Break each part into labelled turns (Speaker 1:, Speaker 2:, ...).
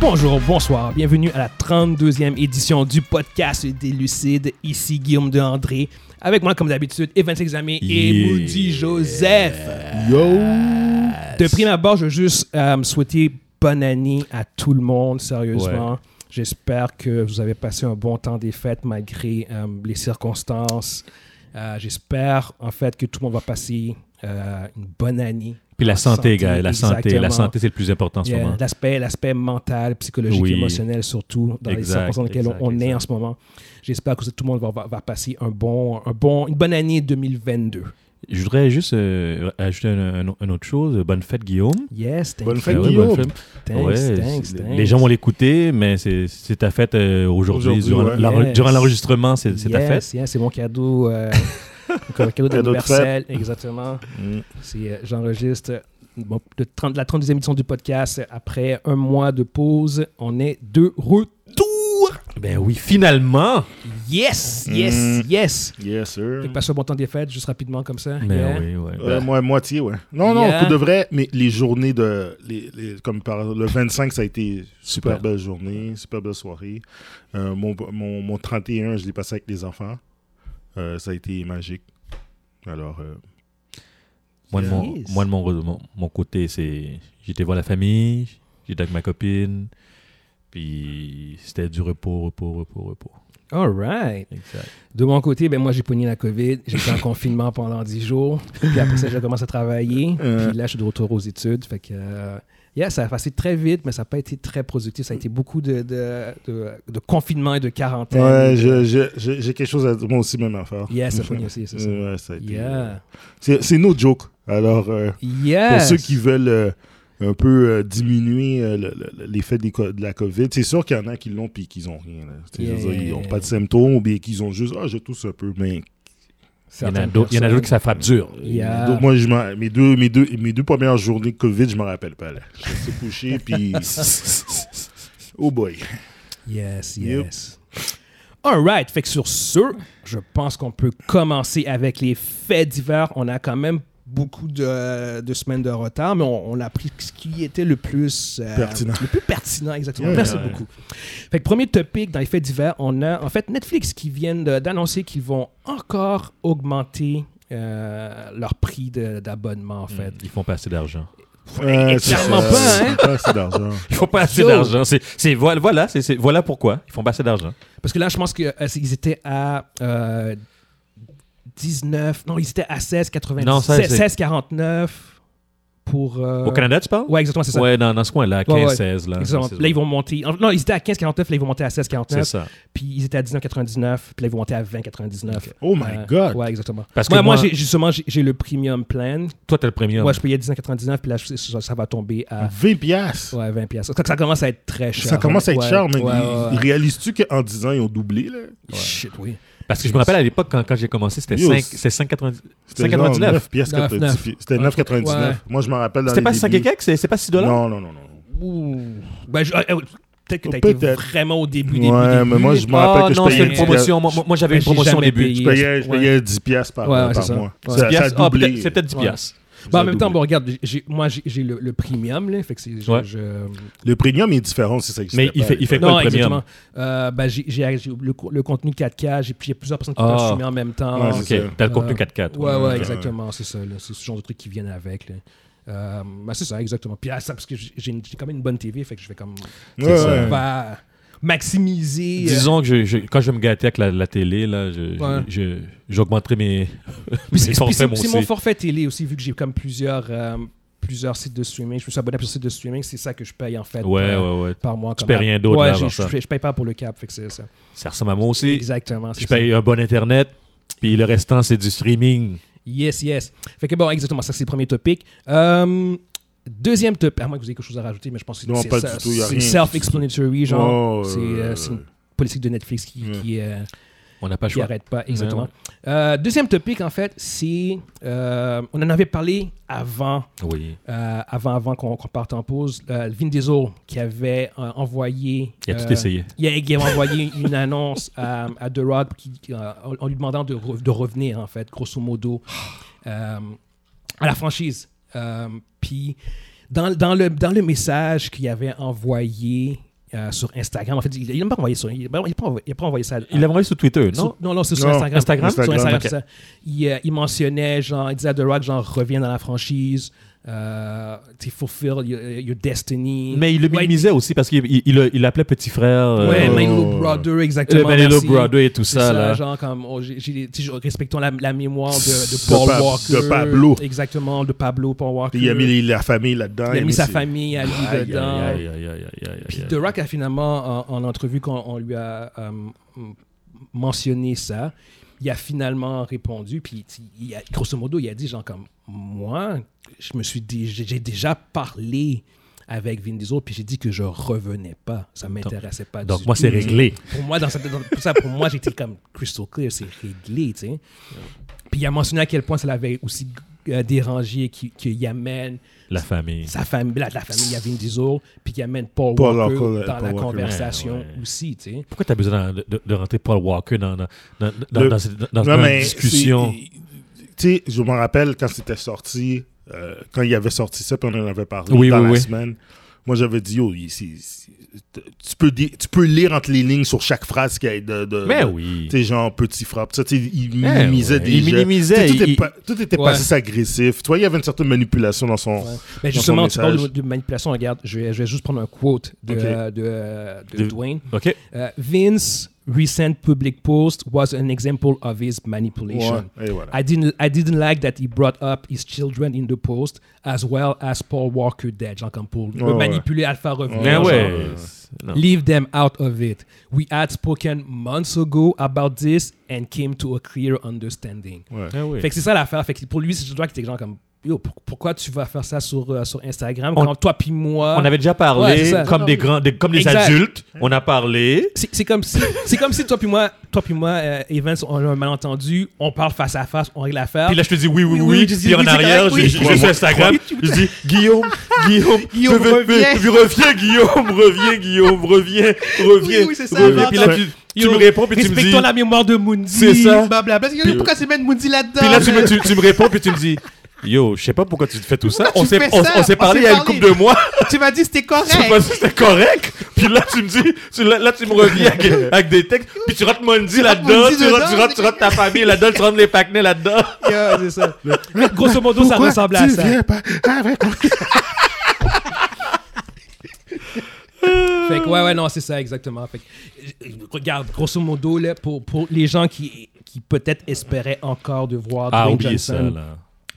Speaker 1: Bonjour, bonsoir, bienvenue à la 32e édition du podcast des Lucides. Ici Guillaume de André. Avec moi, comme d'habitude, Evan Examé et
Speaker 2: Yeah.
Speaker 1: Moody Joseph.
Speaker 2: Yo!
Speaker 1: De prime abord, je veux juste euh, souhaiter bonne année à tout le monde, sérieusement. J'espère que vous avez passé un bon temps des fêtes malgré euh, les circonstances. Euh, J'espère, en fait, que tout le monde va passer euh, une bonne année.
Speaker 2: Puis la
Speaker 1: En
Speaker 2: santé, gars, la santé. La
Speaker 1: exactement.
Speaker 2: santé, c'est le plus important en ce
Speaker 1: Yeah,
Speaker 2: moment.
Speaker 1: L'aspect, l'aspect mental, psychologique,
Speaker 2: Oui.
Speaker 1: émotionnel, surtout dans les
Speaker 2: Exact,
Speaker 1: circonstances dans lesquelles
Speaker 2: exact,
Speaker 1: on, on est
Speaker 2: exact.
Speaker 1: en ce moment. J'espère que tout le monde va, va- va passer un bon, un bon, une bonne année 2022.
Speaker 2: Je voudrais juste euh, ajouter un- un- une autre chose. Bonne fête, Guillaume.
Speaker 1: Yes, thank
Speaker 3: Bonne
Speaker 1: you.
Speaker 3: fête,
Speaker 2: Ah ouais,
Speaker 3: Guillaume.
Speaker 2: bonne fête.
Speaker 1: Thanks,
Speaker 2: Ouais,
Speaker 1: thanks,
Speaker 2: c'est-
Speaker 1: thanks.
Speaker 2: Les gens vont l'écouter, mais c'est c'est ta fête euh, aujourd'hui.
Speaker 3: Aujourd'hui,
Speaker 2: durant
Speaker 3: ouais.
Speaker 2: l'enre-
Speaker 1: Yes.
Speaker 2: durant l'enregistrement, c'est c'est ta
Speaker 1: Yes,
Speaker 2: fête.
Speaker 1: yes, c'est mon cadeau, euh, mon cadeau
Speaker 3: Cadeau de
Speaker 1: d'anniversaire, exactement.
Speaker 3: Mm.
Speaker 1: C'est, euh, j'enregistre euh, bon, le 30 la 32e édition du podcast. Après un mois de pause, on est de retour.
Speaker 2: Ben oui, finalement!
Speaker 1: Yes, yes,
Speaker 3: Mm.
Speaker 1: yes.
Speaker 3: Yes, sir.
Speaker 1: Et Passe un bon temps des fêtes, juste rapidement comme ça.
Speaker 2: Ben
Speaker 1: Yeah.
Speaker 2: oui, ouais.
Speaker 3: Euh, moi, moitié, ouais. Non, non,
Speaker 1: Yeah.
Speaker 3: pour de vrai, mais les journées de. Les, les- comme par le 25, ça a été super,
Speaker 2: Super.
Speaker 3: belle journée, super belle soirée. Euh, mon, mon, mon 31, je l'ai passé avec les enfants. Euh, ça a été magique. Alors, euh,
Speaker 2: Moi, de mon,
Speaker 1: Yes.
Speaker 2: moi, de mon, mon- mon côté, c'est. J'étais voir la famille, j'étais avec ma copine, puis c'était du repos, repos, repos, repos.
Speaker 1: All right.
Speaker 2: Exact.
Speaker 1: De mon côté, ben moi, j'ai pogné la COVID. J'étais en confinement pendant 10 jours. Puis après ça, j'ai commencé à travailler.
Speaker 3: Euh.
Speaker 1: Puis là, je suis de retour aux études. Fait que, euh, yeah, ça a passé très vite, mais ça n'a pas été très productif. Ça a été beaucoup de, de, de, de confinement et de quarantaine.
Speaker 3: ouais, je- je- je- j'ai quelque chose à dire. Moi aussi, même affaire.
Speaker 1: Yeah, ça pogne aussi, c'est ça.
Speaker 3: Euh, ouais, ça a été-
Speaker 1: Yeah.
Speaker 3: C'est c'est nos jokes. Alors, euh,
Speaker 1: Yes.
Speaker 3: pour ceux qui veulent euh, un peu euh, diminuer euh, le- le- le- l'effet des co- de la COVID, c'est sûr qu'il y en a qui l'ont puis qu'ils n'ont rien. là. Tu sais, je veux dire,
Speaker 1: Yeah.
Speaker 3: Ils n'ont pas de symptômes ou bien qu'ils ont juste Ah, je tousse un peu. Mais
Speaker 2: Il y en a d'autres il y en a d'autres que ça frappe dur.
Speaker 1: Yeah.
Speaker 3: donc, moi, je m'en- mes, deux, mes, deux, mes deux premières journées de COVID, je ne m'en rappelle pas. là. Je suis couché puis. Oh boy.
Speaker 1: Yes,
Speaker 3: Yep.
Speaker 1: yes. All right. Fait que sur ce, je pense qu'on peut commencer avec les faits divers. On a quand même beaucoup de, de semaines de retard, mais on, on a pris ce qui était le plus euh,
Speaker 3: Pertinent.
Speaker 1: Le plus pertinent, exactement.
Speaker 3: Yeah,
Speaker 1: Merci
Speaker 2: yeah.
Speaker 1: beaucoup. Fait que premier topic dans les faits divers, on a en fait Netflix qui viennent de- d'annoncer qu'ils vont encore augmenter euh, leur prix de- d'abonnement,
Speaker 3: Mm.
Speaker 1: en fait.
Speaker 2: Ils font pas assez d'argent.
Speaker 3: Ouais, Euh, c'est
Speaker 1: clairement
Speaker 3: ça.
Speaker 1: pas, hein.
Speaker 3: C'est pas assez d'argent.
Speaker 2: Ils font pas assez
Speaker 1: Yo.
Speaker 2: d'argent. C'est, c'est- voilà, voilà, c'est, c'est- voilà pourquoi. Ils font pas assez d'argent.
Speaker 1: Parce que là, je pense qu'ils étaient à euh, 19. Non, ils étaient à 16,99.
Speaker 2: Non, ça, c'est-
Speaker 1: 16,49 pour. euh,
Speaker 2: Au Canada, tu parles
Speaker 1: Ouais, exactement, c'est ça.
Speaker 2: Ouais, dans, dans ce coin-là,
Speaker 1: Ouais, ouais.
Speaker 2: 15-16. Là,
Speaker 1: Exactement.
Speaker 2: C'est-
Speaker 1: Là, ils vont monter. Non, ils étaient à 15,49, là, ils vont monter à
Speaker 2: C'est
Speaker 1: 16,49.
Speaker 2: ça.
Speaker 1: Puis ils étaient à 19,99, puis là, ils vont monter à 20,99.
Speaker 3: Oh my
Speaker 1: Euh,
Speaker 3: God.
Speaker 1: Ouais, exactement.
Speaker 2: Parce
Speaker 1: moi,
Speaker 2: que
Speaker 1: moi,
Speaker 2: moi-
Speaker 1: j'ai- justement, j'ai j'ai le premium plan.
Speaker 2: Toi, t'as le premium.
Speaker 1: Moi, je payais 19,99, puis là, je- ça, ça va tomber à
Speaker 3: 20 piastres.
Speaker 1: ouais, 20$. piastres. Ça, ça commence à être très cher.
Speaker 3: Ah. Ça commence à être
Speaker 1: Ouais,
Speaker 3: cher, mais
Speaker 1: ouais, ouais, ouais.
Speaker 3: réalises-tu qu'en 10 ans, ils ont doublé? là?
Speaker 1: Shit, oui.
Speaker 2: Parce que je me rappelle à l'époque, quand, quand j'ai commencé, c'était,
Speaker 3: Yo,
Speaker 2: 5,
Speaker 3: c'est-
Speaker 2: c'était 5,90
Speaker 3: C'était genre
Speaker 2: 5,99.
Speaker 3: 9 piastres
Speaker 1: 9,99.
Speaker 3: 90. C'était 9,99.
Speaker 1: Ouais.
Speaker 3: Moi, je me rappelle dans
Speaker 2: C'était
Speaker 3: les
Speaker 2: pas 5 et
Speaker 3: débuts.
Speaker 2: quelques C'est, c'est pas 6 dollars
Speaker 3: Non, non, non, non.
Speaker 1: Ouh. Ben, je- ah, ah, peut-être que t'as été
Speaker 3: Peut-être.
Speaker 1: vraiment au début, début,
Speaker 3: Ouais, mais
Speaker 1: début.
Speaker 3: moi, je me
Speaker 2: Ah,
Speaker 3: rappelle que je
Speaker 2: non, c'était
Speaker 3: payais
Speaker 2: une
Speaker 3: 10
Speaker 2: promotion. Moi, moi- moi, j'avais une
Speaker 1: J'ai
Speaker 2: promotion au
Speaker 1: jamais
Speaker 2: début.
Speaker 1: payé.
Speaker 3: Je payais, je payais 10 piastres par,
Speaker 1: Ouais, ouais,
Speaker 3: par
Speaker 1: c'est ça.
Speaker 3: mois.
Speaker 1: Ouais.
Speaker 3: Ça, ça a
Speaker 2: Piastres. Ah,
Speaker 3: doublé.
Speaker 2: peut-être- c'est peut-être 10
Speaker 1: Ouais.
Speaker 2: piastres.
Speaker 1: Ben,
Speaker 3: Ça
Speaker 1: en
Speaker 3: a
Speaker 1: même temps,
Speaker 3: doublé.
Speaker 1: bon, regarde, j'ai- moi, j'ai j'ai le, le premium, là, fait que c'est... je-
Speaker 2: Ouais.
Speaker 1: je-
Speaker 3: Le premium est différent si ça existe.
Speaker 2: Mais il fait, il fait quoi
Speaker 1: Non,
Speaker 2: le premium
Speaker 1: exactement. Euh, ben, j'ai j'ai- j'ai le, co- le contenu 4K, j'ai puis il y a plusieurs personnes qui
Speaker 2: Ah.
Speaker 1: peuvent streamer en même temps.
Speaker 3: Ouais,
Speaker 2: Ok,
Speaker 3: Ah, c'est ça.
Speaker 2: t'as le contenu
Speaker 1: Euh,
Speaker 2: 4-4.
Speaker 1: ouais, ouais,
Speaker 3: Ouais.
Speaker 1: exactement, c'est ça, là, c'est ce genre de trucs qui viennent avec, là. Euh, ben, c'est ça, exactement. Puis là, ça, parce que j'ai j'ai une- j'ai quand même une bonne TV, fait que je vais comme...
Speaker 3: Ouais,
Speaker 1: ça
Speaker 3: ouais.
Speaker 1: va maximiser... euh,
Speaker 2: Disons que je- je- quand je vais me gâter avec la, la télé, là, je,
Speaker 1: Ouais.
Speaker 2: je- j'augmenterai mes,
Speaker 1: Puis c'est-
Speaker 2: mes
Speaker 1: puis
Speaker 2: forfaits,
Speaker 1: c'est
Speaker 2: moi
Speaker 1: c'est mon
Speaker 2: aussi.
Speaker 1: forfait télé aussi, vu que j'ai comme plusieurs, euh, plusieurs sites de streaming. Je me suis abonné à plusieurs sites de streaming, c'est ça que je paye en fait
Speaker 2: Ouais,
Speaker 1: euh,
Speaker 2: ouais, ouais.
Speaker 1: par mois.
Speaker 2: Tu
Speaker 1: comme
Speaker 2: payes
Speaker 1: app-
Speaker 2: rien d'autre,
Speaker 1: Ouais,
Speaker 2: là,
Speaker 1: j'ai-
Speaker 2: avant
Speaker 1: je,
Speaker 2: ça.
Speaker 1: je, paye pas pour le cap, fait que c'est ça.
Speaker 2: Ça ressemble à moi aussi.
Speaker 1: Exactement. c'est
Speaker 2: Je
Speaker 1: ça.
Speaker 2: paye un bon Internet, puis le restant, c'est du streaming.
Speaker 1: Yes, yes. Fait que bon, exactement, ça c'est le premier topic. Euh, deuxième topic, à moins que vous ayez quelque chose à rajouter, mais je pense que
Speaker 3: Non,
Speaker 1: c'est
Speaker 3: pas
Speaker 1: ça-
Speaker 3: du tout, y a
Speaker 1: c'est
Speaker 3: rien.
Speaker 1: self-explanatory, genre.
Speaker 3: Oh,
Speaker 1: c'est euh, c'est une politique de Netflix qui,
Speaker 3: Ouais.
Speaker 1: qui, euh,
Speaker 2: On n'a pas le
Speaker 1: qui
Speaker 2: choix.
Speaker 1: arrête pas, exactement.
Speaker 2: Ouais,
Speaker 1: Euh, deuxième topic, en fait, c'est. euh, on en avait parlé avant
Speaker 2: Oui.
Speaker 1: euh, avant, avant qu'on qu'on parte en pause, euh, Vin Diesel qui avait euh, envoyé.
Speaker 2: Il a
Speaker 1: euh,
Speaker 2: tout essayé.
Speaker 1: Il a, il a envoyé une annonce à, à The Rock qui- qui, euh, en, en lui demandant de, re- de revenir, en fait, grosso modo, euh, à la franchise. Euh, Puis, dans, dans, le, dans le message qu'il avait envoyé, euh, sur Instagram. En fait, il n'a pas envoyé sur- il a pas il a pas envoyé- il a pas envoyé ça. à-
Speaker 2: Il l'a envoyé sur Twitter, non?
Speaker 1: sur- non, non, c'est sur
Speaker 3: Non,
Speaker 1: Instagram.
Speaker 2: Instagram?
Speaker 1: Sur
Speaker 3: Instagram,
Speaker 1: Instagram,
Speaker 2: ok.
Speaker 1: c'est ça. Il, euh, il mentionnait, genre, il disait à The Rock, genre, reviens dans la franchise, euh, tu sais, fulfill your, your destiny.
Speaker 2: Mais il le
Speaker 1: Ouais,
Speaker 2: minimisait aussi parce qu'il il, il- il l'appelait petit frère. euh,
Speaker 1: Ouais,
Speaker 3: Euh,
Speaker 1: My
Speaker 3: euh,
Speaker 1: Little Brother,
Speaker 2: le
Speaker 1: exactement.
Speaker 2: My Little
Speaker 1: merci.
Speaker 2: Brother et tout
Speaker 1: C'est
Speaker 2: ça, là.
Speaker 1: genre comme oh, j'ai- j'ai- tu sais, respectons la, la mémoire de, de
Speaker 3: De
Speaker 1: Paul
Speaker 3: Pa-
Speaker 1: Walker.
Speaker 3: de Pablo.
Speaker 1: Exactement, de Pablo Paul Walker.
Speaker 3: Puis il a mis les- la famille là-dedans.
Speaker 1: Il a mis sa
Speaker 3: ses-
Speaker 1: famille à lui
Speaker 2: Aïe, aïe,
Speaker 1: dedans.
Speaker 2: aïe, aïe, aïe, aïe, aïe,
Speaker 1: Puis
Speaker 2: aïe.
Speaker 1: The Rock a finalement, en, en entrevue, quand on lui a euh, m- mentionné ça, il a finalement répondu. Puis t- il a- grosso modo, il a dit genre comme moi, je me suis dit, j'ai j'ai déjà parlé avec Vin Diesel, puis j'ai dit que je revenais pas. Ça m'intéressait pas
Speaker 2: Donc,
Speaker 1: du
Speaker 2: moi,
Speaker 1: tout.
Speaker 2: c'est réglé.
Speaker 1: Pour moi, dans cette- dans- pour ça, pour moi, j'étais comme crystal clear, c'est réglé, tu sais. Puis il a mentionné à quel point ça l'avait aussi euh, dérangé qu'il qu'il amène
Speaker 2: La famille.
Speaker 1: sa famille, la, la famille à Vin Diesel, puis qu'il amène Paul,
Speaker 3: Paul
Speaker 1: Walker
Speaker 3: Walker, euh,
Speaker 1: dans
Speaker 3: Paul
Speaker 1: la
Speaker 3: Walker.
Speaker 1: conversation
Speaker 2: Ouais, ouais.
Speaker 1: aussi, tu sais.
Speaker 2: Pourquoi t'as besoin de, de- de rentrer Paul Walker dans, dans, dans, dans,
Speaker 3: Le-
Speaker 2: dans cette- dans-
Speaker 3: Non,
Speaker 2: dans
Speaker 3: mais
Speaker 2: une discussion?
Speaker 3: c'est- Tu sais, je me rappelle quand c'était sorti, euh, quand il avait sorti ça, puis on en avait parlé
Speaker 2: Oui,
Speaker 3: dans
Speaker 2: oui,
Speaker 3: la
Speaker 2: oui.
Speaker 3: semaine. Moi, j'avais dit, oh, tu, peux di- tu peux lire entre les lignes sur chaque phrase qu'il y a de. de
Speaker 2: Mais
Speaker 1: Ben
Speaker 3: de-
Speaker 2: oui.
Speaker 3: Tu sais, genre petit frappe. Ça, tu sais, il
Speaker 2: Eh,
Speaker 3: minimisait
Speaker 2: ouais.
Speaker 3: des
Speaker 2: Il
Speaker 3: gestes.
Speaker 2: minimisait,
Speaker 3: Tu sais, Tout, est
Speaker 2: il-
Speaker 3: pas- tout était
Speaker 1: Ouais.
Speaker 3: passé agressif. Tu vois, il y avait une certaine manipulation dans son.
Speaker 1: Ouais. Mais justement,
Speaker 3: son
Speaker 1: tu parles de,
Speaker 3: message.
Speaker 1: de manipulation. Regarde, je vais, je vais juste prendre un quote de,
Speaker 3: Ok.
Speaker 1: euh, de, euh, de
Speaker 2: De-
Speaker 1: Dwayne.
Speaker 2: OK.
Speaker 1: Euh, Vince recent public post was an example of his manipulation.
Speaker 3: Ouais, et voilà.
Speaker 1: I didn't, I didn't like that he brought up his children in the post as well as Paul Walker dead, genre comme pour le
Speaker 3: Ouais, ouais.
Speaker 1: manipuler à le faire revenir.
Speaker 2: Mais
Speaker 3: Ouais,
Speaker 1: genre.
Speaker 2: Ben ouais.
Speaker 3: ouais.
Speaker 2: c'est- non.
Speaker 1: Leave them out of it. We had spoken months ago about this and came to a clear understanding.
Speaker 3: Ouais.
Speaker 2: Ah oui.
Speaker 1: Fait que c'est ça l'affaire. Fait que pour lui, c'est toi qui t'es genre comme Yo, pour- pourquoi tu vas faire ça sur, euh, sur Instagram
Speaker 2: On-
Speaker 1: quand toi puis moi.
Speaker 2: On avait déjà
Speaker 1: Ouais, c'est
Speaker 2: parlé
Speaker 1: ça.
Speaker 2: comme des grands, des- comme des
Speaker 1: Exact.
Speaker 2: adultes. On a parlé.
Speaker 1: C'est c'est comme si, c'est comme si toi puis moi, toi puis moi, euh, Evans, on a un malentendu, on parle face à face, on règle l'affaire.
Speaker 2: Puis là, je te dis oui,
Speaker 1: Oui,
Speaker 2: oui, oui.
Speaker 1: oui, je dis
Speaker 2: Puis en
Speaker 1: oui, c'est
Speaker 2: arrière,
Speaker 1: correct, oui.
Speaker 2: je- je je suis sur Instagram. Je dis Guillaume, Guillaume,
Speaker 1: Guillaume,
Speaker 2: veux- veux-
Speaker 1: reviens.
Speaker 2: veux- reviens, Guillaume, reviens, Guillaume, reviens, reviens.
Speaker 1: Oui, oui, c'est ça,
Speaker 2: reviens.
Speaker 1: genre,
Speaker 2: Puis là,
Speaker 3: comme-
Speaker 2: tu, tu
Speaker 1: Yo,
Speaker 2: me réponds, puis tu me dis.
Speaker 1: Respectons la mémoire de Mundi.
Speaker 2: C'est ça.
Speaker 1: Blablabla. C'est- Pourquoi c'est mettre Mundi là-dedans?
Speaker 2: Puis là, tu me, tu, tu me réponds, puis tu me dis. Yo, je sais pas pourquoi tu te fais tout ça.
Speaker 1: Pourquoi
Speaker 2: on
Speaker 1: tu
Speaker 2: s'est
Speaker 1: fais
Speaker 2: on-
Speaker 1: ça?
Speaker 2: on s'est
Speaker 1: On
Speaker 2: parlé il
Speaker 1: s'est
Speaker 2: y a une
Speaker 1: parlé.
Speaker 2: couple de mois.
Speaker 1: Tu m'as dit c'était correct.
Speaker 2: Je sais pas si c'était correct. Puis là, tu me dis, tu- là, là, tu me reviens avec, avec des textes. Puis tu rentres Mondi là-dedans.
Speaker 1: Mondi
Speaker 2: Tu rentres, tu
Speaker 1: dedans,
Speaker 2: rentres- tu rentres ta famille là-dedans. Tu rentres les Pacnais là-dedans.
Speaker 1: Yeah, c'est ça. Mais Grosso modo, ça
Speaker 3: Pourquoi
Speaker 1: ressemble à
Speaker 3: tu
Speaker 1: ça.
Speaker 3: viens pas Ah, avec moi?
Speaker 1: Fait que, ouais, ouais, non, c'est ça, exactement. Fait que, euh, regarde, grosso modo, là, pour, pour les gens qui, qui peut-être espéraient encore de voir Dwayne Johnson
Speaker 2: Ah, là.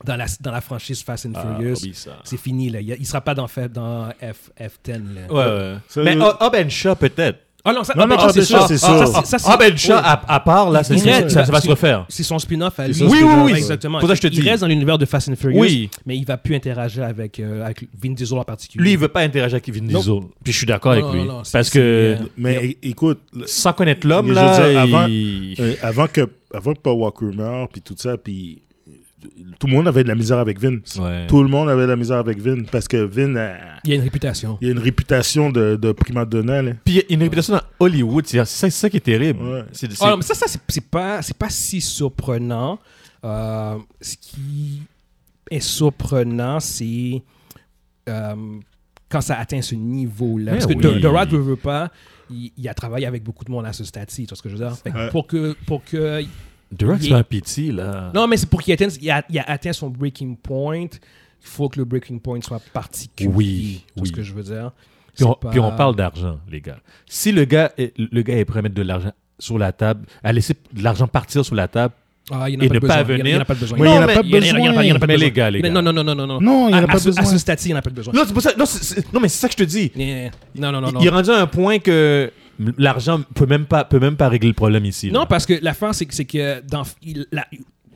Speaker 1: Dans, la, dans la franchise Fast and
Speaker 2: Ah,
Speaker 1: Furious,
Speaker 2: oublie ça.
Speaker 1: c'est fini, là. Il y a- il sera pas dans, F- dans F, F10, là.
Speaker 2: Ouais, ouais.
Speaker 3: Ça,
Speaker 2: Mais
Speaker 3: je-
Speaker 2: Hob Hob and Shaw, peut-être.
Speaker 1: Ah non, ça,
Speaker 3: Non,
Speaker 1: ah, ben,
Speaker 3: non,
Speaker 1: ça,
Speaker 3: ah, ben,
Speaker 1: c'est
Speaker 3: ça,
Speaker 1: sûr.
Speaker 3: c'est
Speaker 1: Ah,
Speaker 3: sûr.
Speaker 1: ça, c'est- ça, c'est-
Speaker 2: Hob and Shaw,
Speaker 1: ouais.
Speaker 2: à, à part, ah, là, c'est-
Speaker 1: Il
Speaker 2: c'est-
Speaker 1: reste-
Speaker 2: ça, ça va se
Speaker 1: c'est-
Speaker 2: refaire.
Speaker 1: C'est son spin-off à
Speaker 3: C'est
Speaker 1: lui.
Speaker 3: son Oui, spin-off, oui, oui.
Speaker 1: Exactement.
Speaker 2: Pour ça, je te
Speaker 1: il
Speaker 2: dis.
Speaker 1: reste dans l'univers de Fast and Furious,
Speaker 2: Oui.
Speaker 1: mais il va plus interagir avec, euh, avec Vin Diesel en particulier.
Speaker 2: Lui, il veut pas interagir avec Vin
Speaker 1: Non.
Speaker 2: Diesel. Puis je suis d'accord
Speaker 1: Non,
Speaker 2: avec
Speaker 1: non,
Speaker 2: lui.
Speaker 1: non, non, c'est-
Speaker 2: Parce
Speaker 1: c'est,
Speaker 2: que,
Speaker 1: euh,
Speaker 3: Mais é- écoute, le-
Speaker 2: sans connaître l'homme,
Speaker 3: Je
Speaker 2: là,
Speaker 3: veux dire, avant-
Speaker 2: il-
Speaker 3: Euh, avant que avant que Paul Walker meure puis tout ça puis euh, tout le monde avait de la misère avec Vin
Speaker 2: Ouais.
Speaker 3: tout le monde avait de la misère avec Vin parce que Vin a-
Speaker 1: il y a une réputation.
Speaker 3: il a une réputation de, de primat donnant là.
Speaker 2: Puis il y a une réputation dans Hollywood, c'est c'est ça, c'est ça qui est terrible.
Speaker 3: Ouais.
Speaker 2: C'est- c'est-
Speaker 1: Ah non, mais ça, ça c'est c'est pas, c'est pas si surprenant. Euh, ce qui est surprenant, c'est euh, quand ça atteint ce niveau-là.
Speaker 2: Eh
Speaker 1: Parce que
Speaker 2: oui.
Speaker 1: The, The Rock ne veut pas. Il, il a travaillé avec beaucoup de monde à ce statut, tu vois ce que je veux dire? Fait que
Speaker 3: Ouais.
Speaker 1: Pour que, pour que
Speaker 2: The Rock, c'est
Speaker 1: Il-
Speaker 2: un pitié, là.
Speaker 1: non, mais c'est pour qu'il atteigne, il a, il a atteint son breaking point. Il faut que le breaking point soit particulier.
Speaker 2: Oui,
Speaker 1: c'est
Speaker 2: oui.
Speaker 1: ce que je veux dire.
Speaker 2: Puis on,
Speaker 1: C'est pas-
Speaker 2: puis on parle d'argent, les gars. Si le gars, est, le gars est prêt à mettre de l'argent sur la table, à laisser de l'argent partir sur la table,
Speaker 1: Ah, il n'y en a
Speaker 2: et
Speaker 1: pas
Speaker 2: ne
Speaker 1: de
Speaker 2: pas
Speaker 1: besoin. Il y en a- il y en
Speaker 2: venir.
Speaker 1: a pas de besoin.
Speaker 3: Oui, il y en a
Speaker 1: mais
Speaker 3: pas
Speaker 1: il y en il y en a- il y en a pas de
Speaker 2: Mais
Speaker 1: besoin.
Speaker 2: les gars, les
Speaker 1: Mais
Speaker 2: gars.
Speaker 1: Non, non, non, non, non, non.
Speaker 3: Non, il y en a
Speaker 1: À-
Speaker 3: pas
Speaker 1: à ce-
Speaker 3: besoin.
Speaker 1: À ce statut, il n'y en a pas de besoin.
Speaker 2: Non, c'est pour ça- non, c'est- c'est- non, mais c'est ça que je te dis.
Speaker 1: Eh, Non, non, non, non.
Speaker 2: Il est rendu à un point que l'argent peut même pas peut même pas régler le problème ici.
Speaker 1: Non,
Speaker 2: là.
Speaker 1: parce que l'affaire, c'est que, c'est que dans. Il, la,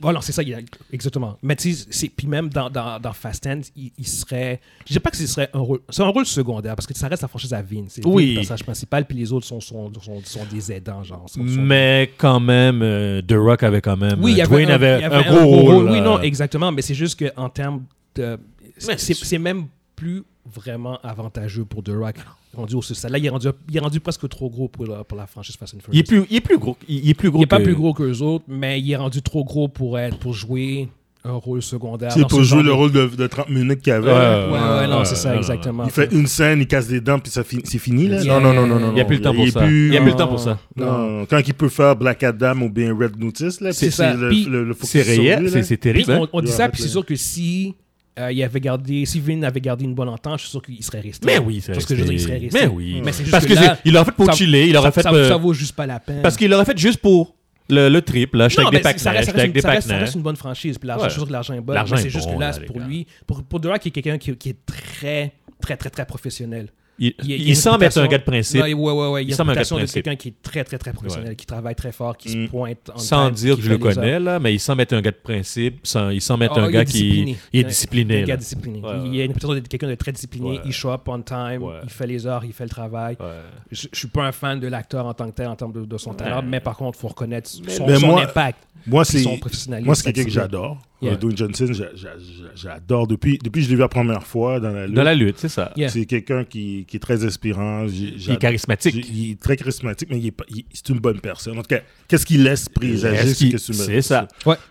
Speaker 1: voilà, c'est ça, il a- exactement. Mais tu sais, c'est- puis même dans, dans, dans Fast End, il, il serait. Je dis pas que ce serait un rôle. C'est un rôle secondaire, parce que ça reste la franchise à Vin. C'est Vin
Speaker 2: Oui.
Speaker 1: le personnage principal, puis les autres sont, sont, sont, sont des aidants, genre. sont- sont-
Speaker 2: mais quand même, euh, The Rock avait quand même. euh,
Speaker 1: Oui, il y avait,
Speaker 2: Dwayne
Speaker 1: un,
Speaker 2: avait,
Speaker 1: il y avait
Speaker 2: un gros rôle. euh,
Speaker 1: Oui,
Speaker 2: là.
Speaker 1: non, exactement. Mais c'est juste qu'en termes de.
Speaker 2: Mais
Speaker 1: c'est- C'est c'est même plus vraiment avantageux pour The Rock rendu au succès. Là, il est rendu, il est rendu presque trop gros pour, la- pour la franchise Fast and Furious.
Speaker 2: Il est plus, il est plus gros. Il il est plus gros.
Speaker 1: Il n'est pas
Speaker 2: que-
Speaker 1: plus gros que les autres, mais il est rendu trop gros pour être pour jouer un rôle secondaire.
Speaker 3: C'est
Speaker 1: dans
Speaker 3: pour
Speaker 1: ce
Speaker 3: jouer
Speaker 1: genre
Speaker 3: le
Speaker 1: de-
Speaker 3: rôle de, de 30 minutes qu'il avait.
Speaker 1: Ouais,
Speaker 2: Ouais,
Speaker 1: ouais,
Speaker 2: ouais,
Speaker 1: non,
Speaker 2: ouais,
Speaker 1: c'est ça,
Speaker 2: ouais,
Speaker 1: exactement.
Speaker 3: Il fait une scène, il casse des dents, puis ça finit- c'est fini. Là.
Speaker 1: Yeah.
Speaker 3: Non, non, non, non, non.
Speaker 2: Il n'y a
Speaker 3: non.
Speaker 2: plus le temps
Speaker 3: Il
Speaker 2: pour
Speaker 3: est
Speaker 2: ça. Il n'y a plus le temps pour ça.
Speaker 3: Non, quand il peut faire Black Adam ou bien Red Notice, là,
Speaker 1: C'est
Speaker 3: puis
Speaker 1: ça.
Speaker 3: le,
Speaker 1: Puis-
Speaker 3: le, le focus
Speaker 2: C'est
Speaker 3: sur lui,
Speaker 2: réel,
Speaker 3: là.
Speaker 2: c'est- c'est
Speaker 1: Puis
Speaker 2: terrible. hein.
Speaker 1: on, on dit
Speaker 3: Ouais,
Speaker 1: ça,
Speaker 3: arrête,
Speaker 1: puis
Speaker 3: là.
Speaker 1: c'est sûr que si euh, il avait gardé, si Vin avait gardé une bonne entente, je suis sûr qu'il serait resté.
Speaker 2: Mais oui, c'est
Speaker 1: Parce que je veux dire, il serait resté.
Speaker 2: Mais oui.
Speaker 1: Mais c'est juste
Speaker 2: parce
Speaker 1: que
Speaker 2: que
Speaker 1: là,
Speaker 2: c'est- il l'aurait fait pour
Speaker 1: ça-
Speaker 2: chiller, il
Speaker 1: ça,
Speaker 2: aurait fait
Speaker 1: ça,
Speaker 2: euh,
Speaker 1: ça vaut juste pas la peine.
Speaker 2: parce qu'il l'aurait fait juste pour le, le trip là, j'étais
Speaker 1: Non,
Speaker 2: avec des
Speaker 1: mais c'est- ça
Speaker 2: patinets,
Speaker 1: reste,
Speaker 2: j'étais avec
Speaker 1: une,
Speaker 2: des
Speaker 1: ça reste- ça
Speaker 2: patinets.
Speaker 1: reste une bonne franchise. Puis l'argent,
Speaker 2: Ouais.
Speaker 1: je suis sûr que l'argent est bon.
Speaker 2: L'argent
Speaker 1: mais
Speaker 2: est
Speaker 1: C'est juste
Speaker 2: bon,
Speaker 1: que là,
Speaker 2: là,
Speaker 1: c'est
Speaker 2: les
Speaker 1: pour
Speaker 2: gars.
Speaker 1: lui, pour, pour Dora, qui est quelqu'un qui, qui est très, très, très, très professionnel.
Speaker 2: Il,
Speaker 1: y a- y a
Speaker 2: il
Speaker 1: une
Speaker 2: semble être un
Speaker 1: réputation-
Speaker 2: gars de principe
Speaker 1: Ouais, ouais, ouais, ouais. Il y
Speaker 2: Il
Speaker 1: a une
Speaker 2: semble un gars de
Speaker 1: réputation de
Speaker 2: principe.
Speaker 1: quelqu'un qui est très, très, très professionnel, qui travaille très fort, qui
Speaker 3: Mm.
Speaker 1: se pointe en
Speaker 2: sans
Speaker 1: time,
Speaker 2: dire
Speaker 1: qui
Speaker 2: que je le
Speaker 1: fait les heures.
Speaker 2: connais là, mais il semble être un gars de principe, sans- il semble être
Speaker 1: Ah,
Speaker 2: un
Speaker 1: il
Speaker 2: gars
Speaker 1: est
Speaker 2: qui
Speaker 1: discipliné.
Speaker 2: il est
Speaker 1: Ouais,
Speaker 2: discipliné.
Speaker 1: Un
Speaker 2: là.
Speaker 1: gars discipliné.
Speaker 2: Ouais,
Speaker 1: Il y a une réputation d'être quelqu'un de très discipliné.
Speaker 2: Ouais.
Speaker 1: Il show up on time,
Speaker 2: Ouais.
Speaker 1: il fait les heures, il fait le travail.
Speaker 2: Ouais.
Speaker 1: Je, je suis pas un fan de l'acteur en tant que tel, en termes de, de son talent, mais par contre, faut reconnaître son,
Speaker 3: mais
Speaker 1: son
Speaker 3: moi-
Speaker 1: impact.
Speaker 3: Moi,
Speaker 1: Puis
Speaker 3: c'est
Speaker 1: son professionnalisme,
Speaker 3: moi, c'est quelqu'un que
Speaker 1: etc.
Speaker 3: j'adore.
Speaker 1: Yeah.
Speaker 3: Euh, Dwayne Johnson, j'a- j'a- j'a- j'adore. Depuis, depuis que je l'ai vu la première fois dans la lutte,
Speaker 2: Dans la lutte, c'est ça.
Speaker 1: Yeah.
Speaker 3: c'est quelqu'un qui, qui est très inspirant. J'ai-
Speaker 2: Il est
Speaker 3: j'adore.
Speaker 2: charismatique.
Speaker 3: J'ai- Il est très charismatique, mais il est pas- il- c'est une bonne personne. En tout cas, qu'est-ce qu'il laisse présager
Speaker 2: Est-ce
Speaker 3: c'est
Speaker 2: qu'il-
Speaker 3: qu'est-ce qu'il me-
Speaker 2: C'est ça.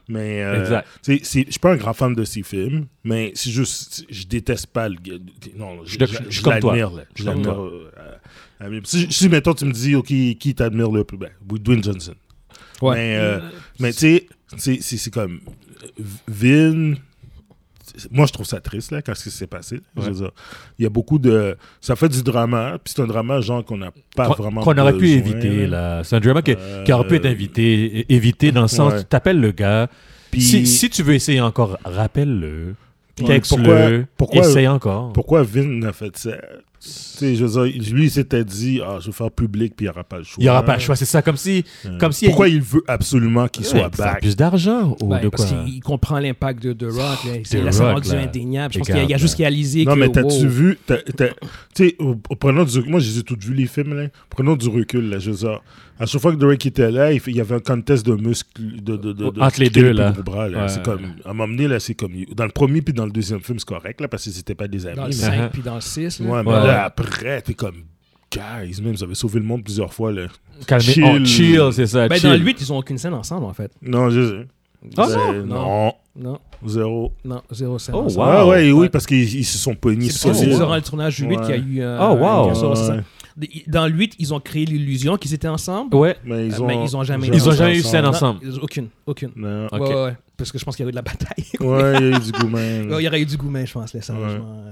Speaker 3: Mais euh,
Speaker 2: Exact.
Speaker 3: tu sais, c'est- je suis pas un grand fan de ces films, mais c'est juste, je déteste pas le gars. Non,
Speaker 2: Je suis doc- je suis comme toi.
Speaker 3: l'admire, là. Je
Speaker 2: Je suis comme
Speaker 3: l'admire. euh, à- à mille- si, si, mettons, tu me dis, OK, qui t'admire le plus? Ben, Dwayne Johnson.
Speaker 1: Ouais.
Speaker 3: Mais, euh, mais tu sais, c'est- c'est c'est comme euh, Vin. Moi, je trouve ça triste, là, quand ce qui s'est passé. là. Je veux dire, il y a beaucoup de. Ça fait du drama, puis c'est un drama, genre, qu'on n'a pas
Speaker 2: Qu'on
Speaker 3: vraiment.
Speaker 2: qu'on aurait pu
Speaker 3: besoin,
Speaker 2: éviter là. C'est un drama qui
Speaker 3: Euh,
Speaker 2: qui aurait pu être invité, é- évité dans le sens,
Speaker 3: ouais.
Speaker 2: tu t'appelles le gars.
Speaker 3: Puis-
Speaker 2: Si, si tu veux essayer encore, rappelle-le.
Speaker 3: Ouais,
Speaker 2: Texte-le.
Speaker 3: pourquoi- pourquoi-
Speaker 2: essaye encore.
Speaker 3: Pourquoi Vin a fait ça? Tu sais, je veux dire, lui, il s'était dit, ah, je vais faire public, puis il n'y aura pas le choix. Euh,
Speaker 2: Il n'y aura pas le choix. C'est ça, comme si. Comme si
Speaker 3: Pourquoi il veut absolument qu'il soit
Speaker 2: pour faire
Speaker 3: back?
Speaker 2: plus d'argent ou
Speaker 1: Ben,
Speaker 2: de
Speaker 1: parce
Speaker 2: quoi
Speaker 1: qu'il il comprend l'impact de The Rock.
Speaker 3: Ah,
Speaker 1: là. C'est
Speaker 2: The
Speaker 1: là, ça a
Speaker 2: Rock,
Speaker 1: rendu
Speaker 2: là.
Speaker 1: indéniable. Je pense qu'il
Speaker 2: Regarde,
Speaker 1: y a- il y a juste réalisé
Speaker 3: Non,
Speaker 1: que.
Speaker 3: mais t'as-tu
Speaker 1: wow.
Speaker 3: vu? t'as- t'as- Tu sais, au- au- prenons du Moi, j'ai tout vu les films, là. Prenons du recul, là. Je veux dire, à chaque fois que Drake était là, il fait- il y avait un contest de muscles. De, de, de- de-
Speaker 2: Entre les
Speaker 3: qui
Speaker 2: deux,
Speaker 3: était le plus
Speaker 2: là.
Speaker 3: gros bras, là.
Speaker 2: Ouais.
Speaker 3: C'est comme. À un moment donné, là, c'est comme. Dans le premier puis dans le deuxième film, c'est correct, là, parce que c'était pas des
Speaker 1: Dans
Speaker 2: Uh-huh.
Speaker 3: amis.
Speaker 1: le
Speaker 3: mais-
Speaker 1: 5 puis dans le 6. là.
Speaker 3: Ouais, mais
Speaker 2: Ouais.
Speaker 3: là, après, t'es comme. Guys, même, vous avez sauvé le monde plusieurs fois, là.
Speaker 2: Calmer-
Speaker 3: Chill.
Speaker 2: on- chill, c'est ça.
Speaker 1: Ben,
Speaker 2: chill.
Speaker 1: dans le 8, ils ont aucune scène ensemble, en fait.
Speaker 3: Non, je.
Speaker 2: Ah
Speaker 3: Ben,
Speaker 1: non?
Speaker 3: non.
Speaker 1: Non,
Speaker 3: Zéro.
Speaker 1: non, zéro scène.
Speaker 2: Oh,
Speaker 1: ensemble.
Speaker 2: wow.
Speaker 3: Ah ouais, oui,
Speaker 1: Ouais.
Speaker 3: parce qu'ils ils se sont pognés
Speaker 1: C'est parce que
Speaker 2: solide.
Speaker 1: c'est
Speaker 3: solides.
Speaker 1: durant le tournage du 8 qu'il y a eu. euh,
Speaker 2: Oh, wow.
Speaker 1: quelque chose, c'est ça.
Speaker 3: Oh. Ouais.
Speaker 1: Dans le 8, ils ont créé l'illusion qu'ils étaient ensemble.
Speaker 2: Ouais.
Speaker 3: Mais
Speaker 1: Euh,
Speaker 3: ils ont,
Speaker 1: mais ils ont jamais-
Speaker 2: Ils ont jamais eu
Speaker 3: ensemble.
Speaker 2: scène ensemble.
Speaker 1: Non, Aucune, aucune.
Speaker 3: Non.
Speaker 2: Ok.
Speaker 1: Ouais, ouais, ouais. Parce que je pense qu'il y a eu de la bataille.
Speaker 3: Ouais, il y a eu du goût, man.
Speaker 1: Ouais, Il y aurait eu du goumet, je pense, là, sérieusement.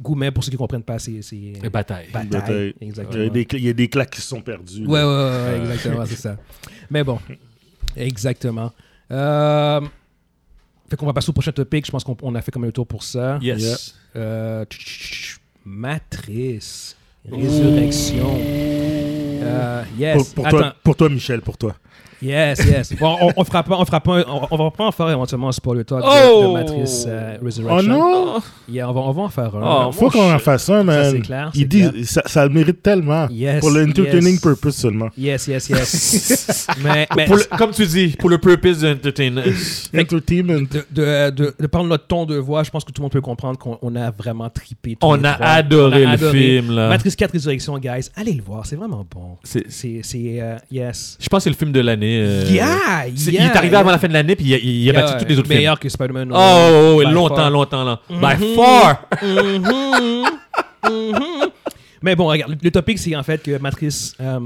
Speaker 1: Goumet, pour ceux qui ne comprennent pas, c'est. c'est-
Speaker 2: Et bataille.
Speaker 1: Bataille.
Speaker 3: Bataille. Il y,
Speaker 1: Exactement.
Speaker 3: a des, il y a des claques qui se sont perdues.
Speaker 1: Ouais, ouais, ouais,
Speaker 3: là.
Speaker 1: ouais, exactement, c'est ça. Mais bon, exactement. Euh, Fait qu'on va passer au prochain topic. Je pense qu'on on a fait comme un tour pour ça.
Speaker 2: Yes.
Speaker 1: Euh, tch, tch, tch, Matrice. Résurrection. Euh, yes.
Speaker 3: Pour, pour
Speaker 1: Attends.
Speaker 3: toi, pour toi, Michel, pour toi.
Speaker 1: Yes, yes. Bon, on, on fera pas, on fera pas, on, on va pas en faire éventuellement un spoiler talk de- de,
Speaker 2: Oh!
Speaker 1: Matrice euh, Resurrection.
Speaker 2: Oh,
Speaker 1: Yeah, on, va, on va en faire
Speaker 2: Oh,
Speaker 1: un.
Speaker 3: Faut
Speaker 2: moi,
Speaker 3: qu'on
Speaker 2: je-
Speaker 3: en fasse un, man.
Speaker 1: c'est clair,
Speaker 3: Il
Speaker 1: c'est
Speaker 3: dit,
Speaker 1: clair.
Speaker 3: ça, ça le mérite tellement.
Speaker 1: Yes,
Speaker 3: pour l'entertaining
Speaker 1: yes.
Speaker 3: purpose seulement.
Speaker 1: Yes, yes, yes. mais mais
Speaker 2: Pour le- comme tu dis, pour le purpose d'entertainment.
Speaker 3: Entertainment.
Speaker 1: de, de, de, de par notre ton de voix, je pense que tout le monde peut comprendre qu'on on a vraiment tripé. tous
Speaker 2: on
Speaker 1: les
Speaker 2: a
Speaker 1: trois.
Speaker 2: adoré
Speaker 1: On a
Speaker 2: le
Speaker 1: adoré.
Speaker 2: film, là.
Speaker 1: Matrice 4 Résurrection, guys. Allez le voir, c'est vraiment bon.
Speaker 2: C'est-
Speaker 1: C'est, c'est, euh, yes.
Speaker 2: Je pense que c'est le film de l'année. euh,
Speaker 1: yeah,
Speaker 2: c'est-
Speaker 1: yeah,
Speaker 2: il est arrivé
Speaker 1: yeah.
Speaker 2: avant la fin de l'année, puis il a, il
Speaker 1: Yeah,
Speaker 2: a battu tous les autres films.
Speaker 1: meilleur que Spider-Man.
Speaker 2: Oh, oh, oh,
Speaker 1: By
Speaker 2: longtemps,
Speaker 1: far.
Speaker 2: longtemps, là. By
Speaker 1: Mhm.
Speaker 2: far!
Speaker 1: Mhm. Mhm. Mais bon, regarde, le- le topic, c'est en fait que Matrice euh,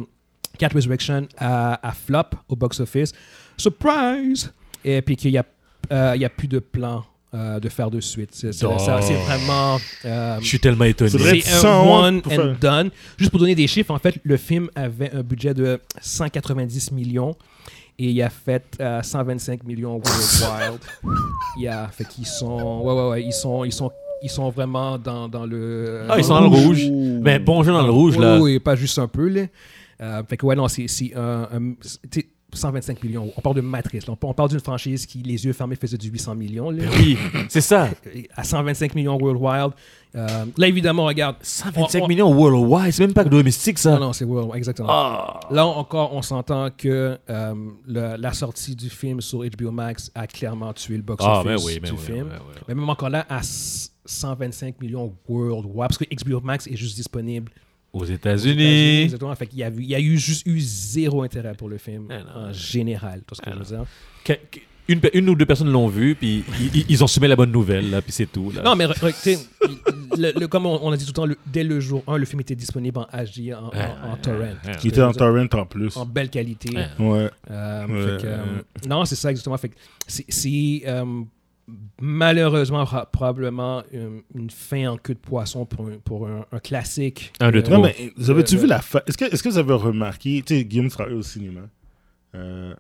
Speaker 1: 4 Resurrection a, a flop au box-office. Surprise! Et puis qu'il n'y a, euh, il y a plus de plan euh, de faire de suite. C'est c'est-
Speaker 2: Oh.
Speaker 1: ça, c'est vraiment... euh,
Speaker 2: Je suis tellement étonné. Ah,
Speaker 3: C'est vrai.
Speaker 1: c'est un
Speaker 3: sans
Speaker 2: hein,
Speaker 3: honte
Speaker 1: one
Speaker 3: pour
Speaker 1: and
Speaker 3: faire-
Speaker 1: done. Juste pour donner des chiffres, en fait, le film avait un budget de 190 millions et il a fait euh, 125 millions worldwide. yeah, fait qu'ils sont, ouais, ouais, ouais, ils sont, ils sont, ils sont vraiment dans, dans le.
Speaker 2: Ah, ils sont dans le rouge. Mais bon jeu dans le rouge, là.
Speaker 1: Oui, oui, pas juste un peu là. Euh, fait que ouais, non, c'est, c'est un, un- c'est- tu sais, 125 millions. On parle de Matrice. là. On, on parle d'une franchise qui, les yeux fermés, faisait du 800 millions. là.
Speaker 2: Oui, c'est ça.
Speaker 1: À 125 millions worldwide. Euh, là, évidemment, regarde.
Speaker 2: 125
Speaker 1: on- on-
Speaker 2: millions worldwide, c'est même pas que domestique, ça.
Speaker 1: Non, non, c'est World, exactement.
Speaker 2: Ah.
Speaker 1: Là encore, on s'entend que euh, le- la sortie du film sur HBO Max a clairement tué le box-office
Speaker 2: Ah, mais oui, mais
Speaker 1: du
Speaker 2: oui,
Speaker 1: film.
Speaker 2: ouais, ouais, ouais.
Speaker 1: Mais même encore là, à s- 125 millions worldwide, parce que HBO Max est juste disponible.
Speaker 2: Aux
Speaker 1: aux États-Unis,
Speaker 2: États-Unis.
Speaker 1: exactement. Fait qu'il y a, eu- il y a eu juste eu zéro intérêt pour le film
Speaker 2: Ah, non. Ah,
Speaker 1: en général, tout ce que je veux dire.
Speaker 2: Que- que- une, pe- une ou deux personnes l'ont vu, puis ils- ils- ils ont semé la bonne nouvelle, là, puis c'est tout. là.
Speaker 1: Non, mais re- re- tu sais, le- le- comme on, on a dit tout le temps, le- dès le jour 1, le film était disponible en HD, en, en-
Speaker 2: Ah,
Speaker 1: en torrent,
Speaker 2: Ouais.
Speaker 3: Qui était en torrent en plus.
Speaker 1: en belle qualité.
Speaker 2: Ouais.
Speaker 3: Ouais.
Speaker 1: Euh,
Speaker 3: Ouais.
Speaker 1: fait que, euh, non, c'est ça exactement. Fait que c'est- c'est euh, malheureusement ra- probablement euh, une fin en queue de poisson pour un, pour un, un classique.
Speaker 2: Un de
Speaker 1: Euh,
Speaker 2: trop.
Speaker 3: Non,
Speaker 2: Bon.
Speaker 3: mais vous avez-tu
Speaker 1: Euh,
Speaker 3: vu la fin Est-ce que, est-ce que vous avez remarqué Tu sais, Guillaume travaille au cinéma. Euh,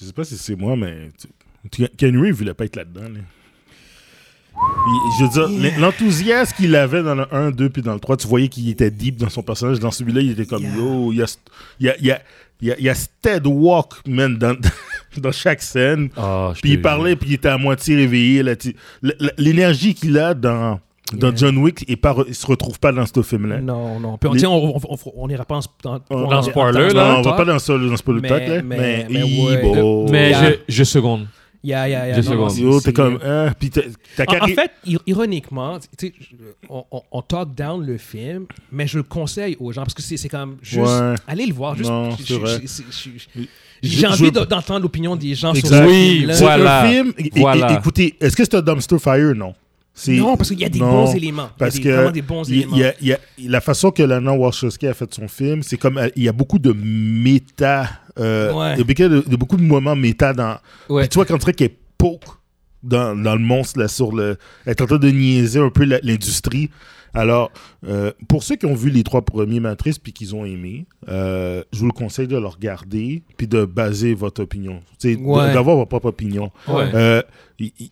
Speaker 3: je sais pas si c'est moi, mais. tu- tu- Ken Reeves, il voulait pas être là-dedans. là. Il- Je veux dire, l'en- l'enthousiasme qu'il avait dans le 1, 2 puis dans le 3, tu voyais qu'il était deep dans son personnage. Dans celui-là, il était comme
Speaker 1: Yeah.
Speaker 3: Yo, il y a, ce- il y a, il y a, il y a, il y a ce Ted Walk, man, dans, dans chaque scène.
Speaker 2: Ah, je
Speaker 3: Puis
Speaker 2: te
Speaker 3: il parlait, puis il était à moitié réveillé. là, tu- l- l- L'énergie qu'il a dans, dans
Speaker 1: Yeah.
Speaker 3: John Wick, il ne se retrouve pas dans ce film-là.
Speaker 1: Non, non. Puis on
Speaker 3: Les-
Speaker 1: tu sais, on- on- on- on n'ira pas en, sp- dans,
Speaker 3: On-
Speaker 1: on-
Speaker 3: dans
Speaker 2: spoiler,
Speaker 1: dans-
Speaker 2: là.
Speaker 1: dans-
Speaker 3: Non, on va pas dans ça, dans ce
Speaker 1: Mais-
Speaker 3: pack, là. Mais,
Speaker 1: mais-
Speaker 3: mais,
Speaker 1: mais ouais.
Speaker 3: bon.
Speaker 2: Mais
Speaker 1: Yeah.
Speaker 2: je, je seconde.
Speaker 1: Yeah, yeah, yeah.
Speaker 2: Deux secondes.
Speaker 1: c'est-
Speaker 3: Yo,
Speaker 1: c'est-
Speaker 3: t'es comme, hein, pis t'as t'as
Speaker 1: En, en
Speaker 3: carré-
Speaker 1: fait, ir- ironiquement, tu sais, je- on, on, on talk down le film, mais je le conseille aux gens parce que c'est c'est quand même juste.
Speaker 3: Ouais.
Speaker 1: Allez le voir. Juste,
Speaker 3: Non,
Speaker 1: je-
Speaker 3: c'est
Speaker 1: je-
Speaker 3: vrai.
Speaker 1: je- je- je-
Speaker 3: Je-
Speaker 1: J'ai envie
Speaker 3: je-
Speaker 1: de- d'entendre l'opinion des gens
Speaker 3: Exact.
Speaker 1: sur ce
Speaker 2: Oui,
Speaker 1: film-là.
Speaker 3: C'est
Speaker 2: Voilà.
Speaker 3: un film. et- et-
Speaker 2: Voilà.
Speaker 3: écoutez, est-ce que c'est un dumpster fire? Non. C'est-
Speaker 1: Non, parce qu'il y a des
Speaker 3: Non,
Speaker 1: bons éléments.
Speaker 3: Parce
Speaker 1: il y a des,
Speaker 3: que
Speaker 1: vraiment des bons
Speaker 3: il y a-
Speaker 1: éléments.
Speaker 3: il y a- il y a- la façon que Lana Wachowski a fait son film, c'est comme euh, il y a beaucoup de méta, euh,
Speaker 1: Ouais.
Speaker 3: il y a beaucoup de- de beaucoup de moments méta dans,
Speaker 1: Ouais.
Speaker 3: Puis tu vois qu'un truc est poke dans, dans le monstre, là, sur le. Elle est en train de niaiser un peu la- l'industrie. Alors, euh, pour ceux qui ont vu les trois premiers Matrices puis qu'ils ont aimé, euh, je vous le conseille de le regarder puis de baser votre opinion. Tu sais, d-
Speaker 1: Ouais.
Speaker 3: D'avoir votre propre opinion.
Speaker 2: Ouais.
Speaker 3: Euh, y- y-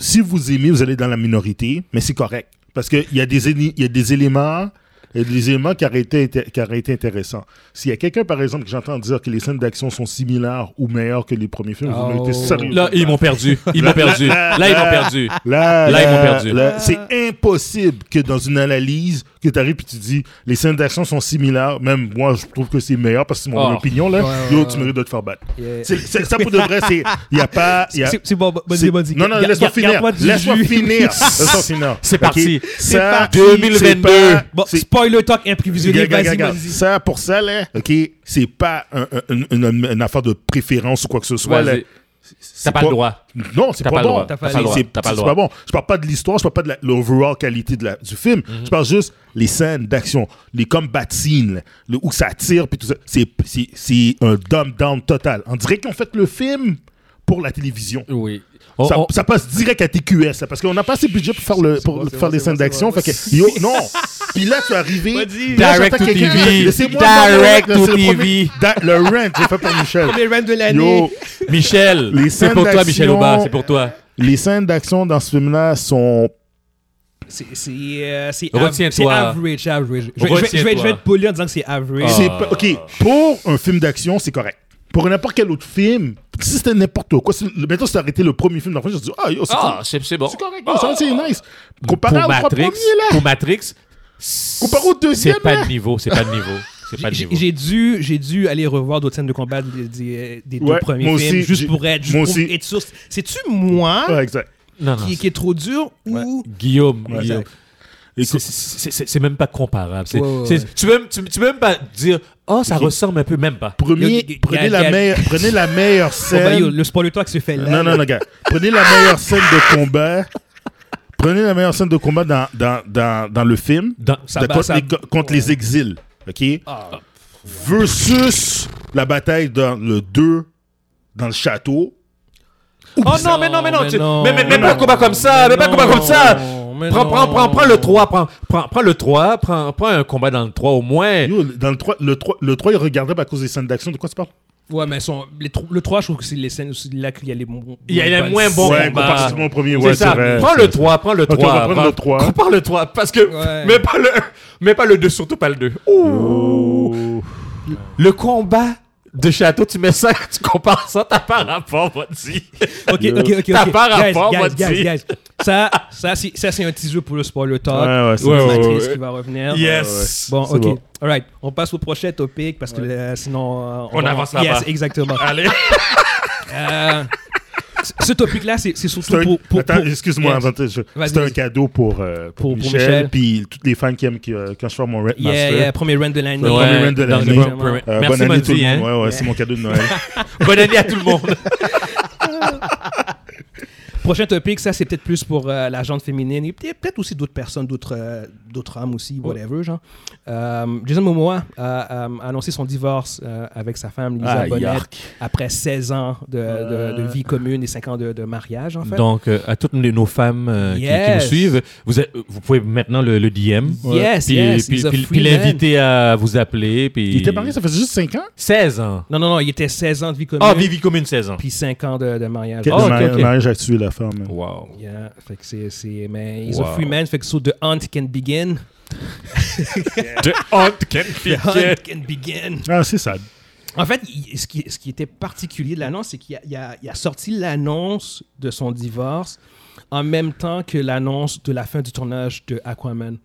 Speaker 3: si vous aimez, vous allez dans la minorité, mais c'est correct. Parce qu'il y, a des éli- il y a des éléments. il y a des éléments qui auraient été, inté- qui auraient été intéressants. S'il y a quelqu'un, par exemple, que j'entends dire que les scènes d'action sont similaires ou meilleures que les premiers films, vous
Speaker 1: Oh.
Speaker 3: mettez sérieusement
Speaker 2: Là, ils m'ont perdu. Ils m'ont perdu. Là, ils m'ont perdu.
Speaker 3: Là,
Speaker 2: Là, ils m'ont perdu.
Speaker 3: là, c'est impossible que dans une analyse, que tu arrives et tu dis les scènes d'action sont similaires. Même moi, je trouve que c'est meilleur parce que c'est mon
Speaker 2: Oh.
Speaker 3: opinion. Là,
Speaker 1: Ouais, ouais,
Speaker 3: yo,
Speaker 1: ouais,
Speaker 3: tu
Speaker 1: ouais.
Speaker 3: mérites de te faire battre.
Speaker 1: Yeah.
Speaker 3: C'est- c'est- ça, pour de vrai, c'est. Il n'y a pas. y a-
Speaker 1: C'est c'est bon, bon, vas-y,
Speaker 3: c'est-
Speaker 1: vas-y.
Speaker 3: Non, non,
Speaker 1: Garde-
Speaker 3: laisse-moi
Speaker 1: garde-
Speaker 3: finir.
Speaker 1: garde-moi du
Speaker 3: Laisse-moi
Speaker 1: jus.
Speaker 3: finir. Laisse-moi finir.
Speaker 2: C'est
Speaker 3: Ok?
Speaker 2: parti. C'est
Speaker 3: Ça,
Speaker 2: parti.
Speaker 3: c'est
Speaker 2: 2022.
Speaker 3: pas-
Speaker 1: Bon,
Speaker 3: c'est-
Speaker 1: spoiler talk imprévisionnel,
Speaker 3: Regarde,
Speaker 1: vas-y,
Speaker 3: regarde,
Speaker 1: vas-y.
Speaker 3: Ça, pour ça, là, OK, c'est pas un- un- une, une- une affaire de préférence ou quoi que ce soit. là.
Speaker 2: Vas-y. T'as
Speaker 3: C'est
Speaker 2: pas le droit.
Speaker 3: Non, c'est
Speaker 2: T'as
Speaker 3: pas,
Speaker 2: pas le
Speaker 3: bon.
Speaker 2: droit.
Speaker 1: T'as pas
Speaker 2: T'as
Speaker 1: le
Speaker 2: pas le
Speaker 1: droit.
Speaker 2: droit.
Speaker 3: C'est
Speaker 2: T'as pas le
Speaker 3: c'est
Speaker 2: droit.
Speaker 3: pas bon. Je parle pas de l'histoire, je parle pas de la- l'overall qualité de la- du film.
Speaker 2: Mhm.
Speaker 3: Je parle juste les scènes d'action, les combat scenes, le, où ça tire puis tout ça. C'est- C'est c'est un dumb down total. On dirait qu'on fait le film pour la télévision.
Speaker 2: Oui. On-
Speaker 3: ça,
Speaker 2: on-
Speaker 3: ça passe direct à TQS là, parce qu'on n'a pas assez de budget pour faire, le, pour
Speaker 1: bon, c'est
Speaker 3: faire
Speaker 1: bon,
Speaker 3: les
Speaker 1: c'est
Speaker 3: scènes
Speaker 1: bon, c'est
Speaker 3: d'action.
Speaker 1: bon.
Speaker 3: Fait que, yo, non! Puis là, tu es arrivé.
Speaker 1: Vas-y.
Speaker 3: puis là,
Speaker 2: Direct to
Speaker 3: j'entends quelqu'un,
Speaker 2: TV.
Speaker 3: laissez-moi faire mon
Speaker 2: Direct
Speaker 3: rant, là,
Speaker 2: to
Speaker 3: c'est le
Speaker 2: TV.
Speaker 3: premier- da- Le rant, j'ai fait pour Michel.
Speaker 1: Premier rant de l'année.
Speaker 3: Yo, Les
Speaker 2: Michel, c'est
Speaker 3: scènes
Speaker 2: pour toi,
Speaker 3: d'action-
Speaker 2: Michel Aubin, c'est pour toi.
Speaker 3: les scènes d'action dans ce film-là sont
Speaker 1: C'est c'est, euh, c'est av-
Speaker 2: Retiens-toi.
Speaker 1: c'est average, average. Je, vais- je vais- je vais, je vais
Speaker 2: Retiens-toi.
Speaker 1: te polir en disant que c'est
Speaker 2: Ah.
Speaker 1: average.
Speaker 3: C'est pas- OK, pour un film d'action, c'est correct. Pour n'importe quel autre film, si c'était n'importe quoi, si, le- mettons, si arrêté le premier film d'enfant, je dis, ah, yo, c'est cool.
Speaker 2: c'est c'est bon.
Speaker 3: C'est correct, yo, ça va, c'est nice. Comparé
Speaker 2: Ah. pour
Speaker 3: aux trois
Speaker 2: Matrix,
Speaker 3: premiers, là.
Speaker 2: pour Matrix,
Speaker 3: Comparé au deuxième,
Speaker 2: c'est pas
Speaker 3: là.
Speaker 2: de niveau, c'est pas de niveau, c'est pas de
Speaker 1: J'ai-
Speaker 2: niveau.
Speaker 1: J'ai dû, j'ai dû aller revoir d'autres scènes de combat des, des- des
Speaker 3: Ouais,
Speaker 1: deux premiers
Speaker 3: moi
Speaker 1: films
Speaker 3: aussi, j'ai-
Speaker 1: juste pour être, juste
Speaker 3: moi
Speaker 1: pour
Speaker 3: aussi.
Speaker 1: être sûr. C'est-tu moi
Speaker 3: Ouais, exact.
Speaker 2: Non, non,
Speaker 1: qui, qui est trop dur ou Oh,
Speaker 2: Guillaume,
Speaker 3: Ouais.
Speaker 2: Guillaume. C'est-
Speaker 3: Écoute,
Speaker 2: c'est c'est- c'est même pas comparable. C'est-
Speaker 1: Ouais, ouais,
Speaker 2: c'est-
Speaker 1: ouais.
Speaker 2: Tu, peux même, tu, tu peux même pas dire, oh, ça
Speaker 3: Ok.
Speaker 2: ressemble un peu, même pas.
Speaker 3: premier,
Speaker 1: Yo, yo, yo,
Speaker 3: prenez,
Speaker 1: yo,
Speaker 3: la
Speaker 1: yo.
Speaker 3: meilleure, prenez la meilleure
Speaker 1: Oh, bah, yo,
Speaker 3: scène.
Speaker 1: le spoiler talk se fait là.
Speaker 3: Non, non, non, gars. Prenez la meilleure scène de combat. Prenez la meilleure scène de combat dans, dans, dans, dans le film.
Speaker 2: Dans-
Speaker 1: Ça
Speaker 3: de-
Speaker 1: bat,
Speaker 3: contre
Speaker 1: ça-
Speaker 3: les, contre les exils. OK?
Speaker 1: Ah.
Speaker 3: versus la bataille dans le 2 dans le château.
Speaker 2: oh non, mais non, mais non, tu- mais, mais, mais pas un combat comme ça, mais, pas un combat comme ça. Prends, prends, prends, prends le 3, prends, prends, prends le 3, prends, prends un combat dans le 3 au moins.
Speaker 3: Yo, dans le 3, le 3, le 3 il regardait à cause des scènes d'action. De quoi tu parles
Speaker 1: Ouais, mais sont, les tro- le 3, je trouve que c'est les scènes aussi là qu'il y a les bons.
Speaker 2: Il y a les
Speaker 1: bonnes
Speaker 2: moins bons.
Speaker 1: scènes.
Speaker 2: Ouais, bah,
Speaker 3: comparativement au premier,
Speaker 2: c'est ça. prends le 3, prends le 3.
Speaker 3: on va prendre le 3.
Speaker 2: Prends le 3, parce que.
Speaker 1: Ouais.
Speaker 2: Mais, pas le, mais pas le 2, surtout pas le 2. Le combat de château, tu mets ça, tu compares ça, t'as pas rapport, vas-y.
Speaker 1: Ok, ok, ok. ok.
Speaker 2: T'as pas
Speaker 1: Guys,
Speaker 2: rapport,
Speaker 1: guys,
Speaker 2: moi, tu
Speaker 1: guys,
Speaker 2: dis.
Speaker 1: guys. Ça, ça, c'est- ça, c'est un petit jeu pour le spoiler talk.
Speaker 3: Ouais, ouais, c'est
Speaker 1: c'est une
Speaker 2: ça.
Speaker 1: actrice
Speaker 2: Ouais, ouais.
Speaker 1: qui va revenir.
Speaker 2: Yes.
Speaker 1: Bon,
Speaker 3: C'est
Speaker 1: ok.
Speaker 3: bon.
Speaker 1: All right. On passe au prochain topic parce que euh, sinon. euh,
Speaker 2: On avance
Speaker 1: Yes,
Speaker 2: là-bas.
Speaker 1: exactement.
Speaker 2: Allez.
Speaker 1: Euh, c- ce topic-là, c'est c'est surtout
Speaker 3: C'est un-
Speaker 1: pour. pour-
Speaker 3: Attends,
Speaker 1: pour-
Speaker 3: excuse-moi,
Speaker 1: Yes.
Speaker 3: avant de- je-
Speaker 1: Vas-y,
Speaker 3: c'était un
Speaker 1: vas-y.
Speaker 3: cadeau pour, euh, pour,
Speaker 1: Pour- pour
Speaker 3: Michel,
Speaker 1: Michel.
Speaker 3: puis toutes les fans qui aiment que, euh, quand je fais mon Red
Speaker 1: Yeah,
Speaker 3: Master.
Speaker 1: yeah, premier run de l'année.
Speaker 3: Ouais. premier round de
Speaker 2: dans le
Speaker 3: l'année.
Speaker 2: premier- premier-
Speaker 3: Euh,
Speaker 2: Merci,
Speaker 3: bonne année tout
Speaker 2: Mandy,
Speaker 3: le
Speaker 2: hein.
Speaker 3: monde. Ouais, ouais, c'est mon cadeau de Noël.
Speaker 2: Bonne année à tout le monde.
Speaker 1: Prochain topic, ça, c'est peut-être plus pour euh, la gente féminine et peut-être peut-être aussi d'autres personnes, d'autres euh, d'autres hommes aussi, whatever, genre. Euh, Jason Momoa a, euh, annoncé son divorce euh, avec sa femme, Lisa
Speaker 3: Ah,
Speaker 1: Bonet,
Speaker 3: yark.
Speaker 1: après 16 ans de, de- de
Speaker 3: Euh.
Speaker 1: vie commune et 5 ans de, de mariage, en fait.
Speaker 2: Donc, euh, à toutes nos nos femmes euh, qui- qui,
Speaker 1: Yes.
Speaker 2: nous suivent, vous, êtes- vous pouvez maintenant le, le DM.
Speaker 1: Yes,
Speaker 2: Puis,
Speaker 1: yes,
Speaker 2: puis,
Speaker 1: he's a
Speaker 2: puis-
Speaker 1: free
Speaker 2: puis
Speaker 1: man.
Speaker 2: l'inviter à vous appeler. Puis...
Speaker 3: Il était marié, ça faisait juste 5 ans?
Speaker 2: 16 ans.
Speaker 1: Non, non, non, il était 16 ans de vie commune,
Speaker 2: Ah, Vivi Commune, 16 ans.
Speaker 1: puis 5 ans de, de mariage.
Speaker 3: Quel
Speaker 2: Ah, ok,
Speaker 3: mari-
Speaker 2: ok.
Speaker 3: mariage a tué la femme. hein.
Speaker 2: Wow.
Speaker 1: Yeah, fait que c'est, c'est, mais he's a
Speaker 2: Wow.
Speaker 1: free man, fait que so the hunt can begin.
Speaker 2: The Hunt Can
Speaker 1: The
Speaker 2: Begin.
Speaker 1: hunt can begin.
Speaker 3: Ah, c'est ça.
Speaker 1: En fait, il- ce, qui, ce qui était particulier de l'annonce, c'est qu'il a, il a- il a sorti l'annonce de son divorce en même temps que l'annonce de la fin du tournage de Aquaman.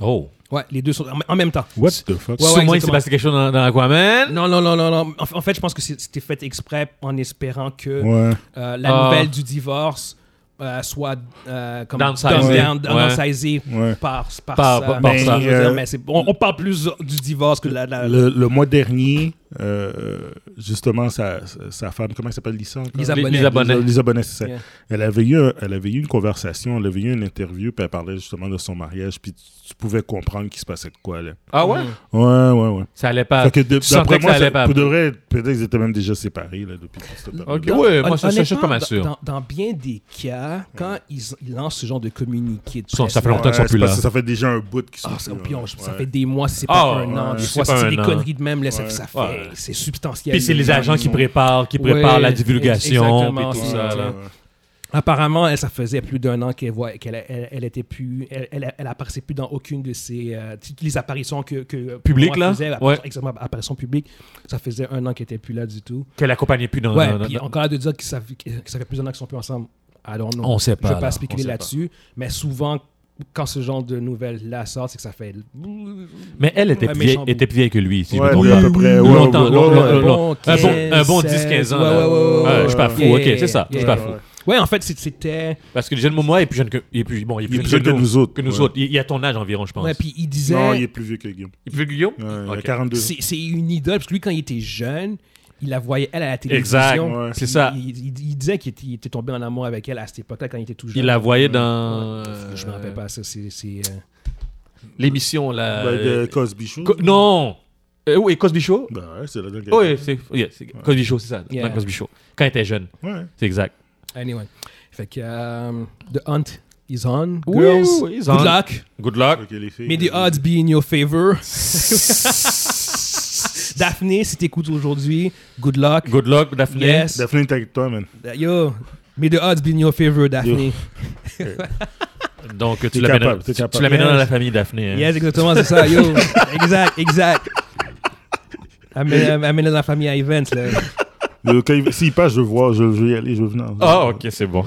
Speaker 2: Oh.
Speaker 1: Ouais, les deux sont en, en même temps.
Speaker 3: What the fuck?
Speaker 1: Ouais, ouais,
Speaker 2: Sûrement, il s'est
Speaker 1: exactement.
Speaker 2: passé quelque chose dans, dans Aquaman.
Speaker 1: Non, non, non, non, non. En, en fait, je pense que c'est- c'était fait exprès en espérant que
Speaker 3: Ouais.
Speaker 1: euh, la
Speaker 2: Ah.
Speaker 1: nouvelle du divorce euh, soit euh, comme
Speaker 2: Downsized.
Speaker 1: down-
Speaker 2: Ouais.
Speaker 1: down-
Speaker 2: Ouais.
Speaker 1: downsized
Speaker 3: Ouais.
Speaker 1: par, par,
Speaker 2: Par-
Speaker 1: ça.
Speaker 2: par-
Speaker 3: par ça.
Speaker 1: Je veux dire,
Speaker 3: Euh,
Speaker 1: mais c'est- on, on parle plus du divorce que de la... la-
Speaker 3: Le, le mois dernier, euh, justement, sa, sa femme, comment elle s'appelle, Lisa encore?
Speaker 1: Lisa
Speaker 2: Les-
Speaker 1: Bonet.
Speaker 2: les abonnés.
Speaker 3: Lisa- Lisa Bonet, c'est ça.
Speaker 1: Yeah.
Speaker 3: Elle, avait eu un- elle avait eu une conversation, elle avait eu une interview, puis elle parlait justement de son mariage, puis tu, tu pouvais comprendre qu'il se passait de quoi, là.
Speaker 2: Ah ouais?
Speaker 3: Ouais, ouais, ouais.
Speaker 2: Ça allait pas.
Speaker 3: Fait que de-
Speaker 2: Ah, tu sentais
Speaker 3: d'après
Speaker 2: que
Speaker 3: moi,
Speaker 2: ça allait
Speaker 3: ça-
Speaker 2: pas.
Speaker 3: pour de vrai, peut-être qu'ils étaient même déjà séparés, là, depuis toute cette période.
Speaker 2: Ok. Ouais, moi, ça, ça, je suis
Speaker 1: Honnêtement,
Speaker 2: pas mal
Speaker 1: dans-
Speaker 2: sûr.
Speaker 1: Dans, dans bien des cas, quand ils, ils lancent ce genre de communiqué de
Speaker 2: Son-
Speaker 1: presse,
Speaker 2: ça fait longtemps qu'ils sont
Speaker 3: c'est
Speaker 2: plus
Speaker 3: parce
Speaker 2: là.
Speaker 3: que Ça fait déjà un bout qu'ils sont
Speaker 1: Ah, ça,
Speaker 3: plus
Speaker 1: puis
Speaker 3: là.
Speaker 1: on- ça
Speaker 3: Ouais.
Speaker 1: fait des mois, c'est pas
Speaker 2: Ah,
Speaker 1: un an.
Speaker 3: ouais,
Speaker 1: Des
Speaker 2: c'est
Speaker 1: fois,
Speaker 2: pas
Speaker 1: c'est
Speaker 2: un
Speaker 1: des
Speaker 2: an.
Speaker 1: conneries de même. Là, ça,
Speaker 3: Ouais.
Speaker 1: ça fait,
Speaker 2: Ouais.
Speaker 1: c'est substantiel.
Speaker 2: Puis c'est les agents qui
Speaker 1: Ouais.
Speaker 2: préparent, qui préparent
Speaker 1: Ouais,
Speaker 2: la
Speaker 1: exactement,
Speaker 2: divulgation, puis tout
Speaker 1: c'est
Speaker 2: ça.
Speaker 1: ça.
Speaker 2: là.
Speaker 1: Apparemment, elle, ça faisait plus d'un an qu'elle voit qu'elle elle, elle était plus, elle, elle, elle apparaissait plus dans aucune de ces euh, toutes les apparitions que que
Speaker 2: Public,
Speaker 1: moi
Speaker 2: là?
Speaker 1: faisait,
Speaker 2: Ouais.
Speaker 1: exactement apparition publique. Ça faisait un an qu'elle était plus là du tout.
Speaker 2: Qu'elle accompagnait plus dans.
Speaker 1: Ouais,
Speaker 2: dans-
Speaker 1: puis
Speaker 2: dans-
Speaker 1: encore là de dire que ça, que ça fait plus d'un an qu'ils sont plus ensemble. I don't know.
Speaker 2: On sait
Speaker 1: Je
Speaker 2: pas.
Speaker 1: ne vais
Speaker 2: là.
Speaker 1: pas
Speaker 2: On
Speaker 1: spéculer
Speaker 2: sait pas.
Speaker 1: là-dessus, mais souvent, quand ce genre de nouvelles-là sort, c'est que ça fait.
Speaker 2: Mais elle était
Speaker 1: Un
Speaker 2: plus
Speaker 1: méchant
Speaker 2: vieille-
Speaker 1: bout.
Speaker 2: était plus vieille que lui, si je me
Speaker 3: Ouais,
Speaker 2: trompe
Speaker 3: mais à
Speaker 2: pas.
Speaker 3: peu près.
Speaker 2: Longtemps,
Speaker 3: ouais,
Speaker 2: longtemps,
Speaker 3: ouais,
Speaker 2: longtemps,
Speaker 3: ouais, ouais.
Speaker 2: longtemps. Un bon- un bon
Speaker 1: 15,
Speaker 2: 10-15 ans,
Speaker 1: Ouais,
Speaker 2: là.
Speaker 1: ouais, ouais, ouais,
Speaker 2: Ah,
Speaker 1: ouais,
Speaker 2: je suis pas fou,
Speaker 1: yeah,
Speaker 2: ok, c'est ça, je suis pas
Speaker 1: yeah.
Speaker 2: fou.
Speaker 1: Ouais, en fait, c'est- c'était.
Speaker 2: Parce que le jeune Momoa est plus jeune que. Il est plus, bon, il est
Speaker 3: Il est
Speaker 2: plus,
Speaker 3: plus jeune que nous autres.
Speaker 2: Que nous
Speaker 3: ouais.
Speaker 2: autres. Il, il a ton âge environ, je pense.
Speaker 1: Ouais, puis il
Speaker 3: Non, il
Speaker 1: disait.
Speaker 3: est plus vieux que Guillaume.
Speaker 2: il est plus vieux que Guillaume
Speaker 3: Ouais, Il a
Speaker 2: Ok.
Speaker 3: 42 ans.
Speaker 1: C'est c'est une idole, parce que lui, quand il était jeune, il la voyait, elle, à la télévision.
Speaker 2: Exact.
Speaker 3: ouais.
Speaker 1: puis
Speaker 2: C'est ça.
Speaker 1: Il, il- il disait qu'il était, il était tombé en amour avec elle à cette époque-là, quand il était tout jeune.
Speaker 2: Il la voyait dans.
Speaker 1: Ouais, Je me rappelle pas, ça, c'est. c'est, euh,
Speaker 2: euh, L'émission, là.
Speaker 3: Ben,
Speaker 2: euh,
Speaker 3: de Cosby Show.
Speaker 2: Co- non Euh, Oui, Cosby Show
Speaker 3: Ben ouais, c'est la dernière.
Speaker 2: Oui, c'est yeah, c'est- Cosby Show, c'est ça.
Speaker 1: Yeah.
Speaker 2: Dans Cosby Show. Quand il était jeune.
Speaker 3: Ouais.
Speaker 2: C'est exact.
Speaker 1: Anyway. Fait que. euh, The Hunt is on.
Speaker 2: Oui,
Speaker 1: Girls.
Speaker 2: oui, it's
Speaker 1: Good
Speaker 2: on.
Speaker 1: luck.
Speaker 2: Good luck.
Speaker 3: Ok, les filles.
Speaker 1: May the
Speaker 3: euh,
Speaker 1: odds be in your favor. Daphné, si t'écoutes aujourd'hui, good luck.
Speaker 2: Good luck, Daphné.
Speaker 1: Yes.
Speaker 3: Daphné, t'es avec toi, man.
Speaker 1: Yo, may the odds be in your favor, Daphné.
Speaker 2: Donc, tu
Speaker 3: T'es
Speaker 2: l'amènes
Speaker 3: capable, t'es
Speaker 2: tu- tu
Speaker 3: capable.
Speaker 2: l'amènes dans
Speaker 1: Yes.
Speaker 2: la famille, Daphné. hein.
Speaker 1: Yes, exactement, c'est ça, yo. exact, exact. Amène, amène dans la famille à Events, là.
Speaker 3: Le- quand il- S'il passe, je veux voir, je je vais y aller, je veux venir.
Speaker 2: Ah, ok, c'est bon.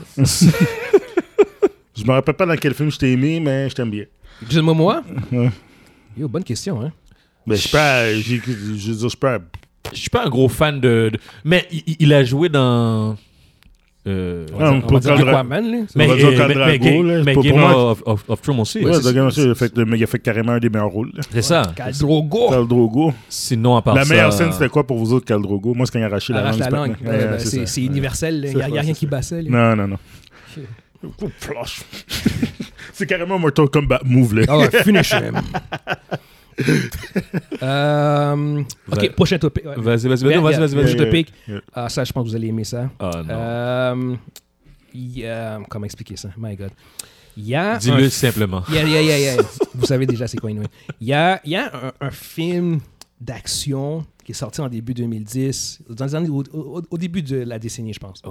Speaker 3: Je me rappelle pas dans quel film je t'ai aimé, mais je t'aime bien.
Speaker 1: Juste moi, moi.
Speaker 3: Ouais.
Speaker 1: Yo, bonne question, hein.
Speaker 3: Ben, je suis pas. j'ai- Je veux dire, je suis pas.
Speaker 2: Je suis pas un gros fan de. de- Mais il, il- il a joué dans. euh,
Speaker 3: Ah,
Speaker 1: On va dire
Speaker 3: Cadra-
Speaker 1: Aquaman, là.
Speaker 2: mais,
Speaker 3: va dire
Speaker 2: euh, mais,
Speaker 3: Khal
Speaker 2: mais,
Speaker 3: Drogo,
Speaker 2: Ga-
Speaker 3: là,
Speaker 2: mais
Speaker 3: pour- pour
Speaker 2: Game
Speaker 3: moi-
Speaker 2: of, of- of Thrones aussi. hein.
Speaker 3: Ouais,
Speaker 2: c'est-
Speaker 3: Dragon Ball, il a fait le- il a fait carrément un des meilleurs rôles. là.
Speaker 2: c'est ça.
Speaker 1: Khal Drogo.
Speaker 3: Khal Drogo.
Speaker 2: Sinon, à part
Speaker 3: La
Speaker 2: ça-
Speaker 3: meilleure scène, c'était quoi pour vous autres, Khal Drogo Moi, c'est quand il a arraché la
Speaker 1: Arrache
Speaker 3: langue.
Speaker 1: la
Speaker 3: du
Speaker 1: langue.
Speaker 3: Pac-Man.
Speaker 1: Ouais,
Speaker 3: Ouais,
Speaker 1: ben,
Speaker 3: c'est
Speaker 1: c'est
Speaker 3: ça.
Speaker 1: c'est universel, il
Speaker 3: C'est
Speaker 1: n'y a, y a
Speaker 3: ça,
Speaker 1: rien
Speaker 3: c'est
Speaker 1: qui
Speaker 3: ça.
Speaker 1: bassait, là.
Speaker 3: Non, non, non. Coup de Flash. c'est carrément Mortal Kombat move, là.
Speaker 1: Ah ouais, finish him. Euh,
Speaker 2: Ouais.
Speaker 1: ok, prochain topic. Ouais.
Speaker 2: euh, Vas-y, vas-y, vas-y,
Speaker 1: Yeah,
Speaker 2: vas-y,
Speaker 1: yeah.
Speaker 2: vas-y,
Speaker 1: Prochain
Speaker 2: vas-y.
Speaker 3: Yeah.
Speaker 1: topic.
Speaker 3: yeah.
Speaker 1: Ah, ça, je pense que vous allez aimer ça.
Speaker 2: Ah, non.
Speaker 1: Euh, il y a- comment expliquer ça? My God. Il y a.
Speaker 2: Dis-le
Speaker 1: un-
Speaker 2: simplement.
Speaker 1: il y a- il y a- il y a- il y a- Vous savez déjà c'est quoi, anyway. Il y a, il y a un, un film d'action qui est sorti en début 2010, dans les années- au, au- au début de la décennie, je pense.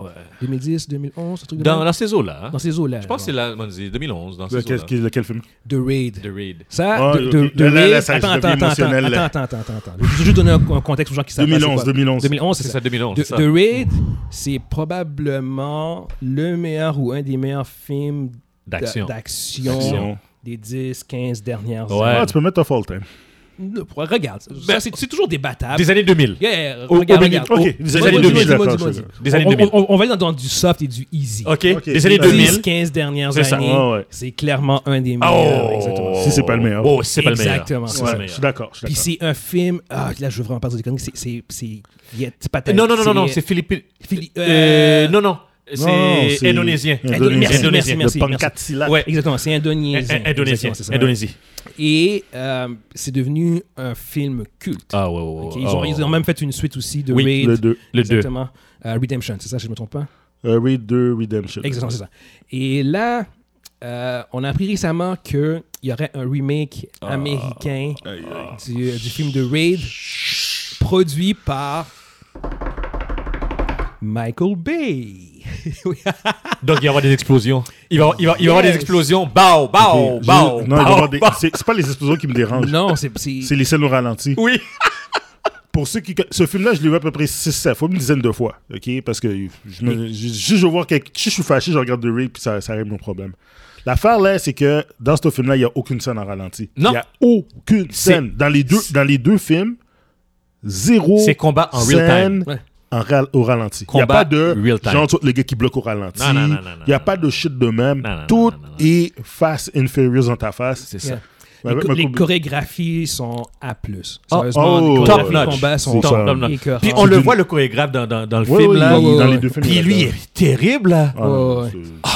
Speaker 1: 2010, 2011, ce truc de
Speaker 2: Dans,
Speaker 1: même.
Speaker 2: dans ces eaux-là. hein.
Speaker 1: dans ces eaux-là.
Speaker 2: Je pense que c'est la, on dit 2011, dans ces
Speaker 3: Lequel
Speaker 2: eaux-là.
Speaker 3: lequel film
Speaker 1: The Raid.
Speaker 2: The Raid.
Speaker 1: Ça,
Speaker 3: Ah,
Speaker 1: de,
Speaker 3: ok.
Speaker 1: de, de
Speaker 3: Là, là,
Speaker 1: Ray-
Speaker 3: là, ça
Speaker 1: attends,
Speaker 3: devient
Speaker 1: attends, attends, attends,
Speaker 3: émotionnel, là.
Speaker 1: attends, attends, attends, attends. Je vais juste donner un, un contexte aux gens qui savent pas c'est
Speaker 3: 2011,
Speaker 1: quoi.
Speaker 3: 2011.
Speaker 1: 2011, c'est
Speaker 2: C'est
Speaker 1: ça.
Speaker 2: ça, 2011.
Speaker 1: The,
Speaker 2: c'est ça.
Speaker 1: The Raid, c'est probablement le meilleur ou un des meilleurs films
Speaker 2: D'action.
Speaker 1: d'a- d'action
Speaker 3: Action.
Speaker 1: des 10, 15 dernières
Speaker 2: Ouais. Ben,
Speaker 1: années.
Speaker 3: Ah, tu peux mettre Off All Time.
Speaker 1: Ne- Regarde, ça, c'est c'est toujours débattable.
Speaker 2: Des années 2000.
Speaker 1: Yeah, yeah, regarde,
Speaker 2: Au- au
Speaker 1: Ah, regarde.
Speaker 2: milieu.
Speaker 3: Ok,
Speaker 2: Des
Speaker 3: les
Speaker 1: Dis-moi,
Speaker 2: années
Speaker 3: années
Speaker 1: dis-moi,
Speaker 2: 2000,
Speaker 3: 2000,
Speaker 1: dis-moi,
Speaker 3: d'accord.
Speaker 1: dis-moi,
Speaker 3: je suis
Speaker 1: dis-moi.
Speaker 2: Des années
Speaker 1: On-
Speaker 2: 2000.
Speaker 1: on- on va aller dans- dans du soft et du easy.
Speaker 2: OK.
Speaker 3: Ok.
Speaker 2: Des années
Speaker 3: Ah,
Speaker 2: 2000.
Speaker 1: 10, 15 dernières
Speaker 2: C'est ça.
Speaker 1: années,
Speaker 3: Ouais, ouais.
Speaker 1: c'est clairement un des meilleurs.
Speaker 2: Oh!
Speaker 1: exactement.
Speaker 3: Si c'est pas le meilleur.
Speaker 2: Oh, si c'est pas le meilleur.
Speaker 1: Exactement, c'est
Speaker 2: Si c'est pas
Speaker 3: d'accord.
Speaker 2: le
Speaker 3: Ouais, je
Speaker 2: meilleur.
Speaker 3: suis d'accord. je suis
Speaker 1: Puis
Speaker 3: d'accord.
Speaker 1: c'est un film. Ah, là, je veux vraiment pas dire de conneries. C'est. C'est. C'est. C'est.
Speaker 2: Non, non, non, non, non, c'est Philippe.
Speaker 1: Philippe-
Speaker 2: Euh,
Speaker 1: euh,
Speaker 2: Non, non.
Speaker 3: Non, non,
Speaker 2: C'est
Speaker 1: Indonésien.
Speaker 2: indonésien.
Speaker 1: Merci, merci,
Speaker 2: Indonésien.
Speaker 1: merci.
Speaker 3: Le Pankatila.
Speaker 2: Ouais.
Speaker 1: Exactement, c'est indonésien.
Speaker 2: Indonésien.
Speaker 1: Exactement, c'est ça.
Speaker 2: Indonésie.
Speaker 1: Et euh, c'est devenu un film culte.
Speaker 2: Ah ouais, ouais, ouais.
Speaker 1: Ok, Ils, ont,
Speaker 2: Ah,
Speaker 1: ils ont
Speaker 2: ouais.
Speaker 1: même fait une suite aussi de
Speaker 2: Oui,
Speaker 1: Raid.
Speaker 3: oh, Le 2.
Speaker 2: Le 2.
Speaker 1: Exactement. Euh, Redemption, c'est ça, si je ne me trompe pas
Speaker 3: Raid 2 Euh, Redemption.
Speaker 1: Exactement, c'est ça. Et là, euh, on a appris récemment qu'il y aurait un remake américain
Speaker 3: Ah. Aïe, aïe.
Speaker 1: du, euh, du film de Raid produit par Michael Bay. Oui.
Speaker 2: Donc, il va y avoir des explosions. Il va il va, il va y avoir des
Speaker 1: Yes.
Speaker 2: explosions. Bao, bao,
Speaker 3: Ok, j'ai-
Speaker 2: bao.
Speaker 3: non, il va y
Speaker 2: bao,
Speaker 3: avoir des-
Speaker 2: bao.
Speaker 3: c'est c'est pas les explosions qui me dérangent.
Speaker 1: non, c'est... c'est-
Speaker 3: C'est les scènes au ralenti.
Speaker 2: Oui.
Speaker 3: Pour ceux qui. Ce film-là, je l'ai vu à peu près 6-7 fois, une dizaine de fois. OK? Parce que je me, je- juste je vois quelque. Si je suis fâché, je regarde The Raid puis ça, ça règle mon problème. L'affaire, là, c'est que dans ce film-là, il n'y a aucune scène en ralenti.
Speaker 2: Non.
Speaker 3: Il n'y a aucune
Speaker 2: C'est-
Speaker 3: scène. Dans les deux, dans les deux films, zéro
Speaker 1: Oh.
Speaker 2: C'est combat en real time.
Speaker 3: scène
Speaker 1: Ouais.
Speaker 3: en ral- au ralenti. Il n'y
Speaker 2: Combat
Speaker 3: a pas de
Speaker 2: real time.
Speaker 3: genre les gars qui bloquent au ralenti.
Speaker 2: Non, non, non, non, non,
Speaker 3: Il n'y a
Speaker 2: non,
Speaker 3: pas de shit de même.
Speaker 2: Non, non, non,
Speaker 3: Tout
Speaker 2: non, non, non.
Speaker 3: est fast and furious dans ta face.
Speaker 2: C'est
Speaker 1: Yeah.
Speaker 2: ça.
Speaker 3: Ouais,
Speaker 1: les,
Speaker 3: ouais,
Speaker 1: les
Speaker 3: Michael Bay-
Speaker 1: chorégraphies sont A+.
Speaker 2: Oh,
Speaker 1: Sérieusement,
Speaker 3: oh,
Speaker 1: les
Speaker 2: top
Speaker 1: chorégraphies
Speaker 2: notch.
Speaker 1: de combat sont
Speaker 3: C'est ça.
Speaker 1: top.
Speaker 2: Tom, Tom, Tom.
Speaker 1: écœurant.
Speaker 2: Puis on le
Speaker 3: C'est une-
Speaker 2: voit, le chorégraphe, dans, dans, dans le
Speaker 3: Ah, Ouais,
Speaker 2: film,
Speaker 3: ouais,
Speaker 2: là.
Speaker 3: il-
Speaker 1: ouais,
Speaker 3: dans
Speaker 1: ouais.
Speaker 3: les deux films. il
Speaker 2: Puis
Speaker 3: est
Speaker 2: lui, il
Speaker 3: là-dedans.
Speaker 2: est terrible, là.
Speaker 3: Ah, non,
Speaker 1: Ouais, ouais.
Speaker 3: c'est-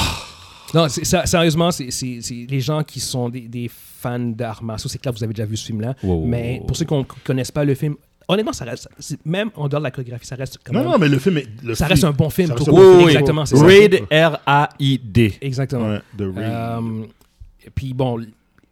Speaker 1: Non, c'est- ça- sérieusement, c'est c'est- c'est les gens qui sont des, des fans d'arts martiaux. C'est clair, vous avez déjà vu ce film-là.
Speaker 2: Wow.
Speaker 1: mais pour ceux qui ne connaissent pas le film, honnêtement, ça reste, c'est- même en dehors de la chorégraphie, ça reste quand
Speaker 3: Non,
Speaker 1: même-
Speaker 3: non, mais le film est. le
Speaker 1: ça
Speaker 3: film-
Speaker 1: reste un bon film.
Speaker 3: ça
Speaker 1: tout
Speaker 3: reste un
Speaker 1: court.
Speaker 3: bon film.
Speaker 1: Exactement, c'est ça.
Speaker 2: Raid, R-A-I-D.
Speaker 1: Exactement.
Speaker 3: Ouais, The Raid.
Speaker 1: Euh, et puis bon,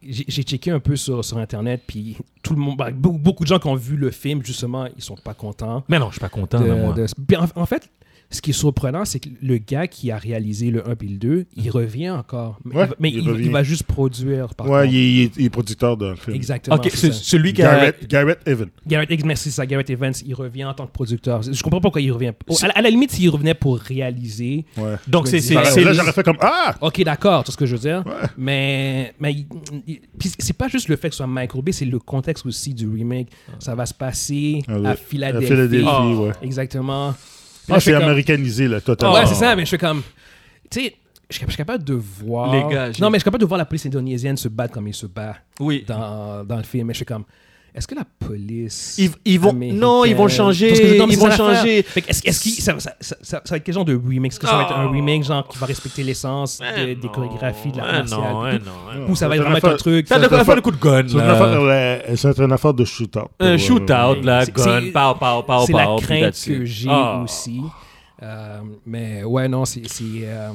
Speaker 1: j'ai j'ai checké un peu sur, sur Internet, puis tout le monde, bah, beaucoup, beaucoup de gens qui ont vu le film, justement, ils sont pas contents.
Speaker 2: Mais non, je suis pas content,
Speaker 1: de-
Speaker 2: là, moi.
Speaker 1: de- Puis en, en fait, ce qui est surprenant, c'est que le gars qui a réalisé le 1 puis le 2, il revient encore. Mais,
Speaker 3: Ouais,
Speaker 1: il va- mais
Speaker 3: il
Speaker 1: il, il
Speaker 3: revient.
Speaker 1: va juste produire, par
Speaker 3: ouais,
Speaker 1: contre.
Speaker 3: il est, il est- il est producteur d'un film.
Speaker 1: Exactement.
Speaker 2: Ok,
Speaker 1: c'est
Speaker 2: c'est
Speaker 1: ça.
Speaker 2: celui qui a.
Speaker 3: Garrett, Garrett Evan.
Speaker 1: Garrett, ex- merci, c'est ça. Garrett Evans, il revient en tant que producteur. Je comprends pas pourquoi il revient. Oh, À, la- à la limite, s'il revenait pour réaliser,
Speaker 3: Ouais.
Speaker 2: Donc, c'est. c'est-
Speaker 3: Là,
Speaker 2: c'est-
Speaker 3: j'aurais fait comme Ah
Speaker 1: Ok, d'accord, tout ce que je veux dire. Mais, mais il- il- puis c'est pas juste le fait que ce soit Michael Bay, c'est le contexte aussi du remake. Ça va se passer
Speaker 3: Ah oui,
Speaker 1: à
Speaker 3: à
Speaker 1: Philadelphie. Ah,
Speaker 3: Philadelphie, ouais.
Speaker 1: Exactement.
Speaker 3: Là,
Speaker 1: Moi, je
Speaker 3: c'est
Speaker 1: fais comme-
Speaker 3: américanisé, là, totalement.
Speaker 1: Ouais, c'est ça, mais je suis comme. Tu sais, je suis je suis capable de voir.
Speaker 2: Les gars, j'ai-
Speaker 1: non, mais je suis capable de voir la police indonésienne se battre comme ils se battent
Speaker 2: Oui.
Speaker 1: dans, dans le film. Mais je suis comme. Est-ce que la police.
Speaker 2: Ils- ils vont-
Speaker 1: américaine-
Speaker 2: non, ils vont changer,
Speaker 1: Parce que- non, mais c'est
Speaker 2: ils vont
Speaker 1: ça l'affaire.
Speaker 2: changer.
Speaker 1: Fait que Est-ce est-ce qu'il- ça, ça- ça- ça- ça va être quel genre de remake Est-ce que ça va
Speaker 2: Ah.
Speaker 1: être un remake genre qui va respecter l'essence des, des chorégraphies, de la
Speaker 2: Ah,
Speaker 1: martiale
Speaker 2: non,
Speaker 1: et
Speaker 2: ah,
Speaker 1: tout?
Speaker 2: non, ah, non.
Speaker 1: Ou ça va
Speaker 3: Ça
Speaker 1: être
Speaker 3: devrait
Speaker 1: remettre un
Speaker 3: faire-
Speaker 1: truc.
Speaker 2: Ça
Speaker 1: euh,
Speaker 2: devrait faire le coup de gun,
Speaker 3: C'est une affaire,
Speaker 2: là.
Speaker 3: ouais, c'est une affaire de shoot-out.
Speaker 2: Un
Speaker 3: Ouais, ouais,
Speaker 2: shootout,
Speaker 3: ouais.
Speaker 2: là.
Speaker 1: C'est-
Speaker 2: Gun,
Speaker 1: c'est-
Speaker 2: pow, pow, pow,
Speaker 1: C'est la
Speaker 2: pow, puis
Speaker 1: crainte
Speaker 2: là-dessus.
Speaker 1: que j'ai
Speaker 2: Ah.
Speaker 1: aussi. Euh, mais ouais, non, c'est. C'est euh,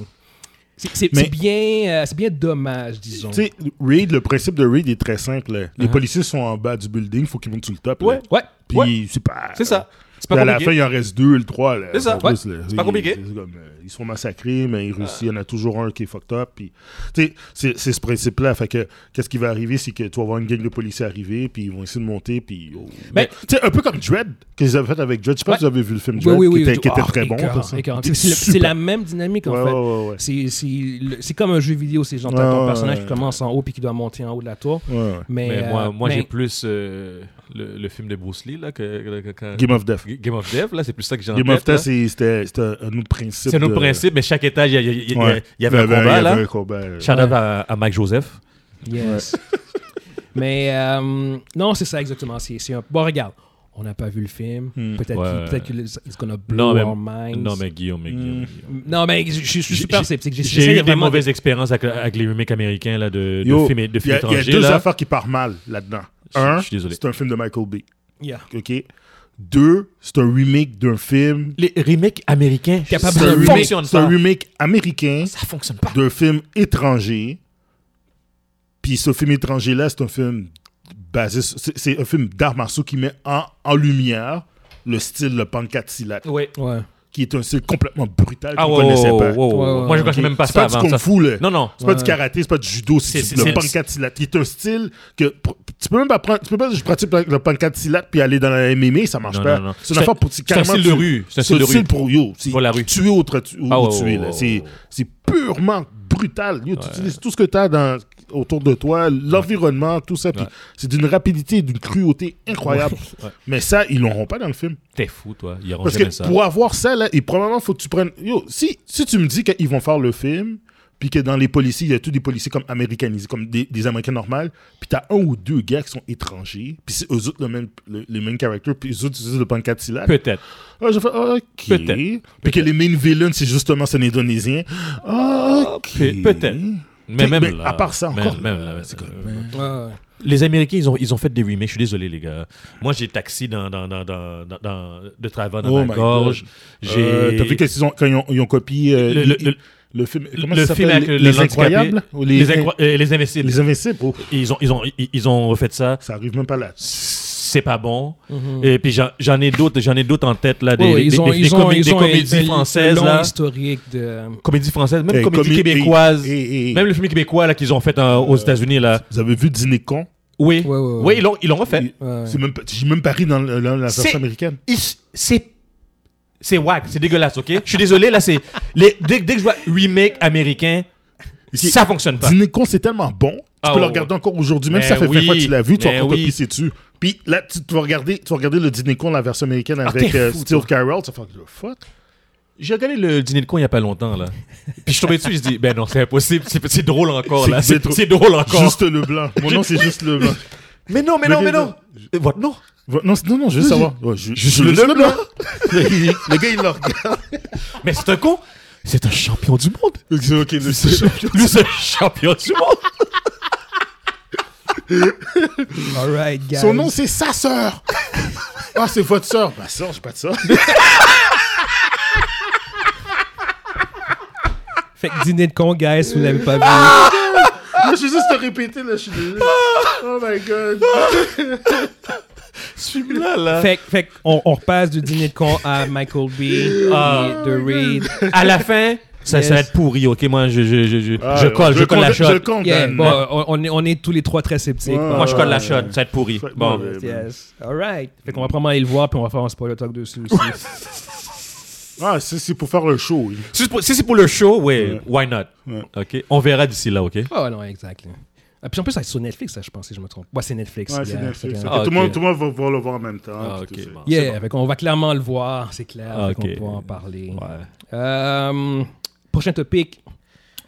Speaker 1: c'est- c'est-
Speaker 3: Mais-
Speaker 1: c'est bien, euh, c'est bien dommage, disons.
Speaker 3: Tu sais, Reed, le principe de Reed est très simple. là. Les policiers sont en bas du building, il faut qu'ils montent sur le top. là.
Speaker 2: Ouais.
Speaker 1: Uh-huh. Ouais.
Speaker 3: Puis
Speaker 2: Ouais.
Speaker 3: c'est pas.
Speaker 2: C'est ça. C'est
Speaker 3: Puis
Speaker 2: pas
Speaker 3: à la fin,
Speaker 2: compliqué.
Speaker 3: il en reste deux, le trois. là,
Speaker 2: C'est ça,
Speaker 3: en plus,
Speaker 2: ouais.
Speaker 3: là.
Speaker 2: C'est pas compliqué. Ah.
Speaker 3: C'est comme, euh, ils sont massacrés, mais ils réussissent. Il y en a toujours un qui est fucked up. Puis, tu sais, c'est- c'est ce principe-là. Fait que, qu'est-ce qui va arriver, c'est que tu vas voir une gang de policiers arriver, puis ils vont essayer de monter, puis. oh.
Speaker 1: Ben-
Speaker 3: tu sais, un peu comme Dread, qu'ils avaient fait avec Dread. Je sais pas
Speaker 1: Ouais.
Speaker 3: si vous avez vu le film
Speaker 1: Oui,
Speaker 3: Dread,
Speaker 1: oui, oui.
Speaker 3: qui était,
Speaker 1: oui.
Speaker 3: qui était
Speaker 1: Ah,
Speaker 3: très bon.
Speaker 1: écœurant,
Speaker 3: par exemple.
Speaker 1: écœurant.
Speaker 3: Il
Speaker 1: C'est
Speaker 3: était
Speaker 1: c'est- c'est
Speaker 3: super.
Speaker 1: la même dynamique, en
Speaker 3: Ouais,
Speaker 1: fait.
Speaker 3: ouais, ouais, ouais.
Speaker 1: C'est- C'est le- c'est comme un jeu vidéo, c'est genre t'as
Speaker 3: Ouais,
Speaker 1: ton
Speaker 3: ouais,
Speaker 1: personnage
Speaker 3: ouais.
Speaker 1: qui commence en haut puis qui doit monter en haut de la tour.
Speaker 3: Ouais, ouais.
Speaker 1: Mais,
Speaker 2: Mais moi,
Speaker 1: euh,
Speaker 2: moi j'ai
Speaker 1: mais-
Speaker 2: plus euh, le, le film de Bruce Lee, là, que, que- que- que-
Speaker 3: Game of Death.
Speaker 2: G- Game of Death, là, c'est plus ça que j'ai en
Speaker 3: Game of
Speaker 2: tête, là.
Speaker 3: Death, c'est- c'était c'était un autre principe.
Speaker 2: C'est un autre
Speaker 3: de-
Speaker 2: principe, mais chaque étage, il y a- il y, a- il y a-
Speaker 3: Ouais.
Speaker 2: il y avait un
Speaker 3: il y
Speaker 2: combat,
Speaker 3: avait
Speaker 2: là.
Speaker 3: un combat, euh.
Speaker 2: Shout out à, à Mike Joseph.
Speaker 1: Yes. Mais euh, non, c'est ça exactement. C'est c'est un... Bon, regarde, on n'a pas vu le film.
Speaker 3: Hmm.
Speaker 1: Peut-être
Speaker 2: Ouais.
Speaker 1: qu'il- peut-être que it's gonna blow
Speaker 2: Non, mais-
Speaker 1: our minds.
Speaker 2: Non, mais Guillaume, mais Guillaume.
Speaker 3: Mm.
Speaker 2: Guillaume.
Speaker 1: Non, mais je, je suis
Speaker 2: J'ai-
Speaker 1: super sceptique. J'ai- j'essaie
Speaker 2: J'ai eu des
Speaker 1: vraiment de-
Speaker 2: mauvaises expériences avec, avec les remakes américains là, de, de
Speaker 3: Yo,
Speaker 2: films, de
Speaker 3: Il
Speaker 2: films
Speaker 3: y, a- il y a
Speaker 2: étrangers.
Speaker 3: deux
Speaker 2: là.
Speaker 3: affaires qui partent mal là-dedans.
Speaker 2: Je-
Speaker 3: Un,
Speaker 2: je suis désolé.
Speaker 3: c'est un film de Michael Bay.
Speaker 1: Yeah.
Speaker 3: OK? Deux, c'est un remake d'un film.
Speaker 2: Les remakes américains,
Speaker 1: Capable
Speaker 3: C'est
Speaker 1: Ça
Speaker 3: un,
Speaker 1: de-
Speaker 3: remake,
Speaker 2: fonctionne
Speaker 3: c'est un
Speaker 2: pas.
Speaker 3: remake américain
Speaker 2: Ça fonctionne pas.
Speaker 3: d'un film étranger. Puis ce film étranger-là, c'est un film basé. sur- C'est c'est un film d'art martiaux qui met en, en lumière le style le pankatilat,
Speaker 2: Ouais.
Speaker 1: Ouais.
Speaker 3: qui est un style complètement brutal qu'on
Speaker 2: Oh. Ah,
Speaker 3: ne
Speaker 2: ouais,
Speaker 3: connaissait
Speaker 2: ouais,
Speaker 3: pas.
Speaker 2: ouais,
Speaker 1: Ouais,
Speaker 2: ouais, ouais. Moi, je
Speaker 1: ouais.
Speaker 2: connaissais même pas
Speaker 3: c'est
Speaker 2: ça
Speaker 3: pas
Speaker 2: avant.
Speaker 3: du
Speaker 2: ça.
Speaker 3: kung-fu, là.
Speaker 2: Non, non.
Speaker 3: C'est pas du
Speaker 1: Ouais.
Speaker 3: karaté, c'est pas du judo, c'est
Speaker 2: C'est-
Speaker 3: du-
Speaker 2: c'est-
Speaker 3: le pankatilat, qui est un style que pr- tu peux même pas prendre, tu peux pas je pratique le pankatilat puis aller dans la MMA, ça marche
Speaker 2: Non,
Speaker 3: pas.
Speaker 2: non, non.
Speaker 3: C'est
Speaker 2: C'est
Speaker 3: une affaire
Speaker 2: un-
Speaker 3: pour tu-
Speaker 2: C'est un
Speaker 3: carrément,
Speaker 2: style de
Speaker 3: tu-
Speaker 2: rue. C'est un
Speaker 3: C'est
Speaker 2: style
Speaker 3: le
Speaker 2: de rue.
Speaker 3: style pour yo, c'est
Speaker 2: Pour la rue.
Speaker 3: tuer ou tra- ou-
Speaker 2: Ah,
Speaker 3: ou
Speaker 2: ouais,
Speaker 3: tuer
Speaker 2: ouais,
Speaker 3: là,
Speaker 2: ouais,
Speaker 3: c'est
Speaker 2: ouais.
Speaker 3: c'est purement brutal. Yo, tu utilises tout ce que tu as dans autour de toi, l'environnement, tout ça puis
Speaker 2: Ouais.
Speaker 3: c'est d'une rapidité, d'une cruauté incroyable.
Speaker 2: Ouais.
Speaker 3: Mais ça ils l'auront pas dans le film.
Speaker 2: T'es fou, toi. Ils auront
Speaker 3: Parce que
Speaker 2: jamais ça.
Speaker 3: pour avoir ça, là, il probablement faut que tu prennes. Yo, si, si tu me dis qu'ils vont faire le film, puis que dans les policiers, il y a tous des policiers comme américanisés, comme des, des Américains normaux, puis t'as un ou deux gars qui sont étrangers, puis c'est eux autres le même, le, les mêmes caractères, puis eux autres utilisent le pancatilla.
Speaker 2: Peut-être.
Speaker 3: Ah, j'ai fait, ah, ok.
Speaker 2: Peut-être.
Speaker 3: Puis que
Speaker 2: Peut-être.
Speaker 3: les main villains, c'est justement c'est un Indonésien. Ah, ok.
Speaker 2: Pe- Peut-être. Mais
Speaker 3: Puis-
Speaker 2: même
Speaker 3: mais
Speaker 2: là,
Speaker 3: à part ça,
Speaker 2: même-
Speaker 3: encore-
Speaker 2: même là, c'est
Speaker 3: quoi?
Speaker 2: comme-
Speaker 1: Ouais.
Speaker 2: Les Américains, ils ont, ils ont fait des remakes. Je suis désolé, les gars. Moi, j'ai taxi dans, dans, dans, dans, dans- dans- de travers dans
Speaker 3: Oh
Speaker 2: ma
Speaker 3: my
Speaker 2: gorge. J'ai.
Speaker 3: Euh, T'as vu qu'ils ont, quand ils ont, ils ont copié euh,
Speaker 2: Le-
Speaker 3: le,
Speaker 2: le-
Speaker 3: le film, comment
Speaker 2: le
Speaker 3: ça
Speaker 2: film
Speaker 3: s'appelle?
Speaker 2: avec
Speaker 3: les,
Speaker 2: le handicapé,
Speaker 3: Incroyables? Ou les,
Speaker 2: les, incro- euh, les imbéciles.
Speaker 3: les Invincibles? Oh,
Speaker 2: Ils, ont, ils, ont, ils, ils ont refait ça.
Speaker 3: ça arrive même pas là.
Speaker 2: C'est pas bon. Et puis j'en- j'en ai d'autres, j'en ai d'autres en tête là, des,
Speaker 1: Ouais, ouais,
Speaker 2: des-
Speaker 1: ils ont,
Speaker 2: des- des
Speaker 1: ils ont,
Speaker 2: comé-
Speaker 1: ils
Speaker 2: des
Speaker 1: ont un-
Speaker 2: comédies
Speaker 1: un
Speaker 2: françaises
Speaker 1: long
Speaker 2: là,
Speaker 1: historique de.
Speaker 2: comédies françaises, même
Speaker 3: Eh,
Speaker 2: comédies
Speaker 3: comé-
Speaker 2: québéoises,
Speaker 3: eh, eh, eh.
Speaker 2: même le film québécois là qu'ils ont fait euh, aux États-Unis là.
Speaker 3: Vous avez vu Dîner con?
Speaker 2: Oui,
Speaker 1: Ouais, ouais, ouais.
Speaker 2: oui, ils l'ont, ils l'ont refait.
Speaker 3: Il- C'est même pas- J'ai même pas ri dans le- dans la
Speaker 2: C'est-
Speaker 3: version américaine.
Speaker 2: Ils- C'est c'est wack, c'est dégueulasse, ok. Je suis désolé là, c'est les, dès, dès que je vois remake américain,
Speaker 3: Ici-
Speaker 2: ça fonctionne pas.
Speaker 3: Dîner con, c'est tellement bon. Tu
Speaker 2: Ah,
Speaker 3: peux le
Speaker 2: ouais,
Speaker 3: regarder encore aujourd'hui, même
Speaker 2: Mais
Speaker 3: si ça fait 20 fois que
Speaker 2: oui,
Speaker 3: tu l'as vu, tu vas
Speaker 2: mais
Speaker 3: encore
Speaker 2: oui.
Speaker 3: te pisser dessus. Puis là, tu, tu vas regarder, tu vas regarder le dîner con, la version américaine avec
Speaker 2: Ah, t'es
Speaker 3: euh,
Speaker 2: fou,
Speaker 3: Steve Carell, tu vas faire le fuck.
Speaker 2: J'ai regardé le dîner de con il y a pas longtemps là, puis je suis tombé dessus, je dis ben non c'est impossible, c'est, c'est drôle encore
Speaker 3: C'est-
Speaker 2: là,
Speaker 3: c'est
Speaker 2: c'est,
Speaker 3: drôle.
Speaker 2: c'est drôle encore.
Speaker 3: Juste le blanc. Mon nom, c'est juste le blanc.
Speaker 2: Mais non, mais
Speaker 3: Mais
Speaker 2: non, mais
Speaker 3: les-
Speaker 2: non. Euh, Votre nom.
Speaker 3: Va- Non, c'est- non, non, je veux
Speaker 2: Juste-
Speaker 3: savoir. Ouais, je-
Speaker 2: juste
Speaker 3: je-
Speaker 2: le
Speaker 3: juste
Speaker 2: blanc.
Speaker 3: le gars, il le regarde.
Speaker 2: Mais c'est un con. C'est un champion du monde.
Speaker 3: C'est ok, le champion.
Speaker 2: Nous sommes champions du monde.
Speaker 1: All right, guys.
Speaker 3: Son nom, c'est sa sœur. Ah, c'est votre sœur. Ma sœur, j'ai pas de sœur.
Speaker 1: Fait que dîner de con, guys, si vous l'avez pas vu.
Speaker 3: Moi, je vais juste te répéter, là, je suis désolé.
Speaker 1: Ah!
Speaker 3: Oh my god.
Speaker 2: Ce film-là, là.
Speaker 1: Fait, que- fait que on, on repasse du dîner de con à Michael B. et The Reed.
Speaker 2: à la fin, ça,
Speaker 1: Yes.
Speaker 2: ça va être pourri, ok? Moi, je, je, je, je,
Speaker 3: Ah,
Speaker 2: je colle, je,
Speaker 3: le
Speaker 2: colle la
Speaker 3: condamne-
Speaker 2: shot.
Speaker 3: Je le
Speaker 1: Yeah,
Speaker 3: condamne.
Speaker 1: bon, on, on est, on est tous les trois très sceptiques.
Speaker 3: Ouais.
Speaker 2: Moi, je colle la
Speaker 3: Ouais.
Speaker 2: shot. Ça va être pourri.
Speaker 3: Fait-
Speaker 2: Bon.
Speaker 3: ouais, ouais.
Speaker 1: Yes. All right. Fait qu'on va probablement aller le voir, puis on va faire un spoiler talk dessus aussi.
Speaker 3: Ah, c'est c'est pour faire le show.
Speaker 2: Si c'est pour, si c'est pour le show, ouais, why not?
Speaker 3: Ouais.
Speaker 2: Ok? On verra d'ici là, ok?
Speaker 1: oh non, exact. là. Ah, puis en plus, ça, c'est sur Netflix, ça, je pense, si je me trompe. Ouais, c'est Netflix.
Speaker 3: Ouais,
Speaker 1: yeah.
Speaker 3: c'est Netflix.
Speaker 1: Fait que-
Speaker 3: Fait que
Speaker 2: Ah, ok.
Speaker 3: Tout le monde- tout le monde va voir le voir en même temps.
Speaker 2: Ah,
Speaker 3: puis
Speaker 2: ok,
Speaker 3: tout ça.
Speaker 2: bon.
Speaker 1: Yeah, fait qu'on va clairement le voir, c'est clair.
Speaker 2: Ah,
Speaker 1: Fait qu'on
Speaker 2: ok.
Speaker 1: pourra en parler.
Speaker 2: Ouais.
Speaker 1: Euh, prochain topic,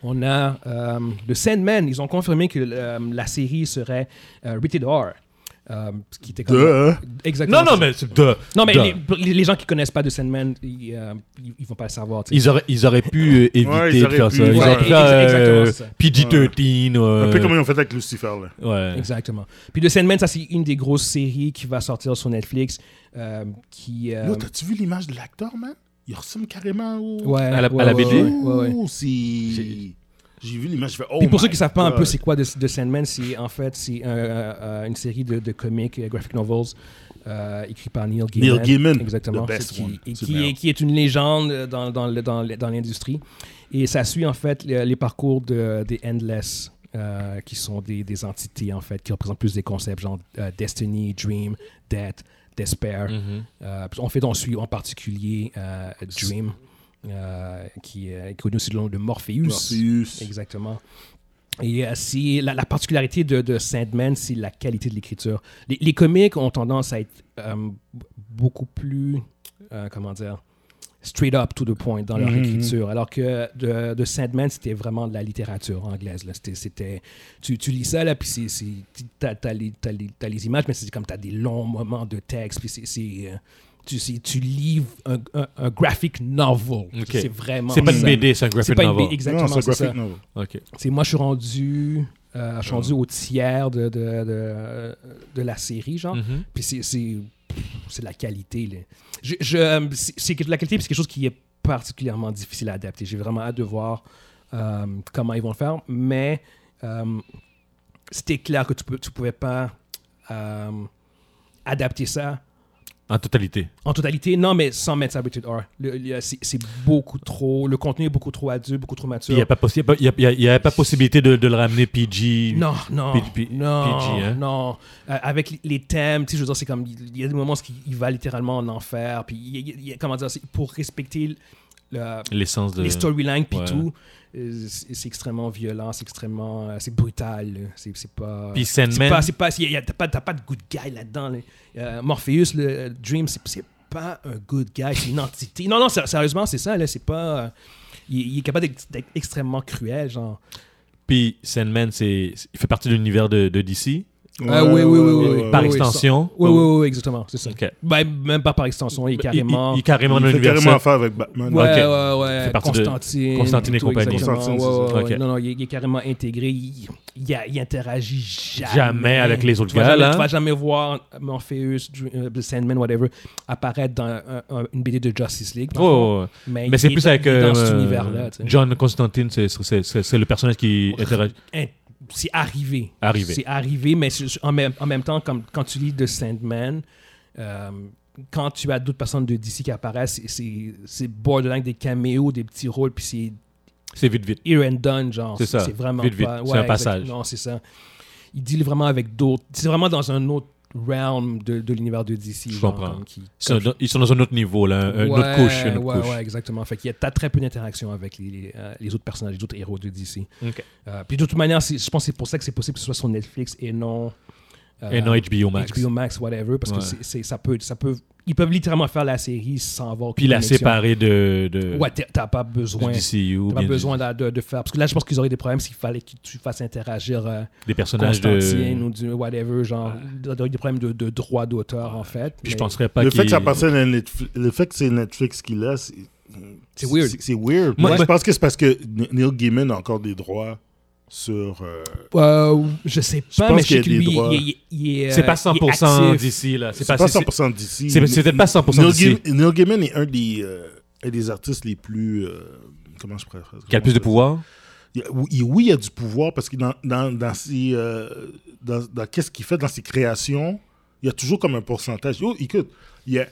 Speaker 1: on a euh, The Sandman. Ils ont confirmé que euh, la série serait euh, rated R. Euh, ce qui était comme-
Speaker 3: Duh.
Speaker 1: Exactement.
Speaker 2: Non, non, mais c'est de.
Speaker 1: Non, mais
Speaker 2: de-
Speaker 1: les, les gens qui connaissent pas The Sandman, ils, euh, ils, ils vont pas le savoir. tu sais.
Speaker 2: Ils auraient, ils auraient pu euh, éviter
Speaker 3: Ouais, ils
Speaker 2: de
Speaker 3: auraient
Speaker 2: faire
Speaker 3: pu,
Speaker 2: ça. Ils
Speaker 3: ouais.
Speaker 2: auraient pu faire
Speaker 1: Exactement,
Speaker 2: euh,
Speaker 1: c'est ça.
Speaker 2: PG-13. euh,
Speaker 3: Un peu comme ils ont fait avec Lucifer, là.
Speaker 2: Ouais.
Speaker 1: Exactement. Puis The Sandman, ça, c'est une des grosses séries qui va sortir sur Netflix. euh, qui, euh,
Speaker 3: Yo, t'as-tu vu l'image de l'acteur, man? Il ressemble carrément au...
Speaker 1: ouais,
Speaker 2: à la- à
Speaker 1: ouais,
Speaker 2: la
Speaker 1: ouais,
Speaker 2: BD?
Speaker 1: ouais, ouais, ouais.
Speaker 3: Ouh, c'est... J'ai vu l'image, je fais... Oh
Speaker 1: Puis pour
Speaker 3: my
Speaker 1: ceux qui savent pas un peu
Speaker 3: God.
Speaker 1: c'est quoi de, de Sandman, c'est en fait c'est un, euh, euh, une série de, de comics, euh, graphic novels, euh, écrit par Neil Gaiman.
Speaker 3: Neil Gaiman,
Speaker 1: exactement,
Speaker 3: the best
Speaker 1: c'est qui,
Speaker 3: one.
Speaker 1: et
Speaker 3: C'est
Speaker 1: qui,
Speaker 3: le meilleur.
Speaker 1: est, qui est une légende euh, dans, dans, le- dans, le- dans l'industrie. Et ça suit en fait le- les parcours de, des Endless. euh, qui sont des, des entités en fait qui représentent plus des concepts genre euh, destiny, dream, death, despair,
Speaker 3: Mm-hmm.
Speaker 2: Mhm.
Speaker 1: euh, on fait on suit en particulier euh, Dream, euh, qui euh, est connu sous le nom de Morpheus.
Speaker 3: Morpheus.
Speaker 1: Exactement. Et euh, c'est la, la particularité de, de Sandman, c'est la qualité de l'écriture. Les, les comics ont tendance à être euh, beaucoup plus, euh, comment dire, straight up to the point dans leur
Speaker 3: Mhm.
Speaker 2: Mm-hmm.
Speaker 1: écriture, alors que de, de Sandman, c'était vraiment de la littérature anglaise. là. C'était, c'était, tu, tu lis ça, là, puis c'est, c'est, t'as, t'as les, t'as les- t'as les images, mais c'est comme t'as des longs moments de texte, puis c'est... c'est, euh, tu, c'est- tu lis un, un- un graphic novel.
Speaker 2: Ok.
Speaker 1: C'est vraiment.
Speaker 2: C'est pas une
Speaker 1: ça.
Speaker 2: BD, c'est un
Speaker 1: C'est
Speaker 2: graphic
Speaker 1: pas une
Speaker 2: novel.
Speaker 1: BD, exactement.
Speaker 3: Non, c'est un
Speaker 1: c'est ça.
Speaker 3: graphic novel.
Speaker 2: Ok.
Speaker 1: C'est moi, je suis rendu, euh, je suis rendu au tiers de, de, de, de la série, genre.
Speaker 2: Mhm.
Speaker 1: Puis c'est- c'est c'est de la qualité. là. Je, je, euh, c'est c'est que de la qualité, puis c'est quelque chose qui est particulièrement difficile à adapter. J'ai vraiment hâte de voir euh, comment ils vont le faire, mais euh, c'était clair que tu ne pouvais pas euh, adapter ça
Speaker 2: En totalité.
Speaker 1: en totalité. Non, mais sans mettre ça rated R. Le- le- C'est c'est beaucoup trop... Le contenu est beaucoup trop adulte, beaucoup trop
Speaker 2: Il
Speaker 1: mature.
Speaker 2: n'y a pas possi- y a- y a- y avait pas possibilité de, de le ramener PG.
Speaker 1: Non, non,
Speaker 2: P- P-
Speaker 1: non,
Speaker 2: PG, hein?
Speaker 1: non. Euh, avec les- les thèmes, tu sais, je veux dire, c'est comme il y a des moments où il va littéralement en enfer, puis il y a- il y a- comment dire, c'est pour respecter le-
Speaker 2: L'essence de.
Speaker 1: les storylines puis
Speaker 2: Euh, ouais.
Speaker 1: tout, euh, c'est c'est extrêmement violent, c'est extrêmement, euh, c'est brutal, là. c'est c'est pas.
Speaker 2: Puis
Speaker 1: c'est
Speaker 2: Sandman.
Speaker 1: pas, c'est pas, il y a- t'as pas, t'as pas de good guy là-dedans. là. Euh, Morpheus, le euh, Dream, c'est- c'est pas un good guy, c'est une entité. Non, non, ser- sérieusement, c'est ça, là, c'est pas... euh, il, il est capable d'être d'être extrêmement cruel, genre...
Speaker 2: Puis Sandman, c'est, c'est- il fait partie de l'univers de, de DC,
Speaker 1: Ah, oui, oui, oui, oui,
Speaker 2: par
Speaker 1: oui,
Speaker 2: extension.
Speaker 1: Oui, oui, oui, exactement, c'est ça.
Speaker 2: Ok.
Speaker 1: Ben, même pas par extension, il est
Speaker 2: Il-
Speaker 1: carrément...
Speaker 2: Il, il est carrément
Speaker 3: Il
Speaker 2: dans
Speaker 3: fait
Speaker 2: l'univers.
Speaker 3: carrément affaire avec Batman.
Speaker 1: Ouais,
Speaker 2: Ok.
Speaker 1: ouais, ouais.
Speaker 2: fait partie de
Speaker 1: Constantine.
Speaker 2: Constantine et
Speaker 1: tout,
Speaker 2: compagnie.
Speaker 1: exactement.
Speaker 3: Constantine,
Speaker 1: Ouais,
Speaker 3: c'est
Speaker 2: ça.
Speaker 1: ouais, ouais.
Speaker 2: Ok.
Speaker 1: Non, non, il est, il est carrément intégré. Il, il a- il interagit jamais.
Speaker 2: Jamais avec les autres
Speaker 1: tu vas
Speaker 2: gars,
Speaker 1: jamais-
Speaker 2: là.
Speaker 1: Tu vas jamais voir Morpheus, Dr- euh, The Sandman, whatever, apparaître dans un- un- une BD de Justice League. par contre.
Speaker 2: Oh, ouais. Mais c'est
Speaker 1: il est
Speaker 2: plus
Speaker 1: dans-
Speaker 2: avec
Speaker 1: il est
Speaker 2: euh,
Speaker 1: dans cet univers-là. tu sais.
Speaker 2: John Constantine, c'est, c'est- c'est- c'est le personnage qui interagit.
Speaker 1: Hein, C'est arrivé.
Speaker 2: Arrivé.
Speaker 1: C'est arrivé, mais c'est- en même, en même temps, comme, quand tu lis The Sandman, euh, quand tu as d'autres personnes de DC qui apparaissent, c'est- c'est c'est borderline des caméos, des petits rôles, puis c'est
Speaker 2: C'est vite, vite.
Speaker 1: here and done, genre.
Speaker 2: C'est ça.
Speaker 1: C'est vraiment
Speaker 2: Vite, vite.
Speaker 1: pas-
Speaker 2: C'est un
Speaker 1: ouais,
Speaker 2: passage.
Speaker 1: exact- Non, c'est ça. Il deal vraiment avec d'autres. C'est vraiment dans un autre realm de, de l'univers de DC.
Speaker 2: Je
Speaker 1: genre,
Speaker 2: comprends.
Speaker 1: comme qui-
Speaker 2: Ils sont, dans, ils sont dans un autre niveau, là, un- une autre
Speaker 1: Ouais,
Speaker 2: couche. Une autre
Speaker 1: ouais,
Speaker 2: couche.
Speaker 1: ouais, exactement. Fait qu'il y a t'as très peu d'interactions avec les, les, euh, les autres personnages, les autres héros de DC.
Speaker 2: Ok.
Speaker 1: Euh, puis de toute manière, c'est- je pense que c'est pour ça que c'est possible que ce soit sur Netflix et non. euh,
Speaker 2: Et non HBO Max.
Speaker 1: HBO Max, whatever, parce
Speaker 2: Ouais.
Speaker 1: que c'est- c'est- ça peut, ça peut. Ils peuvent littéralement faire la série sans avoir.
Speaker 2: Puis la
Speaker 1: connexion.
Speaker 2: séparer euh, de, de,
Speaker 1: Ouais, t'as- t'as pas
Speaker 2: du
Speaker 1: besoin.
Speaker 2: DCU.
Speaker 1: T'as
Speaker 2: bien
Speaker 1: pas
Speaker 2: du-
Speaker 1: besoin d'a- de, de faire. Parce que là, je pense qu'ils auraient des problèmes s'il fallait que tu fasses interagir euh,
Speaker 2: des personnages
Speaker 1: Constantine
Speaker 2: de.
Speaker 1: ou du whatever, genre, ils auraient des problèmes de, de droit d'auteur, en fait.
Speaker 2: Puis je
Speaker 1: mais-
Speaker 2: penserais pas
Speaker 3: le fait
Speaker 2: qu'il-
Speaker 3: que ça passait à Netflix, le fait que c'est Netflix qui l'a, c'est
Speaker 1: C'est weird.
Speaker 3: C'est, c'est weird.
Speaker 2: Moi,
Speaker 3: Moi,
Speaker 2: moi-
Speaker 3: je pense que c'est parce que N- Neil Gaiman a encore des droits sur. euh,
Speaker 1: Euh, je sais pas,
Speaker 3: pense
Speaker 1: mais je sais que
Speaker 3: qu'il y a des
Speaker 1: lui,
Speaker 3: droits.
Speaker 1: il, il- il est.
Speaker 2: C'est
Speaker 1: euh,
Speaker 2: pas
Speaker 1: il
Speaker 2: 100%
Speaker 1: est actif.
Speaker 2: d'ici, là.
Speaker 3: c'est
Speaker 2: C'est
Speaker 3: pas,
Speaker 2: pas, c'est-
Speaker 3: 100% d'ici.
Speaker 2: c'est- c'est peut-être pas 100%
Speaker 3: Neil,
Speaker 2: d'ici.
Speaker 3: Gaim- Neil Gaiman est un des, euh, un des artistes les plus. euh, comment je préfère
Speaker 2: Qui a le plus de pouvoir
Speaker 3: Il y a- oui, oui, il y a du pouvoir parce que dans, dans, dans, ses, euh, dans, dans qu'est-ce qu'il fait dans ses créations, il y a toujours comme un pourcentage. Oh, écoute, il y a,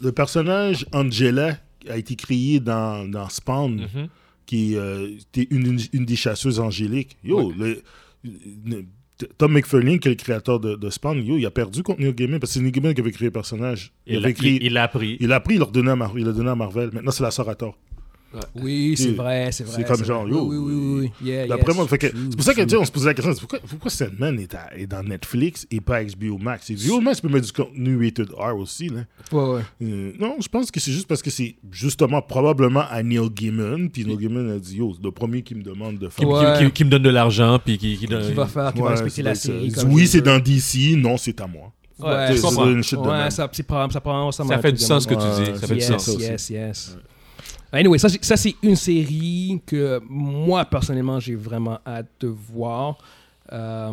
Speaker 3: le personnage Angela a été créé dans, dans Spawn,
Speaker 2: Mhm.
Speaker 3: qui euh, était une, une, une des chasseuses angéliques. Yo, le- le- Tom McFarlane, qui est le créateur de, de Spawn, yo, il a perdu contre Neil Gaiman parce que c'est Neil Gaiman qui avait créé le personnage. Il,
Speaker 2: Il l'a
Speaker 3: avait créé-
Speaker 2: il- il l'a appris.
Speaker 3: il l'a pris, il l'a redonné à, Mar- il l'a donné à Marvel. Maintenant, c'est la sœur à tort.
Speaker 1: Oui, c'est
Speaker 3: C'est-
Speaker 1: vrai, c'est vrai.
Speaker 3: c'est comme
Speaker 1: vrai.
Speaker 3: genre,
Speaker 1: Oui,
Speaker 3: yo,
Speaker 1: Oui, oui, oui. Yeah,
Speaker 3: D'après
Speaker 1: yes.
Speaker 3: moi, fait que-
Speaker 1: True,
Speaker 3: c'est pour ça que
Speaker 1: true.
Speaker 3: tu sais, on se posait la question, c'est pourquoi, pourquoi Sandman est, à- est dans Netflix et pas HBO Max? Et HBO Max peut mettre du contenu rated R aussi. Là.
Speaker 1: Ouais, ouais.
Speaker 3: Euh, non, je pense que c'est juste parce que c'est justement probablement à Neil Gaiman, puis Neil Gaiman a dit, yo, c'est le premier qui me demande de
Speaker 2: Qui,
Speaker 3: faire.
Speaker 2: qui-
Speaker 1: Ouais.
Speaker 2: qui- qui me donne de l'argent, puis qui, qui donne-
Speaker 1: Qui va faire, qui va
Speaker 3: Ouais,
Speaker 1: respecter
Speaker 3: c'est
Speaker 1: la
Speaker 3: ça.
Speaker 1: série.
Speaker 3: Il dit,
Speaker 1: comme
Speaker 3: oui,
Speaker 1: je
Speaker 3: c'est
Speaker 1: veux.
Speaker 3: dans DC, non, c'est à moi.
Speaker 1: Ouais,
Speaker 2: je
Speaker 1: je
Speaker 3: C'est-
Speaker 2: comprends.
Speaker 3: c'est une shit de
Speaker 1: Ouais,
Speaker 3: même.
Speaker 1: ça, c'est probable- ça, probablement ressemble
Speaker 2: Ça
Speaker 1: à
Speaker 2: fait
Speaker 1: tout
Speaker 2: du
Speaker 1: le
Speaker 2: sens ce
Speaker 1: monde.
Speaker 2: que tu dis.
Speaker 3: Ouais,
Speaker 2: Ça fait du
Speaker 1: yes,
Speaker 2: sens.
Speaker 1: Yes, yes. Anyway, ça, c'est- ça c'est une série que moi, personnellement, j'ai vraiment hâte de voir. Euh,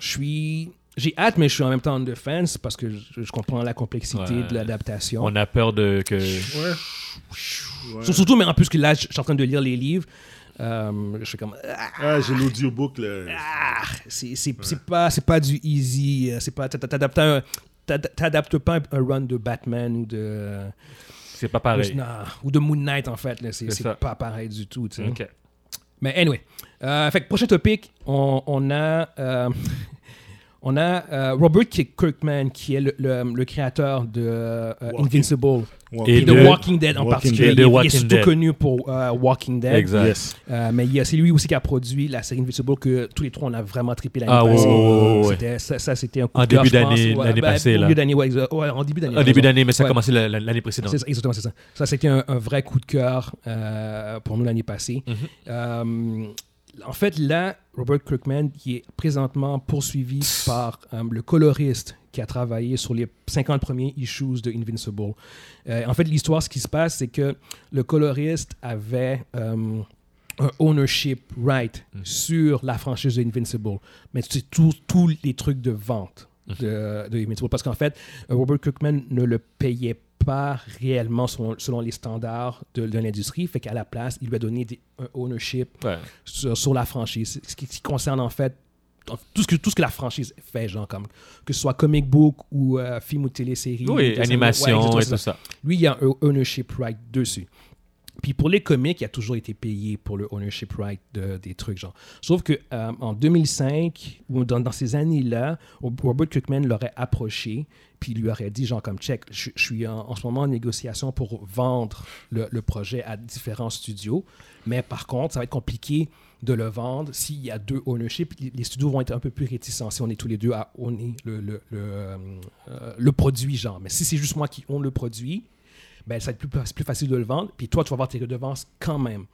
Speaker 1: je suis. J'ai hâte, mais je suis en même temps de fans parce que je, je comprends la complexité
Speaker 2: Ouais.
Speaker 1: de l'adaptation.
Speaker 2: On a peur de que.
Speaker 3: Ouais.
Speaker 1: Sur- Surtout, mais en plus que là, je je suis en train de lire les livres. Euh, je suis comme. ah,
Speaker 3: Ah, j'ai l'audiobook. là.
Speaker 1: ah, c'est c'est- c'est pas, c'est pas du easy. euh, C'est pas. t'a- t'a- T'adaptes un- t'a- t'adaptes pas un- un run de Batman ou de.
Speaker 2: C'est pas pareil.
Speaker 1: Non, ou de Moon Knight, en fait. là. C'est
Speaker 2: C'est
Speaker 1: c'est
Speaker 2: ça.
Speaker 1: pas pareil du tout. tu sais.
Speaker 2: Ok.
Speaker 1: Mais anyway. Euh, fait que prochain topic, on, on a, euh, on a euh, Robert Kirk- Kirkman, qui est le, le- le créateur de euh,
Speaker 3: Walking-
Speaker 1: Invincible.
Speaker 3: Ouais.
Speaker 2: Et
Speaker 1: Et de
Speaker 2: de-
Speaker 1: Walking Dead en
Speaker 3: Walking
Speaker 1: particulier.
Speaker 2: Dead. Et de
Speaker 1: Il- Il est
Speaker 2: Walking
Speaker 1: surtout
Speaker 2: Dead.
Speaker 1: connu pour euh, Walking Dead.
Speaker 2: Exact.
Speaker 3: Yes.
Speaker 1: Euh, mais il y a- c'est lui aussi qui a produit la série Invincible que tous les trois on a vraiment trippé l'année
Speaker 2: Ah, ouais,
Speaker 1: passée.
Speaker 2: ouais, ouais, ouais.
Speaker 1: C'était- Ça, ça, c'était un coup
Speaker 2: En
Speaker 1: de cœur,
Speaker 2: début
Speaker 1: je pense.
Speaker 2: d'année-
Speaker 1: Ouais,
Speaker 2: l'année
Speaker 1: ben,
Speaker 2: passée,
Speaker 1: au
Speaker 2: là.
Speaker 1: milieu d'année, ouais, exa- ouais, en début d'année.
Speaker 2: Au début
Speaker 1: raison.
Speaker 2: d'année, mais ça a
Speaker 1: Ouais.
Speaker 2: commencé la- la- l'année précédente.
Speaker 1: C'est ça, exactement, c'est ça. Ça, c'était un, un vrai coup de cœur euh, pour nous l'année passée.
Speaker 2: Mhm.
Speaker 1: Euh, en fait, là, Robert Kirkman, qui est présentement poursuivi par euh, le coloriste qui a travaillé sur les 50 premiers issues de Invincible. Euh, en fait, l'histoire, ce qui se passe, c'est que le coloriste avait euh, un ownership right sur la franchise de Invincible. Mais c'est tous tous les trucs de vente de, de Invincible. Parce qu'en fait, euh, Robert Kirkman ne le payait pas réellement selon, selon les standards de, de l'industrie. Fait qu'à la place, il lui a donné des- un ownership
Speaker 2: Ouais.
Speaker 1: sur, sur la franchise. Ce qui, qui concerne en fait tout ce, que, tout ce que la franchise fait, genre comme que ce soit comic book ou euh, film ou télésérie. ou
Speaker 2: Oui,
Speaker 1: dessin- Ouais,
Speaker 2: animation
Speaker 1: exactement,
Speaker 2: et
Speaker 1: c'est
Speaker 2: tout
Speaker 1: ça.
Speaker 2: ça.
Speaker 1: Lui, il y a un ownership right dessus. Puis pour les comics, il a toujours été payé pour le ownership right de- des trucs. Genre. Sauf que euh, en 2005, ou dans, dans ces années-là, Robert Kirkman l'aurait approché, puis il lui aurait dit, genre comme check, je je suis en, en ce moment en négociation pour vendre le, le projet à différents studios, mais par contre, ça va être compliqué de le vendre. S'il y a deux ownership, les les studios vont être un peu plus réticents si on est tous les deux à owner le, le, le, euh, euh, le produit, genre. Mais si c'est juste moi qui own le produit, ben, ça va être plus, plus facile de le vendre. Puis toi, tu vas avoir tes redevances quand même.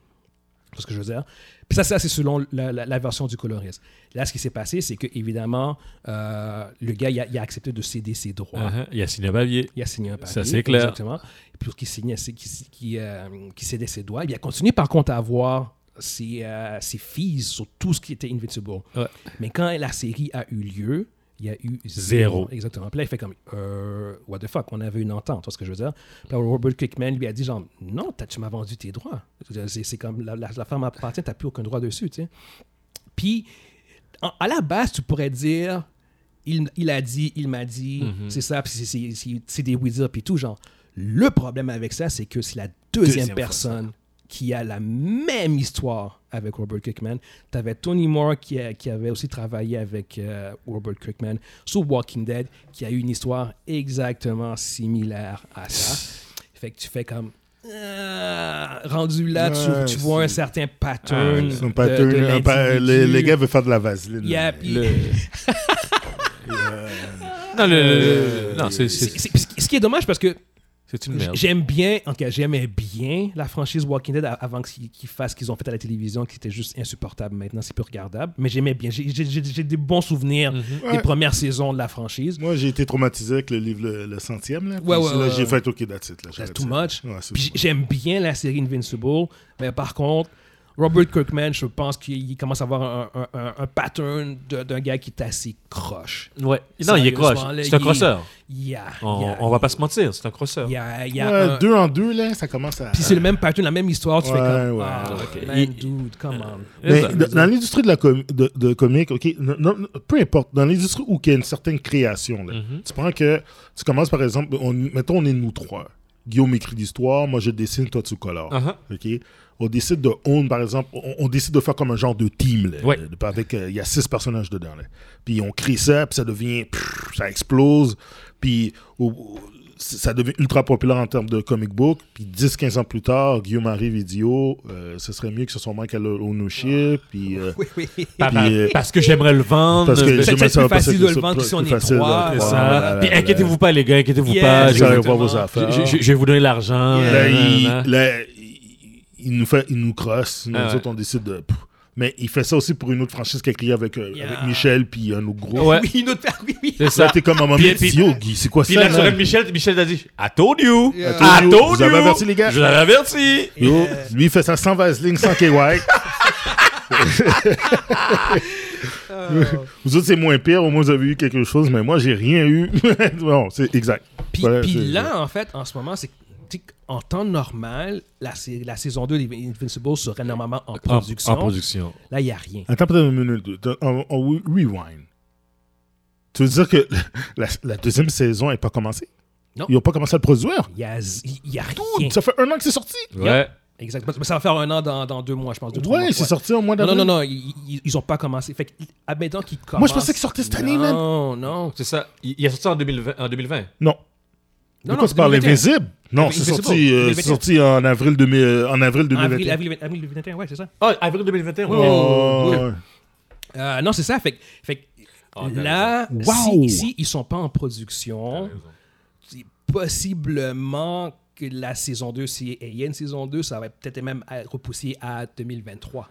Speaker 1: C'est ce que je veux dire. Puis ça, ça c'est selon la, la- la version du coloriste. Là, ce qui s'est passé, c'est que évidemment, euh, le gars, il a, il a accepté de céder ses droits.
Speaker 2: Uh-huh. Yassine Bavier.
Speaker 1: Il a signé un papier.
Speaker 2: Ça, c'est clair.
Speaker 1: Exactement. Et puis, qui signait, c'est- qui, qui, euh, qui cédait ses droits. Et bien, il a continué, par contre, à avoir ses, euh, ses fees sur tout ce qui était Invincible.
Speaker 2: Ouais.
Speaker 1: Mais quand la série a eu lieu, il y a eu
Speaker 2: Zéro.
Speaker 1: zéro. Exactement. Puis là, il fait comme, euh, what the fuck, on avait une entente, tu vois ce que je veux dire. Puis là, Robert Kickman lui a dit, genre, non, t'as- tu m'as vendu tes droits. C'est c'est comme, la, la, la femme appartient, t'as plus aucun droit dessus, tu sais. Puis, en- à la base, tu pourrais dire, il, il a dit, il m'a dit, c'est ça, puis c'est- c'est- c'est c'est des oui puis tout, genre. Le problème avec ça, c'est que c'est la deuxième,
Speaker 2: Deuxième fois,
Speaker 1: personne qui a la même histoire avec Robert Kirkman. Tu avais Tony Moore qui, a- qui avait aussi travaillé avec euh, Robert Kirkman sur Walking Dead, qui a eu une histoire exactement similaire à ça. Fait que tu fais comme... euh, rendu là, tu-
Speaker 3: Ouais,
Speaker 1: tu, vois un
Speaker 3: c'est-
Speaker 1: certain pattern.
Speaker 3: Son
Speaker 1: de-
Speaker 3: pattern,
Speaker 1: de
Speaker 3: un pa- les, les
Speaker 1: l'individu.
Speaker 3: gars veulent faire de la vaseline.
Speaker 1: Yeah, puis-
Speaker 2: Non, le- le- le- non, c'est-
Speaker 1: c'est-
Speaker 2: c'est
Speaker 1: c'est- c'est- ce qui est dommage parce que
Speaker 2: c'est une merde.
Speaker 1: J'aime bien, en tout cas, j'aimais bien la franchise Walking Dead a- avant qu'ils qu'ils fassent ce qu'ils ont fait à la télévision, qui était juste insupportable maintenant, c'est plus regardable. Mais j'aimais bien. J'ai- J'ai j'ai- j'ai des bons souvenirs
Speaker 2: Mm.
Speaker 1: des
Speaker 2: Mhm.
Speaker 3: Ouais.
Speaker 1: premières saisons de la franchise.
Speaker 3: Moi, j'ai été traumatisé avec le livre Le, le centième. Là, Puis
Speaker 1: Ouais, ouais,
Speaker 3: là,
Speaker 1: ouais,
Speaker 3: j'ai
Speaker 1: ouais.
Speaker 3: fait OK, that's it. Là,
Speaker 1: That's
Speaker 3: j'arrête
Speaker 1: too
Speaker 3: ça.
Speaker 1: much.
Speaker 3: Ouais, c'est
Speaker 1: Puis j-
Speaker 3: too much.
Speaker 1: j'aime bien la série Invincible, mais par contre, Robert Kirkman, je pense qu'il il commence à avoir un, un- un- un pattern de- d'un gars qui est assez croche.
Speaker 2: Ouais. Non, il est croche.
Speaker 1: Sérieusement, là,
Speaker 2: C'est un
Speaker 1: il-
Speaker 2: crosseur.
Speaker 1: Yeah,
Speaker 2: On,
Speaker 1: yeah,
Speaker 2: on va pas se mentir, c'est un crosseur.
Speaker 1: yeah, yeah,
Speaker 3: Ouais,
Speaker 1: un-
Speaker 3: deux en deux, là, ça commence à.
Speaker 1: Puis c'est le même pattern, la même histoire, tu fais
Speaker 3: Ouais,
Speaker 1: comme.
Speaker 3: ouais.
Speaker 1: ah,
Speaker 2: Ok.
Speaker 1: man,
Speaker 2: Il-
Speaker 1: dude, come on.
Speaker 3: Mais
Speaker 2: C'est ça.
Speaker 3: d- dans l'industrie de la com- de, de comique, ok, n- non, peu importe, dans l'industrie où il y a une certaine création, là,
Speaker 1: Mm-hmm.
Speaker 2: Mhm.
Speaker 3: tu prends que tu commences par exemple, on- mettons on est nous trois. Guillaume écrit l'histoire, moi je dessine, toi tu colores.
Speaker 2: Uh-huh.
Speaker 3: OK? On décide de own, par exemple, on, on décide de faire comme un genre de team. là,
Speaker 2: Ouais.
Speaker 3: de- avec, euh, il y a six personnages dedans. là. Puis on crée ça, puis ça devient. pff, ça explose. Puis au- au- ça devient ultra populaire en termes de comic book. Puis 10-15 ans plus tard, Guillaume arrive et dit Oh, euh, ce serait mieux que ce soit moi qui a le ownership. Puis. euh,
Speaker 1: Oui, oui.
Speaker 2: Pas-
Speaker 3: Puis, euh,
Speaker 2: Parce que j'aimerais le vendre.
Speaker 3: parce que
Speaker 2: mais-
Speaker 1: c'est
Speaker 3: j'aimerais
Speaker 1: plus
Speaker 3: ça, parce
Speaker 1: facile
Speaker 3: que
Speaker 1: de le
Speaker 3: c'est
Speaker 1: vendre
Speaker 3: plus-
Speaker 1: si on
Speaker 3: plus
Speaker 1: est
Speaker 3: facile de le
Speaker 1: trois,
Speaker 2: C'est
Speaker 3: vendre.
Speaker 1: Ouais,
Speaker 2: ça.
Speaker 3: Voilà,
Speaker 2: Puis
Speaker 3: voilà,
Speaker 2: inquiétez-vous pas, les gars, inquiétez-vous
Speaker 1: Yeah.
Speaker 2: pas.
Speaker 3: Vous
Speaker 2: Je,
Speaker 3: allez
Speaker 1: Exactement.
Speaker 3: voir vos affaires.
Speaker 2: je- je- je vais vous donner l'argent.
Speaker 1: Yeah.
Speaker 3: Là,
Speaker 2: nanana.
Speaker 3: il, là, il- il nous fait, il nous crosse. Nous
Speaker 2: Ah ouais.
Speaker 3: autres, on décide de. pff. Mais il fait ça aussi pour une autre franchise qui a créé avec, euh,
Speaker 1: Yeah.
Speaker 3: avec Michel puis un autre groupe.
Speaker 2: Ouais.
Speaker 1: Oui, une autre oui, oui.
Speaker 2: C'est
Speaker 3: Là,
Speaker 2: ça.
Speaker 3: t'es comme un moment
Speaker 2: Puis- puis-
Speaker 3: yo, Guy, c'est quoi
Speaker 2: Puis
Speaker 3: ça?
Speaker 2: là,
Speaker 3: man?
Speaker 2: sur le Michel, Michel a dit I told you.
Speaker 1: Yeah.
Speaker 2: I
Speaker 3: Told you.
Speaker 2: told
Speaker 3: Vous avez averti, les gars.
Speaker 2: Je vous avais averti.
Speaker 3: Yo, lui, il fait ça sans Vaseline, sans KY. Vous autres, c'est moins pire. Au moins, vous avez eu quelque chose, mais moi, j'ai rien eu. non, c'est exact.
Speaker 1: Puis,
Speaker 3: Voilà,
Speaker 1: puis
Speaker 3: c'est-
Speaker 1: là, en fait, en ce moment, c'est que, tu sais, en temps normal, la, sé- la saison 2 d'Invincible serait normalement en production.
Speaker 2: En production.
Speaker 1: Là, il n'y a rien.
Speaker 3: Attends peut-être une minute. On, on oh, rewind. Tu veux dire que la, la deuxième saison n'est pas commencée?
Speaker 1: Non.
Speaker 3: Ils n'ont pas commencé à le produire?
Speaker 1: Il n'y a, z- il y a rien.
Speaker 3: Dude, ça fait un an que c'est sorti.
Speaker 2: Ouais.
Speaker 1: Exactement. Mais ça va faire un an dans, dans deux mois, je pense. Deux, trois mois,
Speaker 3: Ouais, c'est sorti au mois
Speaker 1: Non, non,
Speaker 3: d'avril.
Speaker 1: non, non, ils ils- ils ont pas commencé. Fait que, admettons qu'ils commencent.
Speaker 3: Moi, je pensais qu'ils sortaient cette année, man.
Speaker 1: Non, non.
Speaker 2: Oh, C'est ça. Il il est sorti en 2020. En 2020.
Speaker 3: Non.
Speaker 1: Non,
Speaker 3: Non,
Speaker 1: non,
Speaker 3: non, tu parles
Speaker 1: 2021.
Speaker 3: Invisible? Non, c'est
Speaker 1: Invisible.
Speaker 3: sorti, euh,
Speaker 1: 2021.
Speaker 3: c'est sorti en avril, 2000, euh, en avril 2021.
Speaker 1: Avril, avril, avril 2021, ouais, c'est ça.
Speaker 2: Oh, avril 2021.
Speaker 1: Ouais.
Speaker 3: Oh, ouais.
Speaker 1: Euh, non, c'est ça. Fait, que- fait que
Speaker 2: Oh, t'as
Speaker 1: là,
Speaker 3: Ah, raison.
Speaker 1: si,
Speaker 3: Wow.
Speaker 1: si ils sont pas en production, c'est possiblement que la saison 2, si il y a une saison 2, ça va peut-être même être repoussé à 2023.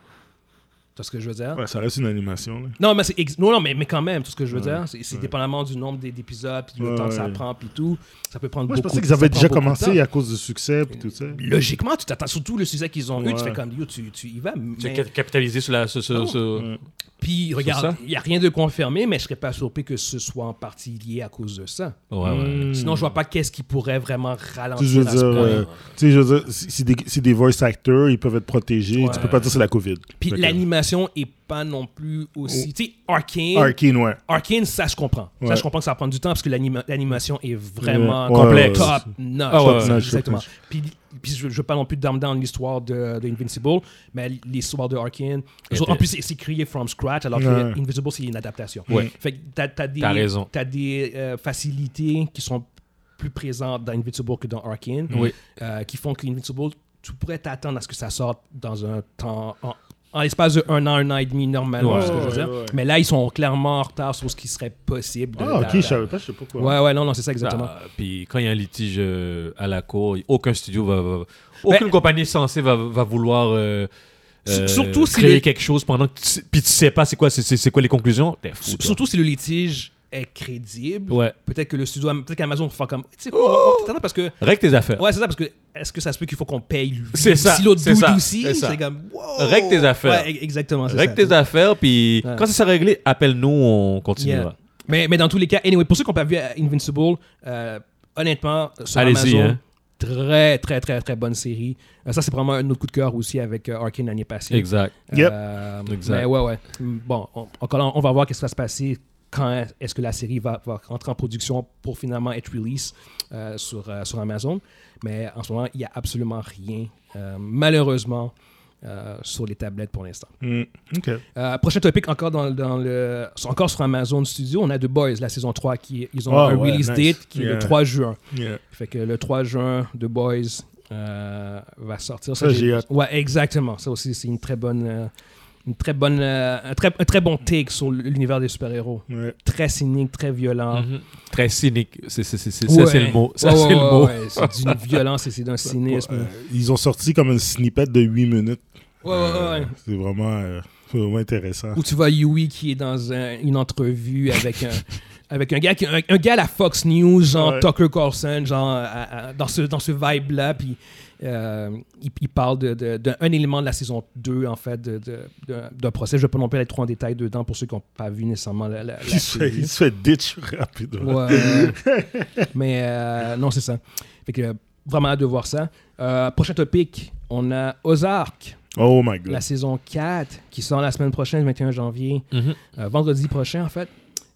Speaker 1: Tu vois ce que je veux dire?
Speaker 3: Ouais, ça reste une animation. là.
Speaker 1: Non, mais, c'est ex- non, non, mais, mais quand même, tout ce que je veux dire, c'est c'est dépendamment du nombre d'é- d'épisodes, puis du
Speaker 3: Ouais,
Speaker 1: temps que ça
Speaker 3: ouais.
Speaker 1: prend, puis tout. Ça peut prendre
Speaker 3: Moi, je
Speaker 1: beaucoup
Speaker 3: pensais qu'ils avaient
Speaker 1: ça prend
Speaker 3: déjà
Speaker 1: beaucoup de
Speaker 3: commencé
Speaker 1: temps.
Speaker 3: à cause du succès et tout ça.
Speaker 1: Logiquement, tu t'attends, surtout le succès qu'ils ont eu, tu
Speaker 3: Ouais.
Speaker 1: fais comme, yo, tu, tu y vas.
Speaker 2: Tu as
Speaker 1: mais-
Speaker 2: cap- capitalisé sur la. sur- sur-
Speaker 1: Non.
Speaker 2: sur-
Speaker 1: Puis regarde,
Speaker 2: ça?
Speaker 1: il n'y a rien de confirmé, mais je serais pas surpris que ce soit en partie lié à cause de ça.
Speaker 2: Ouais, ouais.
Speaker 1: Sinon, je vois pas qu'est-ce qui pourrait vraiment
Speaker 3: Hmm. Tu sais, je
Speaker 1: ralentir
Speaker 3: veux
Speaker 1: à ce
Speaker 3: dire,
Speaker 1: point.
Speaker 3: euh, tu sais, je veux dire, si si des, si des voice actors, ils peuvent être protégés. Tu peux pas dire c'est la COVID.
Speaker 1: Puis
Speaker 3: Fait que-
Speaker 1: l'animation est pas non plus
Speaker 3: Oh.
Speaker 1: aussi. Tu sais, Arcane,
Speaker 3: Arkane, ouais.
Speaker 1: Arcane, ça je comprends. Ça
Speaker 3: Ouais.
Speaker 1: je comprends que ça va prendre du temps parce que l'anima- l'animation est vraiment
Speaker 3: Ouais,
Speaker 1: complexe.
Speaker 3: ouais, ouais.
Speaker 1: top notch.
Speaker 2: Ah, ouais,
Speaker 1: Top
Speaker 2: ouais,
Speaker 1: notch,
Speaker 3: ouais.
Speaker 1: exactement.
Speaker 3: Top
Speaker 1: Puis, puis je, je veux pas non plus d'âme dans l'histoire de, de Invincible, mais l'histoire de Arcane. En plus, c'est- c'est créé from scratch, alors que
Speaker 3: Ouais.
Speaker 1: Invincible, c'est une adaptation.
Speaker 2: Ouais.
Speaker 1: Fait que t'as, t'as des,
Speaker 2: T'as raison.
Speaker 1: t'as des euh, facilités qui sont plus présentes dans Invincible que dans Arkane,
Speaker 2: Oui.
Speaker 1: euh, qui font que Invincible, tu pourrais t'attendre à ce que ça sorte dans un temps en, en l'espace de un an, un an et demi, normalement,
Speaker 2: Ouais.
Speaker 1: c'est ce que je veux dire.
Speaker 3: Ouais, ouais.
Speaker 1: Mais là, ils sont clairement en retard sur ce qui serait possible. de-
Speaker 3: Ah, ok,
Speaker 1: de-
Speaker 3: je savais pas, je sais pas quoi.
Speaker 1: Ouais, ouais, non, non, c'est ça exactement.
Speaker 2: Ah, puis quand il y a un litige euh, à la cour, aucun studio va. va- aucune compagnie censée va, va vouloir. euh,
Speaker 1: Ben- S-
Speaker 2: euh,
Speaker 1: surtout si
Speaker 2: créer
Speaker 1: les-
Speaker 2: quelque chose pendant que tu sais- puis tu sais pas c'est quoi c'est- c'est c'est quoi les conclusions T'es fou,
Speaker 1: S-
Speaker 2: toi.
Speaker 1: Surtout si le litige est crédible.
Speaker 2: ouais Oh!
Speaker 1: Peut-être que le studio, peut-être qu'Amazon va faire comme. Tu sais quoi attends, parce que.
Speaker 2: règle tes affaires
Speaker 1: Ouais, c'est ça, parce que est-ce que ça se peut qu'il faut qu'on paye lui
Speaker 2: C'est ça,
Speaker 1: Si l'autre
Speaker 2: c'est
Speaker 1: dude
Speaker 2: ça,
Speaker 1: aussi,
Speaker 2: c'est ça.
Speaker 1: c'est comme. wow!
Speaker 2: Règle tes affaires.
Speaker 1: Ouais, e- exactement, c'est
Speaker 2: règle
Speaker 1: ça.
Speaker 2: tes affaires puis
Speaker 1: Ouais.
Speaker 2: quand ça sera réglé appelle-nous on
Speaker 1: Yeah.
Speaker 2: continuera
Speaker 1: Mais, mais dans tous les cas, anyway, pour ceux qui n'ont pas vu euh, Invincible, euh, honnêtement, euh, sur
Speaker 2: Allez-y,
Speaker 1: Amazon,
Speaker 2: hein.
Speaker 1: très, très, très, très bonne série. Euh, ça, c'est vraiment un autre coup de cœur aussi avec euh, Arkane l'année passée.
Speaker 2: exact
Speaker 3: Yep.
Speaker 1: Euh,
Speaker 2: Exact.
Speaker 1: Mais ouais, ouais. Bon, on, encore là, on va voir qu'est-ce qui va se passer quand est-ce que la série va, va rentrer en production pour finalement être release euh, sur, euh, sur Amazon. Mais en ce moment, il n'y a absolument rien, euh, malheureusement, euh, sur les tablettes pour l'instant.
Speaker 3: Hmm, ok.
Speaker 1: Euh, prochain topic, encore, dans, dans le, sur- encore sur Amazon Studio, on a The Boys, la saison 3, qui ils ont
Speaker 3: Ah,
Speaker 1: un
Speaker 3: ouais,
Speaker 1: release
Speaker 3: nice.
Speaker 1: date qui est
Speaker 3: Yeah.
Speaker 1: le 3 juin.
Speaker 3: Yeah.
Speaker 1: Fait que le 3 juin, The Boys euh, va sortir.
Speaker 3: Ça, j'ai hâte.
Speaker 1: Ouais, exactement. Ça aussi, c'est une très bonne. euh, une très bonne, euh, un, très, un très bon take sur l'univers des super-héros.
Speaker 3: Ouais.
Speaker 1: Très cynique, très violent.
Speaker 2: Mhm. très cynique c'est c'est- c'est- c'est- ça
Speaker 1: Ah. Ouais.
Speaker 2: c'est le mot ça
Speaker 1: Ouais, ouais,
Speaker 2: c'est le
Speaker 1: ouais,
Speaker 2: mot
Speaker 1: ouais. C'est d'une violence et c'est d'un cynisme.
Speaker 3: Euh, ils ont sorti comme une snippet de 8 minutes.
Speaker 1: Ouais, Ah ouais, ouais.
Speaker 3: C'est vraiment, euh, c'est vraiment intéressant.
Speaker 1: Où tu vois Yui qui est dans un- une entrevue avec un, avec un gars qui, un, un gars à la Fox News, genre
Speaker 3: Ouais.
Speaker 1: Tucker Carlson, genre à- à- dans ce, dans ce vibe-là. Puis euh, il, il parle d'un de, d'un- un élément de la saison 2, en fait, de- de- d'un d'un procès. Je ne vais pas non plus aller trop en détail dedans pour ceux qui n'ont pas vu nécessairement la, la, la
Speaker 3: il, se fait,
Speaker 1: série.
Speaker 3: il se fait ditch rapidement.
Speaker 1: Ouais. Mais euh, non, c'est ça. Fait que euh, vraiment hâte de voir ça. Euh, prochain topic, on a Ozark,
Speaker 3: Oh my god.
Speaker 1: la saison 4, qui sort la semaine prochaine, le 21 janvier.
Speaker 2: Mhm.
Speaker 1: Euh, vendredi prochain, en fait.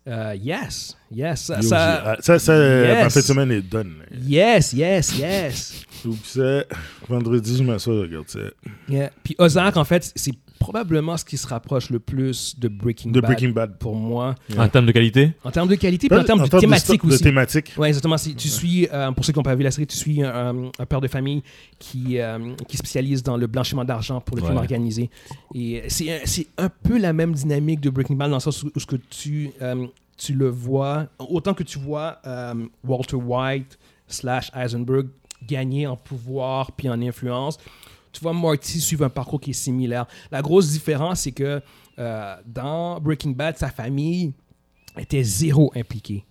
Speaker 1: Euh, yes, yes, ça,
Speaker 3: Yo, j'ai-
Speaker 1: ça-
Speaker 3: ah, ça, ça, euh,
Speaker 1: Yes.
Speaker 3: ma fin de semaine est done. là.
Speaker 1: yes, yes, yes.
Speaker 3: J'oublie ça. Vendredi, je m'assois, je regarde ça.
Speaker 1: Yeah. Puis Ozark, en fait, c'est probablement ce qui se rapproche le plus de Breaking
Speaker 3: De
Speaker 1: Bad
Speaker 3: Breaking Bad.
Speaker 1: pour moi,
Speaker 2: en termes de qualité
Speaker 1: en termes de qualité, puis en termes de thématique
Speaker 3: sto-
Speaker 1: aussi.
Speaker 3: De thématique.
Speaker 1: Ouais, exactement. Si tu suis, euh, pour ceux qui n'ont pas vu la série, tu suis un, un- un père de famille qui, euh, qui spécialise dans le blanchiment d'argent pour le crime
Speaker 2: Ouais.
Speaker 1: organisé. Et euh, c'est un- c'est un peu la même dynamique de Breaking Bad dans le sens où, où ce que tu, euh, tu le vois, autant que tu vois euh, Walter White slash Eisenberg gagner en pouvoir puis en influence, tu vois Marty suivre un parcours qui est similaire. La grosse différence, c'est que euh, dans Breaking Bad, sa famille était zéro impliquée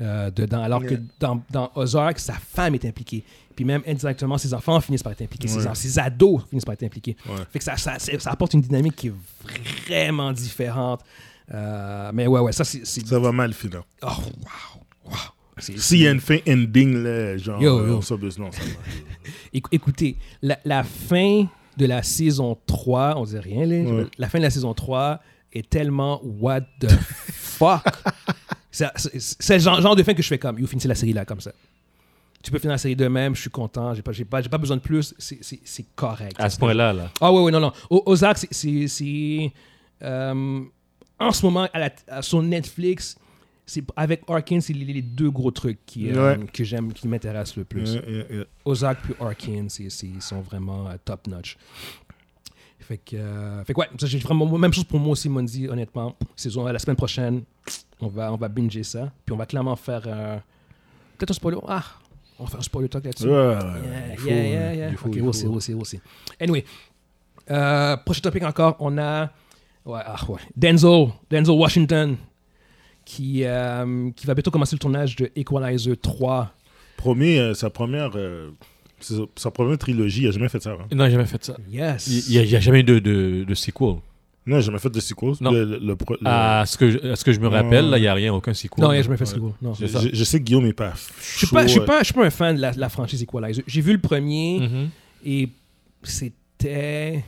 Speaker 1: euh, dedans, alors que
Speaker 3: Ouais.
Speaker 1: dans, dans Ozark, sa femme est impliquée. Puis même indirectement, ses enfants finissent par être impliqués, ses,
Speaker 3: Ouais.
Speaker 1: en- ses ados finissent par être impliqués.
Speaker 3: Ouais.
Speaker 1: Fait que ça, ça, c'est- ça apporte une dynamique qui est vraiment différente. Euh, mais ouais, ouais, ça c'est. c'est-
Speaker 3: Ça va mal finir.
Speaker 1: Oh, wow! Wow! C'est-
Speaker 3: S'il y a une fin ending, là, genre,
Speaker 1: Yo,
Speaker 3: euh,
Speaker 1: yo.
Speaker 3: on s'en besoin, ça va.
Speaker 1: Éc- écoutez, la, la fin de la saison 3, on dit rien, là,
Speaker 3: Ouais.
Speaker 1: la fin de la saison 3 est tellement what the fuck. Ça- C'est c'est le genre, genre de fin que je fais comme, you finissez la série là comme ça. Tu peux finir la série de même, je suis content, j'ai pas, j'ai pas, j'ai pas besoin de plus, c'est- c'est c'est correct.
Speaker 2: à ce point là là
Speaker 1: Ah ouais, ouais, non, non. O- Ozark, c'est- c'est... c'est, euh, en ce moment, à la, à- sur Netflix, c'est- avec Arkane, c'est les, les deux gros trucs qui, euh,
Speaker 3: Ouais.
Speaker 1: que j'aime, qui m'intéressent le plus.
Speaker 3: Yeah, yeah, yeah.
Speaker 1: Ozark puis Arkane, c'est- c'est- ils sont vraiment euh, top notch. Fait que, euh, fait que ouais, ça, j'ai vraiment, même chose pour moi aussi, Mondi, honnêtement. Saison, euh, la semaine prochaine, on va, on va binger ça. Puis on va clairement faire euh, peut-être un spoiler. Ah, on va faire un spoiler talk là-dessus.
Speaker 3: Ouais, ouais, ouais,
Speaker 1: Yeah,
Speaker 3: il faut, hein.
Speaker 1: yeah, yeah, yeah.
Speaker 3: il faut,
Speaker 1: Ok,
Speaker 3: il
Speaker 1: we'll
Speaker 3: faut.
Speaker 1: see, we'll see, we'll see. Anyway, euh, prochain topic encore, on a ouais, ah, ouais. Denzel, Denzel Washington, qui, euh, qui va bientôt commencer le tournage de Equalizer 3.
Speaker 3: Premier, euh, sa première. euh, sa- sa première trilogie, il n'a jamais fait ça. Hein.
Speaker 2: non j'ai jamais fait ça
Speaker 1: Yes.
Speaker 2: il n'y a, il y a jamais eu de, de, de sequel
Speaker 3: Non, il n'a jamais fait de sequel.
Speaker 2: Non.
Speaker 3: Le- le- le pro- le-
Speaker 1: Ah,
Speaker 2: Ah, à ce que je, à ce que je me rappelle là il n'y a rien aucun sequel
Speaker 1: Non, je me fais ce
Speaker 3: Ouais.
Speaker 1: gros. Non. Je
Speaker 3: je,
Speaker 2: c'est ça.
Speaker 3: je- je sais que Guillaume n'est pas.
Speaker 1: suis pas, je suis pas, je suis pas un fan de la, la franchise Equalizer. J'ai vu le premier
Speaker 2: Mhm.
Speaker 1: et c'était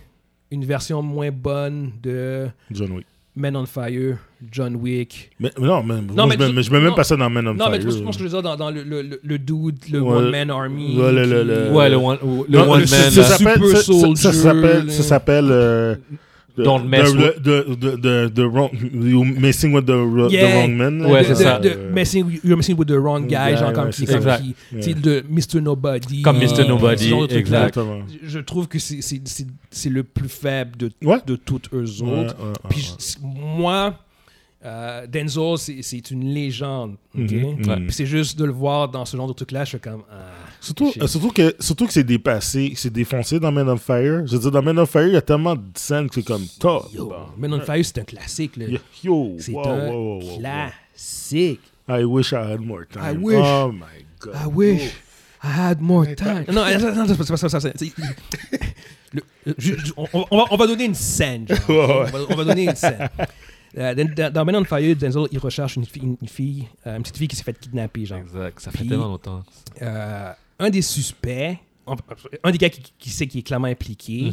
Speaker 1: une version moins bonne de
Speaker 3: euh, John Wick.
Speaker 1: Men on Fire, John Wick.
Speaker 3: Mais, mais non, mais, moi,
Speaker 1: mais
Speaker 3: je, mets-
Speaker 1: tu-
Speaker 3: mais je mets même
Speaker 1: non.
Speaker 3: pas ça dans Man on
Speaker 1: Non, mais
Speaker 3: Fire.
Speaker 1: tu vois ce que je veux dire dans, dans le, le, le- le dude, le
Speaker 3: Ouais.
Speaker 1: One Man Army.
Speaker 3: Ouais, le- le-
Speaker 1: qui-
Speaker 3: le-
Speaker 2: ouais Euh, le one le
Speaker 3: Non,
Speaker 2: one
Speaker 3: le-
Speaker 2: man
Speaker 3: ça
Speaker 2: là.
Speaker 3: s'appelle-
Speaker 1: euh, Super
Speaker 3: ça- ça- ça
Speaker 1: Soldier,
Speaker 3: s'appelle-
Speaker 1: là.
Speaker 3: Ça s'appelle. euh, The-
Speaker 2: Don't mess
Speaker 3: the-
Speaker 2: with-
Speaker 3: the- the- the- the wrong- you messing with the, the
Speaker 1: Yeah.
Speaker 3: wrong man. Euh,
Speaker 2: Ouais,
Speaker 1: De-
Speaker 2: c'est
Speaker 1: de-
Speaker 2: ça.
Speaker 1: de messing- you're messing with the wrong guy,
Speaker 3: Guy,
Speaker 1: genre
Speaker 3: ouais,
Speaker 1: comme
Speaker 3: c'est
Speaker 1: qui,
Speaker 3: ça.
Speaker 1: comme
Speaker 2: Exact.
Speaker 1: qui-
Speaker 3: Yeah.
Speaker 1: tu sais, de Mr. Nobody.
Speaker 2: Comme
Speaker 1: euh,
Speaker 2: Mr. Nobody,
Speaker 1: ce genre de trucs-là.
Speaker 2: exact.
Speaker 3: Exactement. Ouais,
Speaker 1: Je trouve que c'est- c'est c'est- c'est le plus faible de,
Speaker 3: Ouais.
Speaker 1: de toutes eux
Speaker 3: ouais,
Speaker 1: autres.
Speaker 3: ouais,
Speaker 1: Puis
Speaker 3: ouais.
Speaker 1: je- c'est- moi, euh, Denzel, c'est- c'est une légende. ok?
Speaker 3: Mhm, mhm.
Speaker 1: Ouais. Puis c'est juste de le voir dans ce genre de truc-là, je suis comme. ah,
Speaker 3: Surtout,
Speaker 1: shit.
Speaker 3: euh, surtout que, surtout que c'est dépassé, c'est défoncé dans Man on Fire. Je veux dire, dans Man on Fire, il y a tellement de scènes que c'est comme top.
Speaker 1: Yo, Men on Fire, c'est un classique. là.
Speaker 3: Yo, Yo,
Speaker 1: C'est
Speaker 3: wow,
Speaker 1: un
Speaker 3: wow, wow, wow, wow.
Speaker 1: classique.
Speaker 3: I wish I had more time.
Speaker 1: I wish.
Speaker 3: Oh my god. Oh.
Speaker 1: I wish I had more time. Non, non, non, c'est pas ça. c'est pas ça. c'est- Le- le- ju- ju- on, on va, on va donner une scène. genre. On, va, on va donner une scène. Euh, dans- dans- dans Men on Fire, Denzel, il recherche une, fi- une- une fille, euh, une petite fille qui s'est faite kidnapper. Genre.
Speaker 2: Exact. Ça fait
Speaker 1: Puis-
Speaker 2: tellement longtemps.
Speaker 1: Euh, un des suspects, un- un des gars qui, qui sait qui est clairement
Speaker 2: Mhm.
Speaker 1: impliqué,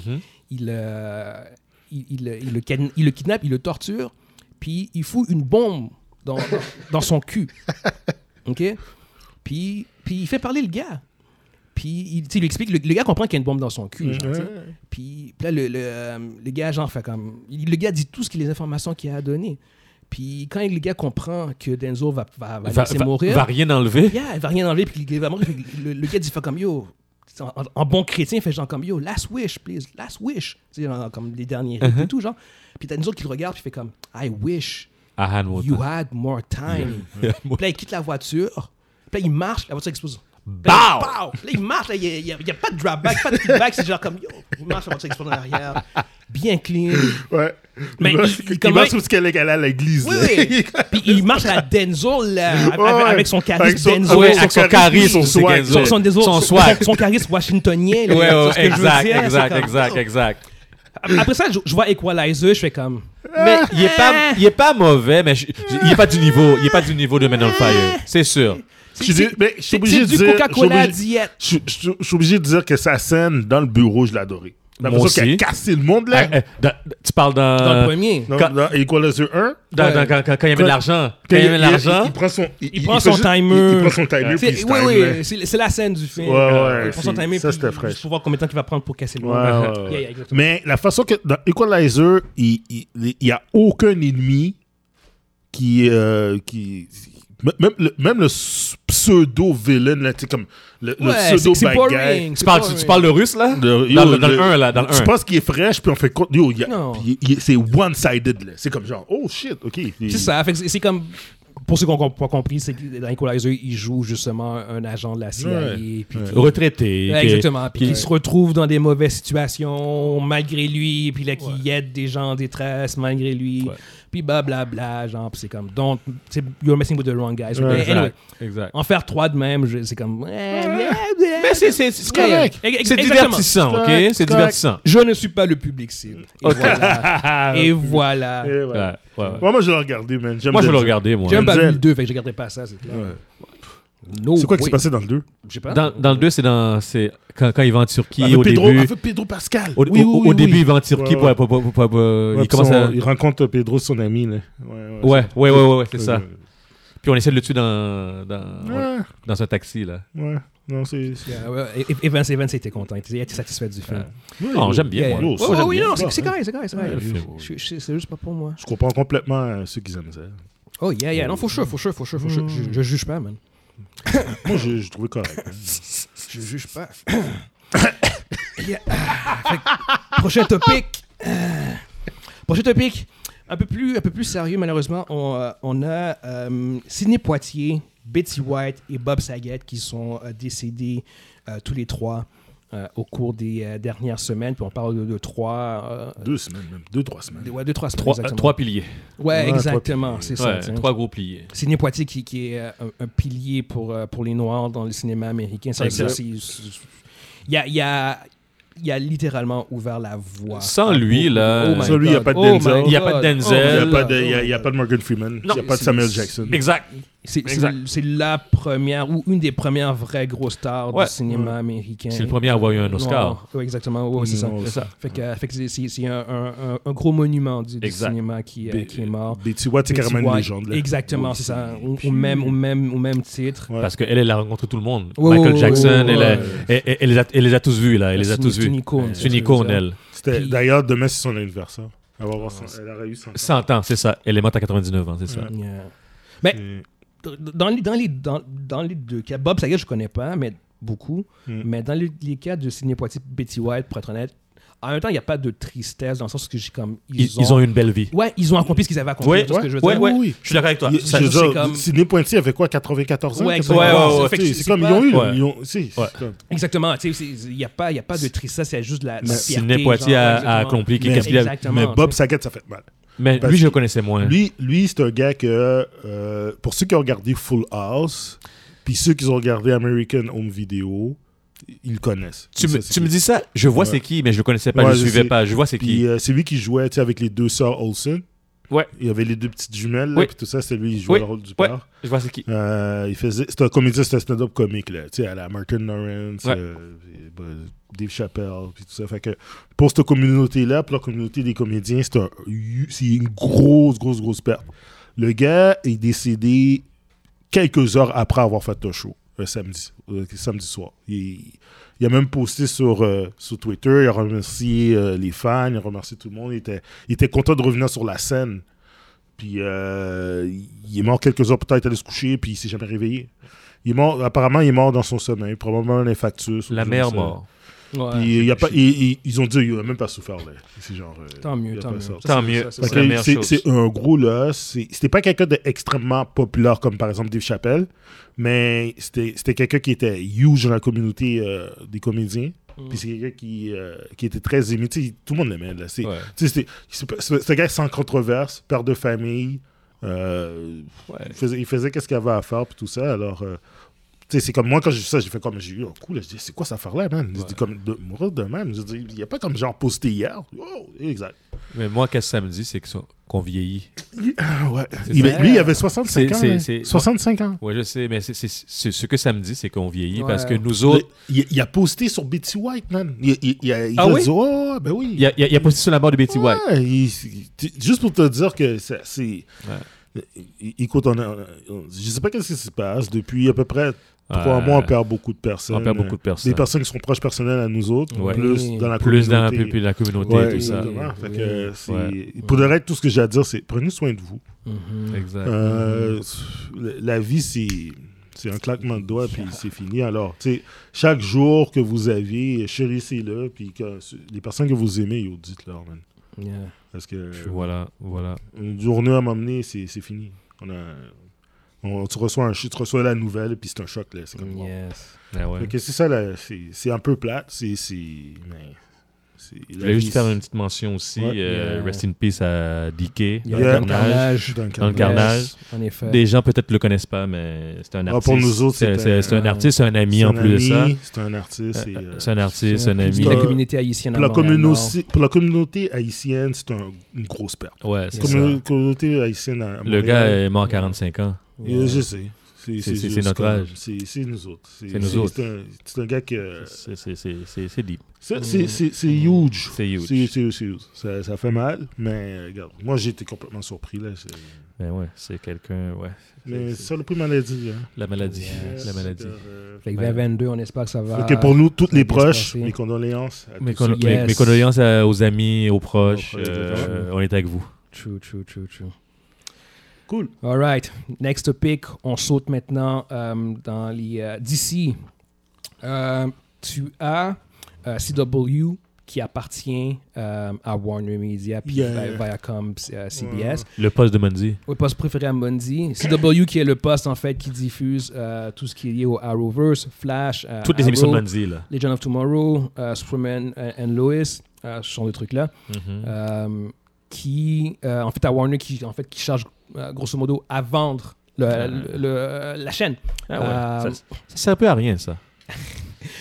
Speaker 1: il, euh, il, il, il le kidna- il le kidnappe, il le torture, puis il fout une bombe dans, dans- dans son cul. OK? Puis, puis il fait parler le gars. Puis il, tu sais, il lui explique, le, le gars comprend qu'il y a une bombe dans son cul. genre, tu sais. Puis, puis là, le, le, euh, le gars, genre, fait comme. il- Le gars dit tout ce que les informations qu'il a données. Puis quand le gars comprend que Denzo va, va, va laisser mourir.
Speaker 2: va rien enlever.
Speaker 1: Yeah, il va rien enlever, puis il va mourir. Puis Le, le gars dit, fait comme yo. En, en- en bon chrétien, il fait genre comme yo, last wish, please, last wish. Tu sais, genre, comme les derniers rites
Speaker 3: Uh-huh.
Speaker 1: et tout, genre. Puis t'as une autre qui le regarde, puis il fait comme I wish
Speaker 2: À Hanwood.
Speaker 1: you had more time. Puis là, il quitte la voiture, puis là, il marche, la voiture explose. Puis Là,
Speaker 2: Bow!
Speaker 1: pow! Puis là, il marche, là, il n'y a, il y a pas de drop back, pas de feedback, c'est genre comme yo, il marche, la voiture explose en arrière, bien clean.
Speaker 3: Ouais.
Speaker 1: Mais
Speaker 3: il,
Speaker 1: il-
Speaker 3: va-
Speaker 1: il-
Speaker 3: il
Speaker 1: comment-
Speaker 3: va sous ce qu'elle est allée à l'église.
Speaker 1: Oui,
Speaker 3: là.
Speaker 1: oui. Puis il marche à la Denzel, là, avec,
Speaker 3: Ouais.
Speaker 1: avec son
Speaker 3: Avec
Speaker 1: charisme
Speaker 3: son-
Speaker 1: Denzel.
Speaker 2: Ouais,
Speaker 3: son
Speaker 2: avec son
Speaker 3: charisme,
Speaker 2: charisme,
Speaker 3: son
Speaker 2: c'est
Speaker 3: swag.
Speaker 2: Denzel.
Speaker 1: son, son, désolé,
Speaker 2: Son
Speaker 1: son-
Speaker 2: swag.
Speaker 1: son charisme washingtonien. là,
Speaker 2: Ouais,
Speaker 1: c'est
Speaker 2: ouais,
Speaker 1: ce que je veux
Speaker 2: exact,
Speaker 1: dire, c'est
Speaker 2: exact,
Speaker 1: comme-
Speaker 2: exact, exact.
Speaker 1: Après ça, je, je vois Equalizer, je fais comme.
Speaker 2: Mais il est pas, il est pas mauvais, mais je- je- il est pas du niveau, il est pas du niveau de Men on Fire, c'est sûr.
Speaker 3: Je suis dé- mais je suis
Speaker 1: C'est
Speaker 3: obligé
Speaker 1: c'est
Speaker 3: de
Speaker 1: du
Speaker 3: dire-
Speaker 1: Coca-Cola à
Speaker 3: je suis obligé-
Speaker 1: diète.
Speaker 3: Je suis- je suis je suis obligé de dire que sa scène dans le bureau, je l'adorais. La
Speaker 2: Moi
Speaker 3: façon qu'elle
Speaker 2: aussi.
Speaker 3: a cassé le monde, là.
Speaker 2: Euh, euh, dans- tu parles dans,
Speaker 1: Dans le premier.
Speaker 3: Dans,
Speaker 2: quand-
Speaker 3: dans Equalizer 1.
Speaker 2: dans-
Speaker 1: Ouais.
Speaker 2: dans- quand, quand- quand il y avait
Speaker 3: Quand-
Speaker 2: de l'argent, quand il y avait de l'argent,
Speaker 3: Il, il prend son,
Speaker 1: Il prend
Speaker 3: fait
Speaker 1: son
Speaker 3: juste-
Speaker 1: timer.
Speaker 3: Il, il prend son timer. Puis il
Speaker 1: C'est-
Speaker 3: se
Speaker 1: Oui,
Speaker 3: time, là.
Speaker 1: oui, c'est c'est la scène du film. Euh,
Speaker 3: Ouais, ouais,
Speaker 1: il prend son
Speaker 3: c'est-
Speaker 1: timer,
Speaker 3: ça,
Speaker 1: puis
Speaker 3: c'était
Speaker 1: juste
Speaker 3: fraîche.
Speaker 1: pour voir combien de temps il va prendre pour casser le
Speaker 3: Ouais,
Speaker 1: monde.
Speaker 3: ouais, ouais.
Speaker 1: Yeah, yeah, exactement.
Speaker 3: Mais la façon que dans Equalizer, il n'y a aucun ennemi qui. euh, qui m- même, le, même le s- pseudo-villain, là, tu sais, comme le, le
Speaker 1: Ouais, c'est- c'est
Speaker 3: pseudo-bad guy.
Speaker 1: boring,
Speaker 2: tu parles,
Speaker 1: c'est
Speaker 2: tu, tu
Speaker 1: boring.
Speaker 2: parles de russe là,
Speaker 3: Le-
Speaker 2: dans,
Speaker 3: yo,
Speaker 2: le- dans le 1 là, dans le
Speaker 3: Tu
Speaker 2: 1.
Speaker 3: penses qu'il est fraîche, puis on fait compte. Yo, il y a-
Speaker 1: Non.
Speaker 3: il- il- c'est one-sided, là. C'est comme genre, oh shit, ok.
Speaker 1: C'est ça. fait que c'est- c'est comme. Pour ceux qui n'ont pas compris, c'est que dans Equalizer, il joue justement un agent de la CIA.
Speaker 3: Ouais.
Speaker 1: puis qui-
Speaker 2: retraité,
Speaker 1: Ouais,
Speaker 2: qui-
Speaker 1: exactement. Puis
Speaker 2: qui-
Speaker 1: il se retrouve dans des mauvaises situations malgré lui, puis là qui aide des gens en détresse malgré lui,
Speaker 2: Ouais.
Speaker 1: puis blablabla, genre, puis c'est comme, don't, c'est- you're messing with the wrong guys.
Speaker 3: Ouais,
Speaker 1: Mais
Speaker 2: Exact,
Speaker 1: Ben, anyway,
Speaker 2: exact.
Speaker 1: en faire trois de même, je- c'est comme,
Speaker 2: Mais
Speaker 1: mais
Speaker 2: c'est c'est- c'est correct, c'est divertissant, ok,
Speaker 3: Correct,
Speaker 2: c'est
Speaker 3: correct.
Speaker 2: divertissant.
Speaker 1: Je ne suis pas le public cible. Et voilà. Et voilà.
Speaker 3: Et
Speaker 2: Ouais,
Speaker 3: voilà.
Speaker 2: ouais, ouais.
Speaker 3: Ouais, moi, je l'ai regardé, man. J'aime
Speaker 2: Moi je vais
Speaker 3: bien
Speaker 2: le
Speaker 3: ça.
Speaker 2: regarder moi.
Speaker 1: J'ai même pas
Speaker 3: Denzel.
Speaker 1: vu le 2, fait que je regarderai pas ça, c'est clair. No
Speaker 3: C'est quoi qui
Speaker 1: way.
Speaker 3: s'est passé dans le 2
Speaker 1: Je sais pas.
Speaker 2: Dans, dans le 2 c'est dans c'est quand, quand il va en Turquie
Speaker 3: Avec
Speaker 2: au
Speaker 3: Pedro,
Speaker 2: début.
Speaker 3: avec Pedro Pascal.
Speaker 2: Au,
Speaker 1: Oui,
Speaker 2: au-
Speaker 1: oui,
Speaker 2: au
Speaker 1: oui,
Speaker 2: début,
Speaker 1: oui.
Speaker 2: il va en Turquie
Speaker 3: Ouais,
Speaker 2: pour,
Speaker 3: ouais.
Speaker 2: pour- pour- pour- pour-
Speaker 3: Ouais,
Speaker 2: il
Speaker 3: puis
Speaker 2: commence
Speaker 3: son-
Speaker 2: à...
Speaker 3: il rencontre Pedro, son ami. Là. Ouais,
Speaker 2: Ouais, ouais, ouais, ouais, ouais, c'est
Speaker 3: Euh,
Speaker 2: ça. Puis on essaie de le tuer dans, dans,
Speaker 3: Ouais,
Speaker 2: dans un taxi, là.
Speaker 3: ouais. Non, c'est. c'est-
Speaker 1: Yeah, Euh, ouais, et- et Evans, Evans était content. Il était satisfait du film.
Speaker 2: Non, j'aime
Speaker 1: Yeah,
Speaker 2: bien, moi.
Speaker 1: yeah.
Speaker 3: Oh, ça,
Speaker 1: Ouais,
Speaker 3: j'aime
Speaker 1: oui,
Speaker 3: bien.
Speaker 1: non, c'est
Speaker 3: Ouais.
Speaker 1: c'est correct, c'est correct, c'est correct.
Speaker 2: Ouais, le film,
Speaker 1: Je- je- C'est juste pas pour moi.
Speaker 3: Je comprends complètement euh, ceux qui aiment ça.
Speaker 1: Oh yeah, yeah. Non, faut sure, faut sure, faut sure, faut sure. Je, je juge pas, man.
Speaker 3: Moi, je, je trouvais correct. hein.
Speaker 1: Je juge pas. Yeah. Fait que, prochain topic. Euh, prochain topic. Un peu plus, un peu plus sérieux, malheureusement. On, euh, on a euh, Sidney Poitier, Betty White et Bob Saget qui sont euh, décédés euh, tous les trois euh, au cours des euh, dernières semaines. Puis on parle de, de trois. euh,
Speaker 3: Deux semaines, même. Deux, trois semaines.
Speaker 1: ouais, de trois semaines.
Speaker 2: Trois, euh,
Speaker 1: exactement.
Speaker 2: trois piliers.
Speaker 1: Ouais,
Speaker 3: Ouais,
Speaker 1: exactement. C'est ça.
Speaker 2: Ouais,
Speaker 1: tiens.
Speaker 2: trois gros piliers.
Speaker 1: Sidney Poitier qui, qui est euh, un, un pilier pour, euh, pour les Noirs dans le cinéma américain. Ça,
Speaker 2: Exact.
Speaker 1: ça, c'est- c'est- il, a, il, a, il a littéralement ouvert la voie.
Speaker 2: Sans lui, là,
Speaker 1: my
Speaker 3: Sans lui, il n'y a
Speaker 1: God.
Speaker 3: pas de
Speaker 1: Oh my
Speaker 3: Denzel.
Speaker 1: God.
Speaker 2: Il n'y a pas de Denzel.
Speaker 1: Oh my
Speaker 2: Elle-
Speaker 3: Il n'y a, pas
Speaker 1: God.
Speaker 3: de- il y a- il y a pas de Morgan Freeman.
Speaker 2: Non.
Speaker 3: il n'y a pas de
Speaker 1: C'est-
Speaker 3: Samuel
Speaker 1: c'est-
Speaker 3: Jackson.
Speaker 2: Exact.
Speaker 1: C'est c'est-
Speaker 2: Exact.
Speaker 1: c'est la première ou une des premières vraies grosses stars
Speaker 2: Ouais.
Speaker 1: du cinéma américain.
Speaker 2: C'est le premier à avoir eu un
Speaker 1: Noir.
Speaker 2: Oscar.
Speaker 1: Ouais, exactement. Ouais, c'est ça.
Speaker 3: Non,
Speaker 2: C'est ça.
Speaker 1: Fait que, euh, fait que c'est- c'est c'est un, un- un- un gros monument du, du
Speaker 2: Exact.
Speaker 1: cinéma qui, euh,
Speaker 3: Be-
Speaker 1: qui est mort.
Speaker 3: Betty White,
Speaker 1: Betty
Speaker 3: c'est carrément une
Speaker 1: White,
Speaker 3: légende. là.
Speaker 1: Exactement,
Speaker 3: Ouais.
Speaker 1: c'est ça. Au, au même, au, même, au même titre.
Speaker 3: Ouais.
Speaker 2: Parce qu'elle, elle a rencontré tout le monde.
Speaker 1: Ouais,
Speaker 2: Michael
Speaker 1: ouais,
Speaker 2: Jackson,
Speaker 1: ouais, ouais,
Speaker 2: elle, a-
Speaker 3: ouais.
Speaker 2: elle- elle- elle les a, elle les a tous vus, là. Elle les a
Speaker 1: C'est
Speaker 2: tous
Speaker 1: une- C'est une
Speaker 2: vus.
Speaker 1: icône.
Speaker 2: C'est une icône, elle.
Speaker 3: C'était-
Speaker 1: Puis-
Speaker 3: D'ailleurs, demain, c'est son anniversaire. Elle, va avoir cent- elle aurait eu 100 ans.
Speaker 2: 100 ans, c'est ça. Elle est morte à 99 ans, c'est ça.
Speaker 1: Yeah. Mais
Speaker 3: Et-
Speaker 1: dans les, dans, les, dans, dans les deux cas, Bob Saget, je connais pas, mais beaucoup.
Speaker 2: Hmm.
Speaker 3: Mm.
Speaker 1: Mais dans les, les cas de Sidney Poitier, Betty White, pour être honnête, en même temps, il n'y a pas de tristesse dans le sens que j'ai comme.
Speaker 2: Ils, ils ont eu une belle vie.
Speaker 1: Ouais, ils ont accompli ce qu'ils avaient accompli.
Speaker 2: Oui,
Speaker 1: tu vois ce que je veux
Speaker 2: oui,
Speaker 1: dire?
Speaker 2: oui.
Speaker 3: Oui.
Speaker 2: Je suis d'accord avec toi.
Speaker 3: Il-
Speaker 2: Ça-
Speaker 3: je veux
Speaker 1: c'est
Speaker 3: dire,
Speaker 1: comme-
Speaker 3: Sidney Poitier avait quoi, 94 ans?
Speaker 1: Ouais,
Speaker 3: 95 ans?
Speaker 1: exactement.
Speaker 2: ouais, ouais.
Speaker 1: Fait que
Speaker 3: Tu sais,
Speaker 1: c'est
Speaker 3: C'est comme,
Speaker 1: pas-
Speaker 3: ils ont eu,
Speaker 2: Ouais.
Speaker 3: ils ont, c'est- c'est
Speaker 2: Ouais.
Speaker 3: comme-
Speaker 1: Exactement. tu sais, c'est- Il n'y a, pas- il y a pas de tristesse, il y a juste de la. de la fierté,
Speaker 2: Sidney Poitier
Speaker 1: genre,
Speaker 2: a, a
Speaker 1: exactement.
Speaker 2: accompli
Speaker 3: Mais-
Speaker 2: quelque chose.
Speaker 1: Exactement.
Speaker 3: Mais Bob
Speaker 1: tu sais.
Speaker 3: Saget, ça fait mal.
Speaker 2: Mais
Speaker 3: Parce
Speaker 2: lui, je
Speaker 3: que-
Speaker 2: le connaissais moins.
Speaker 3: Lui, lui c'est un gars que, euh, pour ceux qui ont regardé Full House, puis ceux qui ont regardé American Home Video, ils le connaissent.
Speaker 2: tu,
Speaker 3: Ils
Speaker 2: me,
Speaker 3: savent c'est
Speaker 2: tu me
Speaker 3: qui.
Speaker 2: dis ça, je vois
Speaker 3: Ouais.
Speaker 2: c'est qui, mais je le connaissais pas,
Speaker 3: Ouais,
Speaker 2: je
Speaker 3: je
Speaker 2: le suivais
Speaker 3: sais.
Speaker 2: pas. Je vois c'est
Speaker 3: Puis
Speaker 2: qui.
Speaker 3: euh, c'est lui qui jouait tu sais, avec les deux sœurs Olsen.
Speaker 2: Ouais.
Speaker 3: Il y avait les deux petites jumelles, là,
Speaker 2: Oui.
Speaker 3: puis tout ça, c'est lui qui jouait
Speaker 2: Oui.
Speaker 3: le rôle du
Speaker 2: Ouais.
Speaker 3: père.
Speaker 2: Je vois c'est qui.
Speaker 3: Euh, il faisait, c'était un comédien, c'était un stand-up comique, là, tu sais, à la Martin Lawrence,
Speaker 2: Ouais.
Speaker 3: euh, et, bah, Dave Chappelle, puis tout ça. Fait que pour cette communauté-là, pour la communauté des comédiens, c'est, un- c'est une grosse, grosse, grosse perte. Le gars est décédé quelques heures après avoir fait le show, euh, samedi, euh, samedi soir. Il, il a même posté sur, euh, sur Twitter, il a remercié euh, les fans, il a remercié tout le monde, il était, il était content de revenir sur la scène. Puis euh, il est mort quelques heures plus tard, il est allé se coucher, puis il s'est jamais réveillé. Il est mort, apparemment, il est mort dans son sommeil, probablement un infarctus. ou
Speaker 2: La
Speaker 3: je
Speaker 2: mère
Speaker 3: sais.
Speaker 2: mort.
Speaker 1: Ouais.
Speaker 3: Puis il y a pas, il- il- ils ont dit il n'a même pas souffert. Là. C'est genre, euh,
Speaker 1: Tant
Speaker 3: il
Speaker 1: mieux,
Speaker 3: a
Speaker 1: tant
Speaker 3: pas
Speaker 1: mieux.
Speaker 3: ça.
Speaker 1: Ça,
Speaker 2: Tant
Speaker 1: c'est-
Speaker 2: mieux.
Speaker 1: ça, c'est
Speaker 3: Fait
Speaker 1: ça.
Speaker 3: que
Speaker 2: la meilleure
Speaker 3: c'est-
Speaker 2: chose.
Speaker 3: C'est un gros là. c'est- C'était pas quelqu'un d'extrêmement populaire comme par exemple Dave Chappelle, mais c'était c'était quelqu'un qui était huge dans la communauté euh, des comédiens.
Speaker 1: Mm.
Speaker 3: Puis c'est quelqu'un qui, euh, qui était très aimé. Tu sais, tout le monde l'aimait. là. C'est
Speaker 2: Ouais.
Speaker 3: tu sais, c'était- c'est pas- c'est- c'est un gars sans controverse, père de famille. euh, il faisait, il faisait qu'est-ce qu'il avait à faire puis tout ça. Alors, euh, tu sais, c'est comme moi quand j'ai vu ça, j'ai fait comme j'ai eu un coup là, je dis c'est quoi ça faire là, man Je dis comme de mourir de même. Je dis il y a pas comme genre posté hier. Oh, exact.
Speaker 2: Mais moi, qu'est-ce que ça me dit, c'est que ça- qu'on vieillit.
Speaker 3: Ah ouais.
Speaker 2: C'est
Speaker 3: Il-
Speaker 2: ça.
Speaker 3: lui, il avait
Speaker 2: C'est-
Speaker 3: 65 ans.
Speaker 2: c'est-
Speaker 3: là.
Speaker 2: c'est-
Speaker 3: 65 ans.
Speaker 2: Ouais, je sais, mais c'est c'est- c'est- ce que ça me dit, c'est qu'on vieillit
Speaker 1: Ouais.
Speaker 2: parce que nous autres,
Speaker 3: Il, il a posté sur Betty White, man. Il, il- il a, il
Speaker 2: Ah
Speaker 3: a
Speaker 2: oui?
Speaker 3: dit oh ben oui.
Speaker 2: il y a, il y a- il y a posté sur la mort de Betty White.
Speaker 3: Ouais, il- tu- juste pour te dire que ça- c'est. É- Écoute, on a- on- je sais pas qu'est-ce qui se passe. Depuis à peu près trois
Speaker 2: Ouais.
Speaker 3: mois, on perd beaucoup de personnes.
Speaker 2: On perd beaucoup de personnes.
Speaker 3: Des personnes qui sont proches personnelles à nous autres,
Speaker 2: Ouais.
Speaker 3: plus dans la
Speaker 2: Plus dans la,
Speaker 3: communauté.
Speaker 2: plus la communauté
Speaker 3: Ouais,
Speaker 2: et tout ça.
Speaker 3: exactement. Fait
Speaker 1: Oui.
Speaker 3: que c'est-
Speaker 2: Ouais.
Speaker 3: Pour le reste, tout ce que j'ai à dire, c'est prenez soin de vous.
Speaker 1: Mm-hmm.
Speaker 2: Exact.
Speaker 3: Euh, la- la vie, c'est. C'est un claquement de doigts, puis c'est fini. Alors, tu sais, chaque jour que vous avez, chérissez-le, puis que les personnes que vous aimez, yo, dites-leur, man.
Speaker 1: Yeah.
Speaker 3: Parce que
Speaker 2: Puis Voilà, voilà.
Speaker 3: une journée à m'emmener, c'est c'est fini. On a, on- tu, reçois un, ch- tu reçois la nouvelle, puis c'est un choc. là. C'est comme, wow.
Speaker 1: Yes.
Speaker 2: Ouais, Eh ouais.
Speaker 3: Fait que c'est ça, là, c'est c'est un peu plate. C'est. c'est- mais c'est- la
Speaker 2: Je voulais
Speaker 3: vie,
Speaker 2: juste faire une petite mention aussi.
Speaker 3: Ouais.
Speaker 2: euh,
Speaker 1: Yeah.
Speaker 2: Rest in peace à Dicky.
Speaker 1: Il y a
Speaker 3: Yeah.
Speaker 1: un carnage.
Speaker 3: c'est- dans le
Speaker 2: Dans le
Speaker 3: carnage.
Speaker 2: carnage.
Speaker 1: En effet.
Speaker 2: Des gens peut-être le connaissent pas, mais c'est un
Speaker 3: Ah,
Speaker 2: artiste.
Speaker 3: pour nous autres,
Speaker 2: c'est
Speaker 3: c'est
Speaker 2: c'est-
Speaker 3: un-
Speaker 2: c'est un, artiste, c'est un ami
Speaker 3: C'est
Speaker 2: en
Speaker 3: un
Speaker 2: plus de ça.
Speaker 3: ami, C'est un artiste. et, euh,
Speaker 2: C'est un artiste, un ami.
Speaker 1: Puis la
Speaker 3: euh,
Speaker 1: communauté haïtienne. à
Speaker 3: pour, la
Speaker 1: Montréal,
Speaker 3: communauté-
Speaker 1: non.
Speaker 3: pour la communauté haïtienne, c'est un- une grosse perte.
Speaker 2: Ouais, c'est
Speaker 3: La
Speaker 1: Comme
Speaker 2: ça.
Speaker 3: commun- communauté haïtienne à à
Speaker 2: Le
Speaker 3: Montréal,
Speaker 2: gars est mort à 45 ans.
Speaker 3: euh, Je sais.
Speaker 2: C'est- c'est
Speaker 3: juste
Speaker 2: notre
Speaker 3: comme-
Speaker 2: âge.
Speaker 3: C'est c'est nous autres.
Speaker 2: C'est nous autres.
Speaker 3: C'est un- c'est un gars que.
Speaker 2: C'est- C'est c'est- c'est- c'est deep.
Speaker 3: C'est- C'est c'est- c'est huge.
Speaker 2: Mm. C'est huge.
Speaker 3: C'est c'est- c'est huge. Ça, ça fait mal, mais euh, regarde, moi j'ai été complètement surpris. Là. c'est-
Speaker 2: Mais Ben ouais, c'est quelqu'un. Ouais.
Speaker 3: Mais c'est ça le prix maladie. Hein.
Speaker 2: La maladie.
Speaker 1: Yes.
Speaker 2: La maladie.
Speaker 3: C'est-à-dire, euh,
Speaker 1: Fait que 2022, on espère que ça va.
Speaker 3: fait que pour nous, toutes
Speaker 1: va
Speaker 3: les
Speaker 1: bien se
Speaker 3: proches,
Speaker 1: passer.
Speaker 3: mes condoléances.
Speaker 1: Ah,
Speaker 3: à
Speaker 2: Mes,
Speaker 3: tous ceux
Speaker 2: con-
Speaker 3: qui-
Speaker 1: Yes.
Speaker 2: mes- mes condoléances à- aux amis, aux proches.
Speaker 3: Aux proches,
Speaker 2: euh,
Speaker 3: exactement.
Speaker 2: on est avec vous.
Speaker 1: True, true, true, true.
Speaker 3: Cool.
Speaker 1: All right. Next pick. On saute maintenant euh, dans les. euh, D'ici, euh, tu as euh, CW qui appartient euh, à Warner Media puis
Speaker 3: Yeah. Mm.
Speaker 1: Vi- Viacom euh, CBS.
Speaker 2: Le poste de Mundi.
Speaker 1: Le poste préféré à Mundi. CW qui est le poste en fait qui diffuse euh, tout ce qui est lié au Arrowverse, Flash, euh,
Speaker 2: Toutes les émissions de
Speaker 1: Arrow,
Speaker 2: Mundi, là.
Speaker 1: Legend of Tomorrow, euh, Superman euh, and Lois, euh, ce genre de trucs là.
Speaker 2: Mhm.
Speaker 1: Euh, qui, euh, en fait, à Warner, qui, en fait, qui charge euh, grosso modo à vendre le-
Speaker 2: Ah.
Speaker 1: le- le- la chaîne.
Speaker 2: Ah ouais.
Speaker 1: euh,
Speaker 2: ça, ça sert plus à rien, ça.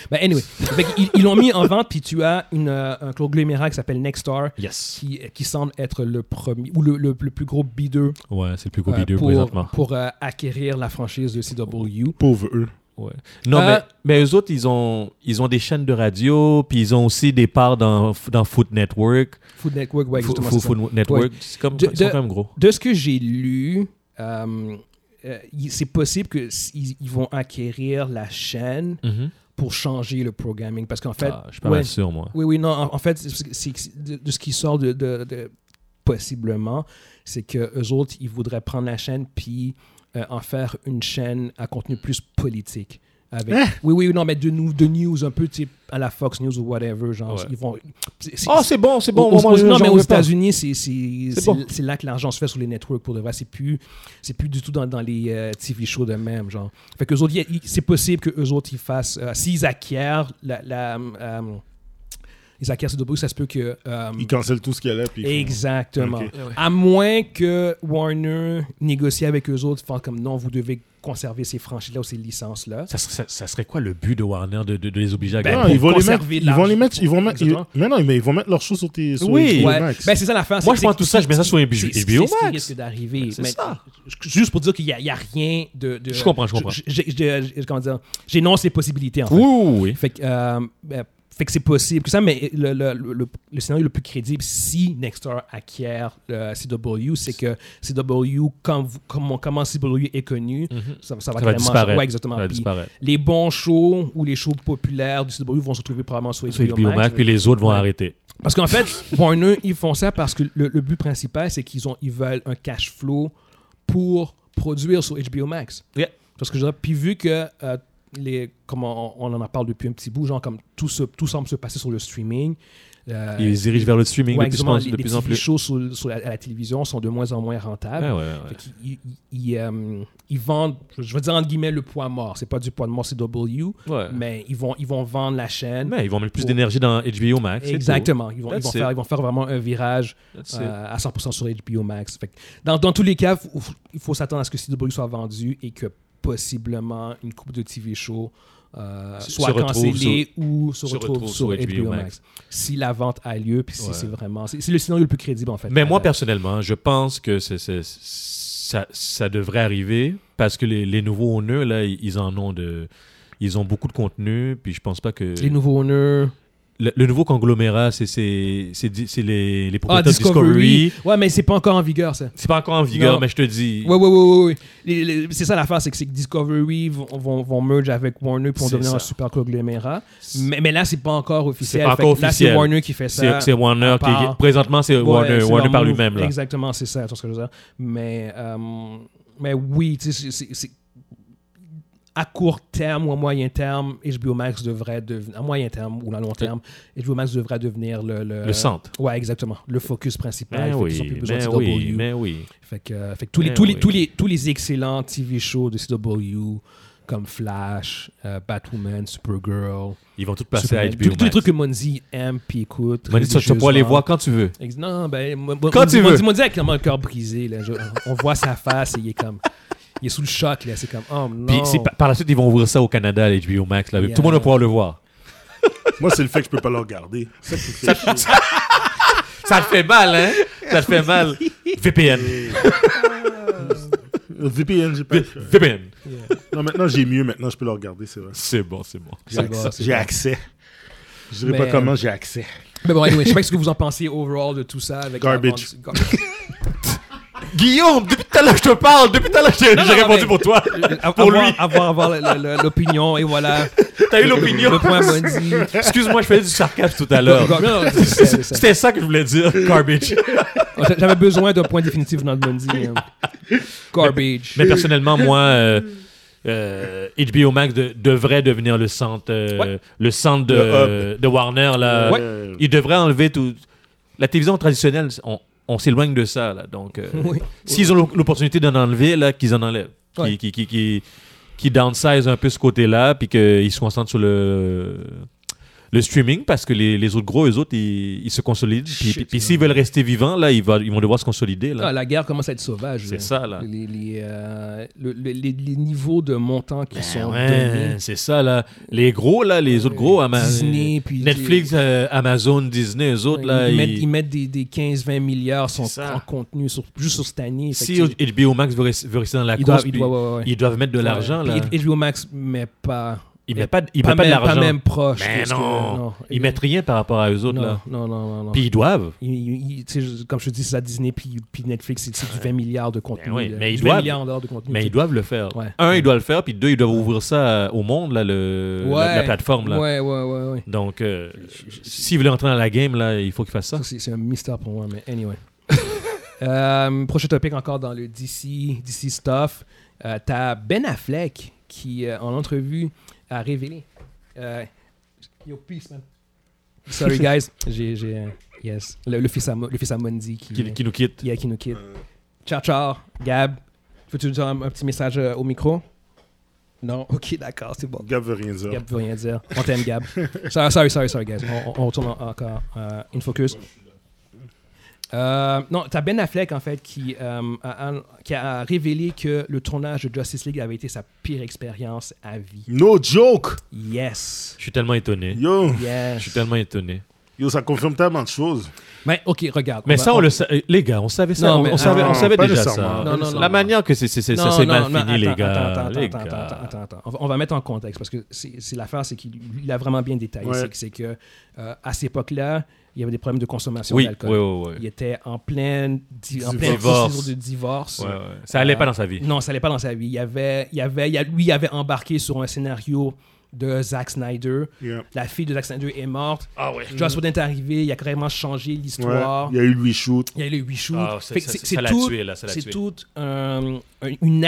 Speaker 1: Ben, anyway, Fait qu'ils- ils l'ont mis en vente, puis tu as une, euh, un conglomérat qui s'appelle Nextstar,
Speaker 2: Yes.
Speaker 1: qui, qui semble être le premier ou le, le- le plus gros bideux,
Speaker 2: Ouais, c'est le plus gros
Speaker 1: euh,
Speaker 2: vidéo
Speaker 1: pour,
Speaker 2: présentement.
Speaker 1: pour euh, acquérir la franchise de CW.
Speaker 3: Pauvres eux.
Speaker 2: Ouais. Non,
Speaker 1: Euh,
Speaker 2: mais, mais eux autres, ils ont, ils ont des chaînes de radio, puis ils ont aussi des parts dans, dans Food Network.
Speaker 1: Food Network, ouais,
Speaker 2: Fo-
Speaker 1: exactement.
Speaker 2: Fo-
Speaker 1: c'est ça.
Speaker 2: Food Network, c'est comme,
Speaker 1: De-
Speaker 2: ils sont
Speaker 1: de-
Speaker 2: quand même gros.
Speaker 1: De ce que j'ai lu, euh, euh, il- c'est possible qu'ils ils vont acquérir la chaîne
Speaker 2: Mhm.
Speaker 1: pour changer le programming. Parce qu'en fait,
Speaker 2: Ah, je suis pas
Speaker 1: ouais.
Speaker 2: mal sûr, moi.
Speaker 1: Oui, oui, non, en, en fait, c'est- c'est- c'est- de, de ce qui sort de, de, de- possiblement, c'est que eux autres, ils voudraient prendre la chaîne puis euh, en faire une chaîne à contenu plus politique. Avec,
Speaker 3: Hein?
Speaker 1: Oui, oui, non, mais de, nou- de news, un peu type à la Fox News ou whatever. Genre,
Speaker 2: Ouais.
Speaker 1: ils vont. c'est- c'est-
Speaker 2: Oh, c'est bon, c'est bon.
Speaker 1: aux-
Speaker 2: moi,
Speaker 1: aux-
Speaker 2: j'en
Speaker 1: non, mais
Speaker 2: veux
Speaker 1: aux
Speaker 2: pas.
Speaker 1: États-Unis, c'est c'est-
Speaker 2: C'est
Speaker 1: c'est-
Speaker 2: bon.
Speaker 1: c'est là que l'argent se fait sur les networks pour de vrai. C'est plus, c'est plus du tout dans, dans les euh, TV shows de même. Genre. Fait qu'eux autres, y- y- c'est possible que eux autres, ils fassent. euh, S'ils acquièrent la. la, euh, ils acquièrent CW, ça se peut que. euh,
Speaker 3: Ils cancellent tout ce qu'il y a là. Puis ils font-
Speaker 1: Exactement.
Speaker 3: Ok.
Speaker 1: À moins que Warner négocie avec eux autres, faire comme non, vous devez conserver ces franchises-là ou ces licences-là.
Speaker 2: Ça, serait- ça- ça serait quoi le but de Warner de, de- de les obliger à
Speaker 1: Ben,
Speaker 3: Non,
Speaker 2: gagner?
Speaker 1: pour
Speaker 3: ils vont les mettre.
Speaker 1: conserver
Speaker 3: Ils
Speaker 1: l'argent.
Speaker 3: vont les mettre. Ils vont mettre. ils-
Speaker 2: Exactement.
Speaker 3: Mais non, mais ils vont mettre leurs choses sur tes. sur
Speaker 2: Oui.
Speaker 3: HBO
Speaker 1: Ouais.
Speaker 3: Max.
Speaker 1: Ben, c'est ça l'affaire. c'est-
Speaker 2: Moi, je prends
Speaker 1: c'est-
Speaker 2: tout ça, je mets ça sur HBO
Speaker 1: c'est- c'est- C'est ce
Speaker 2: HBO
Speaker 1: qui
Speaker 2: Max. Ben,
Speaker 1: risque d'arriver.
Speaker 2: C'est
Speaker 1: Mais
Speaker 2: ça.
Speaker 1: j- Juste pour dire qu'il n'y a, il y a rien de, de-
Speaker 2: Je comprends, je comprends.
Speaker 1: j'ai- j'ai- j'ai- comment dire, J'énonce les possibilités, en fait.
Speaker 2: Oui, oui, oui.
Speaker 1: Fait que, euh, ben, fait que c'est possible que ça, mais le, le, le, le scénario le plus crédible si Nextdoor acquiert euh, CW, c'est que CW, comme, comme, comment CW est connu, ça, ça va,
Speaker 2: Mhm. Ça va
Speaker 1: carrément-
Speaker 2: disparaître.
Speaker 1: Ouais, exactement.
Speaker 2: Ça va
Speaker 1: Puis
Speaker 2: disparaître.
Speaker 1: les bons shows ou les shows populaires du CW vont se trouver probablement sur
Speaker 2: Sur
Speaker 1: HBO,
Speaker 2: HBO Max,
Speaker 1: Max.
Speaker 2: puis les autres vont
Speaker 1: Ouais.
Speaker 2: arrêter.
Speaker 1: Parce qu'en fait, Warner, ils font ça parce que le, le but principal, c'est qu'ils ont, ils veulent un cash flow pour produire sur HBO Max.
Speaker 2: Yeah.
Speaker 1: Parce que je dirais, puis vu que, euh, les, comme on, on en parle depuis un petit bout, genre comme tout, se, tout semble se passer sur le streaming, euh,
Speaker 2: Ils se dirigent vers le streaming
Speaker 1: ouais,
Speaker 2: de plus
Speaker 1: exactement,
Speaker 2: en-
Speaker 1: les,
Speaker 2: de
Speaker 1: les
Speaker 2: plus en
Speaker 1: TV
Speaker 2: plus.
Speaker 1: shows sur, sur la, à la télévision sont de moins en moins rentables.
Speaker 2: Ah, ouais, ouais, ouais.
Speaker 1: Fait qu'ils- ils, ils, euh, ils vendent, je je veux dire entre guillemets, le poids mort. C'est pas du poids de mort, c'est W,
Speaker 2: Ouais.
Speaker 1: mais ils vont, ils vont vendre la chaîne.
Speaker 2: Mais ils vont mettre plus
Speaker 1: Pour-
Speaker 2: d'énergie dans HBO Max. c'est
Speaker 1: Exactement. Ils vont, ils
Speaker 2: That's
Speaker 1: vont
Speaker 2: it.
Speaker 1: faire, ils vont faire vraiment un virage
Speaker 2: tout. That's it.
Speaker 1: euh, à 100% sur HBO Max. Fait que dans, dans tous les cas, faut- faut- il faut s'attendre à ce que CW soit vendu et que possiblement une coupe de TV show euh,
Speaker 2: Se-
Speaker 1: soit
Speaker 2: se retrouve
Speaker 1: cancellée ou se
Speaker 2: se
Speaker 1: retrouve sur HBO Max. Si la vente a lieu, puis si
Speaker 2: Ouais.
Speaker 1: c'est vraiment... C'est c'est le scénario le plus crédible, en fait.
Speaker 2: Mais
Speaker 1: À
Speaker 2: moi,
Speaker 1: date.
Speaker 2: personnellement, je pense que c'est- c'est- ça, ça devrait arriver parce que les, les nouveaux owners, là, ils ils en ont de... Ils ont beaucoup de contenu, puis je pense pas que...
Speaker 1: Les nouveaux owners...
Speaker 2: Le, le nouveau conglomérat, c'est c'est- c'est di- c'est les, les
Speaker 1: Ah,
Speaker 2: propriétaires de Discovery.
Speaker 1: Discovery. Ouais, mais c'est pas encore en vigueur, ça.
Speaker 2: C'est pas encore en vigueur,
Speaker 1: Non.
Speaker 2: mais je te dis...
Speaker 1: Ouais, ouais, ouais, ouais. ouais. Les- les- C'est ça l'affaire, c'est que, c'est que Discovery vont, vont, vont merge avec Warner pour
Speaker 2: C'est
Speaker 1: devenir
Speaker 2: ça.
Speaker 1: un super conglomérat. Mais, mais là, c'est pas encore officiel.
Speaker 2: C'est pas
Speaker 1: Fait
Speaker 2: encore
Speaker 1: que là,
Speaker 2: officiel.
Speaker 1: c'est Warner qui fait
Speaker 2: C'est
Speaker 1: ça.
Speaker 2: c'est Warner
Speaker 1: à
Speaker 2: qui...
Speaker 1: part-
Speaker 2: Présentement, c'est
Speaker 1: Ouais,
Speaker 2: Euh, Warner,
Speaker 1: c'est
Speaker 2: Warner
Speaker 1: leur
Speaker 2: par
Speaker 1: move.
Speaker 2: lui-même. là.
Speaker 1: Exactement, c'est ça, c'est ce que je veux dire. Mais, euh, mais oui, tu sais, c'est- c'est- c'est- à court terme ou à moyen terme, HBO Max devrait devenir, à moyen terme ou à long terme, HBO Max devrait devenir le... Le,
Speaker 2: Euh. Le centre.
Speaker 1: Ouais, exactement. Le focus principal.
Speaker 2: Mais
Speaker 1: Fait qu'ils ont
Speaker 2: oui,
Speaker 1: plus besoin de
Speaker 2: mais
Speaker 1: CW.
Speaker 2: oui, mais oui.
Speaker 1: Fait que, euh, fait que tous, les,
Speaker 2: Eh
Speaker 1: tous, les,
Speaker 2: oui.
Speaker 1: tous, les, tous les excellents TV shows de CW, comme Flash, euh, Batwoman, Supergirl,
Speaker 2: Ils vont tous passer
Speaker 1: Superman,
Speaker 2: à HBO
Speaker 1: tous- tous les
Speaker 2: Max.
Speaker 1: trucs que Monzi aime puis écoute.
Speaker 2: Manu, tu vas pouvoir les
Speaker 1: religieusement.
Speaker 2: voir quand tu veux.
Speaker 1: Ex- Non, ben,
Speaker 2: Quand tu veux.
Speaker 1: Monzi m'a dit avec le cœur brisé. Là, Je- on voit sa face et il est comme. Il est sous le choc, là. C'est comme, oh non.
Speaker 2: Puis c'est pa- par la suite, ils vont ouvrir ça au Canada, à HBO Max. là.
Speaker 1: Yeah.
Speaker 2: Tout le monde va pouvoir le voir.
Speaker 3: Moi, c'est le fait que je peux pas le regarder. Ça, qui me fait chier.
Speaker 2: Ça te fait mal, hein? Ça te fait mal. VPN.
Speaker 3: Le VPN, j'ai pas.
Speaker 2: VPN.
Speaker 3: Non, maintenant, j'ai mieux. Maintenant, je peux le regarder, c'est vrai.
Speaker 2: C'est bon, c'est bon.
Speaker 3: J'ai
Speaker 1: C'est bon,
Speaker 3: accès.
Speaker 1: c'est
Speaker 3: J'ai
Speaker 1: bon.
Speaker 3: accès. Je dirais pas
Speaker 1: Mais-
Speaker 3: comment j'ai accès.
Speaker 1: Mais bon, anyway, je sais pas ce que vous en pensez overall de tout ça. Avec la
Speaker 3: Garbage.
Speaker 1: bande- gar-
Speaker 2: Guillaume, depuis tout à l'heure, je te parle. Depuis tout à l'heure, j'ai
Speaker 1: non,
Speaker 2: j'ai
Speaker 1: non,
Speaker 2: répondu
Speaker 1: mais-
Speaker 2: pour toi.
Speaker 1: Avoir,
Speaker 2: Pour lui.
Speaker 1: avoir, avoir, le- le- le- l'opinion, et voilà.
Speaker 2: T'as eu l'opinion.
Speaker 1: Le point Monzi.
Speaker 2: Excuse-moi, je faisais du sarcasme tout à l'heure.
Speaker 1: Gar- non, non, c'est ça, c'est ça.
Speaker 2: C'était ça que je voulais dire. Garbage.
Speaker 1: Oh, j'a- J'avais besoin d'un point définitif venant de Bundy. hein. Garbage.
Speaker 2: Mais personnellement, moi, euh, euh, HBO Max de- devrait devenir le centre, euh, le centre de,
Speaker 3: Le
Speaker 2: de Warner. Là.
Speaker 3: Euh,
Speaker 2: Mm. Il devrait enlever tout. La télévision traditionnelle, on, on s'éloigne de ça. Là. Donc, euh,
Speaker 1: Oui.
Speaker 2: s'ils ont l'op- l'opportunité d'en enlever, là, qu'ils en enlèvent. Qui,
Speaker 1: Ouais.
Speaker 2: qui, qui, qui, qui downsize un peu ce côté-là, puis qu'ils se concentrent sur le, le streaming, parce que les, les autres gros, eux autres, ils, ils se consolident. Puis-
Speaker 1: Shit,
Speaker 2: Puis puis s'ils veulent rester vivants, là, ils, va- ils vont devoir se consolider.
Speaker 1: Ah,
Speaker 2: Là.
Speaker 1: la guerre commence à être sauvage.
Speaker 2: C'est
Speaker 1: là.
Speaker 2: ça, là.
Speaker 1: Les, les, euh, le- le- les- les niveaux de montants qui sont
Speaker 2: Ben Ouais,
Speaker 1: donnés.
Speaker 2: c'est ça, là. Les gros, là, les autres gros, Ama-
Speaker 1: Disney, puis
Speaker 2: Netflix, euh, Amazon, Disney, eux autres, là,
Speaker 1: Euh, ils, mettent,
Speaker 2: ils-
Speaker 1: ils mettent des, des 15-20 milliards sur-
Speaker 2: C'est ça.
Speaker 1: en contenu sur, juste sur cette année. Fait
Speaker 2: si
Speaker 1: que,
Speaker 2: HBO Max veut, res- veut rester dans la
Speaker 1: ils
Speaker 2: course,
Speaker 1: doivent, ils
Speaker 2: puis
Speaker 1: doivent- ouais, ouais, ouais.
Speaker 2: ils doivent mettre de l'argent,
Speaker 1: Ouais.
Speaker 2: là.
Speaker 1: Puis HBO Max met pas.
Speaker 2: Ils mettent pas, ils
Speaker 1: pas,
Speaker 2: mettent pas de
Speaker 1: même, pas
Speaker 2: l'argent.
Speaker 1: même proche.
Speaker 2: Mais
Speaker 1: de ce que-
Speaker 2: non. Ils mettent rien par rapport à eux autres,
Speaker 1: non,
Speaker 2: là.
Speaker 1: non, non, non, non.
Speaker 2: Puis ils doivent.
Speaker 1: Il- il- il- tu sais, je- comme je te dis, c'est à Disney puis, puis Netflix, c'est- c'est du 20 milliards de contenu.
Speaker 2: oui,
Speaker 1: là.
Speaker 2: mais ils
Speaker 1: Du
Speaker 2: doivent.
Speaker 1: milliards d'heures de contenu.
Speaker 2: Mais ils doivent le faire.
Speaker 1: Ouais.
Speaker 2: Un, ils doivent le faire, puis deux, ils doivent ouvrir ça euh, au monde, là, le,
Speaker 1: Ouais.
Speaker 2: la, la plateforme, là.
Speaker 1: Ouais, ouais, ouais, ouais.
Speaker 2: Donc, euh, s'ils veulent entrer dans la game, là, il faut qu'ils fassent ça.
Speaker 1: Ça, c'est c'est un mystère pour moi, mais anyway. Euh, prochain topic encore dans le DC, DC stuff. Euh, T'as Ben Affleck qui, euh, en entrevue, a révélé. euh, Yo, peace, man. Sorry, guys. J'ai. j'ai- euh, Yes. Le, le fils à, Mo- le fils à Mondi qui,
Speaker 2: Qui, qui nous quitte.
Speaker 1: Yeah, qui nous quitte. Ciao, ciao. Gab, veux-tu nous dire un, un petit message euh, au micro? Non? Ok, d'accord, c'est bon.
Speaker 3: Gab veut rien dire.
Speaker 1: Gab veut rien dire. On t'aime, Gab. sorry, sorry, sorry, sorry, guys. On, on- on retourne en- encore euh, in focus. Euh, non, t'as Ben Affleck, en fait, qui, euh, a, a- qui a révélé que le tournage de Justice League avait été sa pire expérience à vie.
Speaker 3: No joke!
Speaker 1: Yes.
Speaker 2: Je suis tellement étonné.
Speaker 3: Yo,
Speaker 2: Je suis
Speaker 1: Yes.
Speaker 2: tellement étonné.
Speaker 3: yo, ça confirme tellement de choses.
Speaker 1: Mais, ok, regarde.
Speaker 2: Mais
Speaker 1: va-
Speaker 2: ça, on le sa- euh, Les gars, on savait ça.
Speaker 1: Non,
Speaker 2: on,
Speaker 1: mais-
Speaker 2: on savait,
Speaker 1: non,
Speaker 2: on savait
Speaker 3: pas
Speaker 2: déjà ça.
Speaker 3: nécessairement.
Speaker 1: Non, non, non.
Speaker 2: La manière que c'est c'est- c'est- ça
Speaker 1: Non,
Speaker 2: s'est
Speaker 1: non,
Speaker 2: mal
Speaker 1: non,
Speaker 2: fini, les
Speaker 1: attends,
Speaker 2: gars.
Speaker 1: attends, attends,
Speaker 2: les
Speaker 1: attends,
Speaker 2: gars.
Speaker 1: attends, attends, attends. On va- On va mettre en contexte parce que c'est c'est- la phrase, c'est qu'il l'a vraiment bien détaillé.
Speaker 3: Ouais.
Speaker 1: C'est que- C'est que euh, à cette époque-là, il y avait des problèmes de consommation
Speaker 2: Oui, oui,
Speaker 1: d'alcool.
Speaker 2: oui.
Speaker 1: Il était en plein, di- en
Speaker 3: Divorce.
Speaker 1: plein
Speaker 2: Divorce.
Speaker 1: processus de divorce.
Speaker 2: Ouais, ouais. Ça allait pas dans sa vie.
Speaker 1: Non, ça n'allait pas dans sa vie. Il y avait, il y avait, il y a- lui, il avait embarqué sur un scénario de Zack Snyder.
Speaker 3: Yeah.
Speaker 1: La fille de Zack Snyder est morte.
Speaker 2: Ah ouais.
Speaker 1: Joss Whedon est arrivé. Il a carrément changé l'histoire.
Speaker 3: Mm. Ouais. Il y a eu le reshoot.
Speaker 1: Il y a eu les huit shoots.
Speaker 2: Ah, ça-
Speaker 1: Fait que
Speaker 2: ça-
Speaker 1: c'est-
Speaker 2: ça
Speaker 1: c'est
Speaker 2: l'a
Speaker 1: tout-
Speaker 2: tué, là, ça l'a
Speaker 1: C'est
Speaker 2: tué.
Speaker 1: toute euh, un- une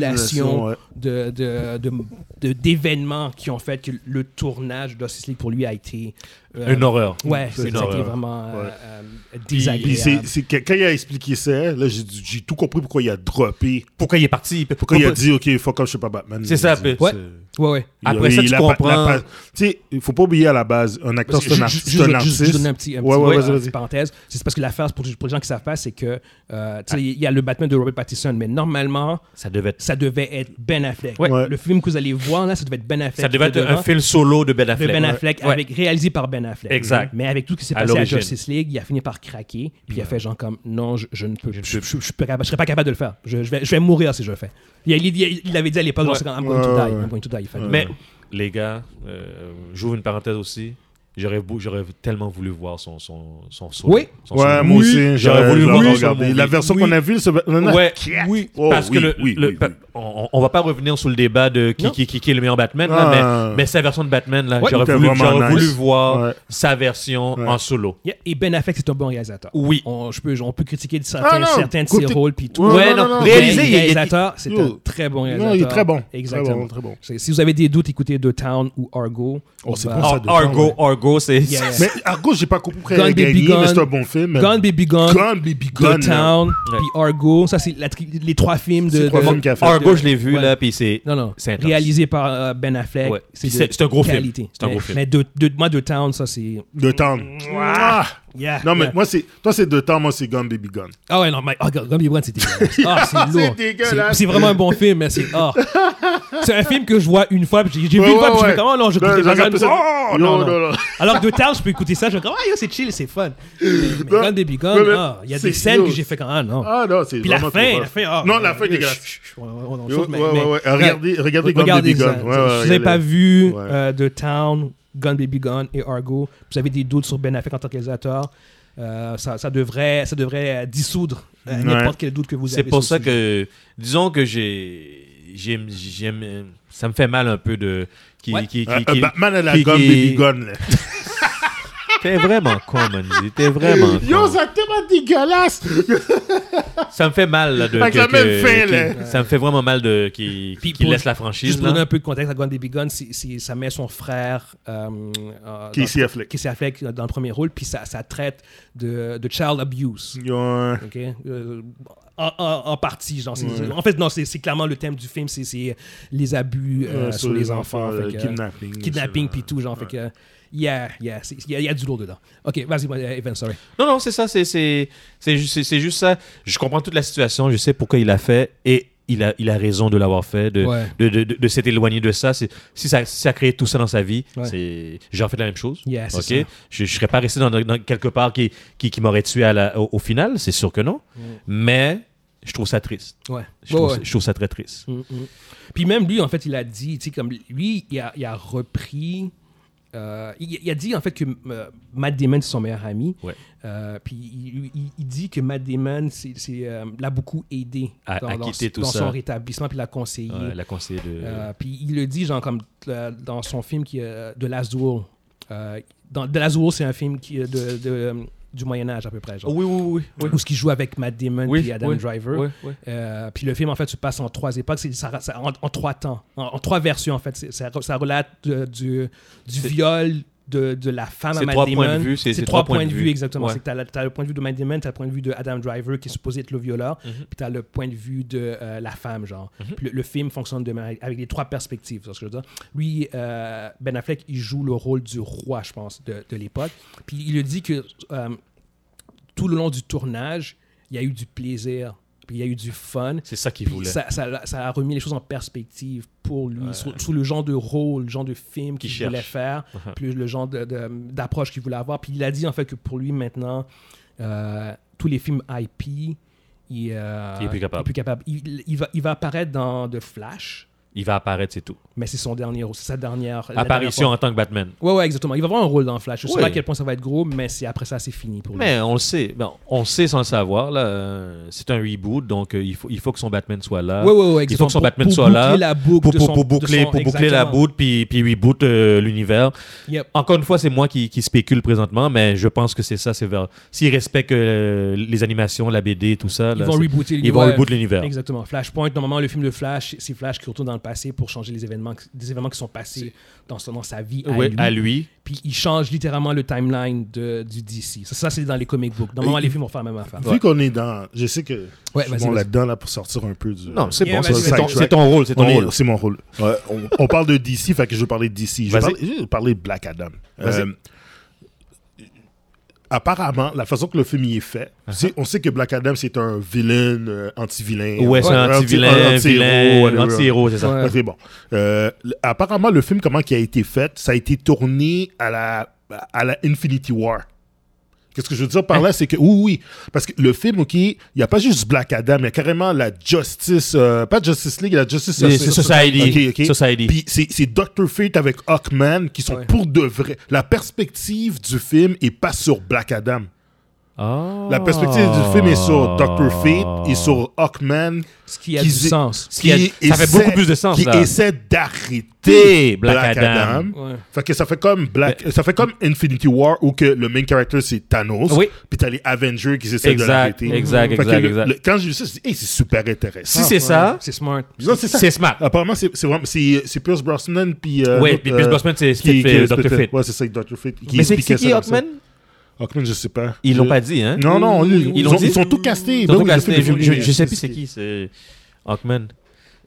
Speaker 1: accumulation
Speaker 3: Ouais.
Speaker 1: de- de- de- de- d'événements qui ont fait que le tournage d'Ossisley pour lui a été. euh,
Speaker 2: Une horreur.
Speaker 1: Ouais, c'est
Speaker 2: une
Speaker 1: ça qui est
Speaker 2: horreur.
Speaker 1: vraiment euh,
Speaker 3: Ouais.
Speaker 1: euh,
Speaker 3: Puis c'est,
Speaker 1: désagréable.
Speaker 3: c'est que- quand il a expliqué ça, là, j'ai, j'ai tout compris pourquoi il a droppé.
Speaker 2: Pourquoi il est parti
Speaker 3: Pourquoi il a dit, OK, fuck off, je suis pas Batman.
Speaker 2: C'est ça,
Speaker 3: Il
Speaker 2: puis-
Speaker 3: a
Speaker 1: Ouais.
Speaker 3: dit,
Speaker 1: Ouais, ouais.
Speaker 3: il a-
Speaker 2: Après ça,
Speaker 3: il
Speaker 2: tu
Speaker 3: a pas-
Speaker 2: comprends.
Speaker 3: la pa- Tu sais, il faut pas oublier à la base, un acteur,
Speaker 1: Parce
Speaker 3: c'est
Speaker 1: que
Speaker 3: un,
Speaker 1: ju-
Speaker 3: ar-
Speaker 1: ju-
Speaker 3: c'est un
Speaker 1: juste-
Speaker 3: artiste.
Speaker 1: Juste donner un petit, un petit-
Speaker 3: Ouais, ouais,
Speaker 1: ouais,
Speaker 3: vas-y,
Speaker 1: une
Speaker 3: vas-y.
Speaker 1: petite parenthèse. C'est parce que l'affaire, pour, pour les gens qui savent pas, c'est que euh,
Speaker 3: Ah.
Speaker 1: tu sais, il y a le Batman de Robert Pattinson, mais normalement,
Speaker 2: Ça devait être.
Speaker 1: ça devait être Ben Affleck.
Speaker 2: Ouais.
Speaker 3: Ouais.
Speaker 1: Le film que vous allez voir là, ça devait être Ben Affleck.
Speaker 2: Ça devait
Speaker 1: qui
Speaker 2: être
Speaker 1: était
Speaker 2: un
Speaker 1: dedans.
Speaker 2: film solo de Ben Affleck.
Speaker 1: de Ben Affleck,
Speaker 2: Ouais.
Speaker 1: avec, réalisé par Ben Affleck.
Speaker 2: Exact.
Speaker 1: Mais avec tout ce qui s'est
Speaker 2: À
Speaker 1: passé à
Speaker 2: l'origine.
Speaker 1: Justice League, il a fini par craquer, puis il a fait genre comme non, je, je ne peux, je, je, je suis pas capable- je serais pas capable de le faire. Je, je vais, je vais mourir si je le fais. Il, a- il- il- il avait dit à l'époque, genre,
Speaker 2: Ouais.
Speaker 1: c'est comme, I'm going to
Speaker 3: Ouais,
Speaker 1: die,
Speaker 3: ouais.
Speaker 1: I'm going to die. Il fallait-
Speaker 2: Mais, les gars, euh, j'ouvre une parenthèse aussi. J'aurais beau- j'aurais tellement voulu voir son, son, son solo.
Speaker 1: Oui.
Speaker 2: Son
Speaker 3: Ouais,
Speaker 2: solo.
Speaker 3: moi
Speaker 2: Oui.
Speaker 3: aussi,
Speaker 2: J'aurais voulu le
Speaker 3: j'aurais
Speaker 2: voir
Speaker 3: regardé.
Speaker 2: dans
Speaker 3: La
Speaker 2: mon
Speaker 3: version
Speaker 2: lit.
Speaker 3: qu'on a vue, ce Batman.
Speaker 2: Ouais.
Speaker 1: Oui.
Speaker 3: Oh,
Speaker 2: Parce que
Speaker 3: oui,
Speaker 2: le,
Speaker 3: oui,
Speaker 2: le-
Speaker 3: oui,
Speaker 2: pa-
Speaker 3: oui.
Speaker 2: On, on va pas revenir sur le débat de qui,
Speaker 1: Non.
Speaker 2: qui, qui, qui est le meilleur Batman, là,
Speaker 3: Ah.
Speaker 2: mais, mais sa version de Batman, là,
Speaker 1: Ouais,
Speaker 2: j'aurais
Speaker 3: c'était
Speaker 2: voulu,
Speaker 3: vraiment
Speaker 2: j'aurais
Speaker 3: nice.
Speaker 2: voulu voir
Speaker 3: Ouais.
Speaker 2: sa version
Speaker 3: Ouais.
Speaker 2: en solo.
Speaker 1: Yeah, Et Ben Affleck, c'est un bon réalisateur.
Speaker 2: Oui.
Speaker 1: On, je peux, on peut critiquer de certains,
Speaker 3: Ah, non.
Speaker 1: certains de ses
Speaker 3: Côté-
Speaker 1: rôles, puis tout.
Speaker 3: Ouais,
Speaker 2: Ouais,
Speaker 3: non,
Speaker 2: non,
Speaker 3: non, non.
Speaker 2: réalisé,
Speaker 1: Mais
Speaker 2: il- il-
Speaker 1: réalisateur, c'est
Speaker 3: Yo.
Speaker 1: un très bon réalisateur.
Speaker 3: Non, il est très bon. Très
Speaker 1: Exactement.
Speaker 3: bon, très bon.
Speaker 1: C'est- Si vous avez des doutes, écoutez The Town ou Argo.
Speaker 3: Oh, c'est
Speaker 1: Bah,
Speaker 3: bon,
Speaker 2: Ar-
Speaker 3: ça dépend,
Speaker 2: Argo,
Speaker 3: ouais.
Speaker 2: Argo, c'est.
Speaker 1: Yeah.
Speaker 3: Mais Argo, j'ai pas compris pourquoi il
Speaker 1: Gone
Speaker 3: a
Speaker 1: Baby
Speaker 3: gagné,
Speaker 1: Gone.
Speaker 3: mais c'est un bon film. man.
Speaker 1: Gone Baby Gone.
Speaker 3: Gone, Baby Gone.
Speaker 1: The Town,
Speaker 2: Ouais.
Speaker 1: puis Argo. Ça, c'est la tri- les trois films de.
Speaker 3: C'est trois
Speaker 1: de-
Speaker 3: films qu'il a fait.
Speaker 2: Argo, je l'ai vu,
Speaker 1: Ouais.
Speaker 2: là, puis c'est.
Speaker 1: Non, non.
Speaker 2: C'est intense.
Speaker 1: Réalisé par euh, Ben Affleck.
Speaker 2: Ouais.
Speaker 1: C'est
Speaker 2: Puis c'est-
Speaker 1: de
Speaker 2: c'est un gros film.
Speaker 1: qualité.
Speaker 2: C'est un
Speaker 1: Mais-
Speaker 2: gros film.
Speaker 1: Mais de, de- moi, The Town, ça, c'est.
Speaker 3: The Town. Mouah.
Speaker 1: Yeah,
Speaker 3: Non, mais
Speaker 1: yeah.
Speaker 3: moi, c'est. Toi, c'est The Town, moi, c'est Gone, Baby Gone.
Speaker 1: Ah ouais, non, mais. Oh, God, Gumby Brown, c'est dégueulasse. Ah, c'est
Speaker 3: C'est
Speaker 1: lourd.
Speaker 3: dégueulasse.
Speaker 1: C'est vraiment un bon film, mais c'est. ah. C'est un film que je vois une fois, puis j'ai j'ai vu
Speaker 3: Ouais,
Speaker 1: une fois,
Speaker 3: ouais,
Speaker 1: puis je fais
Speaker 3: ouais.
Speaker 1: comment, non, je
Speaker 3: Ben,
Speaker 1: connais
Speaker 3: je
Speaker 1: pas
Speaker 3: regarde
Speaker 1: ça.
Speaker 3: ça.
Speaker 1: Oh,
Speaker 3: Yo,
Speaker 1: non, non.
Speaker 3: non, non.
Speaker 1: Alors que The Town, je peux écouter ça, je fais comme, ah, yo, c'est chill, c'est fun. Mais, mais
Speaker 3: Non.
Speaker 1: Gone Baby Gone,
Speaker 3: Non, mais
Speaker 1: ah, il y a
Speaker 3: c'est-
Speaker 1: des scènes
Speaker 3: yo.
Speaker 1: que j'ai fait comme, ah, non.
Speaker 3: Ah non, c'est
Speaker 1: Puis la
Speaker 3: vraiment trop
Speaker 1: fin,
Speaker 3: fort.
Speaker 1: la fin. ah,
Speaker 3: Non, la
Speaker 1: euh,
Speaker 3: fin est dégueulasse.
Speaker 1: chut, chut, on- on- on
Speaker 3: Ouais,
Speaker 1: saute, mais-
Speaker 3: ouais,
Speaker 1: mais-
Speaker 3: ouais, ouais. Regardez, regardez Gone
Speaker 1: Regardez
Speaker 3: Baby
Speaker 1: ça.
Speaker 3: Gone. Ouais, ouais,
Speaker 1: si vous n'avez
Speaker 3: regardez.
Speaker 1: pas vu
Speaker 3: Ouais.
Speaker 1: euh, The Town, Gun Baby Gun et Argo, vous avez des doutes sur Ben Affleck en tant que réalisateur, euh, ça, ça devrait, ça devrait euh, dissoudre euh,
Speaker 3: Ouais.
Speaker 1: n'importe quel doute que vous avez.
Speaker 2: C'est pour
Speaker 1: sur
Speaker 2: ça
Speaker 1: le sujet.
Speaker 2: que, disons que j'ai, j'aime, j'aime, ça me fait mal un peu de, qui,
Speaker 1: Ouais.
Speaker 2: qui, qui,
Speaker 3: Euh, euh,
Speaker 2: qui-
Speaker 3: Batman à la
Speaker 2: qui-
Speaker 3: Gone,
Speaker 2: qui-
Speaker 3: Baby Gone. là.
Speaker 2: T'es vraiment con, Mandy. T'es vraiment
Speaker 3: Yo,
Speaker 2: con.
Speaker 3: ça tellement dégueulasse.
Speaker 2: Ça me fait mal là, de.
Speaker 3: Avec la même fin, là.
Speaker 2: qui- Ça me fait vraiment mal de qui,
Speaker 1: Puis
Speaker 2: qui
Speaker 1: pour-
Speaker 2: laisse la
Speaker 1: Juste
Speaker 2: franchise.
Speaker 1: pour donner
Speaker 2: Là.
Speaker 1: un peu de contexte à Gun Baby Gun, c'est- c'est- ça met son frère euh, euh,
Speaker 3: Casey
Speaker 1: dans-
Speaker 3: Affleck.
Speaker 1: Casey Affleck dans le premier rôle, puis ça, ça traite de, de child abuse.
Speaker 3: Yo, hein.
Speaker 1: Ok, euh, en, en- en partie, genre. c'est- En fait, non, c'est c'est clairement le thème du film, c'est- c'est les abus euh,
Speaker 3: Euh,
Speaker 1: sur, les enfants.
Speaker 3: euh,
Speaker 1: fait que-
Speaker 3: kidnapping.
Speaker 1: kidnapping puis tout genre fait que yeah yeah c'est- il y, a- il y a du lourd dedans ok vas-y moi, euh, Evan sorry
Speaker 2: Non, non, c'est ça. C'est, c'est, c'est, ju- c'est, c'est juste ça. Je comprends toute la situation. Je sais pourquoi il l'a fait. Et il a, il a raison de l'avoir fait, de,
Speaker 1: Ouais.
Speaker 2: de, de, de- de s'être éloigné de ça. C'est, si ça, si ça a créé tout ça dans sa vie,
Speaker 1: Ouais.
Speaker 2: c'est, j'aurais fait la même chose.
Speaker 1: Yeah, c'est
Speaker 2: Ok?
Speaker 1: ça.
Speaker 2: Je ne serais pas resté dans, dans quelque part qui, qui, qui m'aurait tué à la, au, au final. C'est sûr que non. Mais je trouve ça triste.
Speaker 1: ouais
Speaker 2: Je,
Speaker 1: Mm. Ouais,
Speaker 2: trouve,
Speaker 1: ouais. Mm.
Speaker 2: je trouve ça très triste.
Speaker 1: puis même lui en fait il a dit tu sais comme lui il a, il a repris euh, il, il a dit en fait que euh, Matt Damon c'est son meilleur ami
Speaker 2: Ouais.
Speaker 1: Euh, puis il, il- il dit que Matt Damon c'est c'est, euh, l'a beaucoup aidé
Speaker 2: À- à quitter tout
Speaker 1: dans
Speaker 2: ça.
Speaker 1: son rétablissement puis l'a conseillé
Speaker 2: Ouais, la conseil de.
Speaker 1: Mm. Euh, puis il le dit genre comme euh, dans son film qui est euh, The Last Duel. Euh, dans The Last Duel, c'est un film qui, euh, de, de, euh, du Moyen-Âge, à peu près. Genre.
Speaker 2: Oui, oui, oui. oui.
Speaker 1: Où ce qu'il joue avec Matt Damon et
Speaker 2: Oui,
Speaker 1: Adam
Speaker 2: oui,
Speaker 1: Driver.
Speaker 2: oui, oui.
Speaker 1: Euh, puis le film, en fait, se passe en trois époques, c'est- ça- ça- en, en trois temps, en, en trois versions, en fait. C'est- Ça, ça relate de- du, du viol de, de la femme à
Speaker 4: C'est
Speaker 1: Matt
Speaker 4: trois
Speaker 1: Damon.
Speaker 4: points de vue, c'est-
Speaker 1: C'est trois points de vue, exactement.
Speaker 2: Ouais.
Speaker 1: C'est que t'as la- t'as le point de vue de Matt Damon, t'as le point de vue de Adam Driver, qui est supposé être le violeur, puis t'as le point de vue de euh, la femme, genre. Puis le, le film fonctionne de, manière- avec les trois perspectives, c'est ce que je veux dire. Lui, euh, Ben Affleck, il joue le rôle du roi, je pense, de, de l'époque. Puis il le dit que... euh, tout le long du tournage, il y a eu du plaisir, puis il y a eu du fun.
Speaker 2: C'est ça qu'il
Speaker 1: Puis
Speaker 2: voulait.
Speaker 1: Ça, ça, l'a- ça a remis les choses en perspective pour lui, sous, sous le genre de rôle, le genre de film qu'il
Speaker 2: Qu'il cherche.
Speaker 1: voulait faire, puis le genre de- de- d'approche qu'il voulait avoir. Puis il a dit en fait que pour lui maintenant, euh, tous les films IP, il, euh,
Speaker 2: Il est plus capable.
Speaker 1: Il, il va, il va apparaître dans The Flash,
Speaker 2: Il va apparaître, c'est tout.
Speaker 1: mais c'est son dernier, c'est sa dernière la
Speaker 2: Apparition
Speaker 1: dernière
Speaker 2: en tant que Batman.
Speaker 1: fois. Ouais, ouais, exactement. Il va avoir un rôle dans Flash. Je sais
Speaker 2: Oui.
Speaker 1: pas à quel point ça va être gros, mais c'est après ça, c'est fini pour lui.
Speaker 2: Mm. Mais on le sait, Bon, on le sait sans le savoir. Là, euh, c'est un reboot, donc euh, il faut, il faut que son Batman soit là.
Speaker 1: Ouais, ouais, ouais,
Speaker 2: il faut
Speaker 1: exactement.
Speaker 2: que son
Speaker 1: Pour-
Speaker 2: Batman
Speaker 1: pour
Speaker 2: soit là
Speaker 1: boucler la boucle
Speaker 2: pour,
Speaker 1: de
Speaker 2: pour-
Speaker 1: son-
Speaker 2: pour
Speaker 1: de
Speaker 2: boucler,
Speaker 1: son-
Speaker 2: pour boucler la
Speaker 1: exactement.
Speaker 2: boucle, puis, puis reboot euh, l'univers.
Speaker 1: Yep.
Speaker 2: Encore une fois, c'est moi qui, qui spécule présentement, mais je pense que c'est ça. C'est vers... S'ils respectent euh, les animations, la BD, tout ça,
Speaker 1: Ils
Speaker 2: là,
Speaker 1: vont
Speaker 2: c'est-
Speaker 1: rebooter
Speaker 2: ils vont reboot l'univers.
Speaker 1: Exactement. Flashpoint, normalement, le film de Flash, c'est Flash qui retourne dans le passé pour changer les événements, des événements qui sont passés dans, son- dans sa vie à
Speaker 2: Ouais,
Speaker 1: lui.
Speaker 2: à lui.
Speaker 1: Puis il change littéralement le timeline de, du DC. Ça, ça, c'est dans les comic books. Normalement, les films vont faire la même affaire.
Speaker 3: Vu qu'on est dans. Je sais que.
Speaker 1: Ouais, vas-y,
Speaker 3: je suis bon
Speaker 1: vas-y.
Speaker 3: là-dedans là, pour sortir un peu du.
Speaker 2: Non, c'est
Speaker 1: Yeah,
Speaker 2: bon,
Speaker 1: vas-y,
Speaker 2: c'est- c'est
Speaker 1: vas-y.
Speaker 2: ton, c'est ton rôle, c'est ton
Speaker 3: Mon
Speaker 2: rôle.
Speaker 3: rôle, C'est mon rôle. Ouais, on, on parle de DC, fait que je veux parler de DC. Je vais
Speaker 2: Vas-y.
Speaker 3: parler- je vais parler de Black Adam.
Speaker 2: Vas-y.
Speaker 3: Euh, apparemment, la façon que le film y est fait,
Speaker 2: Ah
Speaker 3: c'est- on sait que Black Adam, c'est un vilain, euh, anti-vilain.
Speaker 2: Ouais, c'est un anti-vilain, vilain,
Speaker 3: anti-héros,
Speaker 2: un
Speaker 3: whatever.
Speaker 2: anti-héros, c'est ça.
Speaker 1: Ouais.
Speaker 3: Ok, bon. Euh, l- apparemment, le film, comment qui a été fait, ça a été tourné à la, à la Infinity War. Qu'est-ce que je veux dire par là, c'est que oui, oui, parce que le film, ok, il n'y a pas juste Black Adam, il y a carrément la Justice, euh, pas Justice League, la Justice
Speaker 2: Les Society.
Speaker 3: Ok, ok.
Speaker 2: Society.
Speaker 3: Puis c'est c'est Dr. Fate avec Hawkman qui sont
Speaker 1: Ouais.
Speaker 3: pour de vrai. La perspective du film est pas sur Black Adam.
Speaker 2: Ah.
Speaker 3: La perspective du film est sur Dr. Fate et sur Hawkman
Speaker 1: Ce qui a
Speaker 3: Qui
Speaker 1: du
Speaker 3: s'est-
Speaker 1: sens.
Speaker 2: Ce qui a- ça fait
Speaker 3: essaie-
Speaker 2: beaucoup plus de sens,
Speaker 3: qui
Speaker 2: là.
Speaker 3: essaie d'arrêter Black,
Speaker 2: Black
Speaker 3: Adam.
Speaker 2: Adam.
Speaker 1: Ouais.
Speaker 3: Fait que ça fait comme Black, ça fait comme Infinity War où que le main character c'est Thanos,
Speaker 2: Oui.
Speaker 3: puis t'as les Avengers qui essaient de
Speaker 2: Exact,
Speaker 3: l'arrêter.
Speaker 2: exact,
Speaker 3: Fait que
Speaker 2: exact,
Speaker 3: le-
Speaker 2: exact.
Speaker 3: le- quand j'ai vu ça, j'ai dit, Hey, c'est super intéressant.
Speaker 2: Si c'est ça,
Speaker 1: Ah, C'est smart.
Speaker 3: Non, c'est ça.
Speaker 2: c'est smart.
Speaker 3: Apparemment, c'est c'est vraiment c'est c'est Pierce Brosnan puis euh,
Speaker 2: Ouais,
Speaker 3: l'autre,
Speaker 2: puis Pierce Brosnan, c'est-
Speaker 3: qui-
Speaker 2: c'est
Speaker 3: qui-
Speaker 2: fait Dr. Fate.
Speaker 3: Ouais, c'est ça, Dr. Fate.
Speaker 2: Mais c'est c'est
Speaker 3: expliquait
Speaker 2: qui
Speaker 3: ça comme ça.
Speaker 2: Hawkman
Speaker 3: Hawkman, je sais pas.
Speaker 2: Ils l'ont
Speaker 3: Je-
Speaker 2: pas dit, hein
Speaker 3: Non, non, ils,
Speaker 2: Ils
Speaker 3: ils,
Speaker 2: l'ont
Speaker 3: ont-
Speaker 2: dit?
Speaker 3: ils sont tous castés.
Speaker 2: Ils
Speaker 3: Ben
Speaker 2: l'ont
Speaker 3: oui, le
Speaker 2: casté,
Speaker 3: film
Speaker 2: je,
Speaker 3: est
Speaker 2: je,
Speaker 3: filmé.
Speaker 2: je sais plus c'est qui, c'est Hawkman.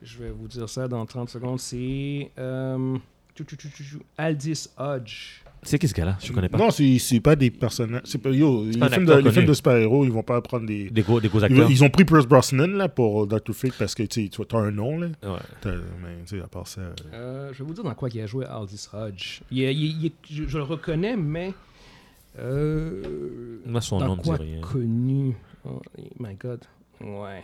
Speaker 1: Je vais vous dire ça dans 30 secondes. C'est euh, tchou, tchou, tchou, tchou, tchou, Aldis Hodge.
Speaker 2: C'est qui ce gars-là Je connais pas.
Speaker 3: Non, c'est c'est pas des personnages. C'est pas yo. Les
Speaker 2: pas un
Speaker 3: films, de,
Speaker 2: acteur
Speaker 3: les films
Speaker 2: connu.
Speaker 3: de super-héros, ils vont pas prendre des.
Speaker 2: Des gros, des gros
Speaker 3: Ils,
Speaker 2: acteurs.
Speaker 3: ils ont pris Pierce Brosnan là pour Dr. Fate parce que tu sais, tu vois, t'as un nom là.
Speaker 2: Ouais.
Speaker 3: T'as- Mais tu sais, à part ça. euh,
Speaker 1: Euh, je vais vous dire dans quoi il a joué Aldis Hodge. Il est- il est- il est- je, je le reconnais, mais. euh,
Speaker 2: Moi, son
Speaker 1: dans
Speaker 2: nom me dit
Speaker 1: quoi
Speaker 2: rien.
Speaker 1: connu Oh my god. Ouais.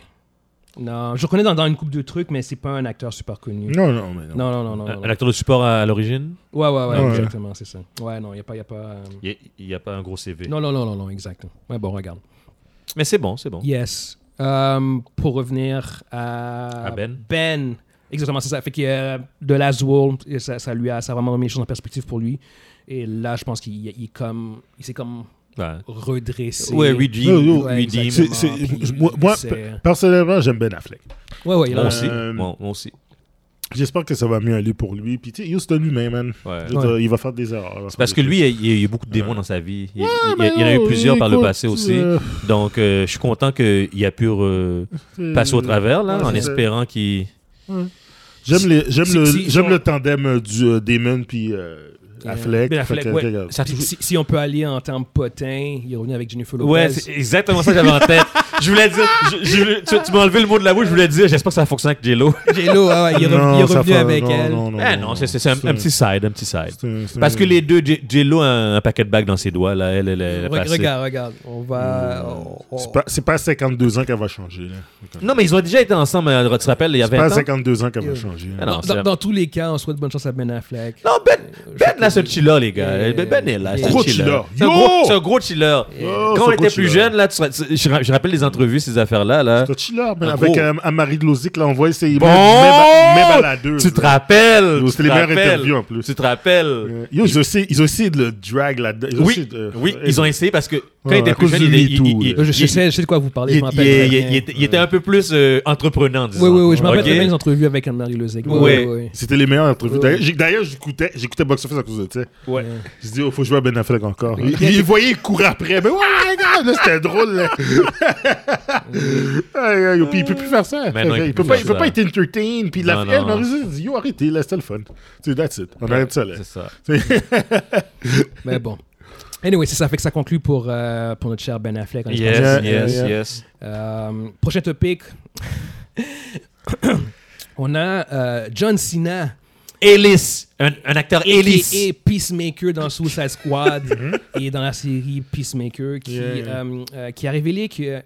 Speaker 1: Non, je reconnais dans, dans une coupe de trucs, mais c'est pas un acteur super connu.
Speaker 3: Non, non, mais non. Euh,
Speaker 1: Non, non, non, non. non, non.
Speaker 2: Un acteur de support à, à l'origine
Speaker 1: Ouais, ouais, ouais,
Speaker 3: Ouais.
Speaker 1: exactement, c'est ça. Ouais, non, il n'y a pas. Y a pas euh,
Speaker 2: Il n'y a, pas un gros CV.
Speaker 1: Non, non, non, non, non, exactement. Ouais, bon, regarde.
Speaker 2: Mais c'est bon, c'est bon.
Speaker 1: Yes. Euh, pour revenir à,
Speaker 2: À Ben.
Speaker 1: Ben. Exactement, c'est ça. Fait que euh, de Last World, et ça, ça lui a, ça a vraiment remis les choses en perspective pour lui. Et là, je pense qu'il il est comme, il s'est comme
Speaker 2: Ouais,
Speaker 1: redressé.
Speaker 2: ouais
Speaker 3: Ouais,
Speaker 2: Redeem.
Speaker 1: ouais,
Speaker 2: Redeem.
Speaker 1: exactement.
Speaker 3: C'est- c'est-
Speaker 1: Puis
Speaker 3: moi- moi,
Speaker 1: c'est-
Speaker 3: Personnellement, j'aime Ben Affleck.
Speaker 1: Ouais, ouais, il a
Speaker 2: Moi
Speaker 1: un-
Speaker 2: aussi.
Speaker 3: Euh,
Speaker 2: Moi, moi aussi.
Speaker 3: J'espère que ça va mieux aller pour lui. Puis tu sais, yo, c'est un humain, man.
Speaker 2: Ouais.
Speaker 3: Je veux
Speaker 1: Ouais.
Speaker 3: dire, il va faire des erreurs.
Speaker 2: C'est parce que lui, il y a- il y a eu beaucoup de démons
Speaker 3: Ouais.
Speaker 2: dans sa vie. Il, il- il y en a eu plusieurs par le passé aussi. Donc, euh, je suis content qu'il a pu euh, passer au travers, là,
Speaker 3: Ouais,
Speaker 2: en
Speaker 3: Ah, c'est ça.
Speaker 2: espérant qu'il.
Speaker 3: J'aime les- j'aime
Speaker 1: Si-
Speaker 3: le,
Speaker 1: si-
Speaker 3: j'aime
Speaker 1: si
Speaker 3: le
Speaker 1: on-
Speaker 3: tandem euh, du euh, Damon puis euh, Affleck.
Speaker 1: Ben
Speaker 3: Fait
Speaker 1: Affleck,
Speaker 3: que,
Speaker 1: ouais.
Speaker 3: regarde.
Speaker 2: Ça a
Speaker 1: Puis
Speaker 2: toujours-
Speaker 1: si, si on peut aller en termes potin, il est revenu avec Jennifer Lopez.
Speaker 2: Ouais, c'est exactement ça que j'avais en tête. Je voulais dire, je- je- tu, tu m'as enlevé le mot de la bouche, je voulais dire, j'espère que ça fonctionne avec Jello.
Speaker 3: Oh,
Speaker 1: Jello, hein, ouais, ouais, il est, re-
Speaker 3: Non,
Speaker 1: il est
Speaker 3: ça
Speaker 1: revenu
Speaker 3: fait-
Speaker 1: avec
Speaker 3: non,
Speaker 1: elle.
Speaker 3: non, non,
Speaker 2: Ah
Speaker 3: non,
Speaker 2: non, c'est c'est un, un
Speaker 3: un-
Speaker 2: petit side, un petit side.
Speaker 3: c'est un- c'est
Speaker 2: Parce
Speaker 3: un-
Speaker 2: que les deux, J- Jello a un, un paquet de bagues dans ses doigts, là, elle, elle, elle a
Speaker 1: Re-
Speaker 2: passé.
Speaker 1: regarde, regarde, on va. on- on-
Speaker 3: Oh. C'est pas, c'est pas à 52 ans qu'elle va changer. Là.
Speaker 2: Non, mais ils ont déjà été ensemble, euh, tu te rappelles, il y
Speaker 3: C'est
Speaker 2: avait
Speaker 3: pas à
Speaker 2: un
Speaker 3: 52 ans qu'elle va changer. là.
Speaker 2: Ah non,
Speaker 1: dans,
Speaker 2: c'est-
Speaker 1: dans tous les cas, on souhaite bonne chance à Ben Affleck.
Speaker 2: Non, Ben, Ben,
Speaker 1: je-
Speaker 2: là, c'est un chiller, les gars.
Speaker 1: Euh,
Speaker 2: Ben, ben est là. c'est un
Speaker 3: Gros chiller.
Speaker 2: C'est un
Speaker 3: Yo!
Speaker 2: gros, c'est un gros chiller.
Speaker 3: Oh,
Speaker 2: Quand
Speaker 3: c'est
Speaker 2: on
Speaker 3: un gros
Speaker 2: était plus
Speaker 3: chiller.
Speaker 2: jeune, là, tu serais- tu- je, ra- je rappelle les entrevues, ces affaires-là. Là.
Speaker 3: T'as chill là, mais
Speaker 2: En
Speaker 3: avec
Speaker 2: Ah, gros.
Speaker 3: euh, Amari de Lozic, là, on voit, c'est
Speaker 2: Bon!
Speaker 3: même, à- même à la deux.
Speaker 2: Tu te
Speaker 3: là.
Speaker 2: rappelles?
Speaker 3: C'était
Speaker 2: tu
Speaker 3: les
Speaker 2: te
Speaker 3: meilleures
Speaker 2: rappelles,
Speaker 3: interviews, en plus.
Speaker 2: Tu te rappelles?
Speaker 3: Euh, Yo, ils ont essayé, ils ont essayé de le drag là-dedans. Ils ont
Speaker 2: Oui,
Speaker 3: essayé de-
Speaker 2: oui,
Speaker 3: euh,
Speaker 2: ils ont essayé parce que quand
Speaker 3: Ouais,
Speaker 2: il était
Speaker 3: à
Speaker 2: plus
Speaker 3: cause
Speaker 2: jeune,
Speaker 3: du
Speaker 2: il,
Speaker 3: Me
Speaker 2: il-
Speaker 3: Too,
Speaker 2: il-
Speaker 3: là.
Speaker 1: Je, je
Speaker 2: il-
Speaker 1: sais, je sais de quoi vous parlez,
Speaker 2: il-
Speaker 1: je m'en
Speaker 2: il-
Speaker 1: rappelle
Speaker 2: il-
Speaker 1: très bien.
Speaker 2: il était- il était un peu plus euh, entreprenant, disons.
Speaker 1: Oui, oui, oui, je me rappelle
Speaker 2: Ok.
Speaker 1: très bien des entrevues avec Anne-Marie Lezec. Oui,
Speaker 2: Ouais.
Speaker 1: oui,
Speaker 3: C'était les meilleures entrevues.
Speaker 1: Ouais.
Speaker 3: D'ailleurs, j'ai- D'ailleurs, j'écoutais, j'écoutais Box Office à cause de ça.
Speaker 1: oui.
Speaker 3: Je dis, oh, faut jouer à Ben Affleck encore. Il, il voyait, il courait après. Mais ouais, regarde, là, c'était drôle, là. Aïe, aïe, Puis il peut plus faire ça.
Speaker 2: Mais Ben non, il
Speaker 3: il,
Speaker 2: peut
Speaker 3: peut
Speaker 2: plus
Speaker 3: pas,
Speaker 2: faire
Speaker 3: il peut
Speaker 2: ça.
Speaker 3: pas être entertain. Puis la
Speaker 2: Non,
Speaker 3: fille, elle
Speaker 2: non. Ben,
Speaker 3: m'a dit, yo, arrêtez, là, c'était le fun. Tu sais, that's it. On arrête ça, là.
Speaker 2: C'est ça.
Speaker 1: Mais bon. Anyway, c'est ça. Fait que ça conclut pour, euh, pour notre cher Ben Affleck. On est
Speaker 2: Yes,
Speaker 3: Yeah,
Speaker 2: yes,
Speaker 3: yeah, yeah.
Speaker 2: yes.
Speaker 1: Euh, prochain topic. On a euh, John Cena
Speaker 2: Ellis, un, un acteur Ellis.
Speaker 1: et Peacemaker dans Suicide Squad
Speaker 2: Mhm.
Speaker 1: et dans la série Peacemaker qui,
Speaker 3: Yeah, yeah.
Speaker 1: euh, euh, qui a révélé qu'il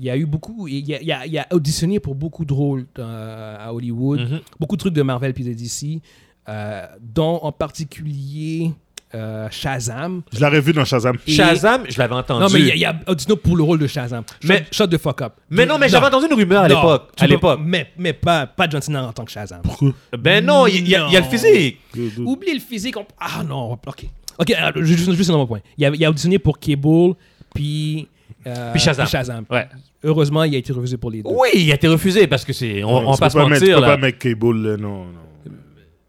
Speaker 1: y a eu beaucoup, il y a, il y a- il y a auditionné pour beaucoup de rôles euh, à Hollywood,
Speaker 2: Mhm.
Speaker 1: beaucoup de trucs de Marvel puis de DC, euh, dont en particulier euh, Shazam.
Speaker 3: Je l'aurais vu dans Shazam.
Speaker 1: Et-
Speaker 2: Shazam, je l'avais entendu.
Speaker 1: Non, mais il y a- il y, a auditionné pour le rôle de Shazam. Shut-
Speaker 2: Mais-
Speaker 1: shut the fuck up.
Speaker 2: Mais non, mais j'avais entendu une rumeur à
Speaker 1: Non,
Speaker 2: l'époque.
Speaker 1: tu
Speaker 2: À
Speaker 1: peux-
Speaker 2: l'époque.
Speaker 1: Mais, mais pas, pas John Cena en tant que Shazam.
Speaker 3: Pourquoi?
Speaker 2: Ben non, il y, a- il y a le
Speaker 1: Non.
Speaker 2: physique.
Speaker 1: Oublie le physique. on- Ah non, ok. Ok, alors, ju- juste, juste un autre point. Il a, il a auditionné pour Cable, puis, euh,
Speaker 2: Puis Shazam. Ouais.
Speaker 1: Heureusement, il a été refusé pour les deux.
Speaker 2: Oui, il a été refusé parce que c'est. On, on
Speaker 3: Tu peux
Speaker 2: passe
Speaker 3: pas mettre- tu
Speaker 2: mentir
Speaker 3: peux pas
Speaker 2: là.
Speaker 3: mettre Cable, là, non, non.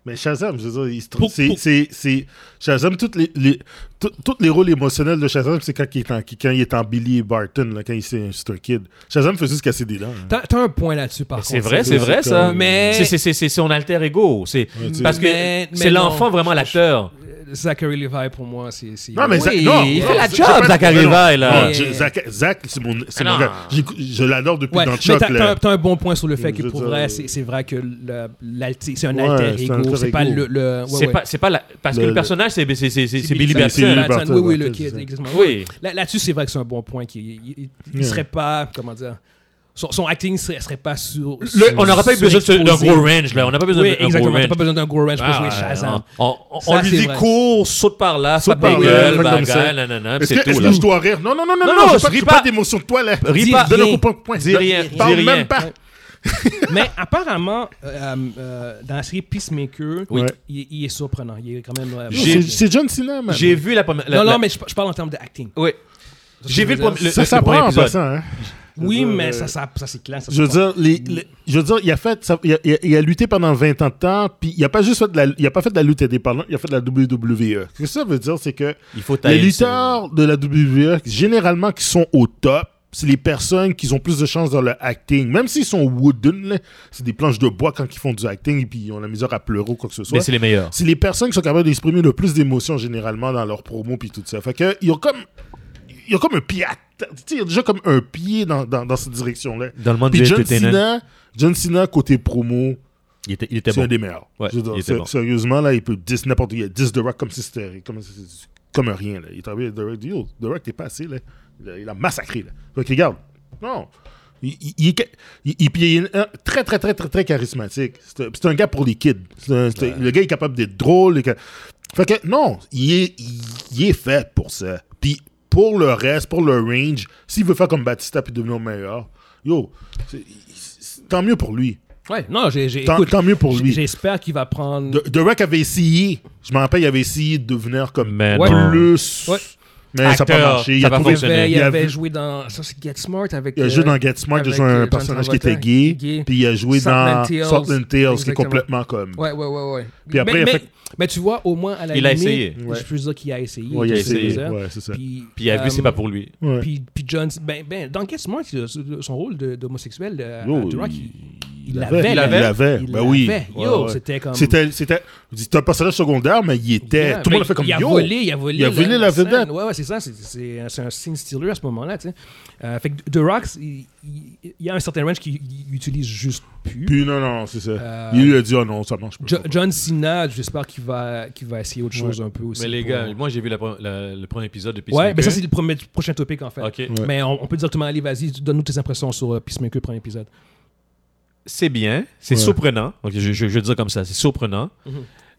Speaker 3: Mais Shazam, je veux dire, il se trouve.
Speaker 1: Pour-
Speaker 3: C'est,
Speaker 1: pour-
Speaker 3: c'est, c'est- Shazam, toutes les, les- tout- tous les rôles émotionnels de Shazam, c'est quand il est en, quand il est en Billy et Barton, là, quand il c'est c'est un kid. Shazam fait juste casser des dents. hein.
Speaker 1: T'as t'as un point là-dessus, par contre.
Speaker 2: C'est vrai,
Speaker 3: c'est-
Speaker 2: c'est vrai
Speaker 3: c'est
Speaker 2: ça.
Speaker 3: comme-
Speaker 1: Mais-
Speaker 2: C'est- c'est- c'est c'est son alter ego. C'est
Speaker 3: Ouais, tu-
Speaker 2: parce que
Speaker 1: Mais- mais
Speaker 2: c'est
Speaker 1: non.
Speaker 2: l'enfant vraiment l'acteur.
Speaker 1: Euh, Zachary Levi, pour moi, c'est. c'est-
Speaker 3: Non, mais
Speaker 2: Oui,
Speaker 3: Zach- non,
Speaker 2: il
Speaker 3: non,
Speaker 2: fait la
Speaker 3: c'est-
Speaker 2: job,
Speaker 3: c'est pas-
Speaker 2: Zachary
Speaker 3: non,
Speaker 2: Levi, là.
Speaker 3: non, je-
Speaker 1: Ouais.
Speaker 3: Zach, Zach, c'est mon, c'est mon
Speaker 2: Non.
Speaker 3: gars. J'écoute- Je l'adore depuis
Speaker 1: Ouais,
Speaker 3: dans
Speaker 1: mais
Speaker 3: Chuck.
Speaker 1: t'as- t'as
Speaker 3: là.
Speaker 1: un- t'as un bon point sur le fait
Speaker 3: Je
Speaker 1: que
Speaker 3: veux
Speaker 1: pour
Speaker 3: dire,
Speaker 1: vrai,
Speaker 3: euh,
Speaker 1: c'est c'est vrai que le- l'alter- c'est un
Speaker 3: Ouais,
Speaker 1: alter
Speaker 3: c'est un
Speaker 1: ego.
Speaker 3: alter
Speaker 1: C'est pas
Speaker 3: ego.
Speaker 1: le. le- ouais,
Speaker 2: C'est
Speaker 1: ouais.
Speaker 2: pas, c'est pas la- parce que
Speaker 3: Le-
Speaker 2: le personnage c'est c'est- c'est- c'est- c'est Billy
Speaker 3: Batson.
Speaker 2: Batson.
Speaker 3: Batson. Batson,
Speaker 1: Oui, oui, le
Speaker 3: Batson,
Speaker 1: kid,
Speaker 3: c'est ça.
Speaker 1: exactement.
Speaker 2: Oui.
Speaker 1: Là- Là-dessus, c'est vrai que c'est un bon point. qu'il- Il, il- il
Speaker 3: Ouais.
Speaker 1: serait pas, comment dire, son, son acting serait, serait pas sur.
Speaker 2: Le- on n'aura pas eu besoin de ce- d'un
Speaker 1: surexposé.
Speaker 2: gros range là. On n'a pas besoin
Speaker 1: Oui,
Speaker 2: d'un gros
Speaker 1: exactement. T'as
Speaker 2: range.
Speaker 1: pas besoin d'un gros range pour jouer
Speaker 2: Ah,
Speaker 1: Shazam.
Speaker 2: non. On, on-
Speaker 1: Ça,
Speaker 2: on lui
Speaker 1: c'est
Speaker 2: dit
Speaker 1: vrai.
Speaker 2: cours, saute par là, saute par
Speaker 3: par là,
Speaker 2: gueule,
Speaker 3: fais comme
Speaker 2: bagaille,
Speaker 3: ça.
Speaker 2: nanana, puis
Speaker 3: Est-ce
Speaker 2: c'est
Speaker 3: que,
Speaker 2: tout
Speaker 3: est-ce
Speaker 2: là.
Speaker 3: que je dois rire? Non, non, non,
Speaker 2: Non,
Speaker 3: non, non,
Speaker 2: non, je
Speaker 3: non, j'ai pas,
Speaker 2: ris
Speaker 3: j'ai
Speaker 2: pas.
Speaker 3: pas d'émotion de toi, là.
Speaker 2: Ris
Speaker 1: Dis
Speaker 2: pas.
Speaker 3: Donne
Speaker 1: rien.
Speaker 3: un coup de poing.
Speaker 2: Dis rien, dis
Speaker 3: Parle
Speaker 2: rien.
Speaker 3: même pas.
Speaker 1: Mais apparemment, euh, euh, dans la série Peacemaker,
Speaker 3: Oui.
Speaker 1: il, il est surprenant. Il est quand même. euh,
Speaker 2: J'ai-
Speaker 3: C'est c'est John Cena, man.
Speaker 2: J'ai vu la première. la-
Speaker 1: Non,
Speaker 2: la-
Speaker 1: non, mais je, je parle en termes d'acting.
Speaker 2: Oui. J'ai vu le,
Speaker 1: Ça,
Speaker 2: premier- le-
Speaker 3: Ça
Speaker 2: le- le
Speaker 3: s'apprend
Speaker 2: premier
Speaker 3: en
Speaker 2: épisode.
Speaker 3: passant, hein.
Speaker 1: Oui,
Speaker 3: Je veux dire,
Speaker 1: mais
Speaker 3: euh,
Speaker 1: ça, ça, ça c'est clair. ça
Speaker 3: Je veux
Speaker 1: se
Speaker 3: dire, les- les- je veux dire, il a fait, ça- il, a, il a- il a lutté pendant 20 ans de temps, puis il a pas juste fait de la, il a pas fait de la lutte indépendante, il a fait de la WWE. Ce que ça veut dire, c'est que
Speaker 2: Il faut
Speaker 3: les
Speaker 2: tailler
Speaker 3: lutteurs de la WWE, généralement, qui sont au top, c'est les personnes qui ont plus de chance dans le acting. Même s'ils sont wooden, là, c'est des planches de bois quand ils font du acting et puis ils ont la misère à pleurer ou quoi que ce
Speaker 2: ce- Mais
Speaker 3: soit.
Speaker 2: c'est les meilleurs.
Speaker 3: C'est les personnes qui sont capables d'exprimer le plus d'émotions généralement dans leurs promos puis tout ça. Fait que ils ont comme, ils ont comme un pied, à terre. tu sais, ils ont déjà comme un pied dans, dans, dans cette direction-là.
Speaker 2: Dans le monde
Speaker 3: Puis
Speaker 2: du
Speaker 3: John
Speaker 2: entertainment,
Speaker 3: Cena, John Cena, côté promo,
Speaker 2: il était, il était
Speaker 3: c'est
Speaker 2: bon.
Speaker 3: un des meilleurs.
Speaker 2: Ouais,
Speaker 3: Je veux dire,
Speaker 2: il était
Speaker 3: sé-
Speaker 2: bon.
Speaker 3: Sérieusement, là, il peut 10 n'importe où. Il y a 10 The Rock comme si c'était comme, si c'était- comme un rien. Là. Il travaille avec The Rock. Yo, The Rock, t'es pas assez. Là. Il a- Il a massacré. Là. Fait que regarde. Non. Il, il- il est ca- il- il- puis il est un- très, très, très, très, très charismatique. C'est un- c'est un gars pour les kids. C'est un- c'est un- Le gars est capable d'être drôle. il est ca- Fait que non, il est, il, il est fait pour ça. Puis pour le reste, pour le range, s'il veut faire comme Batista puis devenir meilleur, yo, c'est- c'est- tant mieux pour lui.
Speaker 1: passe. Ouais, non, j'ai. j'ai-
Speaker 3: Tant-
Speaker 1: écoute,
Speaker 3: tant mieux pour lui.
Speaker 1: J'espère qu'il va prendre.
Speaker 3: The, The Rock avait essayé, je me rappelle, il avait essayé de devenir comme
Speaker 2: Mais
Speaker 1: Ouais.
Speaker 2: non.
Speaker 3: plus.
Speaker 1: Ouais.
Speaker 3: Mais ça n'a pas
Speaker 2: Acteur,
Speaker 3: marché. Il
Speaker 2: ça
Speaker 3: a
Speaker 2: va
Speaker 3: trouvé.
Speaker 1: Il
Speaker 2: fonctionner.
Speaker 1: avait, il
Speaker 3: Il a
Speaker 1: avait
Speaker 3: vu-
Speaker 1: joué dans. Ça, c'est Get Smart avec.
Speaker 3: Il a
Speaker 1: euh,
Speaker 3: joué dans Get Smart, il a
Speaker 1: avec,
Speaker 3: joué
Speaker 1: euh,
Speaker 3: un
Speaker 1: John
Speaker 3: personnage qui
Speaker 1: Travolta,
Speaker 3: était gay,
Speaker 1: gay.
Speaker 3: puis il a joué
Speaker 1: Sutherland
Speaker 3: dans
Speaker 1: Tales.
Speaker 3: Sutherland Tales, qui est
Speaker 1: Exactement.
Speaker 3: complètement comme.
Speaker 1: Ouais, ouais, ouais, ouais.
Speaker 3: Puis après,
Speaker 1: mais,
Speaker 3: il a
Speaker 1: mais-
Speaker 3: fait-
Speaker 1: mais tu vois, au moins à la
Speaker 2: Il a
Speaker 1: limite,
Speaker 2: essayé.
Speaker 1: je peux dire qu'il a essayé.
Speaker 3: Ouais, il a
Speaker 1: tout ça,
Speaker 3: essayé,
Speaker 1: tout ça.
Speaker 3: ouais, c'est ça.
Speaker 1: Puis,
Speaker 2: Puis il a vu,
Speaker 1: euh,
Speaker 2: c'est pas pour lui.
Speaker 3: Ouais.
Speaker 1: Puis, puis John, ben, ben, dans Get Smart, il a ce- son rôle de- d'homosexuel, euh,
Speaker 3: Yo,
Speaker 1: à The Rock, il- il l'avait.
Speaker 3: Il
Speaker 2: Oh, l'avait.
Speaker 3: l'avait.
Speaker 1: Il
Speaker 3: Ben oui.
Speaker 1: l'avait.
Speaker 3: Ouais,
Speaker 1: Yo,
Speaker 3: ouais.
Speaker 1: c'était comme.
Speaker 3: C'était, c'était, c'était un personnage secondaire, mais il était.
Speaker 1: Yeah,
Speaker 3: tout le monde a
Speaker 1: mais
Speaker 3: fait comme
Speaker 1: Il a
Speaker 3: yo.
Speaker 1: volé, il a volé.
Speaker 3: Il a volé la
Speaker 1: scène.
Speaker 3: vedette.
Speaker 1: Ouais, ouais, c'est ça. c'est- C'est c'est un signe stealer à ce moment-là, tu sais. Euh, fait que The Rocks, il, il- il y a un certain range qu'il il utilise juste plus.
Speaker 3: Puis non, non, c'est ça.
Speaker 1: Euh,
Speaker 3: Il lui a dit, oh non, ça marche pas.
Speaker 1: Jo- John Cena, j'espère qu'il va, qu'il va essayer autre chose un peu aussi.
Speaker 2: Mais les
Speaker 1: pour-
Speaker 2: gars, moi j'ai vu la pre- la- le premier épisode de
Speaker 1: Ouais,
Speaker 2: Peacemaker.
Speaker 1: mais ça, c'est le premier- prochain topic, en fait.
Speaker 2: Ok.
Speaker 3: Ouais.
Speaker 1: Mais on, on peut directement aller, vas-y, donne-nous tes impressions sur euh, Peacemaker, premier épisode.
Speaker 2: C'est bien, c'est
Speaker 3: Ouais.
Speaker 2: surprenant. Ok, je, je, je vais dire comme ça, c'est surprenant.
Speaker 1: Mhm.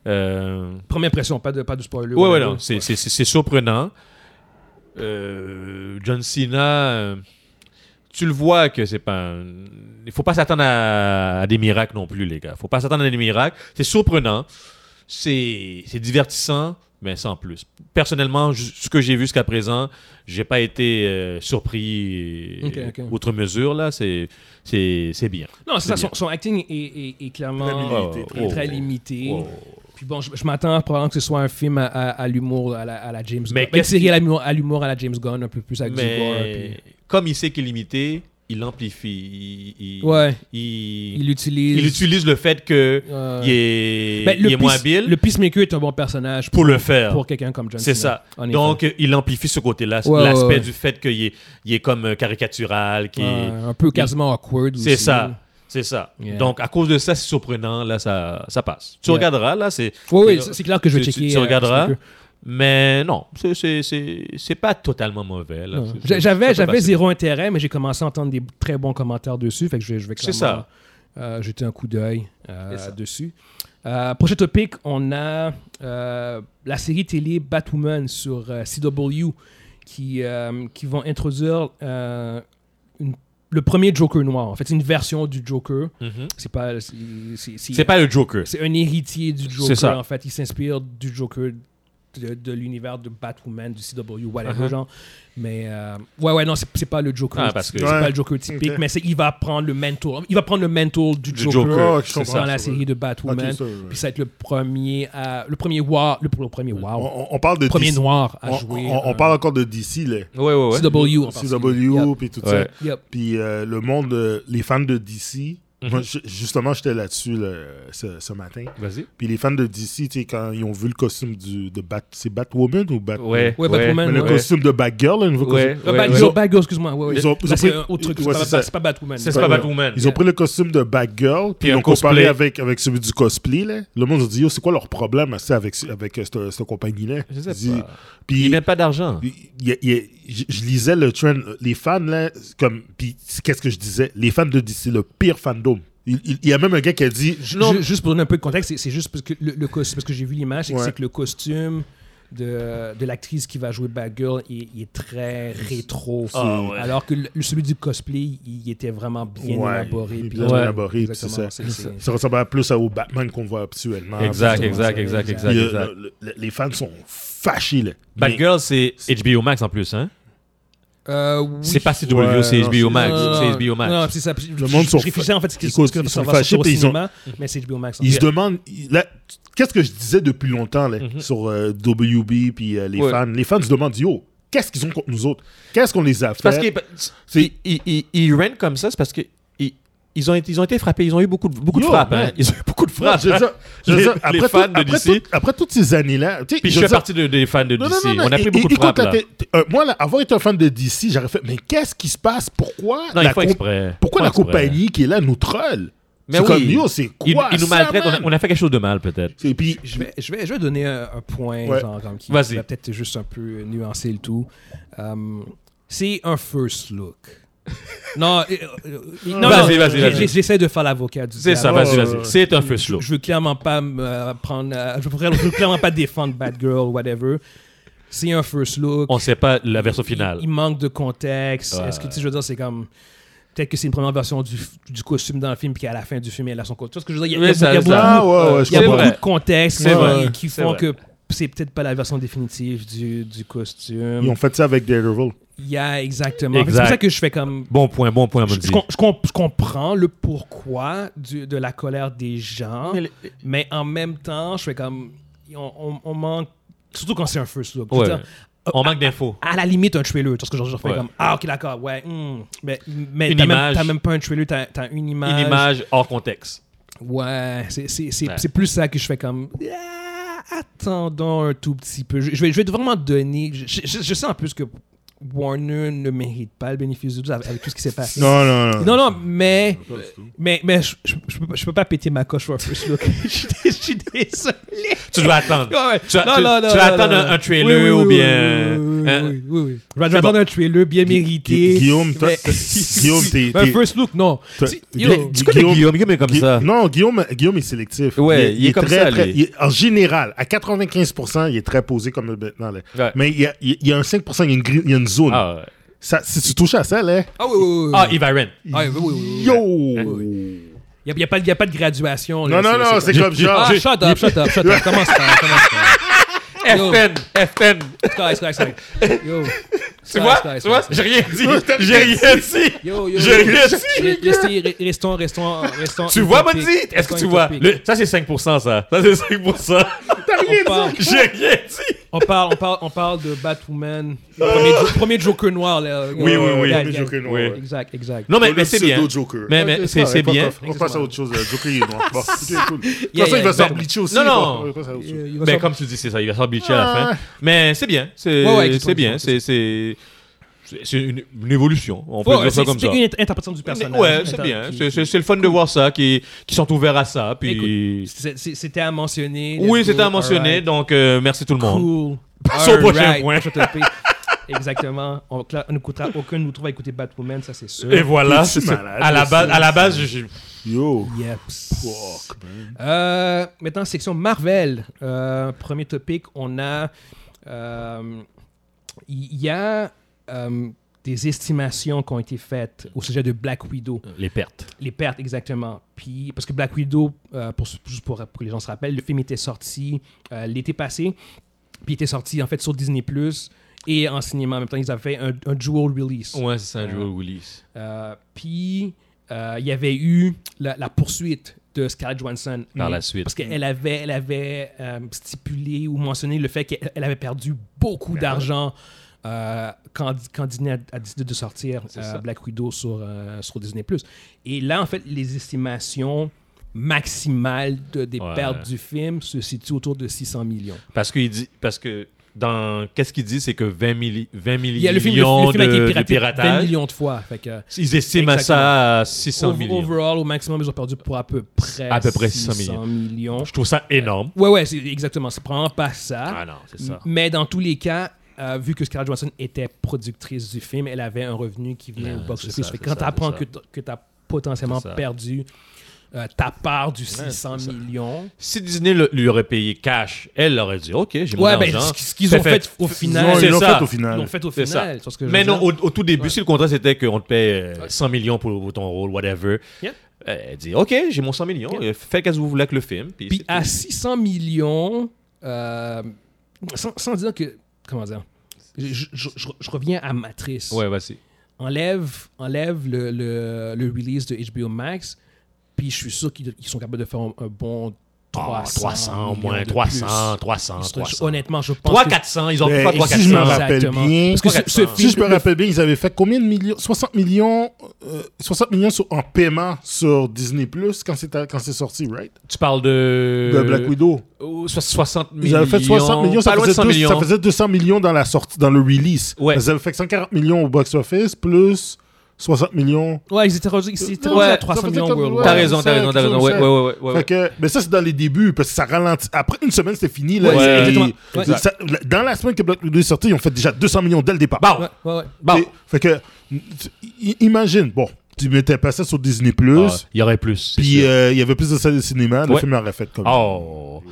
Speaker 2: Euh,
Speaker 1: Première impression, pas de, pas de spoiler.
Speaker 2: Ouais, ouais,
Speaker 1: whatever.
Speaker 2: non, c'est c'est- c'est- c'est surprenant. Euh, John Cena, euh, tu le vois que c'est pas. un- Il faut pas s'attendre à, à des miracles non plus, les gars. Faut pas s'attendre à des miracles. C'est surprenant, c'est c'est divertissant, mais sans plus. Personnellement, ju- ce que j'ai vu jusqu'à présent, j'ai pas été euh, surpris euh,
Speaker 1: Ok, ok.
Speaker 2: outre mesure là. C'est c'est c'est bien.
Speaker 1: Non, c'est ça.
Speaker 2: bien.
Speaker 1: Son, son acting est, est- est clairement
Speaker 3: Très limité,
Speaker 1: est
Speaker 2: très
Speaker 1: très
Speaker 2: limité.
Speaker 1: limité.
Speaker 2: Wow.
Speaker 1: Puis bon, je, je m'attends probablement que ce soit un film à, à- à l'humour à la, à la James
Speaker 2: Mais
Speaker 1: Gunn. Mais
Speaker 2: qu'est-ce qui-
Speaker 1: tiré à l'humour- à l'humour à la James Gunn, un peu plus avec du gore.
Speaker 2: Mais
Speaker 1: puis-
Speaker 2: comme il sait qu'il est limité, il l'amplifie. Il, il-
Speaker 1: Ouais,
Speaker 2: il-
Speaker 1: il l'utilise.
Speaker 2: il utilise le fait que
Speaker 1: Ouais.
Speaker 2: il est,
Speaker 1: Ben,
Speaker 2: il est moins
Speaker 1: peace-
Speaker 2: habile
Speaker 1: Le Peacemaker est un bon personnage
Speaker 2: pour le faire.
Speaker 1: pour quelqu'un comme John
Speaker 2: C'est
Speaker 1: Cena,
Speaker 2: ça.
Speaker 1: en effet.
Speaker 2: Donc, euh, il amplifie ce côté-là,
Speaker 1: Ouais,
Speaker 2: l'aspect
Speaker 1: ouais, ouais.
Speaker 2: du fait qu'il est, il est comme euh, caricatural, qui
Speaker 1: Ouais, un peu quasiment awkward.
Speaker 2: c'est
Speaker 1: aussi.
Speaker 2: ça, c'est ça.
Speaker 1: Yeah.
Speaker 2: Donc, à cause de ça, c'est surprenant. Là, ça, ça passe. Tu
Speaker 1: Yeah.
Speaker 2: regarderas. Là, c'est.
Speaker 1: Oui, oui,
Speaker 2: tu-
Speaker 1: c'est- c'est clair que je vais
Speaker 2: tu-
Speaker 1: checker.
Speaker 2: Tu,
Speaker 1: euh,
Speaker 2: regarderas.
Speaker 1: Peacemaker.
Speaker 2: Mais non, c'est- c'est- c'est c'est pas totalement mauvais. là.
Speaker 1: Non.
Speaker 2: C'est-
Speaker 1: J'a-
Speaker 2: ça
Speaker 1: J'avais
Speaker 2: peut
Speaker 1: j'avais
Speaker 2: passer.
Speaker 1: zéro intérêt, mais j'ai commencé à entendre des très bons commentaires dessus. Fait que je, vais- je vais
Speaker 2: C'est
Speaker 1: clairement,
Speaker 2: ça.
Speaker 1: euh, jeter un coup d'œil euh,
Speaker 2: C'est ça.
Speaker 1: dessus. Euh, prochain topic, on a euh, la série télé Batwoman sur euh, CW qui, euh, qui vont introduire euh, une- le premier Joker noir. En fait, c'est une version du Joker.
Speaker 2: Mhm.
Speaker 1: C'est pas. c'est- c'est- c'est-
Speaker 2: C'est pas le Joker.
Speaker 1: C'est un héritier du
Speaker 2: C'est
Speaker 1: Joker,
Speaker 2: ça.
Speaker 1: en fait. Il s'inspire du Joker de, de l'univers de Batwoman, du CW, whatever,
Speaker 2: Uh-huh.
Speaker 1: genre. Mais, euh, ouais, ouais, non, c'est c'est pas le Joker.
Speaker 2: Ah, parce que-
Speaker 1: C'est
Speaker 3: Ouais.
Speaker 1: pas le Joker typique,
Speaker 3: Ok.
Speaker 1: mais c'est- il va prendre le mentor. Il va prendre le mentor du,
Speaker 2: Du
Speaker 1: Joker,
Speaker 2: Joker,
Speaker 3: Ouais, euh, je
Speaker 1: dans
Speaker 3: comprends,
Speaker 1: la
Speaker 3: ça,
Speaker 1: série
Speaker 3: ouais.
Speaker 1: de Batwoman.
Speaker 3: Ok, ça, ouais.
Speaker 1: Puis ça va être le premier, à, le premier wow, le, le premier wow,
Speaker 3: on, on- on parle de
Speaker 1: premier
Speaker 3: DC.
Speaker 1: noir à
Speaker 3: on,
Speaker 1: jouer.
Speaker 3: on- on
Speaker 1: euh,
Speaker 3: parle encore de DC, là.
Speaker 2: Ouais, ouais, ouais.
Speaker 1: CW en particulier.
Speaker 3: CW,
Speaker 1: Yep,
Speaker 3: puis tout
Speaker 2: Ouais.
Speaker 3: ça.
Speaker 1: yep.
Speaker 3: Puis euh, le monde, euh, les fans de DC,
Speaker 2: Mhm.
Speaker 3: moi, ju- justement, j'étais là-dessus là, ce, ce matin.
Speaker 2: Vas-y.
Speaker 3: Puis les fans de DC, tu sais, quand ils ont vu le costume du, de Bat... C'est Batwoman ou Bat...
Speaker 2: Ouais,
Speaker 1: Ouais, Batwoman,
Speaker 3: Mais le
Speaker 1: ouais.
Speaker 3: costume de Batgirl, le nouveau
Speaker 2: Ouais,
Speaker 3: costume.
Speaker 1: Euh,
Speaker 2: ouais,
Speaker 1: Bat-
Speaker 2: ouais.
Speaker 1: ils ont- Batgirl, excuse-moi. Ouais, ouais.
Speaker 3: Ils ont- ils
Speaker 1: Là,
Speaker 3: ont
Speaker 1: c'est
Speaker 3: pris-
Speaker 1: un autre truc.
Speaker 3: ouais,
Speaker 1: c'est pas-
Speaker 3: c'est ça.
Speaker 1: c'est pas Batwoman.
Speaker 2: C'est pas Batwoman.
Speaker 3: Ils ont
Speaker 1: Yeah.
Speaker 3: pris le costume de Batgirl, puis
Speaker 2: un
Speaker 3: ils l'ont comparé
Speaker 2: cosplay.
Speaker 3: avec, avec celui du cosplay. Là. Le monde se dit, Yo, c'est quoi leur problème ça, avec, avec euh, cette, cette compagnie-là?
Speaker 2: Je sais
Speaker 3: Dis-
Speaker 2: pas.
Speaker 3: Puis,
Speaker 2: Il n'a pas d'argent.
Speaker 3: il y a- il y a- je, je lisais le trend. Les fans, là, comme. Puis, c'est- qu'est-ce que je disais? Les fans de DC, le pire fandom. Il, il- il y a même un gars qui a dit. je-
Speaker 1: Ju- juste pour donner un peu de contexte, c'est- c'est juste parce que le, le costume, parce que j'ai vu l'image, c'est que
Speaker 3: Ouais.
Speaker 1: c'est que le costume de, de l'actrice qui va jouer Batgirl, il, il est très rétro.
Speaker 2: Ah ouais.
Speaker 1: Alors que le- celui du cosplay, il était vraiment bien
Speaker 3: Ouais,
Speaker 1: élaboré.
Speaker 3: il est
Speaker 1: puis-
Speaker 3: bien
Speaker 1: Ouais.
Speaker 3: élaboré, puis c'est
Speaker 1: Exactement, c'est- c'est-
Speaker 3: Ça ressemble plus à- au Batman qu'on voit actuellement.
Speaker 2: Exact,
Speaker 1: c'est-
Speaker 2: exact,
Speaker 1: c'est-
Speaker 2: exact,
Speaker 1: c'est-
Speaker 2: exact,
Speaker 3: Puis, euh,
Speaker 2: exact.
Speaker 3: le- le- les fans sont fâchés, là.
Speaker 2: Batgirl, c'est HBO Max en plus, hein?
Speaker 1: Euh, oui.
Speaker 2: C'est pas CW,
Speaker 3: Ouais,
Speaker 2: c'est
Speaker 3: non,
Speaker 2: HBO
Speaker 3: c'est-
Speaker 2: Max.
Speaker 1: Non,
Speaker 2: C'est
Speaker 1: non,
Speaker 2: HBO Max.
Speaker 1: Non, c'est ça. Je-
Speaker 3: monde
Speaker 1: je,
Speaker 3: sont
Speaker 1: je réfléchissais en fait ce qui
Speaker 3: ils
Speaker 1: ce que
Speaker 3: sont
Speaker 1: ça va
Speaker 3: fâchés,
Speaker 1: sortir au
Speaker 3: puis ils ont-
Speaker 1: cinéma, mais c'est HBO Max.
Speaker 3: Mais Ils se demandent. il- là, Qu'est-ce que je disais depuis longtemps là, sur euh, WB puis euh, les
Speaker 2: Mm-hmm. Ouais.
Speaker 3: fans? Les fans se demandent, yo, qu'est-ce qu'ils ont contre nous autres? Qu'est-ce qu'on les a fait?
Speaker 2: C'est parce qu'ils
Speaker 3: C'est-
Speaker 2: ils, ils, ils rentent comme ça, c'est parce que ils, ils ont été, ils ont été frappés. Ils ont eu beaucoup de, beaucoup de
Speaker 3: Yo,
Speaker 2: frappes.
Speaker 3: man.
Speaker 2: hein. Ils ont eu beaucoup de
Speaker 3: Non,
Speaker 2: frappes.
Speaker 3: je veux dire- je veux
Speaker 2: Les-
Speaker 3: dire,
Speaker 2: les
Speaker 3: après
Speaker 2: fans
Speaker 3: tout-
Speaker 2: de
Speaker 3: après
Speaker 2: DC.
Speaker 3: tout- Après toutes ces années-là. tu sais,
Speaker 2: Puis je
Speaker 3: veux
Speaker 2: fais
Speaker 3: dire,
Speaker 2: partie de- des fans de
Speaker 3: Non,
Speaker 2: DC.
Speaker 3: non, non,
Speaker 2: On a
Speaker 3: non,
Speaker 2: pris
Speaker 3: é-
Speaker 2: beaucoup de
Speaker 3: écoute,
Speaker 2: frappes.
Speaker 3: là,
Speaker 2: Là.
Speaker 3: t'es- t'es- euh, moi, là, avoir été un fan de DC, j'aurais fait, mais qu'est-ce qui se passe? Pourquoi
Speaker 2: Non,
Speaker 3: la,
Speaker 2: ils font
Speaker 3: com-
Speaker 2: exprès. Ils font
Speaker 3: pourquoi la
Speaker 2: exprès.
Speaker 3: compagnie qui est là nous troll?
Speaker 2: Mais
Speaker 3: c'est
Speaker 2: oui.
Speaker 3: comme, yo, c'est
Speaker 2: Ils,
Speaker 3: quoi?
Speaker 2: ils nous
Speaker 3: ça,
Speaker 2: maltraitent. On a, Ah
Speaker 3: man?
Speaker 2: on a fait quelque chose de mal, peut-être.
Speaker 3: Et puis,
Speaker 1: Je vais, je, vais, je vais donner un, un point
Speaker 3: Ouais.
Speaker 1: genre, comme qui va
Speaker 2: Vas-y.
Speaker 1: peut-être juste un peu nuancer le tout. Um, c'est un first look. non, euh, euh, non, non,
Speaker 2: Vas-y, vas-y,
Speaker 1: j'ai-
Speaker 2: vas-y.
Speaker 1: j'ai- j'essaie de faire l'avocat du
Speaker 2: C'est ça,
Speaker 1: diable.
Speaker 2: vas-y,
Speaker 3: ouais,
Speaker 2: vas-y.
Speaker 3: ouais.
Speaker 2: C'est un first look.
Speaker 1: Je veux clairement pas me euh, prendre, euh, je, veux, je veux clairement pas défendre Batgirl, whatever. C'est un first look.
Speaker 2: On sait pas la version
Speaker 1: Il,
Speaker 2: finale.
Speaker 1: il manque de contexte.
Speaker 2: Ouais.
Speaker 1: Est-ce que tu sais, je veux dire, c'est comme. Peut-être que c'est une première version du, du costume dans le film, puis qu'à la fin du film, elle a son costume. Tu vois ce que je veux dire? Il y a-
Speaker 2: Oui,
Speaker 1: il y a-
Speaker 2: ça-
Speaker 1: il y a
Speaker 2: ça-
Speaker 1: beaucoup-
Speaker 3: ah, ouais, ouais, je
Speaker 1: il y a
Speaker 2: C'est
Speaker 1: beaucoup
Speaker 2: vrai.
Speaker 1: de contextes
Speaker 2: C'est vrai.
Speaker 1: qui, qui
Speaker 2: C'est
Speaker 1: font
Speaker 2: vrai.
Speaker 1: que c'est peut-être pas la version définitive du, du costume.
Speaker 3: Ils ont fait ça avec Daredevil.
Speaker 1: Il y a exactement. Fait que C'est
Speaker 2: Exact.
Speaker 1: pour ça que je fais comme.
Speaker 2: Bon point, bon point,
Speaker 1: Je,
Speaker 2: Mundi.
Speaker 1: je com- je com- je comprends le pourquoi du- de la colère des gens, mais, en même temps, je fais comme. On, on- on manque. Surtout quand c'est un first look. Je veux
Speaker 2: Ouais.
Speaker 1: dire,
Speaker 2: On manque d'infos.
Speaker 1: à la limite, un trailer. Parce que genre, je fais
Speaker 2: Ouais.
Speaker 1: comme. Ah, ok, d'accord, ouais. hmm. Mais, mais
Speaker 2: Une
Speaker 1: t'as même,
Speaker 2: image.
Speaker 1: t'as même pas un trailer, t'as as
Speaker 2: Une image hors contexte.
Speaker 1: Ouais, c'est- c'est c'est-
Speaker 2: Ouais.
Speaker 1: c'est plus ça que je fais comme. Ah, attendons un tout petit peu. Je, je vais, je vais vraiment donner. Je, je- je sens en plus que Warner ne mérite pas le bénéfice du doute avec, avec tout ce qui s'est passé.
Speaker 3: Non, non, non.
Speaker 1: non, non, mais. Mais, mais je, je, je peux, pas- je peux pas péter ma coche sur un first look. je, suis dé- je suis désolé.
Speaker 2: Tu dois attendre.
Speaker 1: Ouais, ouais.
Speaker 2: Tu vas- tu- tu vas attendre un- un trailer ou
Speaker 1: Oui,
Speaker 2: bien-
Speaker 1: oui, oui,
Speaker 2: hein?
Speaker 1: oui, oui, oui. Je vais
Speaker 2: C'est
Speaker 1: attendre un trailer bien mérité.
Speaker 3: Gu- Guillaume, toi-
Speaker 1: mais-
Speaker 3: Guillaume, t'es-
Speaker 1: Un
Speaker 3: t'es-
Speaker 1: first look, non.
Speaker 3: T'as-
Speaker 1: Si-
Speaker 3: Gu-
Speaker 1: yo,
Speaker 3: Gu- Guillaume-
Speaker 2: Guillaume est comme
Speaker 3: Gui- Non, Guillaume, Guillaume est sélectif.
Speaker 2: Ouais, il est comme ça, lui.
Speaker 3: il est- en général, à 95%, il est très posé comme maintenant. là.
Speaker 2: Ouais.
Speaker 3: Mais il y, a, il y a un 5%, il y a une, gri- il y a une zone.
Speaker 2: Ah, ouais.
Speaker 3: Ça, si tu touches à ça, là,
Speaker 1: Ah oui, oui, oui.
Speaker 2: Ah, Eva Ren.
Speaker 1: Ah, oui, oui, oui, oui, oui.
Speaker 3: yo!
Speaker 2: Ah
Speaker 1: Il n'y a, pas de- y a pas de graduation. là,
Speaker 3: Non, non, non, c'est comme genre.
Speaker 1: Ah, shut up, shut up, shut up. Commence pas, commence pas. Yo.
Speaker 2: FN, FN.
Speaker 1: C'est correct, c'est correct, c'est correct. Yo.
Speaker 2: Tu vois, tu vois, j'ai rien dit. J'ai rien dit.
Speaker 1: Yo, yo,
Speaker 2: J'ai
Speaker 1: yo.
Speaker 2: rien
Speaker 1: Re-
Speaker 2: dit.
Speaker 1: restez- re- Restons, restons, restons.
Speaker 2: Tu vois,
Speaker 1: topic.
Speaker 2: Bonzi? Est-ce que
Speaker 1: Restons
Speaker 2: tu vois?
Speaker 1: topic.
Speaker 2: Le- Ça, c'est 5%, ça. Ça, c'est 5%.
Speaker 1: On parle,
Speaker 2: J'ai rien dit.
Speaker 1: on parle, on parle, on parle de Batwoman. Le Premier, jo- premier Joker noir, là.
Speaker 2: Oui, oui, oui.
Speaker 1: Yeah,
Speaker 3: Premier
Speaker 1: yeah.
Speaker 3: Joker noir, ouais.
Speaker 1: Exact, exact.
Speaker 2: Non, mais,
Speaker 3: Au lieu
Speaker 2: mais
Speaker 3: de
Speaker 2: c'est
Speaker 3: pseudo
Speaker 2: bien.
Speaker 3: Joker.
Speaker 2: Mais, mais
Speaker 3: Ok,
Speaker 2: c'est-
Speaker 3: correct,
Speaker 2: c'est
Speaker 3: fuck
Speaker 2: bien.
Speaker 3: off. On passe à autre chose. euh, Joker, il est noir. Bon, ok, cool. De toute
Speaker 1: Yeah, yeah,
Speaker 3: façon, il va se faire
Speaker 1: exactement.
Speaker 3: bleacher aussi.
Speaker 2: Non,
Speaker 3: il va-
Speaker 2: non.
Speaker 3: il va faire autre chose.
Speaker 1: Euh, Il
Speaker 2: Ben,
Speaker 1: ressemble-
Speaker 2: comme tu dis, c'est ça. Il va se faire bleacher à la
Speaker 3: Ah.
Speaker 2: fin. Mais c'est bien. C'est
Speaker 1: Ouais, ouais, exactement,
Speaker 2: c'est bien. C'est
Speaker 1: exactement.
Speaker 2: c'est- c'est- c'est une, une évolution. On peut
Speaker 1: Ouais,
Speaker 2: dire ça
Speaker 1: c'est-
Speaker 2: comme
Speaker 1: c'est
Speaker 2: ça.
Speaker 1: une int- interprétation du personnage.
Speaker 2: Ouais, c'est
Speaker 1: Inter-
Speaker 2: bien.
Speaker 1: qui-
Speaker 2: C'est- C'est c'est le fun de voir ça, qui, qui sont ouverts à ça.
Speaker 1: Écoute,
Speaker 2: Puis...
Speaker 1: c'est- c'est- C'était à mentionner.
Speaker 2: Oui,
Speaker 1: Let's
Speaker 2: c'était
Speaker 1: go,
Speaker 2: à mentionner,
Speaker 1: alright.
Speaker 2: donc euh, merci tout le monde.
Speaker 1: Cool.
Speaker 2: Passons au
Speaker 1: Alright,
Speaker 2: prochain point.
Speaker 1: je te le fais. Exactement. On, cla- on n'écoutera aucun de nous trouve à écouter Batwoman, ça c'est sûr.
Speaker 2: Et voilà,
Speaker 3: T'es-tu
Speaker 2: c'est-
Speaker 3: malade,
Speaker 2: à la
Speaker 3: ça?
Speaker 2: base, à la base, j'ai-
Speaker 3: Yo.
Speaker 1: Yep.
Speaker 3: Fuck, man.
Speaker 1: Euh, maintenant, section Marvel. Euh, premier topic, on a. euh, Il y a euh, des estimations qui ont été faites au sujet de Black Widow.
Speaker 2: les pertes.
Speaker 1: Les pertes, exactement. Puis, parce que Black Widow, euh, pour, juste pour, pour que les gens se rappellent, le film était sorti euh, l'été passé. Puis, il était sorti en fait sur Disney Plus et en cinéma. En même temps, ils avaient fait un, un dual release.
Speaker 2: Ouais, c'est ça,
Speaker 1: Joel
Speaker 2: Willis.
Speaker 1: Euh, puis, euh, il y avait eu la, la poursuite de Scarlett Johansson.
Speaker 2: Par la suite.
Speaker 1: Parce qu'elle avait, elle avait euh, stipulé ou mentionné le fait qu'elle elle avait perdu beaucoup
Speaker 2: Ben
Speaker 1: d'argent euh, quand, quand Disney a, a décidé de sortir
Speaker 2: C'est
Speaker 1: euh,
Speaker 2: ça.
Speaker 1: Black Widow sur, euh, sur Disney+. Et là, en fait, les estimations maximales de, des
Speaker 2: Ouais.
Speaker 1: pertes du film se situent autour de 600 millions.
Speaker 2: Parce qu'il dit, parce que dans, qu'est-ce qu'il dit, c'est que 20, milli- 20
Speaker 1: Il y a
Speaker 2: millions
Speaker 1: le film, le- le film
Speaker 2: de,
Speaker 1: a été
Speaker 2: de
Speaker 1: piraté 20
Speaker 2: piratage.
Speaker 1: millions de fois. Fait que,
Speaker 2: Ils estiment
Speaker 1: Exactement.
Speaker 2: ça à 600
Speaker 1: ov-
Speaker 2: millions.
Speaker 1: Overall, au maximum, ils ont perdu pour à peu près,
Speaker 2: À peu près 600
Speaker 1: millions.
Speaker 2: Je trouve ça énorme.
Speaker 1: Ouais, ouais, c'est- exactement. C'est probablement pas ça.
Speaker 2: Ah non, c'est ça.
Speaker 1: Mais dans tous les cas, euh, vu que Scarlett Johansson était productrice du film, elle avait un revenu qui venait
Speaker 2: Ah,
Speaker 1: au
Speaker 2: c'est
Speaker 1: box-office.
Speaker 2: ça,
Speaker 1: Fait que
Speaker 2: c'est
Speaker 1: Quand tu
Speaker 2: ça,
Speaker 1: apprends
Speaker 2: c'est
Speaker 1: que tu as potentiellement
Speaker 2: C'est ça.
Speaker 1: perdu euh, ta part du 600
Speaker 2: c'est ça.
Speaker 1: millions,
Speaker 2: Si Disney le- lui aurait payé cash, elle aurait dit OK, j'ai mon
Speaker 1: ouais, ben,
Speaker 2: argent.
Speaker 1: ce qu'ils ont fait, au final,
Speaker 3: Ils
Speaker 2: c'est
Speaker 3: l'ont
Speaker 2: ça.
Speaker 3: fait au
Speaker 1: ils l'ont
Speaker 3: final.
Speaker 1: fait au
Speaker 2: C'est ça.
Speaker 1: final. tu vois ce que je
Speaker 2: Mais
Speaker 1: veux
Speaker 2: non,
Speaker 1: dire?
Speaker 2: au, au tout début, si le contrat c'était qu'on te paye euh, 100 millions pour, pour ton rôle, whatever,
Speaker 1: Yep.
Speaker 2: euh, elle dit OK, j'ai mon 100 millions,
Speaker 1: Yeah.
Speaker 2: euh, faites qu'est-ce que vous voulez avec le film. Puis
Speaker 1: Puis
Speaker 2: c'est
Speaker 1: à
Speaker 2: tout.
Speaker 1: 600 millions, euh, sans, sans dire que. Comment dire je, je- je- je reviens à Matrice.
Speaker 2: Ouais, vas-y.
Speaker 1: enlève, enlève le, le, le release de HBO Max, puis je suis sûr qu'ils ils sont capables de faire un, un bon
Speaker 2: Oh,
Speaker 1: 300.
Speaker 2: 300, au
Speaker 1: millions
Speaker 2: moins
Speaker 1: de
Speaker 2: 300,
Speaker 1: plus.
Speaker 2: 300,
Speaker 1: Je-
Speaker 2: 300.
Speaker 1: Honnêtement, je pense.
Speaker 2: 3
Speaker 1: que-
Speaker 2: 400, ils ont
Speaker 3: Ben,
Speaker 2: pas
Speaker 3: et
Speaker 2: 3
Speaker 3: si je me
Speaker 2: 400.
Speaker 3: rappelle
Speaker 1: Exactement.
Speaker 3: bien-
Speaker 1: Parce que ce, ce
Speaker 2: 300.
Speaker 1: film,
Speaker 3: Si je me rappelle bien, ils avaient fait combien de millions 60 millions, euh, 60 millions sur- en paiement sur Disney Plus quand c'est quand c'est sorti, right
Speaker 2: Tu parles de
Speaker 3: De Black Widow.
Speaker 2: Oh, so- 60 Euh, millions.
Speaker 3: Ils avaient fait 60 millions, ça
Speaker 2: pas loin de
Speaker 3: faisait,
Speaker 2: 100
Speaker 3: deux-
Speaker 2: millions.
Speaker 3: ça faisait 200 millions dans la sortie, dans le release.
Speaker 2: Ouais.
Speaker 3: Ils avaient fait 140 millions au box-office plus 60 millions.
Speaker 1: ouais, ils étaient rendus, ils étaient rendus
Speaker 2: Ouais,
Speaker 1: à
Speaker 3: ça
Speaker 1: 300
Speaker 3: faisait
Speaker 1: millions
Speaker 3: comme-
Speaker 1: worldwide.
Speaker 2: T'as
Speaker 3: Ouais,
Speaker 2: raison, t'as
Speaker 3: ça,
Speaker 2: raison, t'as
Speaker 3: ça,
Speaker 2: raison. Ouais,
Speaker 3: ça.
Speaker 2: ouais, ouais, ouais,
Speaker 3: Fait
Speaker 2: ouais.
Speaker 3: que, mais ça, c'est dans les débuts, parce que ça ralentit. Après une semaine, c'était fini. Là,
Speaker 1: Ouais,
Speaker 3: Et-
Speaker 1: exactement.
Speaker 3: et-
Speaker 1: Ouais.
Speaker 3: ça- dans la semaine que Black Widow est sorti, ils ont fait déjà 200 millions dès le départ.
Speaker 2: Bon, Ah.
Speaker 1: Ouais, ouais, ouais.
Speaker 2: bon.
Speaker 3: Et- fait que, i- imagine, bon, tu mettais pas ça sur Disney+,
Speaker 2: Ah, Il y aurait plus. c'est
Speaker 3: puis
Speaker 2: sûr.
Speaker 3: euh, il y avait plus de salles de cinéma, le
Speaker 2: Ouais.
Speaker 3: film aurait fait comme
Speaker 2: Oh.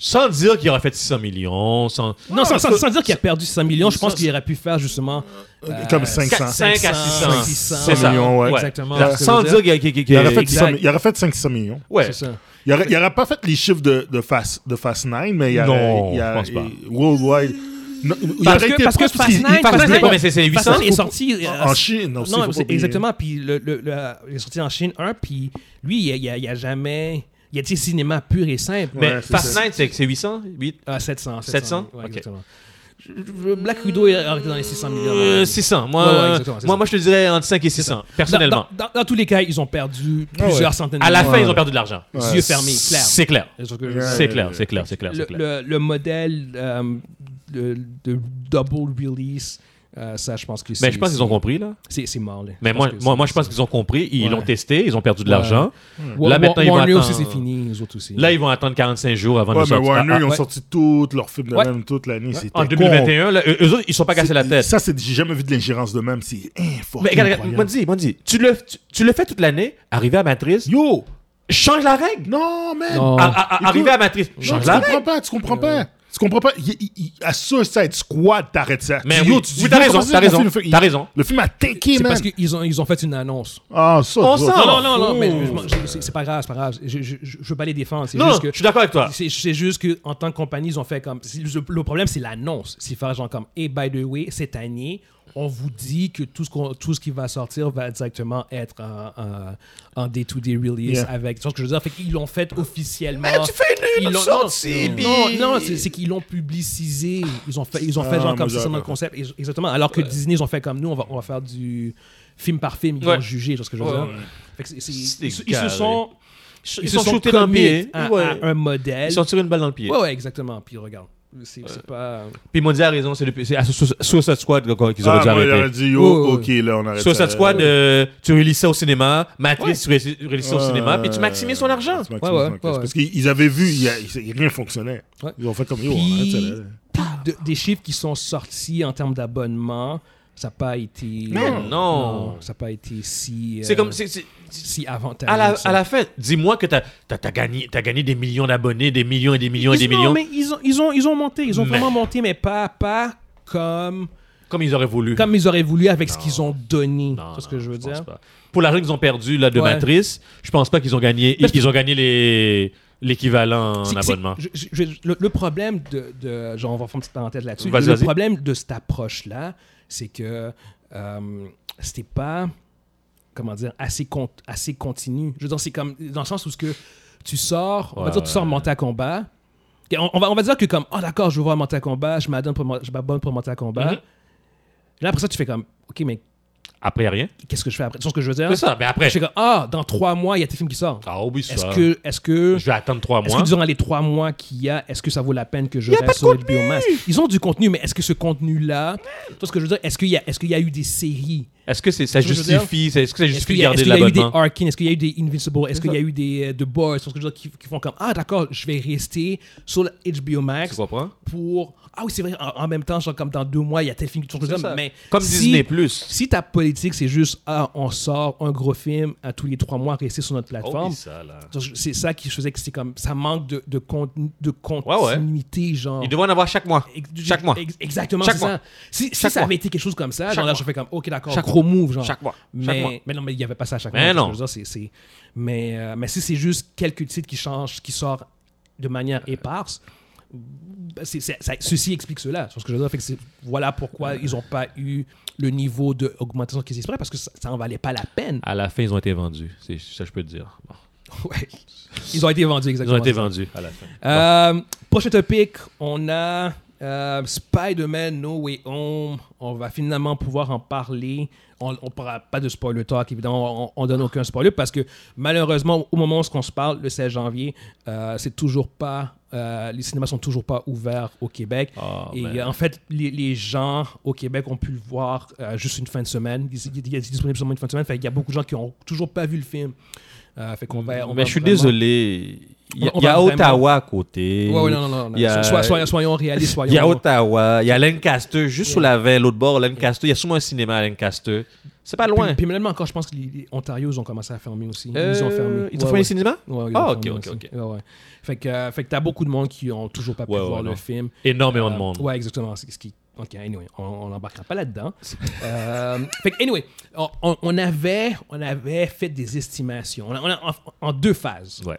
Speaker 2: Sans dire qu'il aurait fait 600 millions, sans...
Speaker 1: Non, sans, sans- sans dire qu'il a perdu 100 millions, je
Speaker 2: ça,
Speaker 1: pense qu'il aurait pu faire justement. euh,
Speaker 3: Comme 500.
Speaker 2: 5 à 600.
Speaker 1: 600,
Speaker 2: C'est ça.
Speaker 3: millions, ouais.
Speaker 1: Exactement.
Speaker 2: Genre,
Speaker 1: C'est ce que
Speaker 2: Sans
Speaker 1: je veux
Speaker 2: dire qu'il qu'il- qu'il-
Speaker 3: Il aurait, fait
Speaker 1: Exact.
Speaker 3: 600 mi- il aurait fait 500 millions.
Speaker 2: Ouais.
Speaker 1: C'est ça.
Speaker 3: Il n'aurait pas fait les chiffres de, de, Fast, de Fast 9, mais il aurait...
Speaker 2: Non,
Speaker 3: il
Speaker 2: je
Speaker 3: aurait-
Speaker 2: pense pas.
Speaker 3: Worldwide. Non, il
Speaker 1: Parce
Speaker 3: aurait
Speaker 1: que-
Speaker 3: été
Speaker 1: parce que
Speaker 3: proche
Speaker 1: Fast
Speaker 3: qu'il-
Speaker 1: Nine-
Speaker 3: il-
Speaker 1: Fast
Speaker 3: parce
Speaker 1: Nine-
Speaker 3: que-
Speaker 2: Ouais, mais c'est- c'est
Speaker 1: Parce
Speaker 2: 800.
Speaker 1: que est sorti euh,
Speaker 3: En Chine aussi, faut
Speaker 1: Non,
Speaker 3: pas
Speaker 1: c'est-
Speaker 3: oublier.
Speaker 1: exactement. Puis le, le- le- il est sorti en Chine 1, puis lui, il y a, il y a- il y a jamais. Il y a du cinéma pur et simple.
Speaker 2: Mais
Speaker 3: Ouais, c'est
Speaker 2: Fast
Speaker 3: ça.
Speaker 2: Night, c'est c'est 800 8
Speaker 1: Ah, 700.
Speaker 2: 700?
Speaker 1: ouais,
Speaker 2: Ok.
Speaker 1: exactement. Je- je- Black Widow est arrêté dans les 600 millions.
Speaker 2: Euh, 600. Moi,
Speaker 1: Ouais, ouais, exactement, c'est
Speaker 2: moi,
Speaker 1: ça.
Speaker 2: moi, je te dirais entre 5 et 600,
Speaker 1: Dans-
Speaker 2: personnellement.
Speaker 1: Dans, dans- dans tous les cas, ils ont perdu
Speaker 3: Ah ouais.
Speaker 1: plusieurs centaines de
Speaker 2: À la
Speaker 1: millions.
Speaker 2: fin, ils ont perdu de l'argent.
Speaker 3: Ouais.
Speaker 1: Yeux fermés, clair.
Speaker 2: C'est clair.
Speaker 1: C'est sûr que je-
Speaker 3: Ouais.
Speaker 2: C'est clair, c'est clair, c'est clair,
Speaker 1: le,
Speaker 2: c'est clair.
Speaker 1: le- le modèle euh, de, de double release, euh, ça, je pense que c'est.
Speaker 2: Mais je pense qu'ils ont compris, là.
Speaker 1: C'est c'est mort, là.
Speaker 2: Mais moi,
Speaker 1: que
Speaker 2: moi,
Speaker 1: c'est-
Speaker 2: moi, je pense qu'ils ont compris. Ils
Speaker 1: Ouais.
Speaker 2: l'ont testé, ils ont perdu de
Speaker 1: Ouais.
Speaker 2: l'argent.
Speaker 1: Wa-
Speaker 2: Là,
Speaker 1: Wa-
Speaker 2: maintenant, ils vont
Speaker 1: Warner aussi,
Speaker 2: attendre.
Speaker 1: c'est fini, les autres aussi.
Speaker 2: Là, ils vont attendre 45 jours avant de
Speaker 3: Ouais,
Speaker 2: le
Speaker 3: mais
Speaker 2: sortir.
Speaker 3: Warner,
Speaker 2: Ah,
Speaker 3: ils ont
Speaker 1: ouais.
Speaker 3: sorti tous leurs films de
Speaker 1: Ouais.
Speaker 3: même toute l'année. c'était
Speaker 2: ah, en
Speaker 3: con.
Speaker 2: 2021, là, eux, eux autres, ils se sont pas cassés la
Speaker 3: C'est-
Speaker 2: tête.
Speaker 3: Ça, c'est j'ai jamais vu de l'ingérence de même. C'est hein, fucking
Speaker 2: Mais regarde, regarde,
Speaker 3: incroyable.
Speaker 2: moi, dis, moi, dis, tu le, tu, tu le fais toute l'année, arrivé à Matrice,
Speaker 3: Yo!
Speaker 2: change la règle.
Speaker 3: Non, man!
Speaker 1: Non.
Speaker 2: À- à- à-
Speaker 3: Écoute,
Speaker 2: arrivé à Matrice,
Speaker 3: Non,
Speaker 2: change
Speaker 3: tu
Speaker 2: la
Speaker 3: comprends
Speaker 2: règle.
Speaker 3: pas, tu comprends pas. Tu Tu comprends pas? Il- il- il- à Suicide Squad, t'arrêtes ça.
Speaker 2: Mais
Speaker 3: Tu- yo,
Speaker 2: oui,
Speaker 3: tu
Speaker 2: oui,
Speaker 3: dis,
Speaker 2: t'as
Speaker 3: yo,
Speaker 2: raison,
Speaker 3: comment ça,
Speaker 2: t'as
Speaker 3: le
Speaker 2: raison,
Speaker 3: film- il-
Speaker 2: t'as raison.
Speaker 3: Le film a tanké,
Speaker 1: C'est
Speaker 3: man.
Speaker 1: parce qu'ils ont, ils ont fait une annonce.
Speaker 3: Ah, ça,
Speaker 2: On
Speaker 3: bro,
Speaker 2: s'en
Speaker 3: ça,
Speaker 2: va.
Speaker 1: Non, non, non,
Speaker 3: fou.
Speaker 1: mais, mais je m'en- je- c'est c'est pas grave, c'est pas grave. Je, je, je- je veux pas les défendre. C'est
Speaker 2: Non,
Speaker 1: juste
Speaker 2: non,
Speaker 1: que.
Speaker 2: je suis d'accord avec toi.
Speaker 1: C'est c'est juste qu'en tant que compagnie, ils ont fait comme. c'est- Le le problème, c'est l'annonce. C'est faire genre comme, hey, by the way, cette année, on vous dit que tout ce, qu'on- tout ce qui va sortir va directement être en- en en day-to-day release
Speaker 3: Yeah.
Speaker 1: avec. Tu vois ce que je veux dire? Fait qu'ils l'ont fait officiellement.
Speaker 2: Eh, tu fais une-
Speaker 1: Ils
Speaker 2: une
Speaker 1: l'ont-
Speaker 2: sortie, puis-
Speaker 1: Non, non, non, c'est c'est qu'ils l'ont publicisé. Ils ont fait, ils ont fait
Speaker 3: Ah,
Speaker 1: genre
Speaker 3: moi,
Speaker 1: comme ça, c'est
Speaker 3: j'avais
Speaker 1: notre
Speaker 3: pas.
Speaker 1: concept. Ex- Exactement. Alors que Disney, ils ont fait comme nous, on va, on va faire du film par film, ils
Speaker 2: Ouais.
Speaker 1: vont juger, tu vois ce que je veux
Speaker 2: Ouais,
Speaker 1: dire?
Speaker 2: ouais.
Speaker 1: Fait que c'est- c'est-
Speaker 2: C'est
Speaker 1: ils, se- ils se
Speaker 2: égal,
Speaker 1: sont.
Speaker 2: Ils,
Speaker 1: Ils
Speaker 2: sont
Speaker 1: se sont
Speaker 2: shootés dans le
Speaker 1: commis
Speaker 2: pied.
Speaker 1: à,
Speaker 2: Ouais.
Speaker 1: à un modèle.
Speaker 2: Ils sont tirés une balle dans le pied.
Speaker 1: Ouais, ouais, exactement. Puis regarde, c'est c'est pas.
Speaker 2: Puis ils m'ont dit à raison, c'est le- c'est à Su- Su- Suicide Squad qu'ils auraient dû
Speaker 3: Ah, moi, il aurait
Speaker 2: arrêter.
Speaker 3: dit, yo,
Speaker 1: Ouais,
Speaker 3: ok, là, on arrête ça.
Speaker 2: Suicide Squad, euh, tu relises ça au cinéma, Matrice, tu relises ça au cinéma, puis tu maximises son argent.
Speaker 3: Tu maximises
Speaker 1: Ouais, ouais,
Speaker 3: son cash.
Speaker 1: ouais.
Speaker 3: Parce qu'ils ils avaient vu, il y a- il- rien fonctionnait.
Speaker 1: Ouais.
Speaker 3: Ils ont fait comme, yo, on arrête
Speaker 1: Puis,
Speaker 3: ça. là.
Speaker 1: puis de- des chiffres qui sont sortis en termes d'abonnement, ça n'a pas été.
Speaker 2: Non. Non.
Speaker 1: ça n'a pas été si. euh,
Speaker 2: C'est comme. c'est- c'est- c'est-
Speaker 1: Si avantageux.
Speaker 2: À la,
Speaker 1: que ça.
Speaker 2: à la fin, dis-moi que t'as as, gagné, t'as gagné des millions d'abonnés, des millions et des millions et des
Speaker 1: Ils- non,
Speaker 2: millions,
Speaker 1: mais ils ont, ils, ont, ils ont monté. Ils ont
Speaker 2: Mais-
Speaker 1: vraiment monté, mais pas, pas comme,
Speaker 2: comme ils auraient voulu.
Speaker 1: comme ils auraient voulu avec ce qu'ils ont donné.
Speaker 2: Non,
Speaker 1: C'est ce
Speaker 2: non,
Speaker 1: que je veux
Speaker 2: pense
Speaker 1: dire.
Speaker 2: pas. Pour l'argent qu'ils ont perdu là, de
Speaker 1: Ouais.
Speaker 2: Matrice, je pense pas qu'ils ont gagné,
Speaker 1: Parce que-
Speaker 2: ils ont gagné les- l'équivalent en
Speaker 1: C'est- c'est-
Speaker 2: abonnement.
Speaker 1: je- je- je- le, le problème de, de- Genre, on va faire une petite parenthèse là-dessus.
Speaker 2: Vas-y,
Speaker 1: Le
Speaker 2: vas-y.
Speaker 1: problème de cette approche-là, c'est que euh, c'était pas. Comment dire Assez, con- assez continu. Je veux dire, c'est comme. Dans le sens où ce que tu sors. On va
Speaker 2: Ouais,
Speaker 1: dire, tu sors
Speaker 2: ouais.
Speaker 1: monter à combat. Et On, on va, on va dire que, comme. Oh, d'accord, je veux voir monter à combat. Je m'abonne pour, mon- je m'abonne pour monter à combat.
Speaker 2: Mhm.
Speaker 1: Là, après ça, tu fais comme. Ok, mais
Speaker 2: Après, y a rien.
Speaker 1: qu'est-ce que je fais après Tu vois ce que je veux dire
Speaker 2: C'est ça, mais après.
Speaker 1: Je fais comme. Ah, dans trois mois, il y a tes films qui sortent.
Speaker 2: Ah, oublie
Speaker 1: Est-ce
Speaker 2: ça.
Speaker 1: que. Est-ce que.
Speaker 2: Je vais attendre trois
Speaker 1: Est-ce
Speaker 2: mois.
Speaker 1: que durant les trois mois qu'il y a, est-ce que ça vaut la peine que je reste sur HBO Max Ils ont du contenu, mais est-ce que ce contenu-là, tu vois ce que je veux dire, est-ce qu'il y, a- est-ce qu'il y a eu des séries
Speaker 2: Est-ce que c'est- ça
Speaker 1: Tu vois ce que je veux
Speaker 2: justifie c'est- Est-ce que ça
Speaker 1: Est-ce
Speaker 2: justifie
Speaker 1: qu'il
Speaker 2: de
Speaker 1: y, a- est-ce
Speaker 2: garder
Speaker 1: qu'il y a eu des
Speaker 2: l'abonnement
Speaker 1: Arkane Est-ce qu'il y a eu des Invincible Est-ce
Speaker 2: C'est
Speaker 1: qu'il y a
Speaker 2: ça.
Speaker 1: eu des euh, The Boys Tu vois ce que je veux dire, qui, qui font comme Ah, d'accord, je vais rester sur le HBO
Speaker 2: Tu
Speaker 1: Max
Speaker 2: comprends
Speaker 1: pour. Ah oui, c'est vrai, en, en même temps, genre comme dans deux mois, il y a tel film, tu vois ce que je veux dire,
Speaker 2: ça.
Speaker 1: mais
Speaker 2: Comme
Speaker 1: si-
Speaker 2: Disney Plus.
Speaker 1: Si ta politique, c'est juste Ah, on sort un gros film à tous les trois mois, rester sur notre
Speaker 2: Oh,
Speaker 1: plateforme. Donc, je- C'est ça qui faisait que c'est comme ça manque de, de, contenu- de
Speaker 2: ouais.
Speaker 1: continuité, genre.
Speaker 2: Il devrait en avoir chaque mois.
Speaker 1: Ex-
Speaker 2: Chaque mois.
Speaker 1: ex- exactement,
Speaker 2: Chaque
Speaker 1: c'est
Speaker 2: mois.
Speaker 1: ça. Si, si
Speaker 2: Chaque
Speaker 1: ça
Speaker 2: mois.
Speaker 1: avait été quelque chose comme ça,
Speaker 2: Chaque
Speaker 1: genre là,
Speaker 2: mois.
Speaker 1: je fais comme, ok, d'accord,
Speaker 2: Chaque
Speaker 1: gros move, genre.
Speaker 2: Chaque mois. Chaque
Speaker 1: Mais,
Speaker 2: mois.
Speaker 1: mais non, mais il n'y avait pas ça chaque
Speaker 2: Mais
Speaker 1: mois. c'est ce
Speaker 2: non.
Speaker 1: que je veux dire, c'est- c'est- mais, euh, mais si c'est juste quelques titres qui changent, qui sortent de manière éparse, ben, c'est- c'est- ça- ceci explique cela. C'est ce que je veux dire. Fait que c'est- voilà pourquoi ils n'ont pas eu le niveau d'augmentation qu'ils espéraient, parce que ça n'en valait pas la peine.
Speaker 2: À la fin, ils ont été vendus. C'est ça, je peux te dire. Bon.
Speaker 1: Ouais. Ils ont été vendus,
Speaker 2: Ah Ils
Speaker 1: exactement.
Speaker 2: ont été
Speaker 1: c'est ça.
Speaker 2: vendus à la fin.
Speaker 1: Euh, prochain topic, on a euh, Spider-Man No Way Home. On va finalement pouvoir en parler. On ne parlera pas de spoiler talk, évidemment. On, ne donne aucun spoiler parce que malheureusement, au moment où on se parle, le 16 janvier, euh, c'est toujours pas. euh, les cinémas sont toujours pas ouverts au Québec.
Speaker 2: Ah,
Speaker 1: Et
Speaker 2: man.
Speaker 1: euh, en fait, les, les gens au Québec ont pu le voir euh, juste une fin de semaine. Il, il- il est disponible seulement une fin de semaine. Fait il y a beaucoup de gens qui n'ont toujours pas vu le film. Euh, fait qu'on va, on
Speaker 2: mais
Speaker 1: va
Speaker 2: je suis
Speaker 1: vraiment-
Speaker 2: désolé. Il y a,
Speaker 1: On va- on
Speaker 2: il y a
Speaker 1: va vraiment-
Speaker 2: Ottawa à côté.
Speaker 1: Ouais, ouais, non, non, non. non.
Speaker 2: Il y a-
Speaker 1: Sois- soyons, soyons réalistes, soyons.
Speaker 2: Il y a Ottawa, il y a Lancaster, juste sous la veine, l'autre bord, Lancaster. Il y a sûrement un cinéma à Lancaster. C'est pas loin.
Speaker 1: Puis, puis même encore, je pense que les, les Ontario, ils ont commencé à fermer aussi. ils ont
Speaker 2: Euh,
Speaker 1: fermé. Ouais,
Speaker 2: Ils ont fermé
Speaker 1: ouais.
Speaker 2: les cinémas
Speaker 1: Ouais, ils ont
Speaker 2: Ah, ok,
Speaker 1: fermé
Speaker 2: ok,
Speaker 1: aussi.
Speaker 2: ok.
Speaker 1: Ouais, ouais. Fait que, euh, fait que t'as beaucoup de monde qui ont toujours pas pu
Speaker 2: Ouais, ouais,
Speaker 1: voir le
Speaker 2: non.
Speaker 1: film.
Speaker 2: Énormément de
Speaker 1: Euh,
Speaker 2: monde.
Speaker 1: Ouais, exactement. C'est ce qui. Ok, anyway, on n'embarquera pas là-dedans. Euh, fait que, anyway, on, on- on avait, on avait fait des estimations. On a- on a- en, en deux phases.
Speaker 2: Ouais.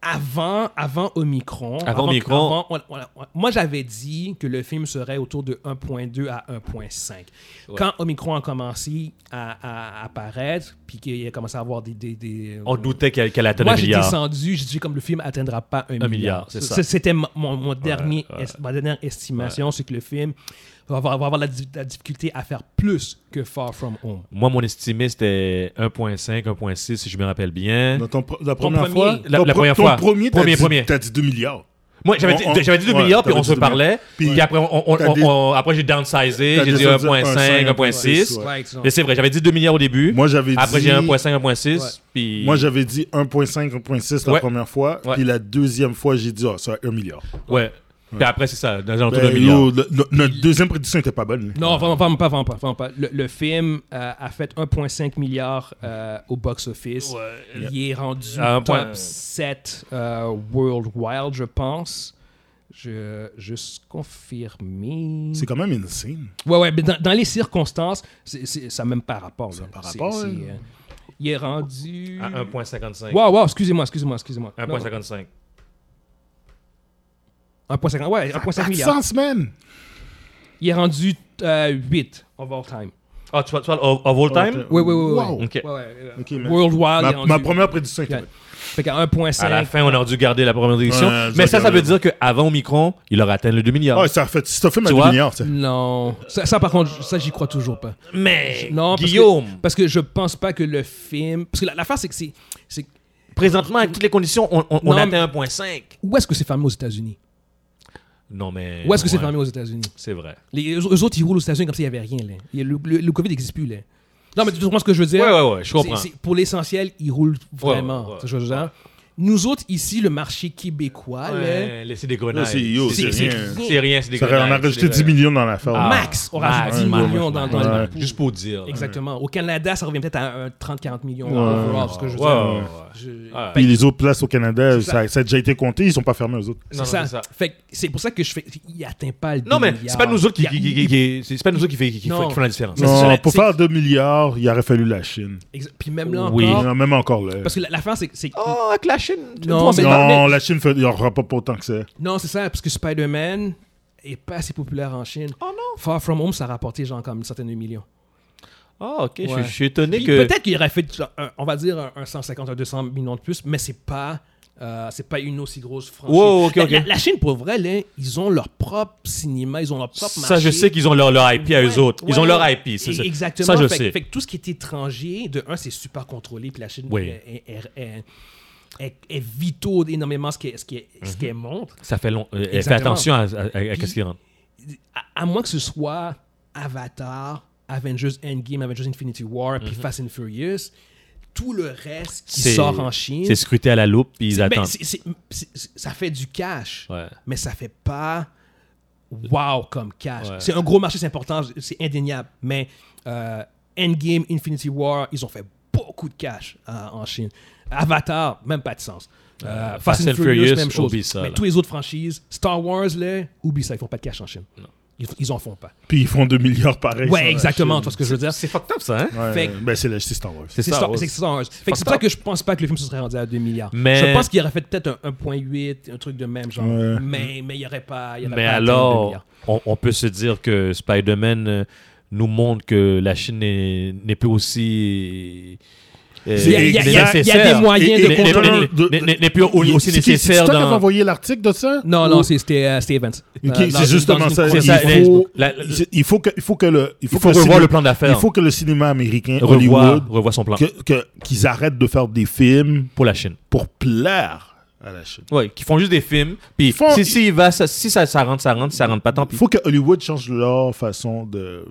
Speaker 1: Avant, avant Omicron.
Speaker 2: Avant Omicron.
Speaker 1: avant- on- on- on- moi, j'avais dit que le film serait autour de 1,2 à 1,5. Quand Omicron a commencé à, à apparaître, puis qu'il a commencé à avoir des. des, des-
Speaker 2: On doutait qu'elle qu'elle atteignait
Speaker 1: moi,
Speaker 2: un
Speaker 1: j'ai
Speaker 2: milliard.
Speaker 1: descendu, j'ai dit comme le film atteindra pas un,
Speaker 2: milliard,
Speaker 1: milliard.
Speaker 2: c'est ça.
Speaker 1: C- C'était mon, mon- mon dernier
Speaker 2: ouais.
Speaker 1: est- ma dernière estimation, c'est que le film va avoir, va avoir la, di- la difficulté à faire plus que Far From Home.
Speaker 2: Moi, mon estimé, c'était 1.5, 1.6, si je me rappelle bien.
Speaker 3: Dans ton pr- la première
Speaker 1: premier.
Speaker 3: fois,
Speaker 2: La- la
Speaker 3: ton pro-
Speaker 2: première
Speaker 3: ton
Speaker 2: fois.
Speaker 3: premier, t'as
Speaker 2: Premier,
Speaker 3: dit-
Speaker 2: premier.
Speaker 3: t'as dit 2 milliards.
Speaker 2: Moi, j'avais
Speaker 3: On-
Speaker 2: dit,
Speaker 3: on-
Speaker 2: j'avais dit 2
Speaker 3: ouais,
Speaker 2: milliards, puis
Speaker 3: t'avais
Speaker 2: on
Speaker 3: dit
Speaker 2: se
Speaker 3: 2 milliards.
Speaker 2: parlait. Puis,
Speaker 3: Puis-
Speaker 2: après, on- on-
Speaker 3: T'as dit-
Speaker 2: on- après j'ai downsizé,
Speaker 3: T'as
Speaker 2: j'ai dit
Speaker 3: déjà dit
Speaker 2: 1.5, 1.6.
Speaker 3: Ouais.
Speaker 1: Ouais, excellent.
Speaker 2: Mais c'est vrai, j'avais dit 2 milliards au début.
Speaker 3: Moi, j'avais
Speaker 2: Après,
Speaker 3: dit-
Speaker 2: j'ai 1.5, 1.6.
Speaker 1: Ouais.
Speaker 2: Puis...
Speaker 3: Moi, j'avais dit 1.5, 1.6 la
Speaker 2: Ouais.
Speaker 3: première fois.
Speaker 2: Ouais.
Speaker 3: Puis la deuxième fois, j'ai dit, ah, ça va 1 milliard.
Speaker 2: Ouais. Puis après, c'est ça, dans un tour d'un
Speaker 3: Ben,
Speaker 2: milliard.
Speaker 3: yo, le- le- notre deuxième prédiction n'était pas bonne.
Speaker 1: Non, vraiment pas, vraiment pas, vraiment pas, vraiment pas. Le, le film euh, a fait 1,5 milliard euh, au box-office. Il est rendu
Speaker 2: À un
Speaker 1: top
Speaker 2: point-
Speaker 1: 7 euh, worldwide, je pense. Je juste confirmer.
Speaker 3: C'est quand même insane.
Speaker 1: Ouais, ouais, mais dans, dans les circonstances, c'est- c'est- ça n'a même pas rapport. là.
Speaker 3: Ça a pas
Speaker 1: C'est-
Speaker 3: rapport,
Speaker 1: c'est,
Speaker 3: hein.
Speaker 1: euh, il est rendu.
Speaker 2: À 1.55.
Speaker 1: Wow, wow, excusez-moi, excusez-moi, excusez-moi. Non,
Speaker 2: 1.55.
Speaker 1: 1.50, ouais, 1.5 milliard.
Speaker 3: 400 semaines!
Speaker 1: Il est rendu euh, 8 of all time.
Speaker 2: Ah, tu parles, tu parles of, of all time?
Speaker 1: Oui, oui, oui. oui.
Speaker 3: Wow.
Speaker 2: Ok.
Speaker 1: Ouais, ouais, euh,
Speaker 3: Ok, mais-
Speaker 1: Worldwide, il est
Speaker 3: Ma,
Speaker 1: rendu
Speaker 3: ma première prédiction
Speaker 1: huit.
Speaker 3: était
Speaker 1: Ouais. Fait qu'à 1.5.
Speaker 2: À la fin, on a dû garder la première édition.
Speaker 3: Ouais,
Speaker 2: mais ça, ça veut
Speaker 3: exactement.
Speaker 2: dire qu'avant Omicron, il aura atteint le 2 milliards.
Speaker 3: Ah, ça a fait. C'est un film à
Speaker 2: Tu
Speaker 3: 2
Speaker 2: vois? Mm.
Speaker 3: milliards, ça.
Speaker 1: Non. Ça, ça, par contre, ça, j'y crois toujours pas.
Speaker 2: mais,
Speaker 1: Non, parce que-
Speaker 2: Guillaume,
Speaker 1: Parce que, je pense pas que le film. Parce que la- l'affaire, c'est que c'est. c'est-
Speaker 2: présentement, avec toutes les conditions, on, on, on
Speaker 1: Non,
Speaker 2: atteint 1.5.
Speaker 1: Où est-ce que c'est fermé aux États-Unis
Speaker 2: Non, mais.
Speaker 1: Où est-ce que c'est
Speaker 2: ouais,
Speaker 1: fermé aux États-Unis
Speaker 2: C'est vrai.
Speaker 1: les, eux, eux autres, ils roulent aux États-Unis comme s'il n'y avait rien. Là. Il y a Le, le- le COVID n'existe plus. Là. Non, mais tu comprends ce que je veux dire
Speaker 2: Ouais, ouais, ouais, je comprends.
Speaker 1: C'est- c'est- pour l'essentiel, ils roulent vraiment.
Speaker 2: Ouais, ouais,
Speaker 1: tu vois ce que je veux dire? Nous autres, ici, le marché québécois, là,
Speaker 2: Ouais, laissez des grenades.
Speaker 3: Là, c'est- yo,
Speaker 1: c'est
Speaker 2: c'est
Speaker 1: rien.
Speaker 2: C'est rien, c'est des
Speaker 3: Ça aurait-
Speaker 2: grenades.
Speaker 3: on a rajouté 10 millions dans l'affaire.
Speaker 2: Ah.
Speaker 1: max, on rajoute
Speaker 2: Ouais,
Speaker 1: 10
Speaker 2: ouais,
Speaker 1: millions
Speaker 2: ouais,
Speaker 1: dans,
Speaker 2: ouais.
Speaker 1: dans
Speaker 3: Ouais.
Speaker 1: le
Speaker 2: Juste pour dire. là.
Speaker 1: Exactement. Au Canada, ça revient peut-être à un 30-40 millions.
Speaker 3: Ouais.
Speaker 1: overall, ce que je veux
Speaker 2: Ouais,
Speaker 1: dire.
Speaker 2: ouais, Ah, ouais.
Speaker 1: Je-
Speaker 2: Ouais.
Speaker 3: Puis les autres places au Canada,
Speaker 1: ça.
Speaker 3: ça, ça a déjà été compté, ils sont pas fermés aux autres.
Speaker 1: C'est
Speaker 2: Non, non,
Speaker 1: ça.
Speaker 2: c'est ça.
Speaker 1: Fait que c'est pour ça que je fais. Il atteint pas le.
Speaker 2: Non, mais
Speaker 1: milliard.
Speaker 2: c'est pas nous autres qui,
Speaker 1: Il a-
Speaker 2: qui, qui, qui- qui- c'est pas nous autres qui, fait, qui, qui
Speaker 1: Non.
Speaker 2: font la différence.
Speaker 1: Mais c'est ça,
Speaker 3: Non,
Speaker 1: la-
Speaker 3: pour
Speaker 1: c'est-
Speaker 3: faire 2 milliards, il aurait fallu la Chine.
Speaker 1: Exa- Puis même là
Speaker 2: Oui.
Speaker 1: encore.
Speaker 3: Non, même encore là.
Speaker 1: Parce que la- l'affaire, c'est. c'est-
Speaker 2: Oh, avec la Chine.
Speaker 1: Non,
Speaker 2: Bon, c'est
Speaker 1: mais-
Speaker 2: pas-
Speaker 3: non, la Chine, fait- il n'y aura pas autant que ça.
Speaker 1: Non, c'est ça, parce que Spider-Man est pas assez populaire en Chine.
Speaker 2: Oh non.
Speaker 1: Far From Home, ça a rapporté genre comme une centaine de millions.
Speaker 2: Ah, ok, je-
Speaker 1: Ouais.
Speaker 2: je, suis étonné
Speaker 1: Puis
Speaker 2: que.
Speaker 1: Peut-être qu'il aurait fait, genre, un- on va dire, un, un 150, un 200 millions de plus, mais c'est pas. euh, c'est pas une aussi grosse franchise.
Speaker 2: Wow, ok,
Speaker 1: La-
Speaker 2: ok.
Speaker 1: La, la Chine, pour vrai, là, ils ont leur propre cinéma, ils ont leur propre marché.
Speaker 2: Ça, je sais qu'ils ont leur, leur IP à
Speaker 1: Ouais,
Speaker 2: eux autres. Ils
Speaker 1: ouais,
Speaker 2: ont leur
Speaker 1: ouais.
Speaker 2: IP. c'est
Speaker 1: Et-
Speaker 2: ça.
Speaker 1: Exactement.
Speaker 2: Ça, je
Speaker 1: fait, que-
Speaker 2: sais.
Speaker 1: Fait que tout ce qui est étranger, de un, c'est super contrôlé, puis la Chine
Speaker 2: Oui.
Speaker 1: est, est, est- est- est vitaux énormément ce qu'elle ce qu'elle- ce
Speaker 2: Mhm.
Speaker 1: qu'elle montre.
Speaker 2: Ça fait long. euh, euh, Fais
Speaker 1: Exactement.
Speaker 2: attention à, à, à- à qu'est-ce qu'ils rentrent.
Speaker 1: À, à moins que ce soit Avatar, Avengers Endgame, Avengers Infinity War, puis Fast and Furious, tout le reste qui
Speaker 2: Mhm. C'est-
Speaker 1: sort en Chine,
Speaker 2: C'est scruté à la loupe, puis ils
Speaker 1: ben,
Speaker 2: attendent.
Speaker 1: c'est- c'est- c'est- c'est- ça fait du cash,
Speaker 2: Ouais.
Speaker 1: mais ça fait pas wow comme cash.
Speaker 2: Ouais.
Speaker 1: C'est un gros marché, c'est important, c'est indéniable. Mais euh, Endgame, Infinity War, ils ont fait beaucoup de cash euh, en Chine. Avatar, même pas de sens. Euh,
Speaker 2: Ouais.
Speaker 1: Fast and Furious, même chose.
Speaker 2: oublie ça,
Speaker 1: mais
Speaker 2: là.
Speaker 1: tous les autres franchises, Star Wars, là, oublie ça, ils font pas de cash en Chine. Ils, ils en font pas.
Speaker 3: Puis ils font 2 milliards pareil.
Speaker 1: Ouais, exactement, tu vois ce que je veux dire.
Speaker 2: C'est fucked up, ça, hein?
Speaker 3: Ouais,
Speaker 1: Fait-
Speaker 3: ben, c'est la c'est Star Wars.
Speaker 2: C'est
Speaker 1: C'est
Speaker 2: ça.
Speaker 1: Star,
Speaker 2: ouais.
Speaker 1: c'est Star Wars. Fait que c'est
Speaker 2: Fucked
Speaker 1: pour ça
Speaker 2: up.
Speaker 1: que je pense pas que le film se serait rendu à 2 milliards.
Speaker 2: Mais-
Speaker 1: Je pense qu'il aurait fait peut-être un 1.8, un truc de même genre.
Speaker 3: Ouais.
Speaker 1: Mais mais il y aurait pas. il y aurait
Speaker 2: Mais
Speaker 1: pas atteint le 2
Speaker 2: alors,
Speaker 1: milliards.
Speaker 2: on, on peut se dire que Spider-Man euh, nous montre que la Chine n'est n'est plus aussi. euh,
Speaker 1: Il y a- il y a- il y a- il y a des
Speaker 2: nécessaire.
Speaker 1: moyens
Speaker 3: Et-
Speaker 1: de
Speaker 3: et-
Speaker 2: N'est-
Speaker 3: Non,
Speaker 1: contrôler.
Speaker 3: non, non,
Speaker 2: n'est-
Speaker 3: de-
Speaker 2: n'est- n'est- n'est plus au- aussi
Speaker 3: C'est qui-
Speaker 2: nécessaire
Speaker 3: C'est toi qui avais
Speaker 2: dans.
Speaker 3: envoyé l'article de ça?
Speaker 1: Non,
Speaker 3: Ou-
Speaker 1: non, c'est- c'était euh, c'était Evans.
Speaker 3: Ok,
Speaker 1: Euh, dans-
Speaker 3: c'est justement
Speaker 1: dans une
Speaker 3: ça.
Speaker 1: cour-
Speaker 3: Il
Speaker 2: C'est ça, les-
Speaker 3: faut,
Speaker 2: la-
Speaker 3: il faut que, il faut que le, il
Speaker 2: Il
Speaker 3: faut
Speaker 2: faut
Speaker 3: que le
Speaker 2: revoir
Speaker 3: cinéma-
Speaker 2: le plan d'affaires.
Speaker 3: Il faut que le cinéma américain,
Speaker 2: revoir,
Speaker 3: Hollywood,
Speaker 2: revoir son plan
Speaker 3: que- que- qu'ils arrêtent de faire des films
Speaker 2: pour la Chine.
Speaker 3: pour plaire à la Chine.
Speaker 2: Oui, qui font juste des films. Puis
Speaker 3: font-
Speaker 2: si, si, il va, ça- si ça, ça rentre, ça rentre, si ça rentre pas, tant pis.
Speaker 3: Il faut que Hollywood change leur façon de.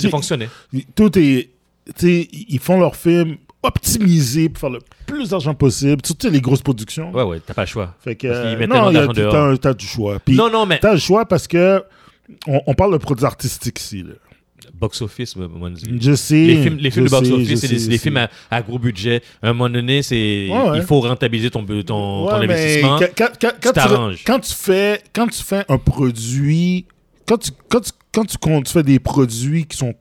Speaker 2: Ça fonctionnait.
Speaker 3: Tout est. tu sais, ils font leurs films optimisés pour faire le plus d'argent possible, surtout les grosses productions.
Speaker 2: Ouais, ouais, t'as pas le choix.
Speaker 3: Fait que,
Speaker 2: Parce qu'ils
Speaker 3: euh,
Speaker 2: mettent
Speaker 3: non,
Speaker 2: tellement
Speaker 3: il y a
Speaker 2: d'argent
Speaker 3: tout le
Speaker 2: dehors.
Speaker 3: temps- t'as du choix. Puis,
Speaker 2: non, non, mais
Speaker 3: t'as le choix parce que on, on parle de produits artistiques ici. là.
Speaker 2: box-office, moi, moi, je dis.
Speaker 3: Je sais.
Speaker 2: Mm. les films, les films de
Speaker 3: Mm. je sais, je
Speaker 2: box-office, c'est des,
Speaker 3: sais,
Speaker 2: des
Speaker 3: je
Speaker 2: films
Speaker 3: sais.
Speaker 2: à, à gros budget. À un moment donné, c'est
Speaker 3: Ouais, ouais.
Speaker 2: il faut rentabiliser ton, bu- ton, ton
Speaker 3: Ouais, mais
Speaker 2: investissement.
Speaker 3: quand- quand- quand- quand tu-
Speaker 2: t'arranges.
Speaker 3: Quand tu fais, quand tu fais un produit, quand tu, quand tu, quand tu, con- tu fais des produits qui sont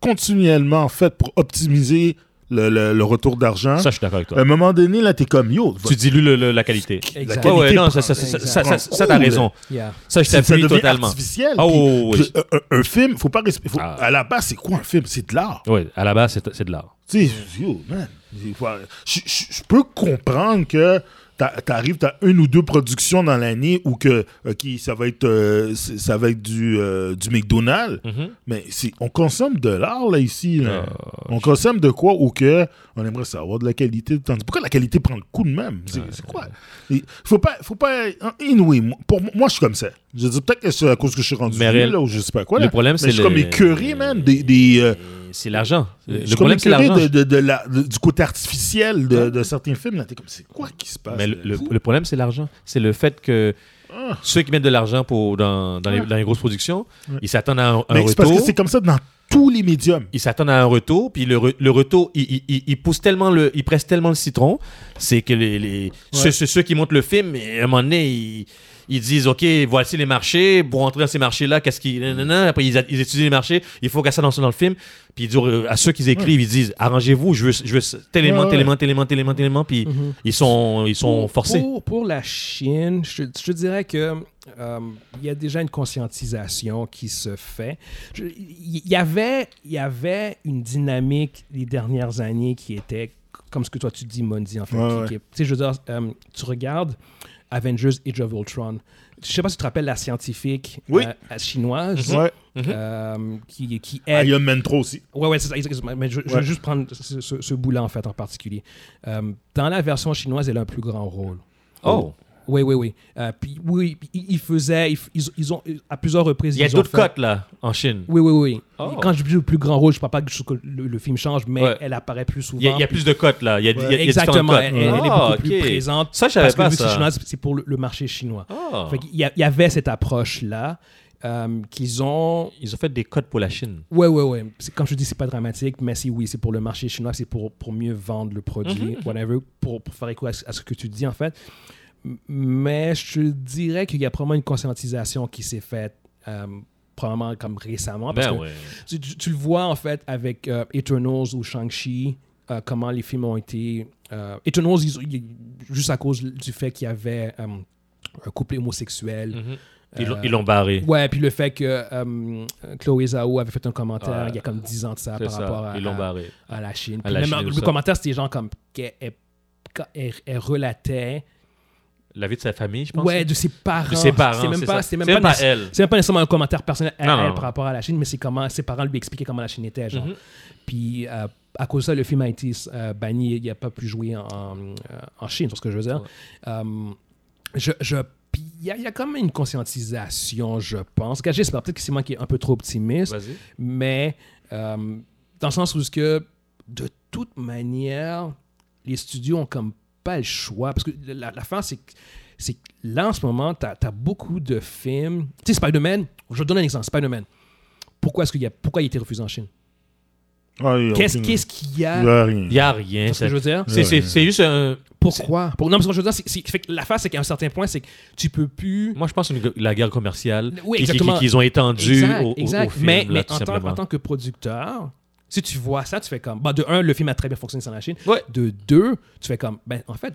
Speaker 3: continuellement faits pour optimiser le, le- le retour d'argent,
Speaker 2: Ça, je suis d'accord avec
Speaker 3: à
Speaker 2: toi.
Speaker 3: un moment donné, là, t'es comme yo.
Speaker 2: Tu dilues le- le- la qualité.
Speaker 1: Exact.
Speaker 2: Ouais, ouais,
Speaker 3: qualité
Speaker 2: non,
Speaker 3: prend-
Speaker 2: ça, ça, ça, ça,
Speaker 1: exact.
Speaker 2: ça,
Speaker 3: prend
Speaker 2: ça, ça, t'as
Speaker 3: coup,
Speaker 2: raison.
Speaker 1: Yeah.
Speaker 2: Ça, je
Speaker 3: ça, ça
Speaker 2: t'appuie
Speaker 3: devient
Speaker 2: totalement.
Speaker 3: artificiel.
Speaker 2: Ah,
Speaker 3: puis-
Speaker 2: oui, oui, oui.
Speaker 3: puis Un, un- un film, faut pas respecter.
Speaker 2: Ah.
Speaker 3: À la base, c'est quoi un film C'est de l'art.
Speaker 2: Oui, à la base, c'est c'est de l'art.
Speaker 3: Tu sais, yo, man. des fois, Je je- je peux comprendre que t'a- t'arrives, t'as une ou deux productions dans l'année où que, OK, ça va être, euh, c'est- ça va être du, euh, du McDonald's,
Speaker 2: Mhm.
Speaker 3: mais c'est- on consomme de l'art, là, ici. là.
Speaker 2: Euh,
Speaker 3: on consomme de quoi ou que on aimerait savoir de la qualité. Tandis- Pourquoi la qualité prend le coup de même? C'est c'est quoi? Il faut pas, faut pas, hein, anyway, moi- pour moi, moi, je suis comme ça. Je dis peut-être que c'est à cause que je suis rendu
Speaker 2: Mais
Speaker 3: vieux,
Speaker 2: réel-
Speaker 3: là, ou je sais pas quoi.
Speaker 2: le
Speaker 3: là.
Speaker 2: problème,
Speaker 3: Mais
Speaker 2: c'est
Speaker 3: je suis comme
Speaker 2: le-
Speaker 3: écœuré, man, des, des, euh,
Speaker 2: C'est l'argent.
Speaker 3: je
Speaker 2: Le
Speaker 3: suis comme
Speaker 2: problème, c'est
Speaker 3: écœuré
Speaker 2: l'argent.
Speaker 3: de, de- de la- de- du côté artificiel de, de certains films. Là, t'es comme, c'est quoi qui se passe?
Speaker 2: Mais le,
Speaker 3: là?
Speaker 2: le- le problème, c'est l'argent. C'est le fait que
Speaker 3: Ah.
Speaker 2: ceux qui mettent de l'argent pour dans, dans, les,
Speaker 3: Ouais.
Speaker 2: dans les grosses productions, ils s'attendent à un, un
Speaker 3: Mais c'est parce
Speaker 2: retour.
Speaker 3: que c'est comme ça dans tous les médiums.
Speaker 2: Ils s'attendent à un retour, puis le, re- le retour, ils il, il- il poussent tellement le, ils pressent tellement le citron, c'est que les, les- ceux, ceux- ceux qui montent le film, à un moment donné, ils, ils disent, OK, voici les marchés. Pour entrer dans ces marchés-là, qu'est-ce qu'ils... nanana. Après, ils, a- ils étudient les marchés. Il faut qu'à ça dans, dans le film. Puis ils disent, euh, à ceux qui écrivent, ils disent, arrangez-vous, je veux, je veux tel élément,
Speaker 3: Ouais,
Speaker 2: tel
Speaker 3: ouais.
Speaker 2: élément, tel élément, tel élément, tel élément. Puis
Speaker 1: Mhm.
Speaker 2: ils sont, ils sont
Speaker 1: Pour-
Speaker 2: forcés.
Speaker 1: Pour, pour la Chine, je, je te dirais que euh, il y a déjà une conscientisation qui se fait. Je- Il y, avait, il y avait une dynamique les dernières années qui était comme ce que toi tu dis, Mondi, en fait.
Speaker 3: Ouais,
Speaker 1: qui-
Speaker 3: ouais.
Speaker 1: qui est- tu sais, je veux dire, euh, tu regardes Avengers Age of Ultron. Je sais pas si tu te rappelles la scientifique
Speaker 3: Oui. Mhm.
Speaker 1: euh, chinoise
Speaker 3: Ouais. Ah,
Speaker 1: euh, qui, qui aide
Speaker 3: Iron Man 3 aussi.
Speaker 1: Ouais, ouais, c'est ça, exactement. Mais je, je veux
Speaker 3: Ouais.
Speaker 1: juste prendre ce, ce, ce bout-là, en fait, en particulier. Euh, dans la version chinoise, elle a un plus grand rôle.
Speaker 2: Oh.
Speaker 1: Oui, oui, oui. Euh, puis, oui, puis ils ils faisaient, ils, ils, ils ont, à plusieurs reprises,
Speaker 2: Il y a
Speaker 1: ils ont
Speaker 2: d'autres
Speaker 1: fait-
Speaker 2: cotes, là, en Chine.
Speaker 1: Oui, oui, oui.
Speaker 2: Oh.
Speaker 1: Quand je dis le plus grand rôle, je ne parle pas que je- que le, le film change, mais
Speaker 2: Ouais.
Speaker 1: elle apparaît plus souvent.
Speaker 2: Il y, a- il y a plus de cotes, là. Il y a, il y a- il y a
Speaker 1: Exactement.
Speaker 2: différentes
Speaker 1: Elle,
Speaker 2: cotes.
Speaker 1: elle- elle est
Speaker 2: Ah,
Speaker 1: beaucoup plus
Speaker 2: ok.
Speaker 1: présente.
Speaker 2: Ça, je savais
Speaker 1: Parce que
Speaker 2: pas
Speaker 1: le but, c'est
Speaker 2: ça.
Speaker 1: chinois, c'est pour le, le marché chinois.
Speaker 2: Ah.
Speaker 1: Fait qu'il y a- il y avait cette approche-là euh, qu'ils ont.
Speaker 2: Ils ont fait des codes pour la Chine.
Speaker 1: Ouais, ouais, ouais. C'est- Comme je te dis, c'est pas dramatique, mais si oui, c'est pour le marché chinois, c'est pour, pour mieux vendre le produit,
Speaker 2: Mm-hmm.
Speaker 1: whatever, pour, pour faire écho à, ce- à ce que tu dis, en fait. M- Mais je te dirais qu'il y a probablement une conscientisation qui s'est faite, euh, probablement comme récemment, Ah, parce
Speaker 2: Ben
Speaker 1: que
Speaker 2: ouais.
Speaker 1: tu, tu- tu le vois, en fait, avec euh, Eternals ou Shang-Chi, euh, comment les films ont été... euh, Eternals, ils ont- ils- juste à cause du fait qu'il y avait euh, un couple homosexuel,
Speaker 2: Mhm. Ils l'ont-
Speaker 1: Euh,
Speaker 2: ils l'ont barré.
Speaker 1: Ouais, puis le fait que euh, Chloé Zhao avait fait un commentaire
Speaker 2: Ouais.
Speaker 1: il y a comme 10 ans de ça
Speaker 2: C'est
Speaker 1: par rapport
Speaker 2: ça.
Speaker 1: à,
Speaker 2: Ils l'ont
Speaker 1: à-
Speaker 2: barré.
Speaker 1: à la Chine.
Speaker 2: À
Speaker 1: Puis
Speaker 2: la
Speaker 1: même
Speaker 2: Chine,
Speaker 1: en-
Speaker 2: tout
Speaker 1: le
Speaker 2: ça.
Speaker 1: commentaire, c'était des gens comme qu'elle elle- quand elle- elle relatait
Speaker 2: La vie de sa famille, je pense.
Speaker 1: ouais, de ses parents.
Speaker 2: de ses parents.
Speaker 1: C'est même pas,
Speaker 2: ça.
Speaker 1: c'est même pas, nécessaire-
Speaker 2: elle.
Speaker 1: c'est même pas nécessairement un commentaire personnel à
Speaker 2: Hum. Non, non,
Speaker 1: elle
Speaker 2: non.
Speaker 1: par rapport à la Chine, mais c'est comment ses parents lui expliquaient comment la Chine était. Genre.
Speaker 2: Mhm.
Speaker 1: Puis euh, à cause de ça, le film a été euh, banni. Il n'a pas pu jouer en, en, euh, en Chine, c'est ce que je veux dire.
Speaker 2: Ouais.
Speaker 1: Euh, je, je- puis il y, a- il y a quand même une conscientisation, je pense. En tout cas, J'espère peut-être que c'est moi qui est un peu trop optimiste,
Speaker 2: Vas-y.
Speaker 1: mais euh, dans le sens où ce que de toute manière, les studios ont comme pas le choix. Parce que la, la fin, c'est que c'est que là, en ce moment, tu as, beaucoup de films. Tu sais, Spider-Man, je vais te donner un exemple. Spider-Man, pourquoi, est-ce qu'il y a, pourquoi il a été refusé en Chine
Speaker 3: Ah, il y a
Speaker 1: Qu'est-ce
Speaker 3: aucune-
Speaker 1: qu'est-ce qu'il y
Speaker 3: Il
Speaker 1: a
Speaker 3: y a rien.
Speaker 2: Il n'y a rien.
Speaker 1: C'est ce que
Speaker 2: C'est
Speaker 1: je veux dire
Speaker 2: c'est- c'est- c'est juste un.
Speaker 1: Pourquoi Pour- Non, parce que je veux dire, c'est- c'est- fait que la face, c'est qu'à un certain point, c'est que tu peux plus.
Speaker 2: Moi, je pense que c'est une- la guerre commerciale
Speaker 1: Oui,
Speaker 2: qui- qui-
Speaker 1: exactement.
Speaker 2: qu'ils ont étendue
Speaker 1: Exact,
Speaker 2: au, au- au
Speaker 1: exact.
Speaker 2: film,
Speaker 1: mais
Speaker 2: là,
Speaker 1: mais
Speaker 2: tout
Speaker 1: en, tant,
Speaker 2: simplement.
Speaker 1: en tant que producteur, si tu vois ça, tu fais comme. bah, de un, le film a très bien fonctionné sans la Chine.
Speaker 2: Ouais.
Speaker 1: De deux, tu fais comme. Ben, en fait,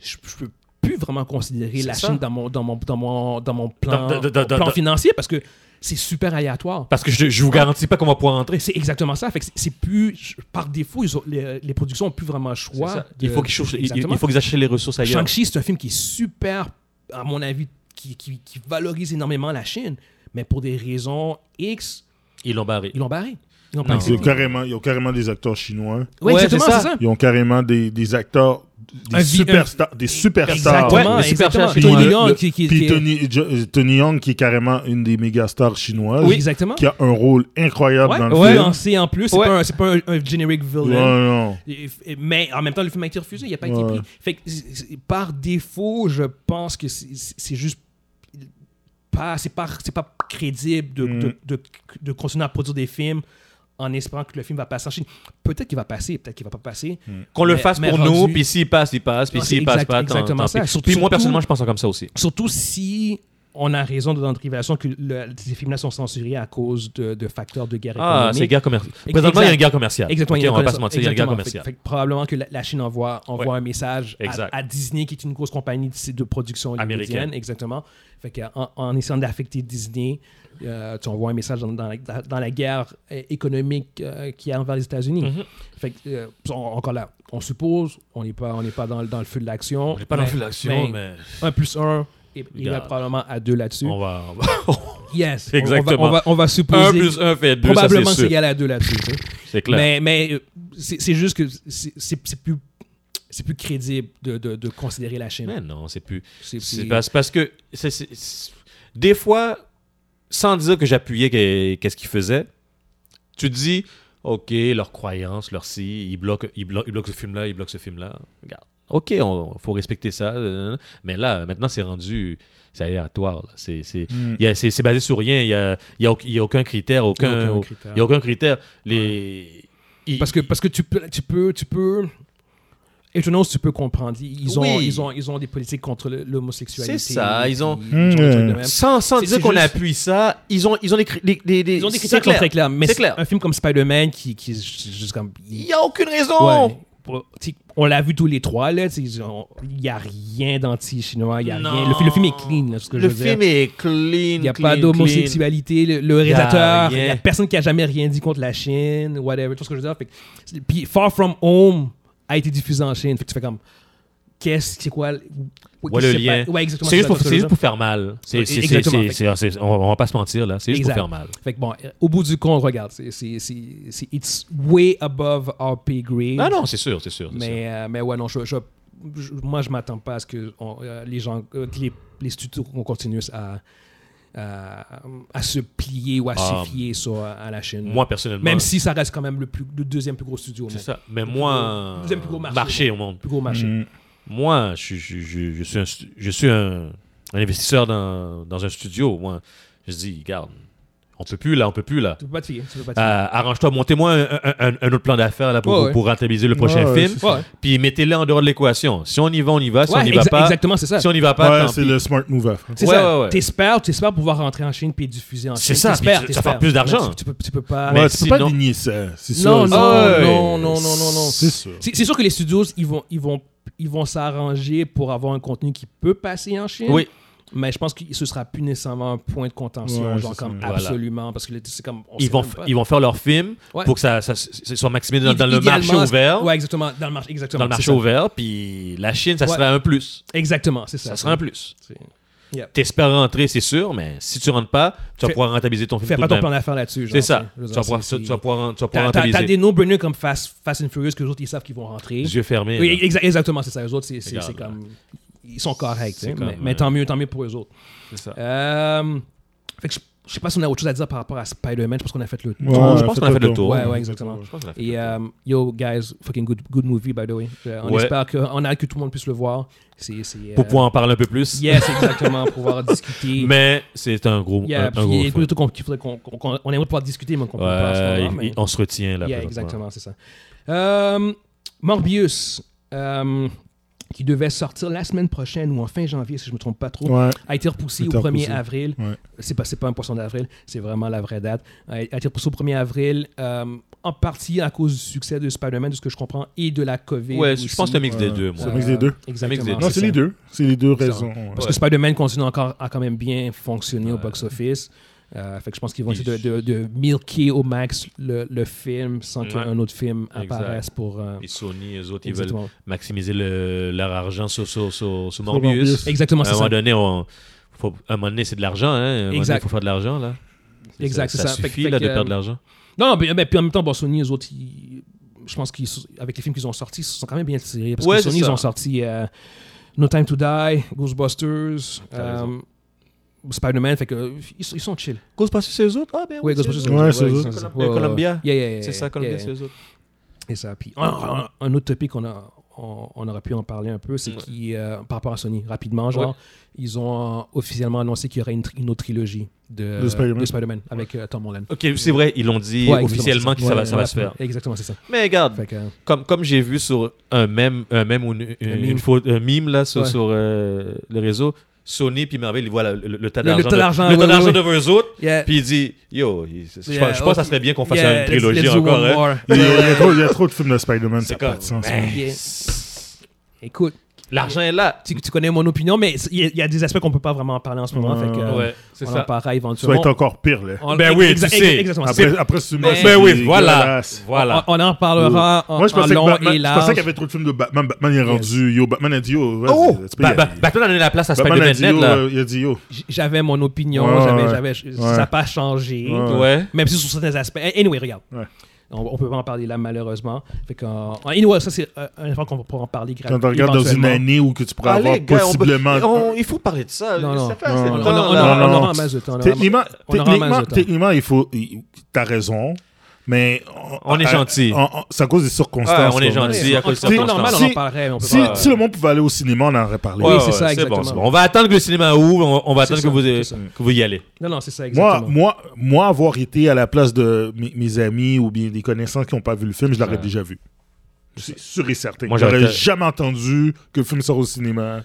Speaker 1: je, je peux plus vraiment considérer
Speaker 2: C'est
Speaker 1: la
Speaker 2: ça.
Speaker 1: Chine dans mon, dans mon, dans mon, dans mon plan,
Speaker 2: Dans- dans- dans-
Speaker 1: mon plan
Speaker 2: dans-
Speaker 1: financier parce que c'est super aléatoire.
Speaker 2: Parce que je ne vous garantis pas qu'on va pouvoir entrer.
Speaker 1: C'est exactement ça. Fait que c'est- c'est plus. je- Par défaut, ils ont- les, les productions ont plus vraiment le
Speaker 2: C'est
Speaker 1: choix.
Speaker 2: ça. Il
Speaker 1: de-
Speaker 2: faut qu'ils cherchent- il- il-
Speaker 1: Exactement.
Speaker 2: il faut qu'ils achètent les ressources ailleurs.
Speaker 1: Shang-Chi, c'est un film qui est super, à mon avis, qui, qui- qui valorise énormément la Chine, mais pour des raisons X,
Speaker 2: Ils l'ont barré.
Speaker 1: ils l'ont barré. Ils l'ont
Speaker 2: Non.
Speaker 1: pas
Speaker 3: Ils ont,
Speaker 1: accepté.
Speaker 3: carrément, ils ont carrément des acteurs chinois.
Speaker 1: Ouais,
Speaker 2: Ouais,
Speaker 1: exactement,
Speaker 2: c'est
Speaker 1: c'est
Speaker 2: ça.
Speaker 1: ça.
Speaker 3: Ils ont carrément des, des acteurs, des
Speaker 1: Un vi-
Speaker 3: superstars. Des superstars.
Speaker 2: Ouais,
Speaker 1: Exactement,
Speaker 2: mais c'est
Speaker 1: exactement.
Speaker 2: Superchargé.
Speaker 1: Tony
Speaker 3: Le-
Speaker 1: Leung
Speaker 3: le-
Speaker 1: qui, qui-
Speaker 3: Puis
Speaker 1: qui-
Speaker 3: Tony, Jo- euh, Tony Young, qui est carrément une des méga stars chinoises,
Speaker 1: Oui, exactement.
Speaker 3: qui a un rôle incroyable
Speaker 1: Ouais,
Speaker 3: dans le
Speaker 1: ouais,
Speaker 3: film.
Speaker 1: lancé en plus, c'est
Speaker 2: Ouais.
Speaker 1: pas un, c'est pas un, un generic
Speaker 3: Ouais,
Speaker 1: villain.
Speaker 3: non.
Speaker 1: Et- et- Mais en même temps, le film a été refusé, il n'a pas été
Speaker 3: Ouais.
Speaker 1: pris. Fait que c'est- c'est- par défaut, je pense que c'est- c'est c'est juste pas, c'est pas, c'est pas crédible de,
Speaker 3: Mm.
Speaker 1: de, de- de continuer à produire des films en espérant que le film va passer en Chine. Peut-être qu'il va passer, peut-être qu'il va pas passer.
Speaker 2: Qu'on le
Speaker 1: Mais-
Speaker 2: fasse
Speaker 1: mais
Speaker 2: pour
Speaker 1: rendu-
Speaker 2: nous, puis s'il passe, il passe, puis
Speaker 1: Non,
Speaker 2: s'il
Speaker 1: c'est
Speaker 2: passe
Speaker 1: exact-
Speaker 2: pas, tant,
Speaker 1: exactement
Speaker 2: tant
Speaker 1: ça.
Speaker 2: pis.
Speaker 1: Surtout-
Speaker 2: Puis moi, personnellement, je pense comme ça aussi.
Speaker 1: Surtout si on a raison de notre révélation que le- ces films-là sont censurés à cause de, de facteurs de guerre
Speaker 2: Ah, c'est
Speaker 1: économique.
Speaker 2: guerre commerciale.
Speaker 1: Ex-
Speaker 2: Présentement, il y a
Speaker 1: exact.
Speaker 2: une guerre commerciale.
Speaker 1: Exactement,
Speaker 2: Ok,
Speaker 1: il y a une
Speaker 2: on va pas se
Speaker 1: connaissance-
Speaker 2: mentir, il y a une guerre
Speaker 1: exactement.
Speaker 2: commerciale.
Speaker 1: Fait- fait que probablement que la, la Chine envoie, envoie
Speaker 2: Ouais.
Speaker 1: un message
Speaker 2: Exact.
Speaker 1: à, à Disney, qui est une grosse compagnie de, de production
Speaker 2: Américaine.
Speaker 1: américaine. Exactement. Fait que, en, en essayant d'affecter Disney, euh, tu envoies un message dans, dans la, dans la guerre euh, économique euh, qu'il y a envers les États-Unis.
Speaker 2: Mhm.
Speaker 1: Fait que, euh, on- encore là, on suppose, on n'est pas, on n'est pas dans, le- dans le feu de l'action.
Speaker 2: On n'est pas dans
Speaker 1: Mais-
Speaker 2: l'action, mais
Speaker 1: 1 plus 1 il irait
Speaker 2: Regarde.
Speaker 1: probablement à 2 là-dessus.
Speaker 2: on va.
Speaker 1: Yes, on-
Speaker 2: Exactement.
Speaker 1: On va, on va, on va supposer.
Speaker 2: 1 plus 1 fait 2, ça c'est
Speaker 1: probablement que c'est
Speaker 2: sûr.
Speaker 1: égal à 2 là-dessus. tu sais.
Speaker 2: C'est clair.
Speaker 1: mais mais euh, c'est c'est juste que c'est c'est- c'est plus, c'est plus crédible de, de, de considérer la Chine.
Speaker 2: Mais non, c'est plus.
Speaker 1: C'est
Speaker 2: C'est parce, parce que c'est- c'est- c'est- des fois, sans dire que j'appuyais que- qu'est-ce qu'ils faisaient, tu te dis, OK, leurs croyances, leur si, ils bloquent, ils bloquent, ils bloquent ce film-là, ils bloquent ce film-là. Regarde. OK, il faut respecter ça. euh, Mais là, maintenant, c'est rendu. C'est aléatoire. là. C'est c'est-
Speaker 3: Mm.
Speaker 2: il y a- c'est- c'est basé sur rien. Il n'y a, il y a au- il y a aucun critère.
Speaker 1: Il y a
Speaker 2: Aucun,
Speaker 1: aucun critère.
Speaker 2: il y a aucun critère. Les, ils-
Speaker 1: Parce que, parce que tu peux, tu peux, tu peux Et je pense que tu peux comprendre. Ils ont,
Speaker 2: Oui.
Speaker 1: ils ont, ils ont des politiques contre le- l'homosexualité.
Speaker 2: C'est ça, ils ont-
Speaker 1: des trucs de même.
Speaker 2: Sans, sans
Speaker 1: C'est-
Speaker 2: dire
Speaker 1: c'est
Speaker 2: qu'on
Speaker 1: juste-
Speaker 2: appuie ça, ils ont, ils ont des, cri- des, des, des-
Speaker 1: Ils ont des
Speaker 2: c'est
Speaker 1: critiques
Speaker 2: clair.
Speaker 1: très claires. Mais
Speaker 2: C'est
Speaker 1: c'est
Speaker 2: clair.
Speaker 1: un film comme Spider-Man qui, qui est ju- juste comme. il-
Speaker 2: Il n'y a aucune raison.
Speaker 1: Ouais. Pour- tu sais, On l'a vu tous les trois, là. tu sais, ils ont- Il n'y a rien d'anti-chinois, il y a
Speaker 2: Non.
Speaker 1: rien. Le, fi- le film est clean, là, ce que je
Speaker 2: Le
Speaker 1: veux dire.
Speaker 2: film est clean.
Speaker 1: Il n'y a pas
Speaker 2: d'homosexualité.
Speaker 1: d'homosexualité. Le, le
Speaker 2: Il y a
Speaker 1: réalisateur, il
Speaker 2: rien.
Speaker 1: n'y a personne qui a jamais rien dit contre la Chine, whatever. Tout ce que je veux dire. Fait que c'est- puis Far From Home a été diffusé en Chine. Fait que tu fais comme. Qu'est-ce c'est quoi.
Speaker 2: Ouais, le lien.
Speaker 1: Ouais, exactement.
Speaker 2: C'est juste,
Speaker 1: ça,
Speaker 2: pour,
Speaker 1: ce que je
Speaker 2: c'est juste
Speaker 1: veux
Speaker 2: pour faire mal. C'est-
Speaker 1: Oui,
Speaker 2: c'est- c'est-
Speaker 1: exactement.
Speaker 2: c'est- c'est- c'est- On on va pas se mentir, là. C'est juste
Speaker 1: Exact.
Speaker 2: pour faire mal.
Speaker 1: dire. Fait que bon, euh, au bout du compte, regarde, c'est, c'est, c'est, c'est- it's way above our pay grade.
Speaker 2: Ah Non, non, c'est sûr, c'est sûr. c'est sûr.
Speaker 1: Mais, euh, mais ouais, non, je, je- je- moi, je m'attends pas à ce que on- euh, les gens, euh, que les, les studios qu'on continue à, à, à se plier ou à
Speaker 2: Ah.
Speaker 1: se fier sur, euh, à la Chine.
Speaker 2: Moi, personnellement.
Speaker 1: même si ça reste quand même le, plus, le deuxième plus gros studio au
Speaker 2: C'est
Speaker 1: monde.
Speaker 2: ça. Mais moi.
Speaker 1: Deuxième plus gros marché.
Speaker 2: au monde.
Speaker 1: Plus gros marché.
Speaker 3: Mm.
Speaker 2: Moi, je, je- je- je suis, un, stu- je suis un, un investisseur dans, dans un studio. Moi, je dis, regarde, on peut plus là, on peut plus là.
Speaker 1: Tu peux pas te fier. Tu peux pas te fier.
Speaker 2: Euh, Arrange-toi, montez-moi un, un- un- un autre plan d'affaires là, pour,
Speaker 1: Ouais,
Speaker 2: pour,
Speaker 1: ouais.
Speaker 2: rentabiliser le prochain
Speaker 3: Ouais, ouais,
Speaker 2: film.
Speaker 3: c'est ça.
Speaker 1: Ouais.
Speaker 2: Puis mettez-le en dehors de l'équation. Si on y va, on y va. Si
Speaker 1: Ouais,
Speaker 2: on n'y va
Speaker 1: exa-
Speaker 2: pas,
Speaker 1: Exactement, c'est ça.
Speaker 2: si on n'y va pas,
Speaker 3: Ouais,
Speaker 2: tant
Speaker 3: c'est
Speaker 2: pis.
Speaker 3: le smart move à faire.
Speaker 1: C'est
Speaker 2: Ouais,
Speaker 1: ça.
Speaker 2: ouais, ouais.
Speaker 1: T'espères, t'espères pouvoir rentrer en Chine puis diffuser en Chine.
Speaker 2: C'est ça, puis
Speaker 1: T'espères,
Speaker 2: tu- ça
Speaker 1: t'espères.
Speaker 2: fait plus d'argent.
Speaker 1: Mais Tu, tu peux, tu peux pas.
Speaker 2: Mais
Speaker 3: Ouais, tu peux pas
Speaker 2: sinon-
Speaker 3: nier ça. C'est
Speaker 1: Non,
Speaker 3: ça,
Speaker 1: non,
Speaker 3: c'est-
Speaker 1: non, non, non, non, non.
Speaker 3: C'est sûr.
Speaker 1: C'est c'est sûr que les studios, ils vont, ils vont, ils vont s'arranger pour avoir un contenu qui peut passer en Chine.
Speaker 2: Oui.
Speaker 1: Mais je pense que ce sera plus nécessairement un point de contention,
Speaker 3: Ouais,
Speaker 1: genre
Speaker 3: c'est
Speaker 1: comme
Speaker 3: ça.
Speaker 1: absolument, parce que là, c'est comme. on
Speaker 2: Ils
Speaker 1: sait
Speaker 2: vont,
Speaker 1: même
Speaker 2: f-
Speaker 1: pas.
Speaker 2: ils vont faire leur film
Speaker 1: Ouais.
Speaker 2: pour que ça, ça- ça soit maximisé dans, dans le
Speaker 1: Idéalement,
Speaker 2: marché ouvert.
Speaker 1: Ouais, exactement, dans le marché, exactement.
Speaker 2: Dans le
Speaker 1: c'est
Speaker 2: marché
Speaker 1: ça.
Speaker 2: ouvert, puis la Chine, ça
Speaker 1: Ouais.
Speaker 2: serait un plus.
Speaker 1: Exactement, c'est ça.
Speaker 2: Ça serait un plus.
Speaker 1: C'est-
Speaker 2: T'espères rentrer, c'est sûr, mais si tu rentres pas, tu vas
Speaker 1: Fais-
Speaker 2: pouvoir rentabiliser ton film.
Speaker 1: Fais
Speaker 2: tout
Speaker 1: pas
Speaker 2: de
Speaker 1: ton
Speaker 2: même.
Speaker 1: plan d'affaires là-dessus.
Speaker 2: C'est
Speaker 1: genre,
Speaker 2: ça.
Speaker 1: je veux
Speaker 2: Tu
Speaker 1: dire,
Speaker 2: vas pouvoir,
Speaker 1: c'est-
Speaker 2: tu vas pouvoir, tu vas pouvoir
Speaker 1: T'as t'as- t'as
Speaker 2: rentabiliser.
Speaker 1: des no-brainers comme Fast, Fast and Furious que les autres, ils savent qu'ils vont rentrer.
Speaker 2: Les yeux fermés.
Speaker 1: Oui,
Speaker 2: là.
Speaker 1: exa- exactement, c'est ça. Eux autres, c'est- c'est
Speaker 2: Regarde,
Speaker 1: c'est comme. Ils sont corrects.
Speaker 2: C'est
Speaker 1: hein, mais,
Speaker 2: comme, euh,
Speaker 1: mais tant mieux, tant mieux pour eux autres.
Speaker 2: C'est ça.
Speaker 1: Euh, fait que je, je sais pas si on a autre chose à dire par rapport à Spider-Man. Je pense qu'on a fait le tour.
Speaker 2: Ouais. je pense qu'on a fait le tour.
Speaker 1: Ouais, ouais, exactement.
Speaker 2: Je pense qu'on a fait
Speaker 1: Et
Speaker 2: le tour.
Speaker 1: euh, yo, guys, fucking good, good movie, by the way. Euh, on
Speaker 2: Ouais.
Speaker 1: espère qu'on a que tout le monde puisse le voir. C'est. c'est, euh,
Speaker 2: Pour pouvoir en parler un peu plus.
Speaker 1: Yes, exactement, pour pouvoir discuter.
Speaker 2: Mais c'est un gros.
Speaker 1: Yeah,
Speaker 2: un- un
Speaker 1: puis
Speaker 2: gros
Speaker 1: il y a
Speaker 2: film.
Speaker 1: beaucoup de trucs qu'on- qu'il faudrait qu'on- qu'on- qu'on- on aimerait pouvoir discuter, mais qu'on peut pas en ce
Speaker 2: Ouais,
Speaker 1: moment,
Speaker 2: il-
Speaker 1: mais-
Speaker 2: il- on se retient là.
Speaker 1: Yeah,
Speaker 2: présentement.
Speaker 1: exactement, c'est ça. Euh, Morbius, euh, qui devait sortir la semaine prochaine ou en fin janvier, si je me trompe pas trop,
Speaker 3: Ouais.
Speaker 2: Ah,
Speaker 1: a été repoussé au
Speaker 3: Été
Speaker 1: 1er
Speaker 3: repoussé.
Speaker 1: avril.
Speaker 3: Ouais.
Speaker 1: C'est pas, c'est pas un poisson d'avril, c'est vraiment la vraie date. A a été repoussé au 1er avril, euh, en partie à cause du succès de Spider-Man, de ce que je comprends, et de la COVID.
Speaker 2: Ouais,
Speaker 1: aussi. Euh,
Speaker 2: je pense que c'est un mix des
Speaker 3: Ouais.
Speaker 2: deux,
Speaker 3: C'est
Speaker 2: moi.
Speaker 3: un mix des deux.
Speaker 1: Exactement.
Speaker 2: mix des deux.
Speaker 3: Non, c'est
Speaker 1: ça.
Speaker 3: les deux. C'est les deux
Speaker 1: C'est
Speaker 3: raisons. ouais.
Speaker 1: Parce que Spider-Man continue encore à quand même bien fonctionner au
Speaker 2: Ouais.
Speaker 1: box-office. Euh, fait que je pense qu'ils vont
Speaker 2: Puis-
Speaker 1: essayer de, de, de milquer au max le, le film sans
Speaker 2: Ouais.
Speaker 1: qu'un autre film
Speaker 2: Exact.
Speaker 1: apparaisse pour. euh,
Speaker 2: Et Sony, eux autres, ils veulent
Speaker 1: exactement,
Speaker 2: maximiser le- leur argent sur, sur, sur, sur Morbius. Ah,
Speaker 3: Morbius.
Speaker 1: exactement
Speaker 2: À un
Speaker 1: c'est ça.
Speaker 2: moment donné, on- faut- à un moment donné, c'est de l'argent. Hein. Il
Speaker 1: Exact.
Speaker 2: faut faire de l'argent, là.
Speaker 1: Exact, c'est
Speaker 2: Ça,
Speaker 1: ça. Fait que-
Speaker 2: suffit,
Speaker 1: fait
Speaker 2: là,
Speaker 1: que,
Speaker 2: de
Speaker 1: euh,
Speaker 2: perdre de l'argent.
Speaker 1: Non, non, mais, mais puis en même temps, bon, Sony, eux autres, ils- je pense qu'avec les films qu'ils ont sortis, ils se sont quand même bien tirés. Parce
Speaker 2: Ouais,
Speaker 1: que
Speaker 2: c'est
Speaker 1: Sony,
Speaker 2: ça.
Speaker 1: ils ont sorti euh, No Time to Die, Ghostbusters,
Speaker 2: T'as raison.
Speaker 1: euh, Spider-Man. Fait que, euh, ils, sont- ils sont chill.
Speaker 2: Ghostbusters, c'est eux autres? Ah, ben
Speaker 1: Oui, Ghostbusters,
Speaker 3: Ouais, c'est
Speaker 1: ils
Speaker 3: eux
Speaker 1: sont-
Speaker 3: autres.
Speaker 1: ouais, ouais, ouais.
Speaker 2: Columbia.
Speaker 1: Yeah, yeah, yeah,
Speaker 2: C'est ça,
Speaker 1: yeah,
Speaker 2: Columbia,
Speaker 1: yeah.
Speaker 2: c'est eux autres.
Speaker 1: Et ça. Puis, un, un- un autre topic qu'on a, on, on aurait pu en parler un peu, c'est
Speaker 2: Ouais.
Speaker 1: qui, euh, par rapport à Sony, rapidement, genre,
Speaker 2: Ouais.
Speaker 1: ils ont euh, officiellement annoncé qu'il y aurait une, tri- une autre trilogie de,
Speaker 3: De Spider-Man.
Speaker 1: Spider-Man avec euh, Tom Holland.
Speaker 2: Ok, c'est vrai, ils l'ont dit
Speaker 1: Ouais, exactement,
Speaker 2: officiellement que
Speaker 1: c'est
Speaker 2: ça, va,
Speaker 1: Ouais,
Speaker 2: ça va
Speaker 1: ouais,
Speaker 2: se faire.
Speaker 1: Exactement, c'est ça.
Speaker 2: Mais regarde,
Speaker 1: Fait que, euh,
Speaker 2: comme, comme j'ai vu sur un mème, un mème ou une, une-
Speaker 1: Un meme.
Speaker 2: une faute- un meme là, sur,
Speaker 1: Ouais.
Speaker 2: sur, euh, le réseau, Sony puis Marvel, ils voient la- le, le tas
Speaker 1: Le- le
Speaker 2: d'argent
Speaker 1: tas
Speaker 2: de-
Speaker 1: d'argent,
Speaker 2: le tas
Speaker 1: ouais,
Speaker 2: d'argent
Speaker 1: ouais,
Speaker 2: devant eux autres,
Speaker 1: yeah,
Speaker 2: puis ils disent Yo, je, je
Speaker 1: yeah,
Speaker 2: pense je pense que ça
Speaker 1: okay,
Speaker 2: serait bien qu'on fasse
Speaker 1: yeah,
Speaker 2: une
Speaker 1: let's-
Speaker 2: trilogie
Speaker 1: let's do
Speaker 2: encore.
Speaker 1: one
Speaker 2: hein.
Speaker 1: more.
Speaker 3: Il y a- il y a trop- il y a trop de films de Spider-Man, ça
Speaker 2: C'est
Speaker 3: n'a pas
Speaker 2: comme-
Speaker 3: de sens.
Speaker 2: man,
Speaker 1: Yeah.
Speaker 2: c'est-
Speaker 1: Écoute,
Speaker 2: L'argent est là.
Speaker 1: tu, tu connais mon opinion, mais il y, a- il y a des aspects qu'on peut pas vraiment en parler en ce moment.
Speaker 3: Ouais,
Speaker 1: fait que, euh,
Speaker 2: Ouais, c'est
Speaker 1: on
Speaker 2: ça.
Speaker 1: en parlera
Speaker 3: Ça va
Speaker 1: éventuellement.
Speaker 3: être encore pire, là.
Speaker 1: On-
Speaker 2: Ben oui,
Speaker 1: exa-
Speaker 2: tu
Speaker 1: exa-
Speaker 2: sais.
Speaker 1: exactement, c'est
Speaker 3: Après, ah après ce
Speaker 1: Ben-
Speaker 2: Ben oui, voilà. Voilà.
Speaker 1: On, on en parlera en,
Speaker 3: Moi, je
Speaker 1: en
Speaker 3: pensais, que
Speaker 1: long
Speaker 3: Batman-
Speaker 1: et
Speaker 3: je pensais
Speaker 1: large.
Speaker 3: qu'il y avait trop de films de Batman. Batman il est rendu. Yo, Batman a dit yo. vas-y,
Speaker 2: Oh!
Speaker 3: tu peux y
Speaker 2: Bah, bah,
Speaker 3: aller.
Speaker 2: Batman a donné la place à
Speaker 3: Batman
Speaker 2: Spider-Man
Speaker 3: a dit yo.
Speaker 2: Net, là.
Speaker 3: euh, Il a dit yo.
Speaker 1: J- J'avais mon opinion,
Speaker 3: Ouais,
Speaker 1: j'avais,
Speaker 3: ouais,
Speaker 1: j'avais, ça n'a pas changé.
Speaker 3: Ouais.
Speaker 2: Ouais.
Speaker 1: Même si sur certains aspects. Anyway, regarde.
Speaker 3: Ouais.
Speaker 1: On, on peut pas en parler là, malheureusement. Fait qu'en- en- anyway, ça, c'est euh, un effort qu'on pourra en parler
Speaker 3: Quand
Speaker 1: gratuitement.
Speaker 3: on regarde dans une année où que tu pourrais avoir possiblement.
Speaker 2: eh, il faut parler de ça.
Speaker 1: Non, non. Ça
Speaker 3: assez
Speaker 1: On, on, on,
Speaker 3: Non,
Speaker 1: on- on
Speaker 3: non, non.
Speaker 1: aura masse de temps. on aura masse-
Speaker 3: Techniquement,
Speaker 1: on aura
Speaker 3: techniquement,
Speaker 1: mal de temps.
Speaker 3: techniquement, il faut. il- T'as raison, mais.
Speaker 2: On est
Speaker 3: à-
Speaker 2: gentil.
Speaker 3: on- on- C'est à cause des
Speaker 2: Ouais,
Speaker 3: circonstances.
Speaker 2: on est
Speaker 3: quoi.
Speaker 2: gentil. si, à
Speaker 1: en-
Speaker 2: cause de
Speaker 1: en temps
Speaker 2: circonstances.
Speaker 1: normal, on en
Speaker 3: Ah, Si-
Speaker 1: parlerait. On peut
Speaker 3: Si,
Speaker 1: pas-
Speaker 3: si le monde pouvait aller au cinéma, on en aurait parlé.
Speaker 1: Oui,
Speaker 2: Ouais,
Speaker 1: c'est
Speaker 2: ouais,
Speaker 1: ça,
Speaker 2: bon,
Speaker 1: exactement.
Speaker 2: c'est bon. On va attendre que le cinéma ouvre, on, on va
Speaker 1: C'est
Speaker 2: attendre
Speaker 1: ça,
Speaker 2: que vous, euh,
Speaker 1: c'est ça.
Speaker 2: que vous y allez.
Speaker 1: Non, non, c'est ça,
Speaker 3: Moi,
Speaker 1: exactement.
Speaker 3: moi, moi, avoir été à la place de mes, mes amis ou bien des connaissances qui n'ont pas vu le film, je l'aurais
Speaker 2: Ouais.
Speaker 3: déjà vu. C'est sûr et certain.
Speaker 2: Moi,
Speaker 3: J'aurais
Speaker 2: j'aurais-
Speaker 3: jamais entendu que le film sort au cinéma.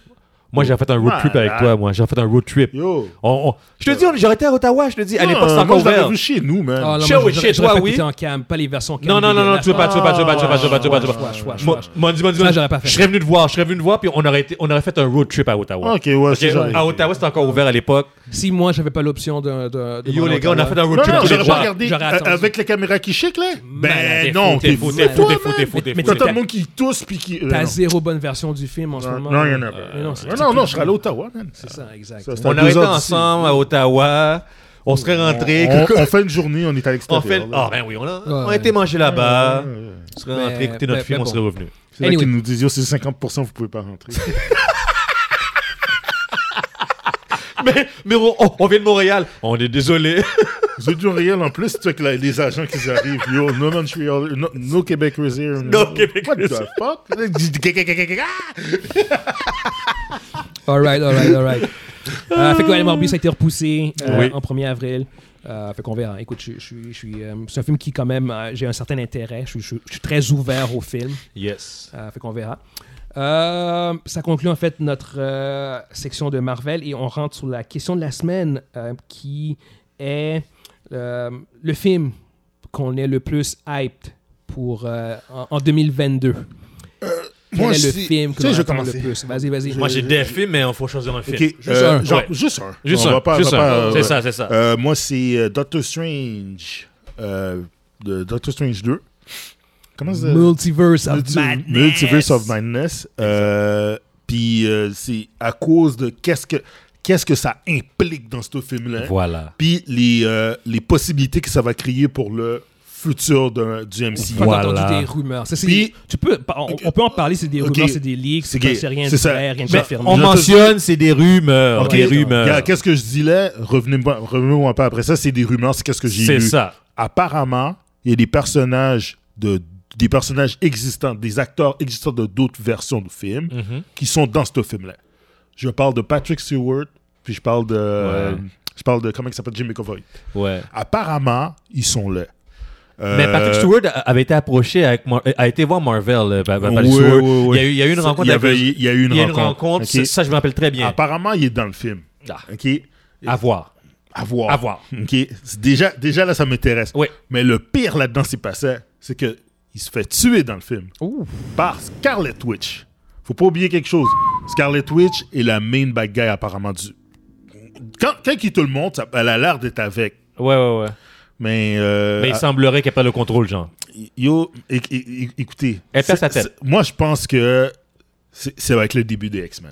Speaker 2: Moi, j'ai fait un road trip avec
Speaker 3: Malade.
Speaker 2: toi, moi. J'ai fait un road trip.
Speaker 3: Yo!
Speaker 2: On- on- Je te dis, on- j'aurais été à Ottawa, je te dis. À l'époque,
Speaker 3: Non,
Speaker 2: c'était
Speaker 3: moi,
Speaker 2: encore
Speaker 3: je l'aurais
Speaker 2: ouvert.
Speaker 3: vu chez nous, man.
Speaker 1: Ah, non,
Speaker 2: Chez-
Speaker 1: moi, je- j'aurais-
Speaker 2: chez toi,
Speaker 1: j'aurais fait
Speaker 2: oui.
Speaker 1: écouter en cam, pas les versions cam.
Speaker 2: Non, non, non, non, tu veux pas, tu veux pas, tu veux pas, tu veux pas, tu veux pas, tu veux pas, tu veux
Speaker 1: Wesh,
Speaker 2: pas.
Speaker 1: wesh, wesh,
Speaker 2: Mo-
Speaker 1: wesh.
Speaker 2: Mondi, Mondi,
Speaker 1: Ça,
Speaker 2: Mondi.
Speaker 1: j'aurais pas fait.
Speaker 2: Je serais venu te voir, je serais venu te voir, puis on aurait, été, on aurait fait un road trip à Ottawa.
Speaker 3: ok, ouais,
Speaker 2: Ok, ah
Speaker 3: c'est genre.
Speaker 2: à Ottawa, c'était encore ouvert à l'époque.
Speaker 1: Ah. Si moi, j'avais pas l'option de. de, de
Speaker 2: Yo,
Speaker 1: mon
Speaker 2: les gars, on a
Speaker 1: Ottawa.
Speaker 2: fait un road
Speaker 3: Non,
Speaker 2: trip.
Speaker 3: non,
Speaker 2: tous les
Speaker 3: j'aurais pas
Speaker 2: trois.
Speaker 3: regardé
Speaker 1: j'aurais
Speaker 3: euh,
Speaker 1: attendu.
Speaker 3: avec la caméra qui chic, là?
Speaker 1: Malade,
Speaker 3: Ben
Speaker 1: t'es
Speaker 3: non,
Speaker 1: fou,
Speaker 2: t'es
Speaker 3: t'es
Speaker 2: fou,
Speaker 3: fou,
Speaker 2: t'es fou, t'es fou, t'es fou, t'es
Speaker 3: Mais
Speaker 2: fou.
Speaker 3: t'as tellement qui tousse puis qui. euh,
Speaker 1: T'as
Speaker 3: non.
Speaker 1: zéro bonne version du film en ce
Speaker 3: Non,
Speaker 1: moment.
Speaker 3: Ah, non, il y
Speaker 1: là.
Speaker 3: en a
Speaker 1: Euh,
Speaker 3: pas.
Speaker 1: non,
Speaker 3: Non,
Speaker 1: c'est-
Speaker 3: non, non, je serais allé à Ottawa, man.
Speaker 1: C'est ça, exact.
Speaker 3: Ça, c'est
Speaker 2: On
Speaker 3: deux
Speaker 2: aurait été
Speaker 3: heures d'ici.
Speaker 2: ensemble à Ottawa. On serait rentrés.
Speaker 3: On, on fait une journée, on est à
Speaker 2: On
Speaker 3: l'extérieur.
Speaker 2: fait.
Speaker 3: là.
Speaker 2: Ah, ben oui, on a, on a
Speaker 1: Ouais.
Speaker 2: été manger là-bas.
Speaker 3: Ouais, ouais, ouais.
Speaker 2: On serait
Speaker 1: Mais-
Speaker 2: rentrés, écouter notre
Speaker 1: mais-
Speaker 2: film,
Speaker 1: mais
Speaker 2: on serait revenus.
Speaker 3: C'est là
Speaker 1: Anyway.
Speaker 3: qu'ils nous disent, yo, c'est 50%, vous pouvez pas rentrer.
Speaker 2: Mais, mais on, oh, on- on vient de Montréal. On est désolé.
Speaker 3: Vous êtes du réel en plus, tu sais que la- les agents qui arrivent, yo, no Montreal, no, no Québec here.
Speaker 2: No Québec
Speaker 3: What
Speaker 2: is
Speaker 3: the fuck?
Speaker 1: Alright, alright, alright. Euh, fait que ouais, Morbius a été repoussé euh,
Speaker 2: Oui.
Speaker 1: en 1er avril. Euh, fait qu'on verra. Écoute, je, je suis- je suis, euh, c'est un film qui, quand même, euh, j'ai un certain intérêt. Je, suis- je- je suis très ouvert au film.
Speaker 2: Yes.
Speaker 1: Euh, fait qu'on verra. Euh, ça conclut en fait notre euh, section de Marvel et on rentre sur la question de la semaine euh, qui est euh, le film qu'on est le plus hyped pour euh, en, en 2022. Quel
Speaker 3: moi,
Speaker 1: est le
Speaker 3: si-
Speaker 1: film que
Speaker 3: tu sais, je vais
Speaker 1: l'on attend le
Speaker 3: commencer.
Speaker 1: plus Vas-y, vas-y.
Speaker 2: Moi, j'ai des films, mais il faut choisir un film.
Speaker 3: Ok,
Speaker 1: Juste
Speaker 3: euh,
Speaker 1: un.
Speaker 3: genre,
Speaker 2: Ouais.
Speaker 3: juste un.
Speaker 2: Juste
Speaker 3: On
Speaker 2: un.
Speaker 3: va pas- on
Speaker 2: juste
Speaker 3: va
Speaker 2: un.
Speaker 3: pas, euh,
Speaker 2: c'est
Speaker 3: ouais.
Speaker 2: ça, c'est ça.
Speaker 3: Euh, moi, c'est euh, Doctor Strange. Euh, de Doctor Strange 2. Comment ça
Speaker 1: Multiverse of
Speaker 3: Euh, Multi-
Speaker 1: Madness.
Speaker 3: Multiverse of Madness. Euh, Puis euh, c'est à cause de qu'est-ce que, qu'est-ce que ça implique dans ce film-là.
Speaker 2: voilà.
Speaker 3: Puis les, euh, les possibilités que ça va créer pour le futur d'un- du MCU.
Speaker 1: Pas
Speaker 2: Voilà.
Speaker 1: entendu des rumeurs. Ça, c'est-
Speaker 3: Puis-
Speaker 1: tu peux, on, on peut en parler, c'est des
Speaker 3: Ok.
Speaker 1: rumeurs, c'est des leaks,
Speaker 3: C'est
Speaker 1: c'est
Speaker 3: gay.
Speaker 1: rien de
Speaker 3: C'est ça.
Speaker 1: clair, rien de
Speaker 3: Mais
Speaker 1: confirmé.
Speaker 2: On
Speaker 3: Je te-
Speaker 2: mentionne, c'est des rumeurs.
Speaker 3: Ok.
Speaker 2: Des
Speaker 3: Regarde,
Speaker 2: rumeurs.
Speaker 3: Qu'est-ce que je dis là Revenez-moi revenez pas après ça. C'est des rumeurs, c'est qu'est-ce que j'ai
Speaker 2: C'est
Speaker 3: lu.
Speaker 2: ça.
Speaker 3: Apparemment, il y a des personnages de des personnages existants, des acteurs existants de d'autres versions du film
Speaker 2: Mhm.
Speaker 3: qui sont dans ce film-là. Je parle de Patrick Stewart, puis je parle de, euh, je parle de comment il s'appelle Jim McAvoy.
Speaker 2: Ouais.
Speaker 3: Apparemment, ils sont là. Euh,
Speaker 2: Mais Patrick Stewart a- avait été approché avec Mar- euh, a été voir Marvel. euh, pa- pa- Patrick
Speaker 3: Ouais,
Speaker 2: Stewart.
Speaker 3: ouais,
Speaker 2: Il,
Speaker 3: ouais.
Speaker 2: y a eu, il y a eu une rencontre.
Speaker 3: il y,
Speaker 2: avec-
Speaker 3: avait- il y a eu une
Speaker 2: il y a eu
Speaker 3: rencontre. Ok.
Speaker 2: ça- Ça, je me rappelle très bien.
Speaker 3: Apparemment, il est dans le film.
Speaker 2: Ah.
Speaker 3: Ok.
Speaker 2: À voir.
Speaker 3: À voir.
Speaker 2: À voir.
Speaker 3: OK? C'est Déjà, déjà là, ça m'intéresse.
Speaker 2: Oui.
Speaker 3: Mais le pire là-dedans, c'est pas ça. C'est que il se fait tuer dans le film
Speaker 1: Ouh.
Speaker 3: par Scarlet Witch. Faut pas oublier quelque chose. Scarlet Witch est la main bad guy apparemment du. Quand, quand il te le montre, ça- elle a l'air d'être avec.
Speaker 2: Ouais, ouais, ouais.
Speaker 3: Mais, euh, ah,
Speaker 2: Mais il semblerait qu'elle perd le contrôle, genre.
Speaker 3: yo, éc- éc- éc- écoutez.
Speaker 2: Elle perd
Speaker 3: C'est-
Speaker 2: sa tête.
Speaker 3: c'est- Moi, je pense que c'est c'est avec le début des X-Men.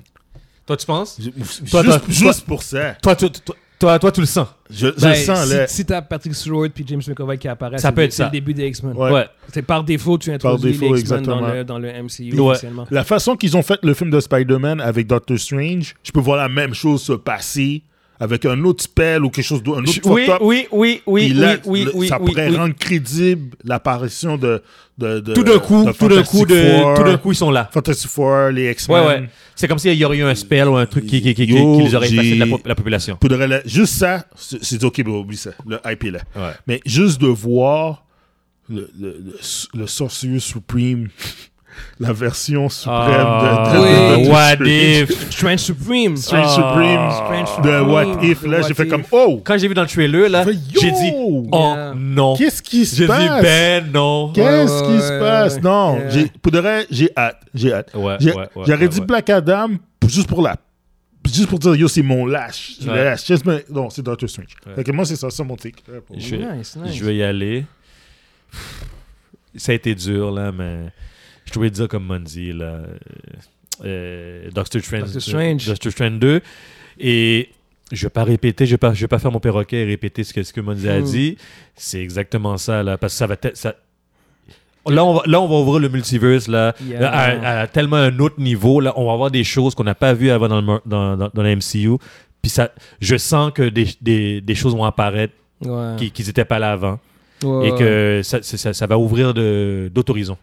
Speaker 2: Toi, tu penses
Speaker 3: Juste,
Speaker 2: Toi, toi,
Speaker 3: juste
Speaker 2: toi-
Speaker 3: pour ça.
Speaker 2: Toi, tu, toi, toi, toi, tu le sens.
Speaker 3: Je, je
Speaker 1: Ben,
Speaker 3: sens
Speaker 1: si,
Speaker 3: là.
Speaker 1: si t'as Patrick Stewart puis James McAvoy qui apparaissent,
Speaker 2: Ça
Speaker 1: c'est
Speaker 2: peut
Speaker 1: le-
Speaker 2: être
Speaker 1: c'est
Speaker 2: ça.
Speaker 1: le début des X-Men.
Speaker 3: Ouais.
Speaker 2: Ouais.
Speaker 1: C'est par défaut, tu introduis
Speaker 3: défaut,
Speaker 1: les X-Men dans
Speaker 3: exactement.
Speaker 1: le, dans le MCU
Speaker 2: Ouais.
Speaker 1: officiellement.
Speaker 3: La façon qu'ils ont fait le film de Spider-Man avec Doctor Strange, je peux voir la même chose se passer avec un autre spell ou quelque chose d'un autre
Speaker 2: Oui,
Speaker 3: fucked up.
Speaker 2: oui, oui, oui,
Speaker 3: Puis là,
Speaker 2: oui, oui,
Speaker 3: le-
Speaker 2: oui.
Speaker 3: ça
Speaker 2: oui,
Speaker 3: pourrait
Speaker 2: oui.
Speaker 3: rendre crédible l'apparition de, de, de-
Speaker 2: Tout d'un coup,
Speaker 3: de
Speaker 2: tout d'un coup,
Speaker 3: Fantastic
Speaker 2: de,
Speaker 3: Four,
Speaker 2: tout d'un coup, ils sont là.
Speaker 3: Fantastic Four, les X-Men.
Speaker 2: Ouais, ouais. C'est comme s'il y aurait eu un spell ou un truc qui, qui, qui, qui-
Speaker 3: Yo,
Speaker 2: qui les aurait effacés de la,
Speaker 3: j'ai-
Speaker 2: po- la population.
Speaker 3: Pour de vrai, là, juste ça, c'est c'est ok, mais oublie ça. Le hype est là.
Speaker 2: Ouais.
Speaker 3: Mais juste de voir le, le, le- le Sorcerer Supreme, la version suprême
Speaker 2: Ah,
Speaker 3: de, de- de-
Speaker 1: oui.
Speaker 3: de- de-
Speaker 2: what
Speaker 3: de-
Speaker 2: if?
Speaker 1: Strange Supreme.
Speaker 3: Strange
Speaker 2: Ah.
Speaker 3: Supreme,
Speaker 1: Strange
Speaker 3: de
Speaker 1: Supreme,
Speaker 3: What If,
Speaker 1: de
Speaker 3: là,
Speaker 1: What
Speaker 3: j'ai fait
Speaker 1: If.
Speaker 3: comme Oh!
Speaker 2: Quand j'ai vu dans le trailer, là,
Speaker 3: Fait, yo!
Speaker 2: j'ai dit, oh
Speaker 1: Yeah.
Speaker 2: non.
Speaker 3: Qu'est-ce qui se
Speaker 2: J'ai dit,
Speaker 3: passe?
Speaker 2: ben non.
Speaker 3: Qu'est-ce
Speaker 1: Ouais,
Speaker 3: qui
Speaker 1: ouais,
Speaker 3: se
Speaker 1: ouais,
Speaker 3: passe?
Speaker 1: ouais.
Speaker 3: Non,
Speaker 1: Yeah.
Speaker 3: j'ai- pour de vrai, j'ai hâte. J'ai hâte.
Speaker 2: Ouais,
Speaker 3: J'ai-
Speaker 2: ouais, ouais,
Speaker 3: J'aurais
Speaker 2: ouais,
Speaker 3: dit
Speaker 2: ouais.
Speaker 3: Black Adam pour- juste pour la. Juste pour dire, yo, c'est mon lâche. Je
Speaker 2: Ouais.
Speaker 3: lâche. Yes, mais non, c'est Doctor Strange.
Speaker 2: Ouais.
Speaker 3: Fait que moi, c'est ça, ça mon tic. Ouais, pour-
Speaker 2: Je-
Speaker 1: Ah, Nice, nice.
Speaker 2: Je vais y aller. Ça a été dur, là, mais je pouvais dire comme Mundy, là. euh, euh, Doctor Strange.
Speaker 1: Doctor Strange.
Speaker 2: Doctor Strange 2. Et je vais pas répéter, je vais pas, je vais pas faire mon perroquet et répéter ce que, ce que Mundy a
Speaker 1: Mm.
Speaker 2: dit. C'est exactement ça, là, parce que ça va être. ça- Là on, va, là, on va ouvrir le multiverse là,
Speaker 1: Yeah.
Speaker 2: là, à, à tellement un autre niveau. Là, on va avoir des choses qu'on n'a pas vues avant dans le, mur- dans, dans, dans la MCU. Puis ça, je sens que des, des, des choses vont apparaître
Speaker 1: Ouais.
Speaker 2: qui- qu'ils n'étaient pas là avant
Speaker 1: Ouais,
Speaker 2: et
Speaker 1: ouais.
Speaker 2: que ça, ça- ça- ça va ouvrir de- d'autres horizons.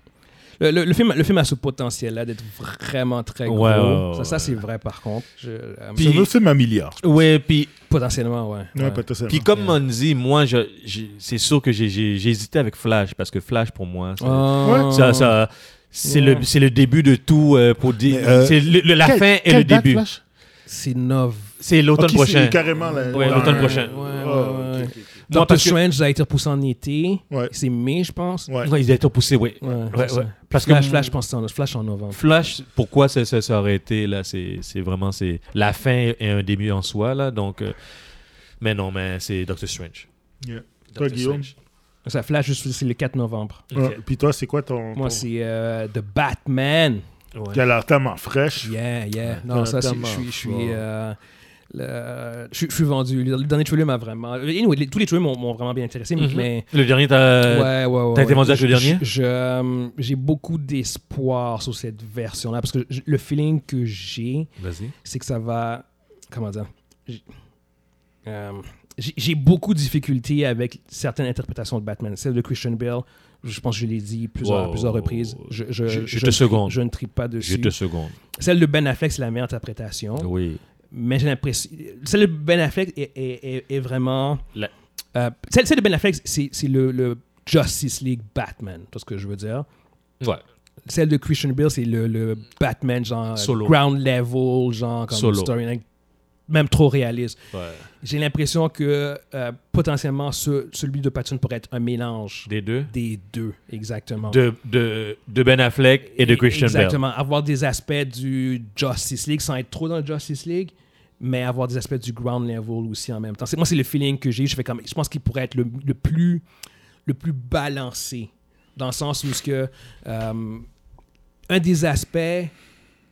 Speaker 1: Le, le- le film, le film a ce potentiel-là d'être vraiment très gros.
Speaker 2: Ouais, ouais,
Speaker 1: ça,
Speaker 2: ouais,
Speaker 1: ça,
Speaker 2: ouais.
Speaker 1: c'est vrai, par contre. Je- euh,
Speaker 3: C'est un autre film à milliard.
Speaker 2: Ouais, puis
Speaker 1: potentiellement, ouais.
Speaker 3: Ouais,
Speaker 1: ouais.
Speaker 3: peut-être ça.
Speaker 2: puis comme Monzi, moi, je- j'ai- c'est sûr que j'ai j'ai- j'ai hésité avec Flash parce que Flash pour moi, ça,
Speaker 1: Ah.
Speaker 2: ça, ça- C'est le, c'est le début de tout euh, pour dire.
Speaker 3: Mais, euh,
Speaker 2: c'est le- le- la
Speaker 3: Quelle-
Speaker 2: fin et
Speaker 3: quelle
Speaker 2: le
Speaker 3: date,
Speaker 2: début.
Speaker 3: Flash?
Speaker 1: C'est neuf.
Speaker 2: C'est l'automne
Speaker 3: Ok, c'est
Speaker 2: prochain.
Speaker 3: carrément la-
Speaker 2: Ouais, l'automne prochain.
Speaker 1: Ouais, ouais,
Speaker 3: Oh,
Speaker 1: ouais.
Speaker 3: ok, ok,
Speaker 2: Moi,
Speaker 1: Doctor
Speaker 2: parce que-
Speaker 1: Strange ça a été repoussé en été.
Speaker 3: Ouais.
Speaker 1: C'est mai, je pense.
Speaker 3: Ouais.
Speaker 2: Ouais, ils étaient repoussés, oui.
Speaker 1: Ouais, c'est
Speaker 2: Ouais,
Speaker 1: ça.
Speaker 2: ouais. Parce que
Speaker 1: Flash,
Speaker 2: mon-
Speaker 1: Flash, je pense que c'est en, Flash en novembre.
Speaker 2: Flash, pourquoi ça, ça, ça aurait été là C'est c'est vraiment c'est la fin et un début en soi là. Donc, euh, mais non, mais c'est Doctor Strange.
Speaker 3: Yeah.
Speaker 2: Doctor
Speaker 3: Toi, Guillaume?
Speaker 2: Strange.
Speaker 1: Ça Flash, juste- c'est le 4 novembre.
Speaker 2: Ok.
Speaker 3: Ouais. Puis toi, c'est quoi ton.
Speaker 1: Moi,
Speaker 3: ton-
Speaker 1: c'est euh, The Batman.
Speaker 2: Ouais.
Speaker 3: Il a l'air tellement fraîche.
Speaker 1: Yeah, yeah.
Speaker 2: Ouais,
Speaker 1: Non, ça, c'est- je
Speaker 3: tellement
Speaker 1: suis- je
Speaker 3: fort.
Speaker 1: suis. euh, le- Je suis- je suis vendu. Le dernier trailer m'a vraiment. Anyway, les- tous les trailers m'ont m'ont vraiment bien intéressé,
Speaker 2: Mhm.
Speaker 1: mais
Speaker 2: Le dernier, t'as
Speaker 1: ouais, ouais, ouais,
Speaker 2: t'as été
Speaker 1: ouais.
Speaker 2: vendu avec le
Speaker 1: Je-
Speaker 2: dernier?
Speaker 1: je, euh, J'ai beaucoup d'espoir sur cette version-là parce que je- le feeling que j'ai,
Speaker 2: Vas-y.
Speaker 1: c'est que ça va. Comment dire J'ai- euh, J'ai j'ai beaucoup de difficultés avec certaines interprétations de Batman. Celle de Christian Bale, je pense que je l'ai dit plusieurs,
Speaker 2: Wow.
Speaker 1: plusieurs reprises. Je, je,
Speaker 2: Je- je
Speaker 1: Euh, je
Speaker 2: te
Speaker 1: ne-
Speaker 2: seconde.
Speaker 1: Je ne tripe pas
Speaker 2: J'ai
Speaker 1: dessus.
Speaker 2: deux secondes.
Speaker 1: Celle de Ben Affleck, c'est la meilleure interprétation.
Speaker 2: Oui.
Speaker 1: Mais j'ai l'impression. Celle de Ben Affleck est, est- est- est vraiment.
Speaker 2: La-
Speaker 1: Euh, celle, celle de Ben Affleck, c'est c'est le, le Justice League Batman, tu vois ce que je veux dire.
Speaker 2: Ouais.
Speaker 1: Celle de Christian Bale, c'est le, le Batman, genre euh,
Speaker 2: Solo.
Speaker 1: ground level, genre comme
Speaker 2: Solo.
Speaker 1: storyline, même trop réaliste.
Speaker 2: ouais.
Speaker 1: J'ai l'impression que euh, potentiellement ce- celui de Patton pourrait être un mélange
Speaker 2: Des deux.
Speaker 1: des deux, exactement.
Speaker 2: De, de, de Ben Affleck et de Christian Bale.
Speaker 1: Exactement. Avoir des aspects du Justice League sans être trop dans le Justice League, mais avoir des aspects du ground level aussi en même temps. C'est- Moi, c'est le feeling que j'ai. eu. Je, fais comme, je pense qu'il pourrait être le, le plus, le plus balancé, dans le sens où ce que, euh, un des aspects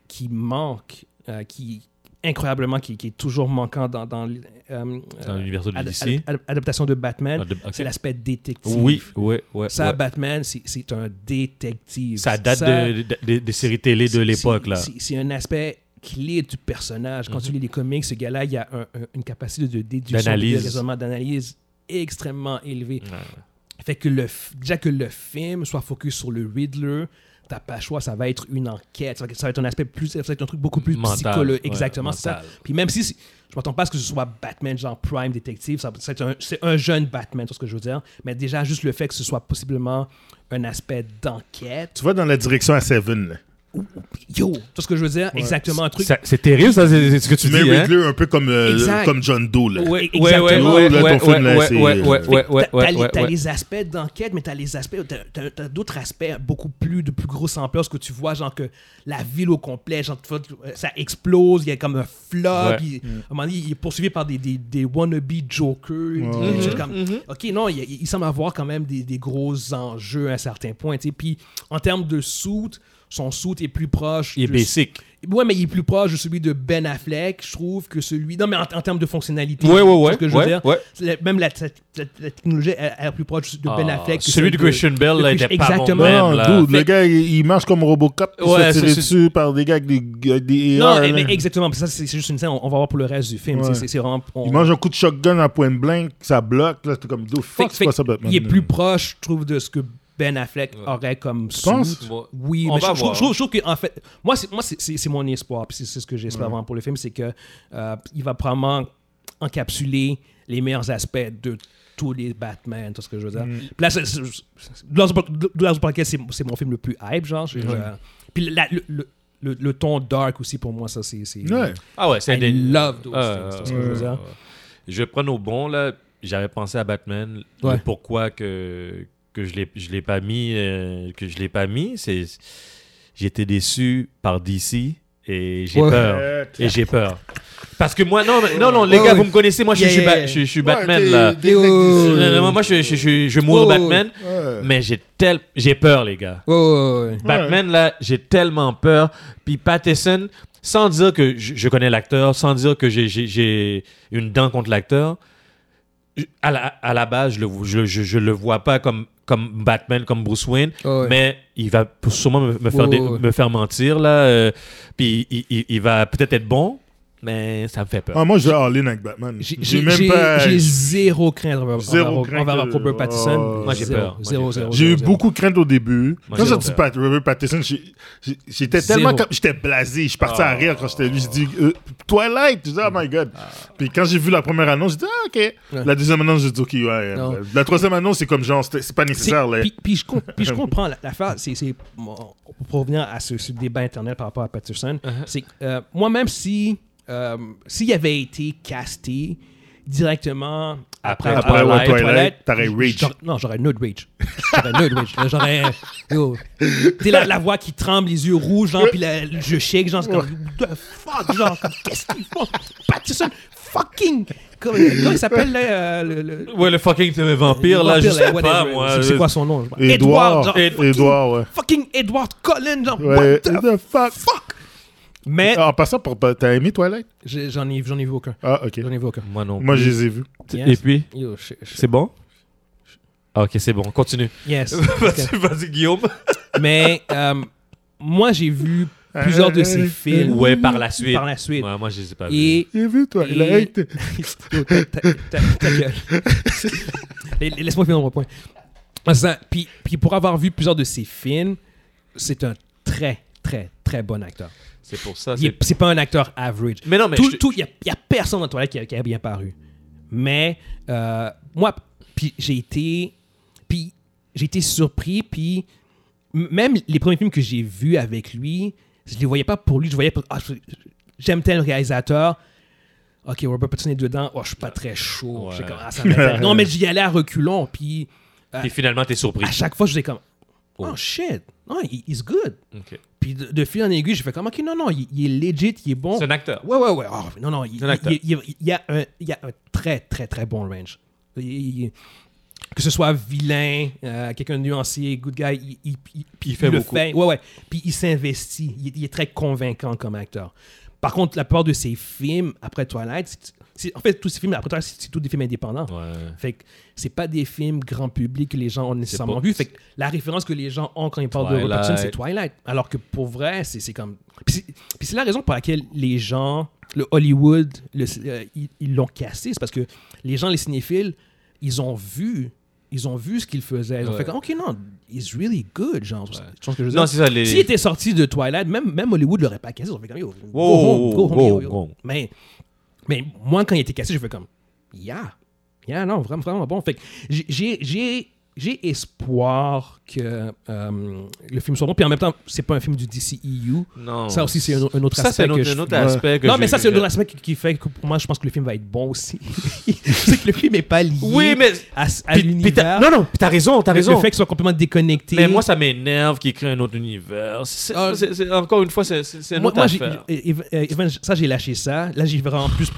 Speaker 1: qui manque, euh, qui incroyablement, qui, qui est toujours manquant dans, dans, l- euh,
Speaker 2: Dans
Speaker 1: euh,
Speaker 2: l'univers de
Speaker 1: ad-
Speaker 2: DC.
Speaker 1: ad- adaptation de Batman,
Speaker 2: Ah, de- ok.
Speaker 1: c'est l'aspect détective.
Speaker 2: Oui, oui, oui.
Speaker 1: Ça,
Speaker 2: ouais.
Speaker 1: Batman, c'est- c'est un détective.
Speaker 2: Ça date
Speaker 1: Ça-
Speaker 2: de- de- des- des séries télé de
Speaker 1: c'est-
Speaker 2: l'époque,
Speaker 1: c'est-
Speaker 2: là. Mhm.
Speaker 1: c'est- C'est un aspect clé du personnage. Quand tu lis les comics, ce gars-là, il y a un- un- une capacité de déduction,
Speaker 2: D'analyse.
Speaker 1: de raisonnement, d'analyse extrêmement élevée.
Speaker 2: Ouais.
Speaker 1: Fait que le, f- déjà que le film soit focus sur le Riddler, t'as pas le choix, ça va être une enquête, ça va être- ça va être un aspect plus, ça va être un truc beaucoup plus
Speaker 2: Mental,
Speaker 1: psychologique.
Speaker 2: ouais,
Speaker 1: Exactement, c'est ça.
Speaker 2: mental.
Speaker 1: Puis même si c'est- je m'attends pas à ce que ce soit Batman, genre Prime Détective, ça- c'est un, c'est un jeune Batman, c'est ce que je veux dire. Mais déjà, juste le fait que ce soit possiblement un aspect d'enquête.
Speaker 3: Tu vas dans la direction à Seven. Là.
Speaker 1: Yo, tout ce que je veux dire, exactement un truc.
Speaker 2: Ça- C'est terrible, ça, c'est c'est ce que tu
Speaker 3: Tu mets
Speaker 2: dis. hein?
Speaker 3: Riddler un peu comme, euh,
Speaker 1: Exact.
Speaker 3: comme John Doe. Là.
Speaker 1: Ouais,
Speaker 2: Ouais, ouais, ouais,
Speaker 1: exactement.
Speaker 2: ouais,
Speaker 3: Là,
Speaker 2: ouais,
Speaker 3: ton film, là,
Speaker 2: ouais,
Speaker 3: c'est-
Speaker 2: ouais, ouais, ouais, ouais,
Speaker 1: T'as- t'as les-
Speaker 2: ouais,
Speaker 1: t'as
Speaker 2: ouais.
Speaker 1: les aspects d'enquête, mais t'as les aspects, t'as- t'as- t'as d'autres aspects beaucoup plus de plus grosse ampleur, ce que tu vois, genre que la ville au complet, genre tu vois, ça explose, il y a comme un flop,
Speaker 2: Ouais.
Speaker 1: il, à un moment donné, il est poursuivi par des, des, des wannabe jokers, des- des choses comme-
Speaker 2: Mm-hmm.
Speaker 1: ok, non, il, il semble avoir quand même des, des gros enjeux à certains points, tu sais. puis en termes de soute, son soute est plus proche.
Speaker 2: Il est
Speaker 1: de-
Speaker 2: basic.
Speaker 1: Ouais, mais il est plus proche de celui de Ben Affleck, je trouve, que celui. Non, mais en, en termes de fonctionnalité.
Speaker 2: Ouais, ouais,
Speaker 1: c'est
Speaker 2: ouais,
Speaker 1: ce que je
Speaker 2: ouais,
Speaker 1: veux dire.
Speaker 2: ouais.
Speaker 1: C'est la- même la, la- la- la technologie est, est plus proche de Ben
Speaker 2: Ah,
Speaker 1: Affleck. que
Speaker 2: celui de Christian Bale, là,
Speaker 1: de
Speaker 2: était
Speaker 1: Christian-
Speaker 2: pas bon
Speaker 1: Exactement.
Speaker 2: même,
Speaker 3: Non,
Speaker 2: là.
Speaker 3: dude,
Speaker 2: Fait-
Speaker 3: le gars, il, il marche comme Robocop. Il
Speaker 2: Ouais,
Speaker 3: se fait tirer
Speaker 2: c'est- c'est-
Speaker 3: dessus par des gars avec des, avec des
Speaker 1: Non,
Speaker 3: AR,
Speaker 1: eh
Speaker 3: là.
Speaker 1: ben, exactement. parce que Ça, c'est c'est juste une scène. On, on va voir pour le reste du film.
Speaker 3: Ouais.
Speaker 1: C'est- C'est c'est vraiment. on-
Speaker 3: Il mange un coup de shotgun à point blank, ça bloque. Là, t'es comme,
Speaker 1: Fait-
Speaker 3: dude, fuck,
Speaker 1: fait-
Speaker 3: c'est quoi ça, Batman? euh.
Speaker 1: il est plus proche, je trouve, de ce que Ben Affleck
Speaker 2: Ouais.
Speaker 1: aurait comme. Tu
Speaker 3: penses?
Speaker 2: Moi-
Speaker 1: Oui,
Speaker 2: On
Speaker 1: mais je,
Speaker 2: va
Speaker 1: je trouve,
Speaker 2: voir.
Speaker 1: je trouve- je trouve que en fait, moi c'est moi c'est- c'est c'est mon espoir, puis c'est c'est ce que j'espère vraiment pour le film, c'est que euh, il va probablement encapsuler les meilleurs aspects de tous les Batman, tout ce que je veux dire. Puis là, c'est- c'est- c'est- Dwarves of Bro- Dwarves of Broadcast, c'est c'est mon film le plus hype, genre. je- je- Puis la- le, le, le- le ton dark aussi pour moi, ça c'est c'est.
Speaker 3: Ouais.
Speaker 2: Ah ouais, c'est
Speaker 1: I
Speaker 2: un des.
Speaker 1: love those
Speaker 2: Ah,
Speaker 1: things,
Speaker 2: ah,
Speaker 1: c'est ce que je veux
Speaker 2: ah,
Speaker 1: dire.
Speaker 2: ah. Je vais prendre au bon, là. J'avais pensé à Batman. Le
Speaker 1: Ouais.
Speaker 2: pourquoi que, que je l'ai- je l'ai pas mis, euh, que je l'ai pas mis, c'est. J'étais déçu par DC et j'ai
Speaker 1: Ouais.
Speaker 2: peur. Et j'ai peur. Parce que moi, non, mais- non, non, les
Speaker 1: Ouais,
Speaker 2: gars,
Speaker 1: ouais.
Speaker 2: vous me connaissez, moi, je,
Speaker 1: Yeah,
Speaker 2: je suis,
Speaker 1: yeah,
Speaker 2: Ba-
Speaker 1: yeah.
Speaker 2: je- je suis Batman, là.
Speaker 1: des- des-
Speaker 2: Non, non, moi, je, je, je, je mourrai
Speaker 1: Ouais, ouais,
Speaker 2: Batman,
Speaker 3: Ouais.
Speaker 2: mais j'ai tel... j'ai peur, les gars. Batman, là, j'ai tellement peur. Puis Pattinson, sans dire que je, je connais l'acteur, sans dire que j'ai- j'ai- j'ai une dent contre l'acteur, je- à la, à la base, je le, je, je- je le vois pas comme, comme Batman, comme Bruce Wayne,
Speaker 1: Ah ouais. Oh,
Speaker 2: mais il va p- sûrement me, me faire,
Speaker 1: Ouais,
Speaker 2: des-
Speaker 1: ouais, ouais.
Speaker 2: me faire mentir, là. euh, puis il, il- il va peut-être être bon, mais ça me fait peur.
Speaker 3: Ah, moi, je vais all-in avec Batman.
Speaker 1: J'ai-
Speaker 3: J'ai
Speaker 1: J'ai
Speaker 3: même
Speaker 1: j'ai-
Speaker 3: pas.
Speaker 1: j'ai zéro crainte envers,
Speaker 3: Zéro
Speaker 1: envers-
Speaker 3: crainte
Speaker 1: envers
Speaker 3: que-
Speaker 1: Robert Pattinson.
Speaker 3: Oh.
Speaker 2: Moi, j'ai
Speaker 1: Zéro,
Speaker 2: peur. Moi,
Speaker 1: zéro,
Speaker 2: j'ai
Speaker 1: zéro,
Speaker 2: peur.
Speaker 3: J'ai eu
Speaker 1: zéro.
Speaker 3: beaucoup de crainte au début.
Speaker 2: Moi,
Speaker 3: quand
Speaker 2: j'ai
Speaker 3: j'ai
Speaker 2: eu
Speaker 3: dit
Speaker 2: peur.
Speaker 3: Pat, Robert Pattinson, j'ai- j'ai- j'étais
Speaker 1: Zéro.
Speaker 3: tellement comme. J'étais blasé. Je partais à
Speaker 2: Ah.
Speaker 3: rire quand j'étais lui. J'ai dit euh, Twilight. Je dis, oh my god. Puis quand j'ai vu la première annonce, j'ai dit, ah, ok. La deuxième annonce, j'ai dit, ok, ouais. ouais.
Speaker 1: Non.
Speaker 3: La troisième annonce, c'est comme genre, c'était- c'est pas
Speaker 1: C'est-
Speaker 3: nécessaire. là.
Speaker 1: Puis, puis je, com- puis je comprends la- l'affaire, c'est, c'est mon- pour revenir à ce, ce débat internet par rapport à Patterson,
Speaker 3: Uh-huh.
Speaker 1: c'est que, euh, moi-même si euh, s'il avait été casté directement après,
Speaker 2: Après
Speaker 1: après
Speaker 2: Twilight,
Speaker 3: Twilight, t'aurais rage.
Speaker 1: j'aurais- Non, j'aurais no rage. J'aurais no rage. Là, J'aurais yo, t'sais, la, la voix qui tremble, les yeux rouges, genre, puis la- je shake, genre c'est comme What the fuck, genre comme, qu'est-ce qu'ils font, Patterson fucking comme, comment il s'appelle là, euh, le- le
Speaker 2: Ouais, le fucking euh, vampire, là, je
Speaker 1: Vampire,
Speaker 2: sais
Speaker 1: là,
Speaker 2: pas,
Speaker 1: whatever.
Speaker 2: moi.
Speaker 1: C'est- C'est quoi son nom je sais pas.
Speaker 3: Edouard.
Speaker 1: genre,
Speaker 2: Ed-
Speaker 1: fucking-
Speaker 3: Edouard, ouais.
Speaker 1: Fucking Edward Cullen, genre.
Speaker 3: Ouais. Ah.
Speaker 1: what the
Speaker 3: the fuck?
Speaker 1: fuck? Mais
Speaker 3: En passant, pour- t'as aimé Twilight?
Speaker 1: j'ai- j'en ai, j'en ai vu aucun.
Speaker 3: Ah, ok.
Speaker 1: J'en ai vu aucun.
Speaker 2: Moi non.
Speaker 3: Moi, je
Speaker 2: plus.
Speaker 3: les ai vus.
Speaker 2: Et puis
Speaker 1: Yo, je- je-
Speaker 2: C'est bon Ah, Ok, c'est bon, continue.
Speaker 1: Yes.
Speaker 2: Vas-y, vas-y, Guillaume.
Speaker 1: Mais euh, moi, j'ai vu plusieurs de ses films
Speaker 2: Ouais, par la suite.
Speaker 1: par la suite.
Speaker 2: Ouais, moi, je les ai pas vus.
Speaker 1: Et.
Speaker 3: J'ai vu Twilight.
Speaker 1: Yo, ta- ta- ta- ta gueule. Et- et Laisse-moi finir mon point. Ah, ça, Puis, puis pour avoir vu plusieurs de ses films, c'est un très, très, très bon acteur.
Speaker 2: C'est pour ça.
Speaker 1: Il
Speaker 2: c'est-
Speaker 1: est- C'est pas un acteur average.
Speaker 2: Mais non, mais.
Speaker 1: tout,
Speaker 2: je-
Speaker 1: tout, il n'y a, y a personne dans la toilette qui a, qui a bien paru. Mais euh, moi, puis j'ai été, puis j'ai été surpris, puis m- même les premiers films que j'ai vus avec lui, je les voyais pas pour lui, je voyais pour ah, je- j'aime tel réalisateur. Ok, Robert Pattinson est dedans. Oh, je suis pas très chaud.
Speaker 2: Ouais.
Speaker 1: J'étais comme, ah, ça m'intéresse. non, mais j'y allais à reculons, puis
Speaker 2: Puis finalement, t'es surpris.
Speaker 1: à chaque fois, je faisais comme, oh,
Speaker 2: Oh.
Speaker 1: shit, non, he- he's good.
Speaker 2: Ok.
Speaker 1: Puis de, de fil en aiguille, j'ai fait comme, ok, non, non, il, il est legit, il est bon.
Speaker 2: C'est un acteur.
Speaker 1: Ouais, ouais, ouais. Oh, non, non, il,
Speaker 2: C'est un acteur.
Speaker 1: il- il- il y a un, il y a un très, très, très bon range. Il- il- il- que ce soit vilain, euh, quelqu'un de nuancier, good guy, il, il- il-
Speaker 2: Il fait
Speaker 1: le
Speaker 2: beaucoup.
Speaker 1: ouais, ouais. Puis il s'investit. Il, est- il est très convaincant comme acteur. Par contre, la plupart de ses films après Twilight, c'est- c'est- en fait, tous ces films après Twilight, c'est c'est tous des films indépendants.
Speaker 2: Ouais.
Speaker 1: Fait que c'est pas des films grand public que les gens ont nécessairement
Speaker 2: pas-
Speaker 1: vu. Fait que la référence que les gens ont quand ils parlent de
Speaker 2: Twilight.
Speaker 1: Robert Pattinson, c'est Twilight. Alors que pour vrai, c'est c'est comme. Puis c'est- puis c'est la raison pour laquelle les gens, le Hollywood, le- euh, ils- ils l'ont cassé. C'est parce que les gens, les cinéphiles, ils ont vu. Ils ont vu ce qu'il faisait. Ils ont
Speaker 2: Ouais.
Speaker 1: fait comme, OK, non, he's really good, genre. Tu vois ce que je veux dire?
Speaker 2: Non, c'est ça. Les...
Speaker 1: S'il était sorti de Twilight, même, même Hollywood l'aurait pas cassé. Ils auraient fait comme, yo, go
Speaker 2: Wow,
Speaker 1: home, go home,
Speaker 2: wow,
Speaker 1: yo, yo.
Speaker 2: wow.
Speaker 1: Mais, mais moi, quand il était cassé, je fais comme, yeah, yeah, non, vraiment, vraiment bon. Fait que j'ai- j'ai- j'ai j'ai espoir que euh, le film soit bon. Puis en même temps, c'est pas un film du DCEU.
Speaker 2: Non.
Speaker 1: Ça aussi, c'est un, un autre
Speaker 2: Ça, c'est
Speaker 1: aspect.
Speaker 2: un autre,
Speaker 1: que je-
Speaker 2: un autre aspect. que
Speaker 1: non,
Speaker 2: je-
Speaker 1: mais ça, c'est
Speaker 2: je-
Speaker 1: un autre aspect qui, qui fait que pour moi, je pense que le film va être bon aussi. c'est que le film est pas lié
Speaker 2: Oui, mais.
Speaker 1: à, à
Speaker 2: Puis- puis t'as-
Speaker 1: l'univers.
Speaker 2: Non, non, puis t'as raison, t'as
Speaker 1: Le-
Speaker 2: raison.
Speaker 1: Le fait qu'il soit complètement déconnecté.
Speaker 2: Mais moi, ça m'énerve qu'il crée un autre univers. C'est-
Speaker 1: Ah.
Speaker 2: c'est- c'est- encore une fois, c'est- c'est c'est une
Speaker 1: Moi,
Speaker 2: autre
Speaker 1: moi, j'ai-
Speaker 2: affaire.
Speaker 1: j'ai- Ev- euh, Evan, ça, j'ai lâché ça. Là, j'y vais vraiment plus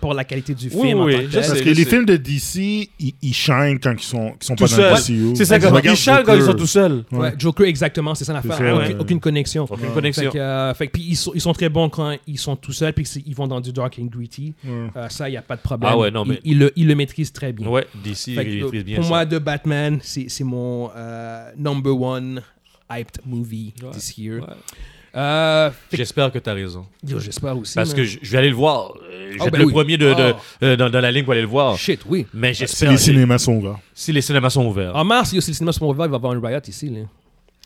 Speaker 1: pour la qualité du
Speaker 2: Oui,
Speaker 1: film. en
Speaker 2: oui,
Speaker 1: tant que
Speaker 2: je
Speaker 1: tel.
Speaker 2: sais.
Speaker 3: Parce que
Speaker 2: je
Speaker 3: les
Speaker 2: sais.
Speaker 3: films de DC, ils, ils shine quand ils sont, qu'ils sont pas
Speaker 2: Tout
Speaker 3: dans le
Speaker 2: seul.
Speaker 3: DCU.
Speaker 2: C'est ça,
Speaker 3: Je
Speaker 2: quand
Speaker 3: regarde
Speaker 2: ils chantent quand ils sont
Speaker 3: Joker.
Speaker 2: tout seuls.
Speaker 1: Ouais, Joker, exactement, c'est ça l'affaire.
Speaker 3: C'est ça,
Speaker 1: Aucune-
Speaker 2: ouais.
Speaker 1: Aucune connexion.
Speaker 2: Aucune
Speaker 1: Fait
Speaker 2: connexion.
Speaker 1: que, euh, fait que, puis ils sont, ils sont très bons quand ils sont tout seuls, puis que c'est- ils vont dans du dark and gritty.
Speaker 3: Ouais.
Speaker 1: Euh, ça, il n'y a pas de problème.
Speaker 2: Ah ouais, non, mais-
Speaker 1: ils, ils le, ils le maîtrisent très bien.
Speaker 2: Ouais, DC,
Speaker 1: Fait que,
Speaker 2: il
Speaker 1: euh,
Speaker 2: maîtrise bien
Speaker 1: pour
Speaker 2: ça.
Speaker 1: moi, The Batman, c'est c'est mon euh, number one hyped movie
Speaker 2: Ouais.
Speaker 1: this year.
Speaker 2: Ouais.
Speaker 1: Euh, fait que-
Speaker 2: J'espère que t'as raison.
Speaker 1: Yo, J'espère aussi.
Speaker 2: Parce
Speaker 1: man.
Speaker 2: que je je vais aller le voir. Euh, Je vais
Speaker 1: Ah,
Speaker 2: être
Speaker 1: ben
Speaker 2: le
Speaker 1: oui.
Speaker 2: premier de, de-
Speaker 1: Ah.
Speaker 2: euh, dans, dans la ligne pour aller le voir.
Speaker 1: Shit, oui.
Speaker 2: Mais
Speaker 3: Si
Speaker 2: j'espère.
Speaker 3: Ah, les
Speaker 2: j'ai-
Speaker 3: cinémas sont ouverts.
Speaker 2: si les cinémas sont ouverts.
Speaker 1: En mars, yo, si le cinéma se ouvert, il va y avoir un riot ici. Là.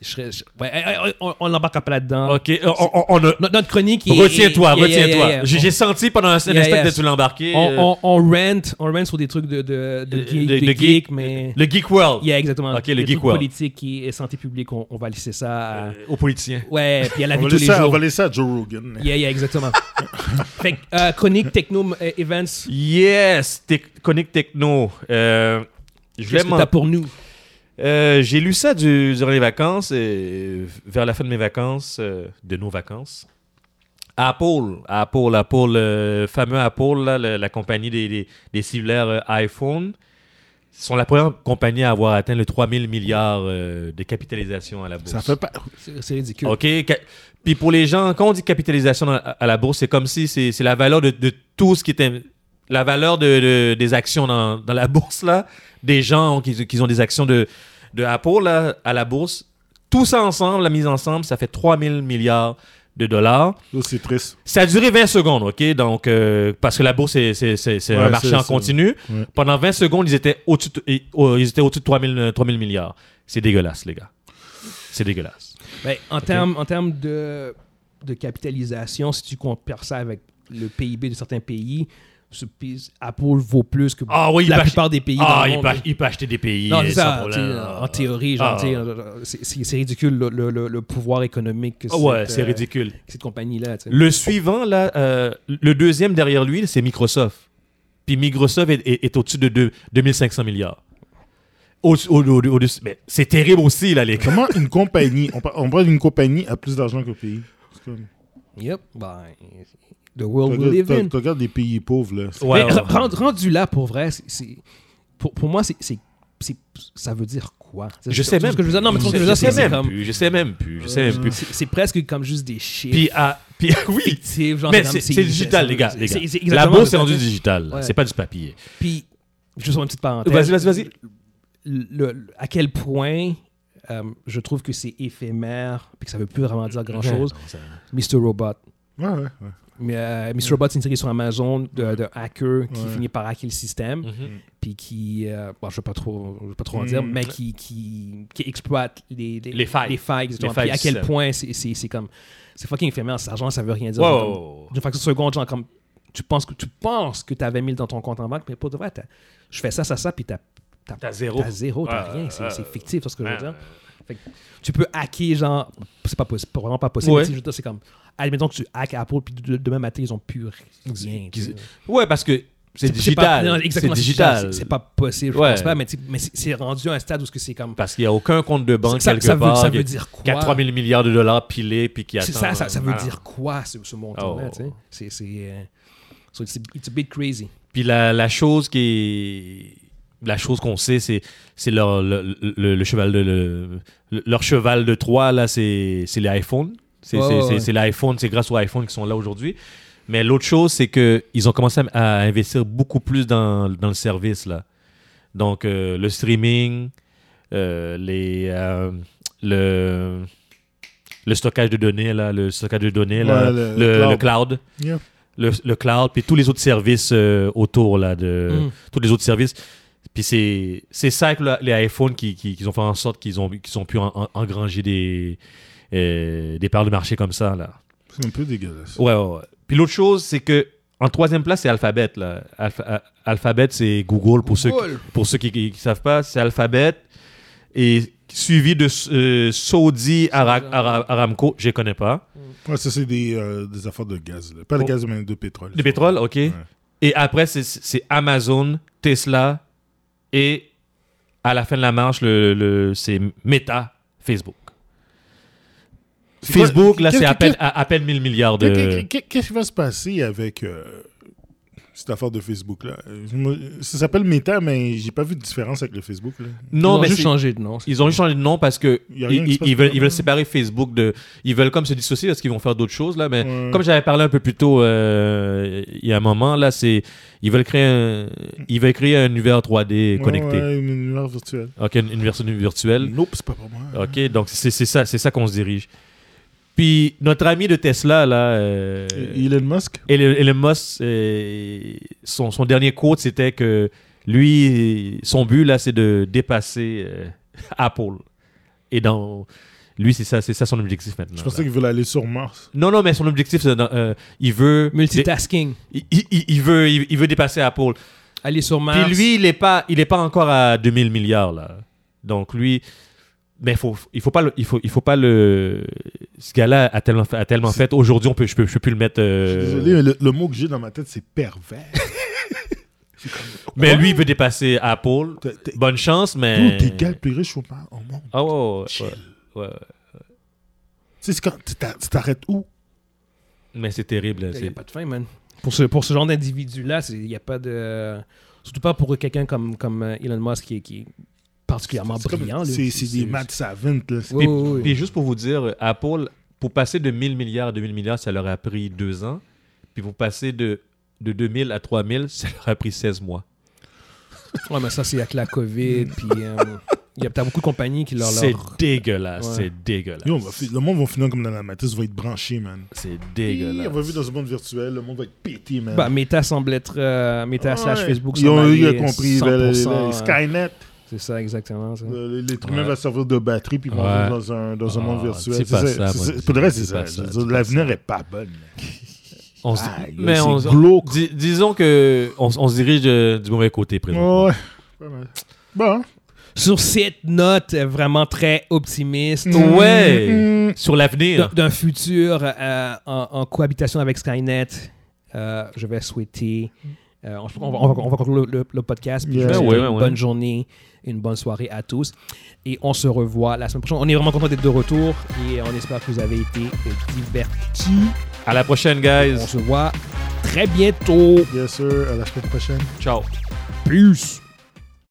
Speaker 1: Je serais, je- ouais, hey, hey, on on l'embarque pas là-dedans.
Speaker 2: Ok, euh, on, on- on a-
Speaker 1: No- notre chronique Ah. est-
Speaker 2: Retiens-toi,
Speaker 1: est- yeah, yeah,
Speaker 2: retiens-toi.
Speaker 1: yeah, yeah.
Speaker 2: J'ai j'ai senti pendant un instant
Speaker 1: Yeah, yeah.
Speaker 2: que tu l'embarquais.
Speaker 1: On,
Speaker 2: euh,
Speaker 1: on, on, rent, on rant sur des trucs de, de, de,
Speaker 2: Euh,
Speaker 1: geek,
Speaker 2: de-
Speaker 1: de
Speaker 2: de
Speaker 1: geek,
Speaker 2: geek.
Speaker 1: mais.
Speaker 2: Le Geek World.
Speaker 1: Yeah, exactement.
Speaker 2: Ok, le
Speaker 1: Des
Speaker 2: geek
Speaker 1: trucs
Speaker 2: world.
Speaker 1: politiques et, et santé publique, on, on va laisser ça. à-
Speaker 2: Euh, aux politiciens.
Speaker 1: Ouais, puis à la
Speaker 3: On
Speaker 1: vie
Speaker 3: va,
Speaker 1: tous les
Speaker 3: laisser, on
Speaker 1: jours.
Speaker 3: va laisser ça à Joe Rogan. hein.
Speaker 1: Yeah, yeah, exactement. fait que, euh, chronique, techno, euh, events.
Speaker 2: Yes, Tec- Conic Techno. Euh, je voulais
Speaker 1: Qu'est-ce que
Speaker 2: m'en-
Speaker 1: t'as pour nous?
Speaker 2: Euh, j'ai lu ça du- durant les vacances, et vers la fin de mes vacances, euh, de nos vacances. Apple, Apple, Apple, le fameux Apple, là, le- la compagnie des, des, des cellulaires euh, iPhone, sont la première compagnie à avoir atteint le 3000 milliards euh, de capitalisation à la bourse.
Speaker 3: Ça fait pas.
Speaker 1: C'est c'est ridicule.
Speaker 2: OK. ca- Puis pour les gens, quand on dit capitalisation dans- à la bourse, c'est comme si c'est c'est la valeur de, de tout ce qui était. La valeur de, de- des actions dans, dans la bourse, là, des gens qui, qui ont des actions de, de Apple là, à la bourse, tout ça ensemble, la mise ensemble, ça fait 3000 milliards de dollars.
Speaker 3: Là, Oh, C'est triste.
Speaker 2: Ça a duré 20 secondes, OK? Donc, euh, parce que la bourse, c'est, c'est- c'est- c'est
Speaker 3: Ouais,
Speaker 2: un marché
Speaker 3: c'est-
Speaker 2: en
Speaker 3: c'est-
Speaker 2: continu.
Speaker 3: ouais.
Speaker 2: Pendant 20 secondes, ils étaient au-dessus de, ils- au- ils étaient au-dessus de 3 000, 3 000 milliards. C'est dégueulasse, les gars. C'est dégueulasse.
Speaker 1: Ben, en termes en termes de, de capitalisation, si tu compares ça avec le PIB de certains pays, ce pays- Apple vaut plus que
Speaker 2: Ah oui, il
Speaker 1: la
Speaker 2: peut
Speaker 1: plupart des pays
Speaker 2: Ah,
Speaker 1: dans le
Speaker 2: il,
Speaker 1: monde.
Speaker 2: peut, il peut acheter des pays
Speaker 1: non,
Speaker 2: euh,
Speaker 1: c'est
Speaker 2: sans
Speaker 1: ça,
Speaker 2: problème.
Speaker 1: tu sais, en théorie,
Speaker 2: Ah.
Speaker 1: genre, tu sais, euh, c'est- c'est c'est ridicule le, le- le- le pouvoir économique que
Speaker 2: Ah ouais,
Speaker 1: cette,
Speaker 2: c'est
Speaker 1: euh,
Speaker 2: ridicule.
Speaker 1: que cette compagnie-là. tu sais.
Speaker 2: Le suivant, là, euh, le deuxième derrière lui, c'est Microsoft. Puis Microsoft est, est- est au-dessus de deux- 2500 milliards. Au- au- au- au-dessus- mais c'est terrible aussi, là, les gars.
Speaker 3: Comment une compagnie, on, par- on parle d'une compagnie a plus d'argent que le pays C'est comme-
Speaker 1: Yep, ben, the
Speaker 3: Tu
Speaker 1: world Oh, we live in.
Speaker 3: regardes- tu regardes des pays pauvres, là. C'est-
Speaker 2: Ouais,
Speaker 1: Mais
Speaker 2: ouais.
Speaker 1: rend- rendu là, pour vrai, c'est- c'est- pour, pour moi, c'est- c'est- c'est- ça veut dire quoi?
Speaker 2: Je
Speaker 1: C'est-
Speaker 2: sais
Speaker 1: c'est
Speaker 2: même
Speaker 1: ce que je veux dire. Non, mais
Speaker 2: plus.
Speaker 1: c'est ce que je
Speaker 2: Je
Speaker 1: veux dire,
Speaker 2: sais
Speaker 1: c'est- c'est
Speaker 2: même
Speaker 1: comme- Euh,
Speaker 2: plus, je sais même plus, je sais même plus.
Speaker 1: C'est c'est presque comme juste des chiffres.
Speaker 2: Puis, ah, puis oui,
Speaker 1: fictifs, genre,
Speaker 2: mais
Speaker 1: comme-
Speaker 2: c'est c'est digital, les gars.
Speaker 1: c'est-
Speaker 2: les gars.
Speaker 1: c'est- c'est
Speaker 2: La
Speaker 1: exactement
Speaker 2: bourse
Speaker 1: le
Speaker 2: est rendue
Speaker 1: fait.
Speaker 2: digitale,
Speaker 1: Ouais.
Speaker 2: c'est pas du papier.
Speaker 1: Puis, juste une petite parenthèse.
Speaker 2: Vas-y, vas-y, vas-y.
Speaker 1: Le- le- à quel point euh, je trouve que c'est éphémère puis que ça veut plus vraiment dire grand-chose.
Speaker 2: Ouais, non, ça-
Speaker 1: Mr. Robot.
Speaker 3: Ouais, ouais, ouais.
Speaker 1: Mais, euh, Mr. Robot, c'est une série sur Amazon de, de hacker qui
Speaker 3: Ouais.
Speaker 1: finit par hacker le système.
Speaker 2: Mhm.
Speaker 1: puis qui, euh, bon, je ne vais pas trop, je vais pas trop en dire,
Speaker 3: Mm.
Speaker 1: mais qui, qui, qui exploite les, les,
Speaker 2: Les failles.
Speaker 1: Les failles, exactement.
Speaker 2: Les failles
Speaker 1: Puis à
Speaker 2: du
Speaker 1: quel
Speaker 2: système.
Speaker 1: point c'est- c'est c'est comme. C'est fucking éphémère, cet argent, ça veut rien dire.
Speaker 2: Ouais,
Speaker 1: Genre,
Speaker 2: ouais,
Speaker 1: comme-
Speaker 2: ouais, ouais.
Speaker 1: D'une fraction de seconde, genre comme. Tu penses que tu penses que avais 1000 dans ton compte en banque, mais pour de vrai, t'as- je fais ça, ça, ça, puis t'as t'as-
Speaker 2: T'as zéro.
Speaker 1: t'as zéro, t'as
Speaker 2: Ouais,
Speaker 1: rien.
Speaker 2: ouais,
Speaker 1: C'est
Speaker 2: ouais.
Speaker 1: c'est fictif, c'est ce que je veux
Speaker 2: Ouais.
Speaker 1: dire. Fait que tu peux hacker, genre, c'est pas possible, vraiment pas possible.
Speaker 2: Ouais.
Speaker 1: Tu sais, Je veux dire, c'est comme, admettons que tu hackes Apple, puis de- demain matin, ils ont plus rien. tu sais.
Speaker 2: Ouais, parce que c'est
Speaker 1: pas- non,
Speaker 2: digital. C'est
Speaker 1: exactement,
Speaker 2: digital.
Speaker 1: C'est c'est pas possible, je
Speaker 2: Ouais.
Speaker 1: pense pas, mais, tu- mais c'est- c'est rendu à un stade où ce que c'est comme.
Speaker 2: Parce qu'il n'y a aucun compte de banque
Speaker 1: ça,
Speaker 2: quelque
Speaker 1: ça veut,
Speaker 2: part.
Speaker 1: ça
Speaker 2: qui-
Speaker 1: veut dire quoi
Speaker 2: qui a 3 000 milliards de dollars pilés puis qui attend.
Speaker 1: C'est ça, ça, ça veut
Speaker 2: Voilà.
Speaker 1: dire quoi ce, ce montant-là,
Speaker 2: Ah. Oh.
Speaker 1: tu sais? C'est. c'est, euh, so it's, a- it's a bit crazy.
Speaker 2: Puis la, la chose qui est- La chose qu'on sait, c'est, c'est leur, le, le- le cheval de, le- le- leur cheval de Troie, là, c'est, c'est les iPhones. C'est,
Speaker 1: Ouais,
Speaker 2: c'est-
Speaker 1: ouais,
Speaker 2: c'est-
Speaker 1: ouais.
Speaker 2: c'est l'iPhone, c'est grâce aux iPhones qui sont là aujourd'hui. Mais l'autre chose, c'est qu'ils ont commencé à, à investir beaucoup plus dans, dans le service, là. Donc, euh, le streaming, euh, les, euh, le, le stockage de données, là, le stockage de données, là,
Speaker 3: Ouais, le-
Speaker 2: le-
Speaker 3: le
Speaker 2: le cloud
Speaker 3: Yeah.
Speaker 2: le, le cloud, puis tous les autres services euh, autour, là, de,
Speaker 1: Mm.
Speaker 2: tous les autres services. Puis c'est, c'est ça que là, les iPhones qui, qui, qu'ils ont fait en sorte qu'ils ont, qu'ils ont pu en- en- engranger des, euh, des parts de marché comme ça, là.
Speaker 3: C'est un peu dégueulasse.
Speaker 2: Ouais, ouais, ouais. Puis l'autre chose, c'est que en troisième place, c'est Alphabet, là. Alpha- a- Alphabet, c'est Google, pour ceux,
Speaker 1: Google.
Speaker 2: pour ceux qui ne savent pas, c'est Alphabet. Et suivi de euh, Saudi Ara- Ara- Aramco, je ne connais pas.
Speaker 3: Ouais, ça, c'est des, euh, des affaires de gaz. là. Pas de
Speaker 2: Oh.
Speaker 3: gaz, mais de pétrole.
Speaker 2: De pétrole, ok.
Speaker 3: Ouais.
Speaker 2: Et après, c'est- c'est Amazon, Tesla et à la fin de la marche, le, le- c'est Meta, Facebook.
Speaker 3: C'est quoi-
Speaker 2: Facebook, là,
Speaker 3: qu'est-ce
Speaker 2: c'est
Speaker 3: que-
Speaker 2: à peine, à, à peine 1000 milliards
Speaker 3: qu'est- qu'est-
Speaker 2: de.
Speaker 3: qu'est- Qu'est-ce qui va se passer avec euh, cette affaire de Facebook-là Euh, moi, Ça s'appelle Meta, mais j'ai pas vu de différence avec le Facebook. Là.
Speaker 1: Ils
Speaker 2: Non,
Speaker 1: ont
Speaker 2: mais
Speaker 1: juste
Speaker 2: c'est-
Speaker 1: changé de nom. c'est-
Speaker 2: ils ont juste changé de nom parce que
Speaker 3: Il y a
Speaker 2: ils,
Speaker 3: rien qui se
Speaker 2: ils-
Speaker 3: passe
Speaker 2: ils veulent,
Speaker 3: pour
Speaker 2: ils
Speaker 3: eux.
Speaker 2: veulent séparer Facebook de. Ils veulent comme se dissocier parce qu'ils vont faire d'autres choses, là. Mais
Speaker 3: Ouais.
Speaker 2: comme j'avais parlé un peu plus tôt euh, il y a un moment, là, c'est. Ils veulent créer un, ils veulent créer un univers 3D
Speaker 3: Ouais,
Speaker 2: connecté.
Speaker 3: ouais, une univers virtuel.
Speaker 2: Ok, une, une version virtuelle.
Speaker 3: Nope, c'est pas pour moi.
Speaker 2: OK, donc c'est c'est ça, c'est ça qu'on se dirige. Puis notre ami de Tesla, là, euh,
Speaker 3: Elon Musk
Speaker 2: Elon, Elon Musk, euh, son, son dernier quote, c'était que lui, son but, là, c'est de dépasser euh, Apple. Et dans... Lui, c'est ça, c'est ça son objectif maintenant.
Speaker 3: Je
Speaker 2: là.
Speaker 3: pensais qu'il voulait aller sur Mars.
Speaker 2: Non, non, mais son objectif, c'est dans- euh, il veut...
Speaker 1: Multitasking.
Speaker 2: il, il- il veut, il, il veut dépasser Apple.
Speaker 1: Aller sur Mars.
Speaker 2: Puis lui, il n'est pas, il est pas encore à 2000 milliards, là. Donc lui, mais faut, il faut pas, le- il faut, il faut pas le. Ce gars-là a tellement, fait- a tellement fait. Aujourd'hui, on peut, je peux, je peux plus le mettre.
Speaker 3: Je suis
Speaker 2: euh,
Speaker 3: Désolé, mais le, le mot que j'ai dans ma tête, c'est pervers. C'est comme-
Speaker 1: Ah
Speaker 2: Mais lui, Euh. il veut dépasser Apple.
Speaker 3: T'es- t'es-
Speaker 2: Bonne chance, mais.
Speaker 3: Dude, t'es le gars le plus riche au, ma- au monde.
Speaker 2: Ah ouais, ouais, ouais,
Speaker 3: Chill.
Speaker 2: ouais, ouais.
Speaker 3: Tu sais, c'est quand tu t'a- tu t'arrêtes où
Speaker 2: Mais c'est terrible. là,
Speaker 1: Il n'y
Speaker 2: c'est-
Speaker 1: a pas de fin, man. Pour ce, pour ce genre d'individu-là, c'est- il n'y a pas de. Surtout pas pour quelqu'un comme, comme euh, Elon Musk qui est, qui est particulièrement
Speaker 3: C'est comme-
Speaker 1: brillant. là.
Speaker 3: C'est c'est des mad savants. là. C'est-
Speaker 1: Ouais,
Speaker 2: Puis,
Speaker 1: ouais, ouais.
Speaker 2: puis juste pour vous dire, Apple, pour passer de 1000 milliards à 2000 milliards, ça leur a pris deux ans. Puis pour passer de, de 2000 à 3000, ça leur a pris 16 mois.
Speaker 3: Mm.
Speaker 1: Ouais, mais ça, c'est avec la COVID, puis euh, Il y a t'as beaucoup de compagnies qui leur.
Speaker 2: C'est
Speaker 1: leur-
Speaker 2: dégueulasse,
Speaker 1: Ouais.
Speaker 2: c'est dégueulasse.
Speaker 3: Yo, on va fi- le monde va finir comme dans la matrice, va être branché, man.
Speaker 2: C'est
Speaker 3: Hi, On va
Speaker 2: dégueulasse.
Speaker 3: vivre dans un monde virtuel, le monde va être pété, man.
Speaker 1: Bah, Meta semble être. euh, Meta slash
Speaker 3: Ouais.
Speaker 1: Facebook
Speaker 3: Ils ont
Speaker 1: semble
Speaker 3: eu
Speaker 1: allier
Speaker 3: compris. le- le-
Speaker 1: 100%,
Speaker 3: le-
Speaker 1: euh,
Speaker 3: Skynet,
Speaker 1: C'est ça, exactement. ça.
Speaker 3: le- l'être humain
Speaker 2: Ouais.
Speaker 3: va servir de batterie puis ils vont
Speaker 2: Ouais.
Speaker 3: vivre dans un, dans un
Speaker 2: Ah,
Speaker 3: monde virtuel.
Speaker 2: dis pas
Speaker 3: C'est
Speaker 2: ça,
Speaker 3: c'est
Speaker 2: moi,
Speaker 3: Pour le reste,
Speaker 2: dis
Speaker 3: c'est
Speaker 2: pas
Speaker 3: ça.
Speaker 2: ça,
Speaker 3: Je veux
Speaker 2: dis
Speaker 3: dire,
Speaker 2: pas
Speaker 3: L'avenir est pas bon. man.
Speaker 2: On se-
Speaker 3: Aïe,
Speaker 2: mais
Speaker 3: Ah, c'est
Speaker 2: on, on-
Speaker 3: glauque.
Speaker 2: dis- disons que on, on se dirige de- du mauvais côté présentement.
Speaker 3: Ouais. Pas mal. Bon.
Speaker 1: Sur cette note euh, vraiment très optimiste.
Speaker 3: Oh.
Speaker 2: Ouais.
Speaker 3: Mm, mm.
Speaker 2: Sur
Speaker 1: d'un-
Speaker 2: l'avenir.
Speaker 1: d'un futur euh, en, en cohabitation avec Skynet, euh, je vais souhaiter. euh, on, on va, on va- on va conclure le, le- le podcast. puis je
Speaker 3: Yeah.
Speaker 1: vais
Speaker 2: Ben
Speaker 1: souhaiter
Speaker 2: ouais,
Speaker 1: une
Speaker 2: ouais,
Speaker 1: bonne
Speaker 2: ouais.
Speaker 1: journée, une bonne soirée à tous. Et on se revoit la semaine prochaine. On est vraiment content d'être de retour et on espère que vous avez été divertis.
Speaker 2: À la prochaine,
Speaker 1: On
Speaker 2: guys.
Speaker 1: se voit très bientôt.
Speaker 3: Bien sûr, à la semaine prochaine.
Speaker 2: Ciao.
Speaker 1: Peace.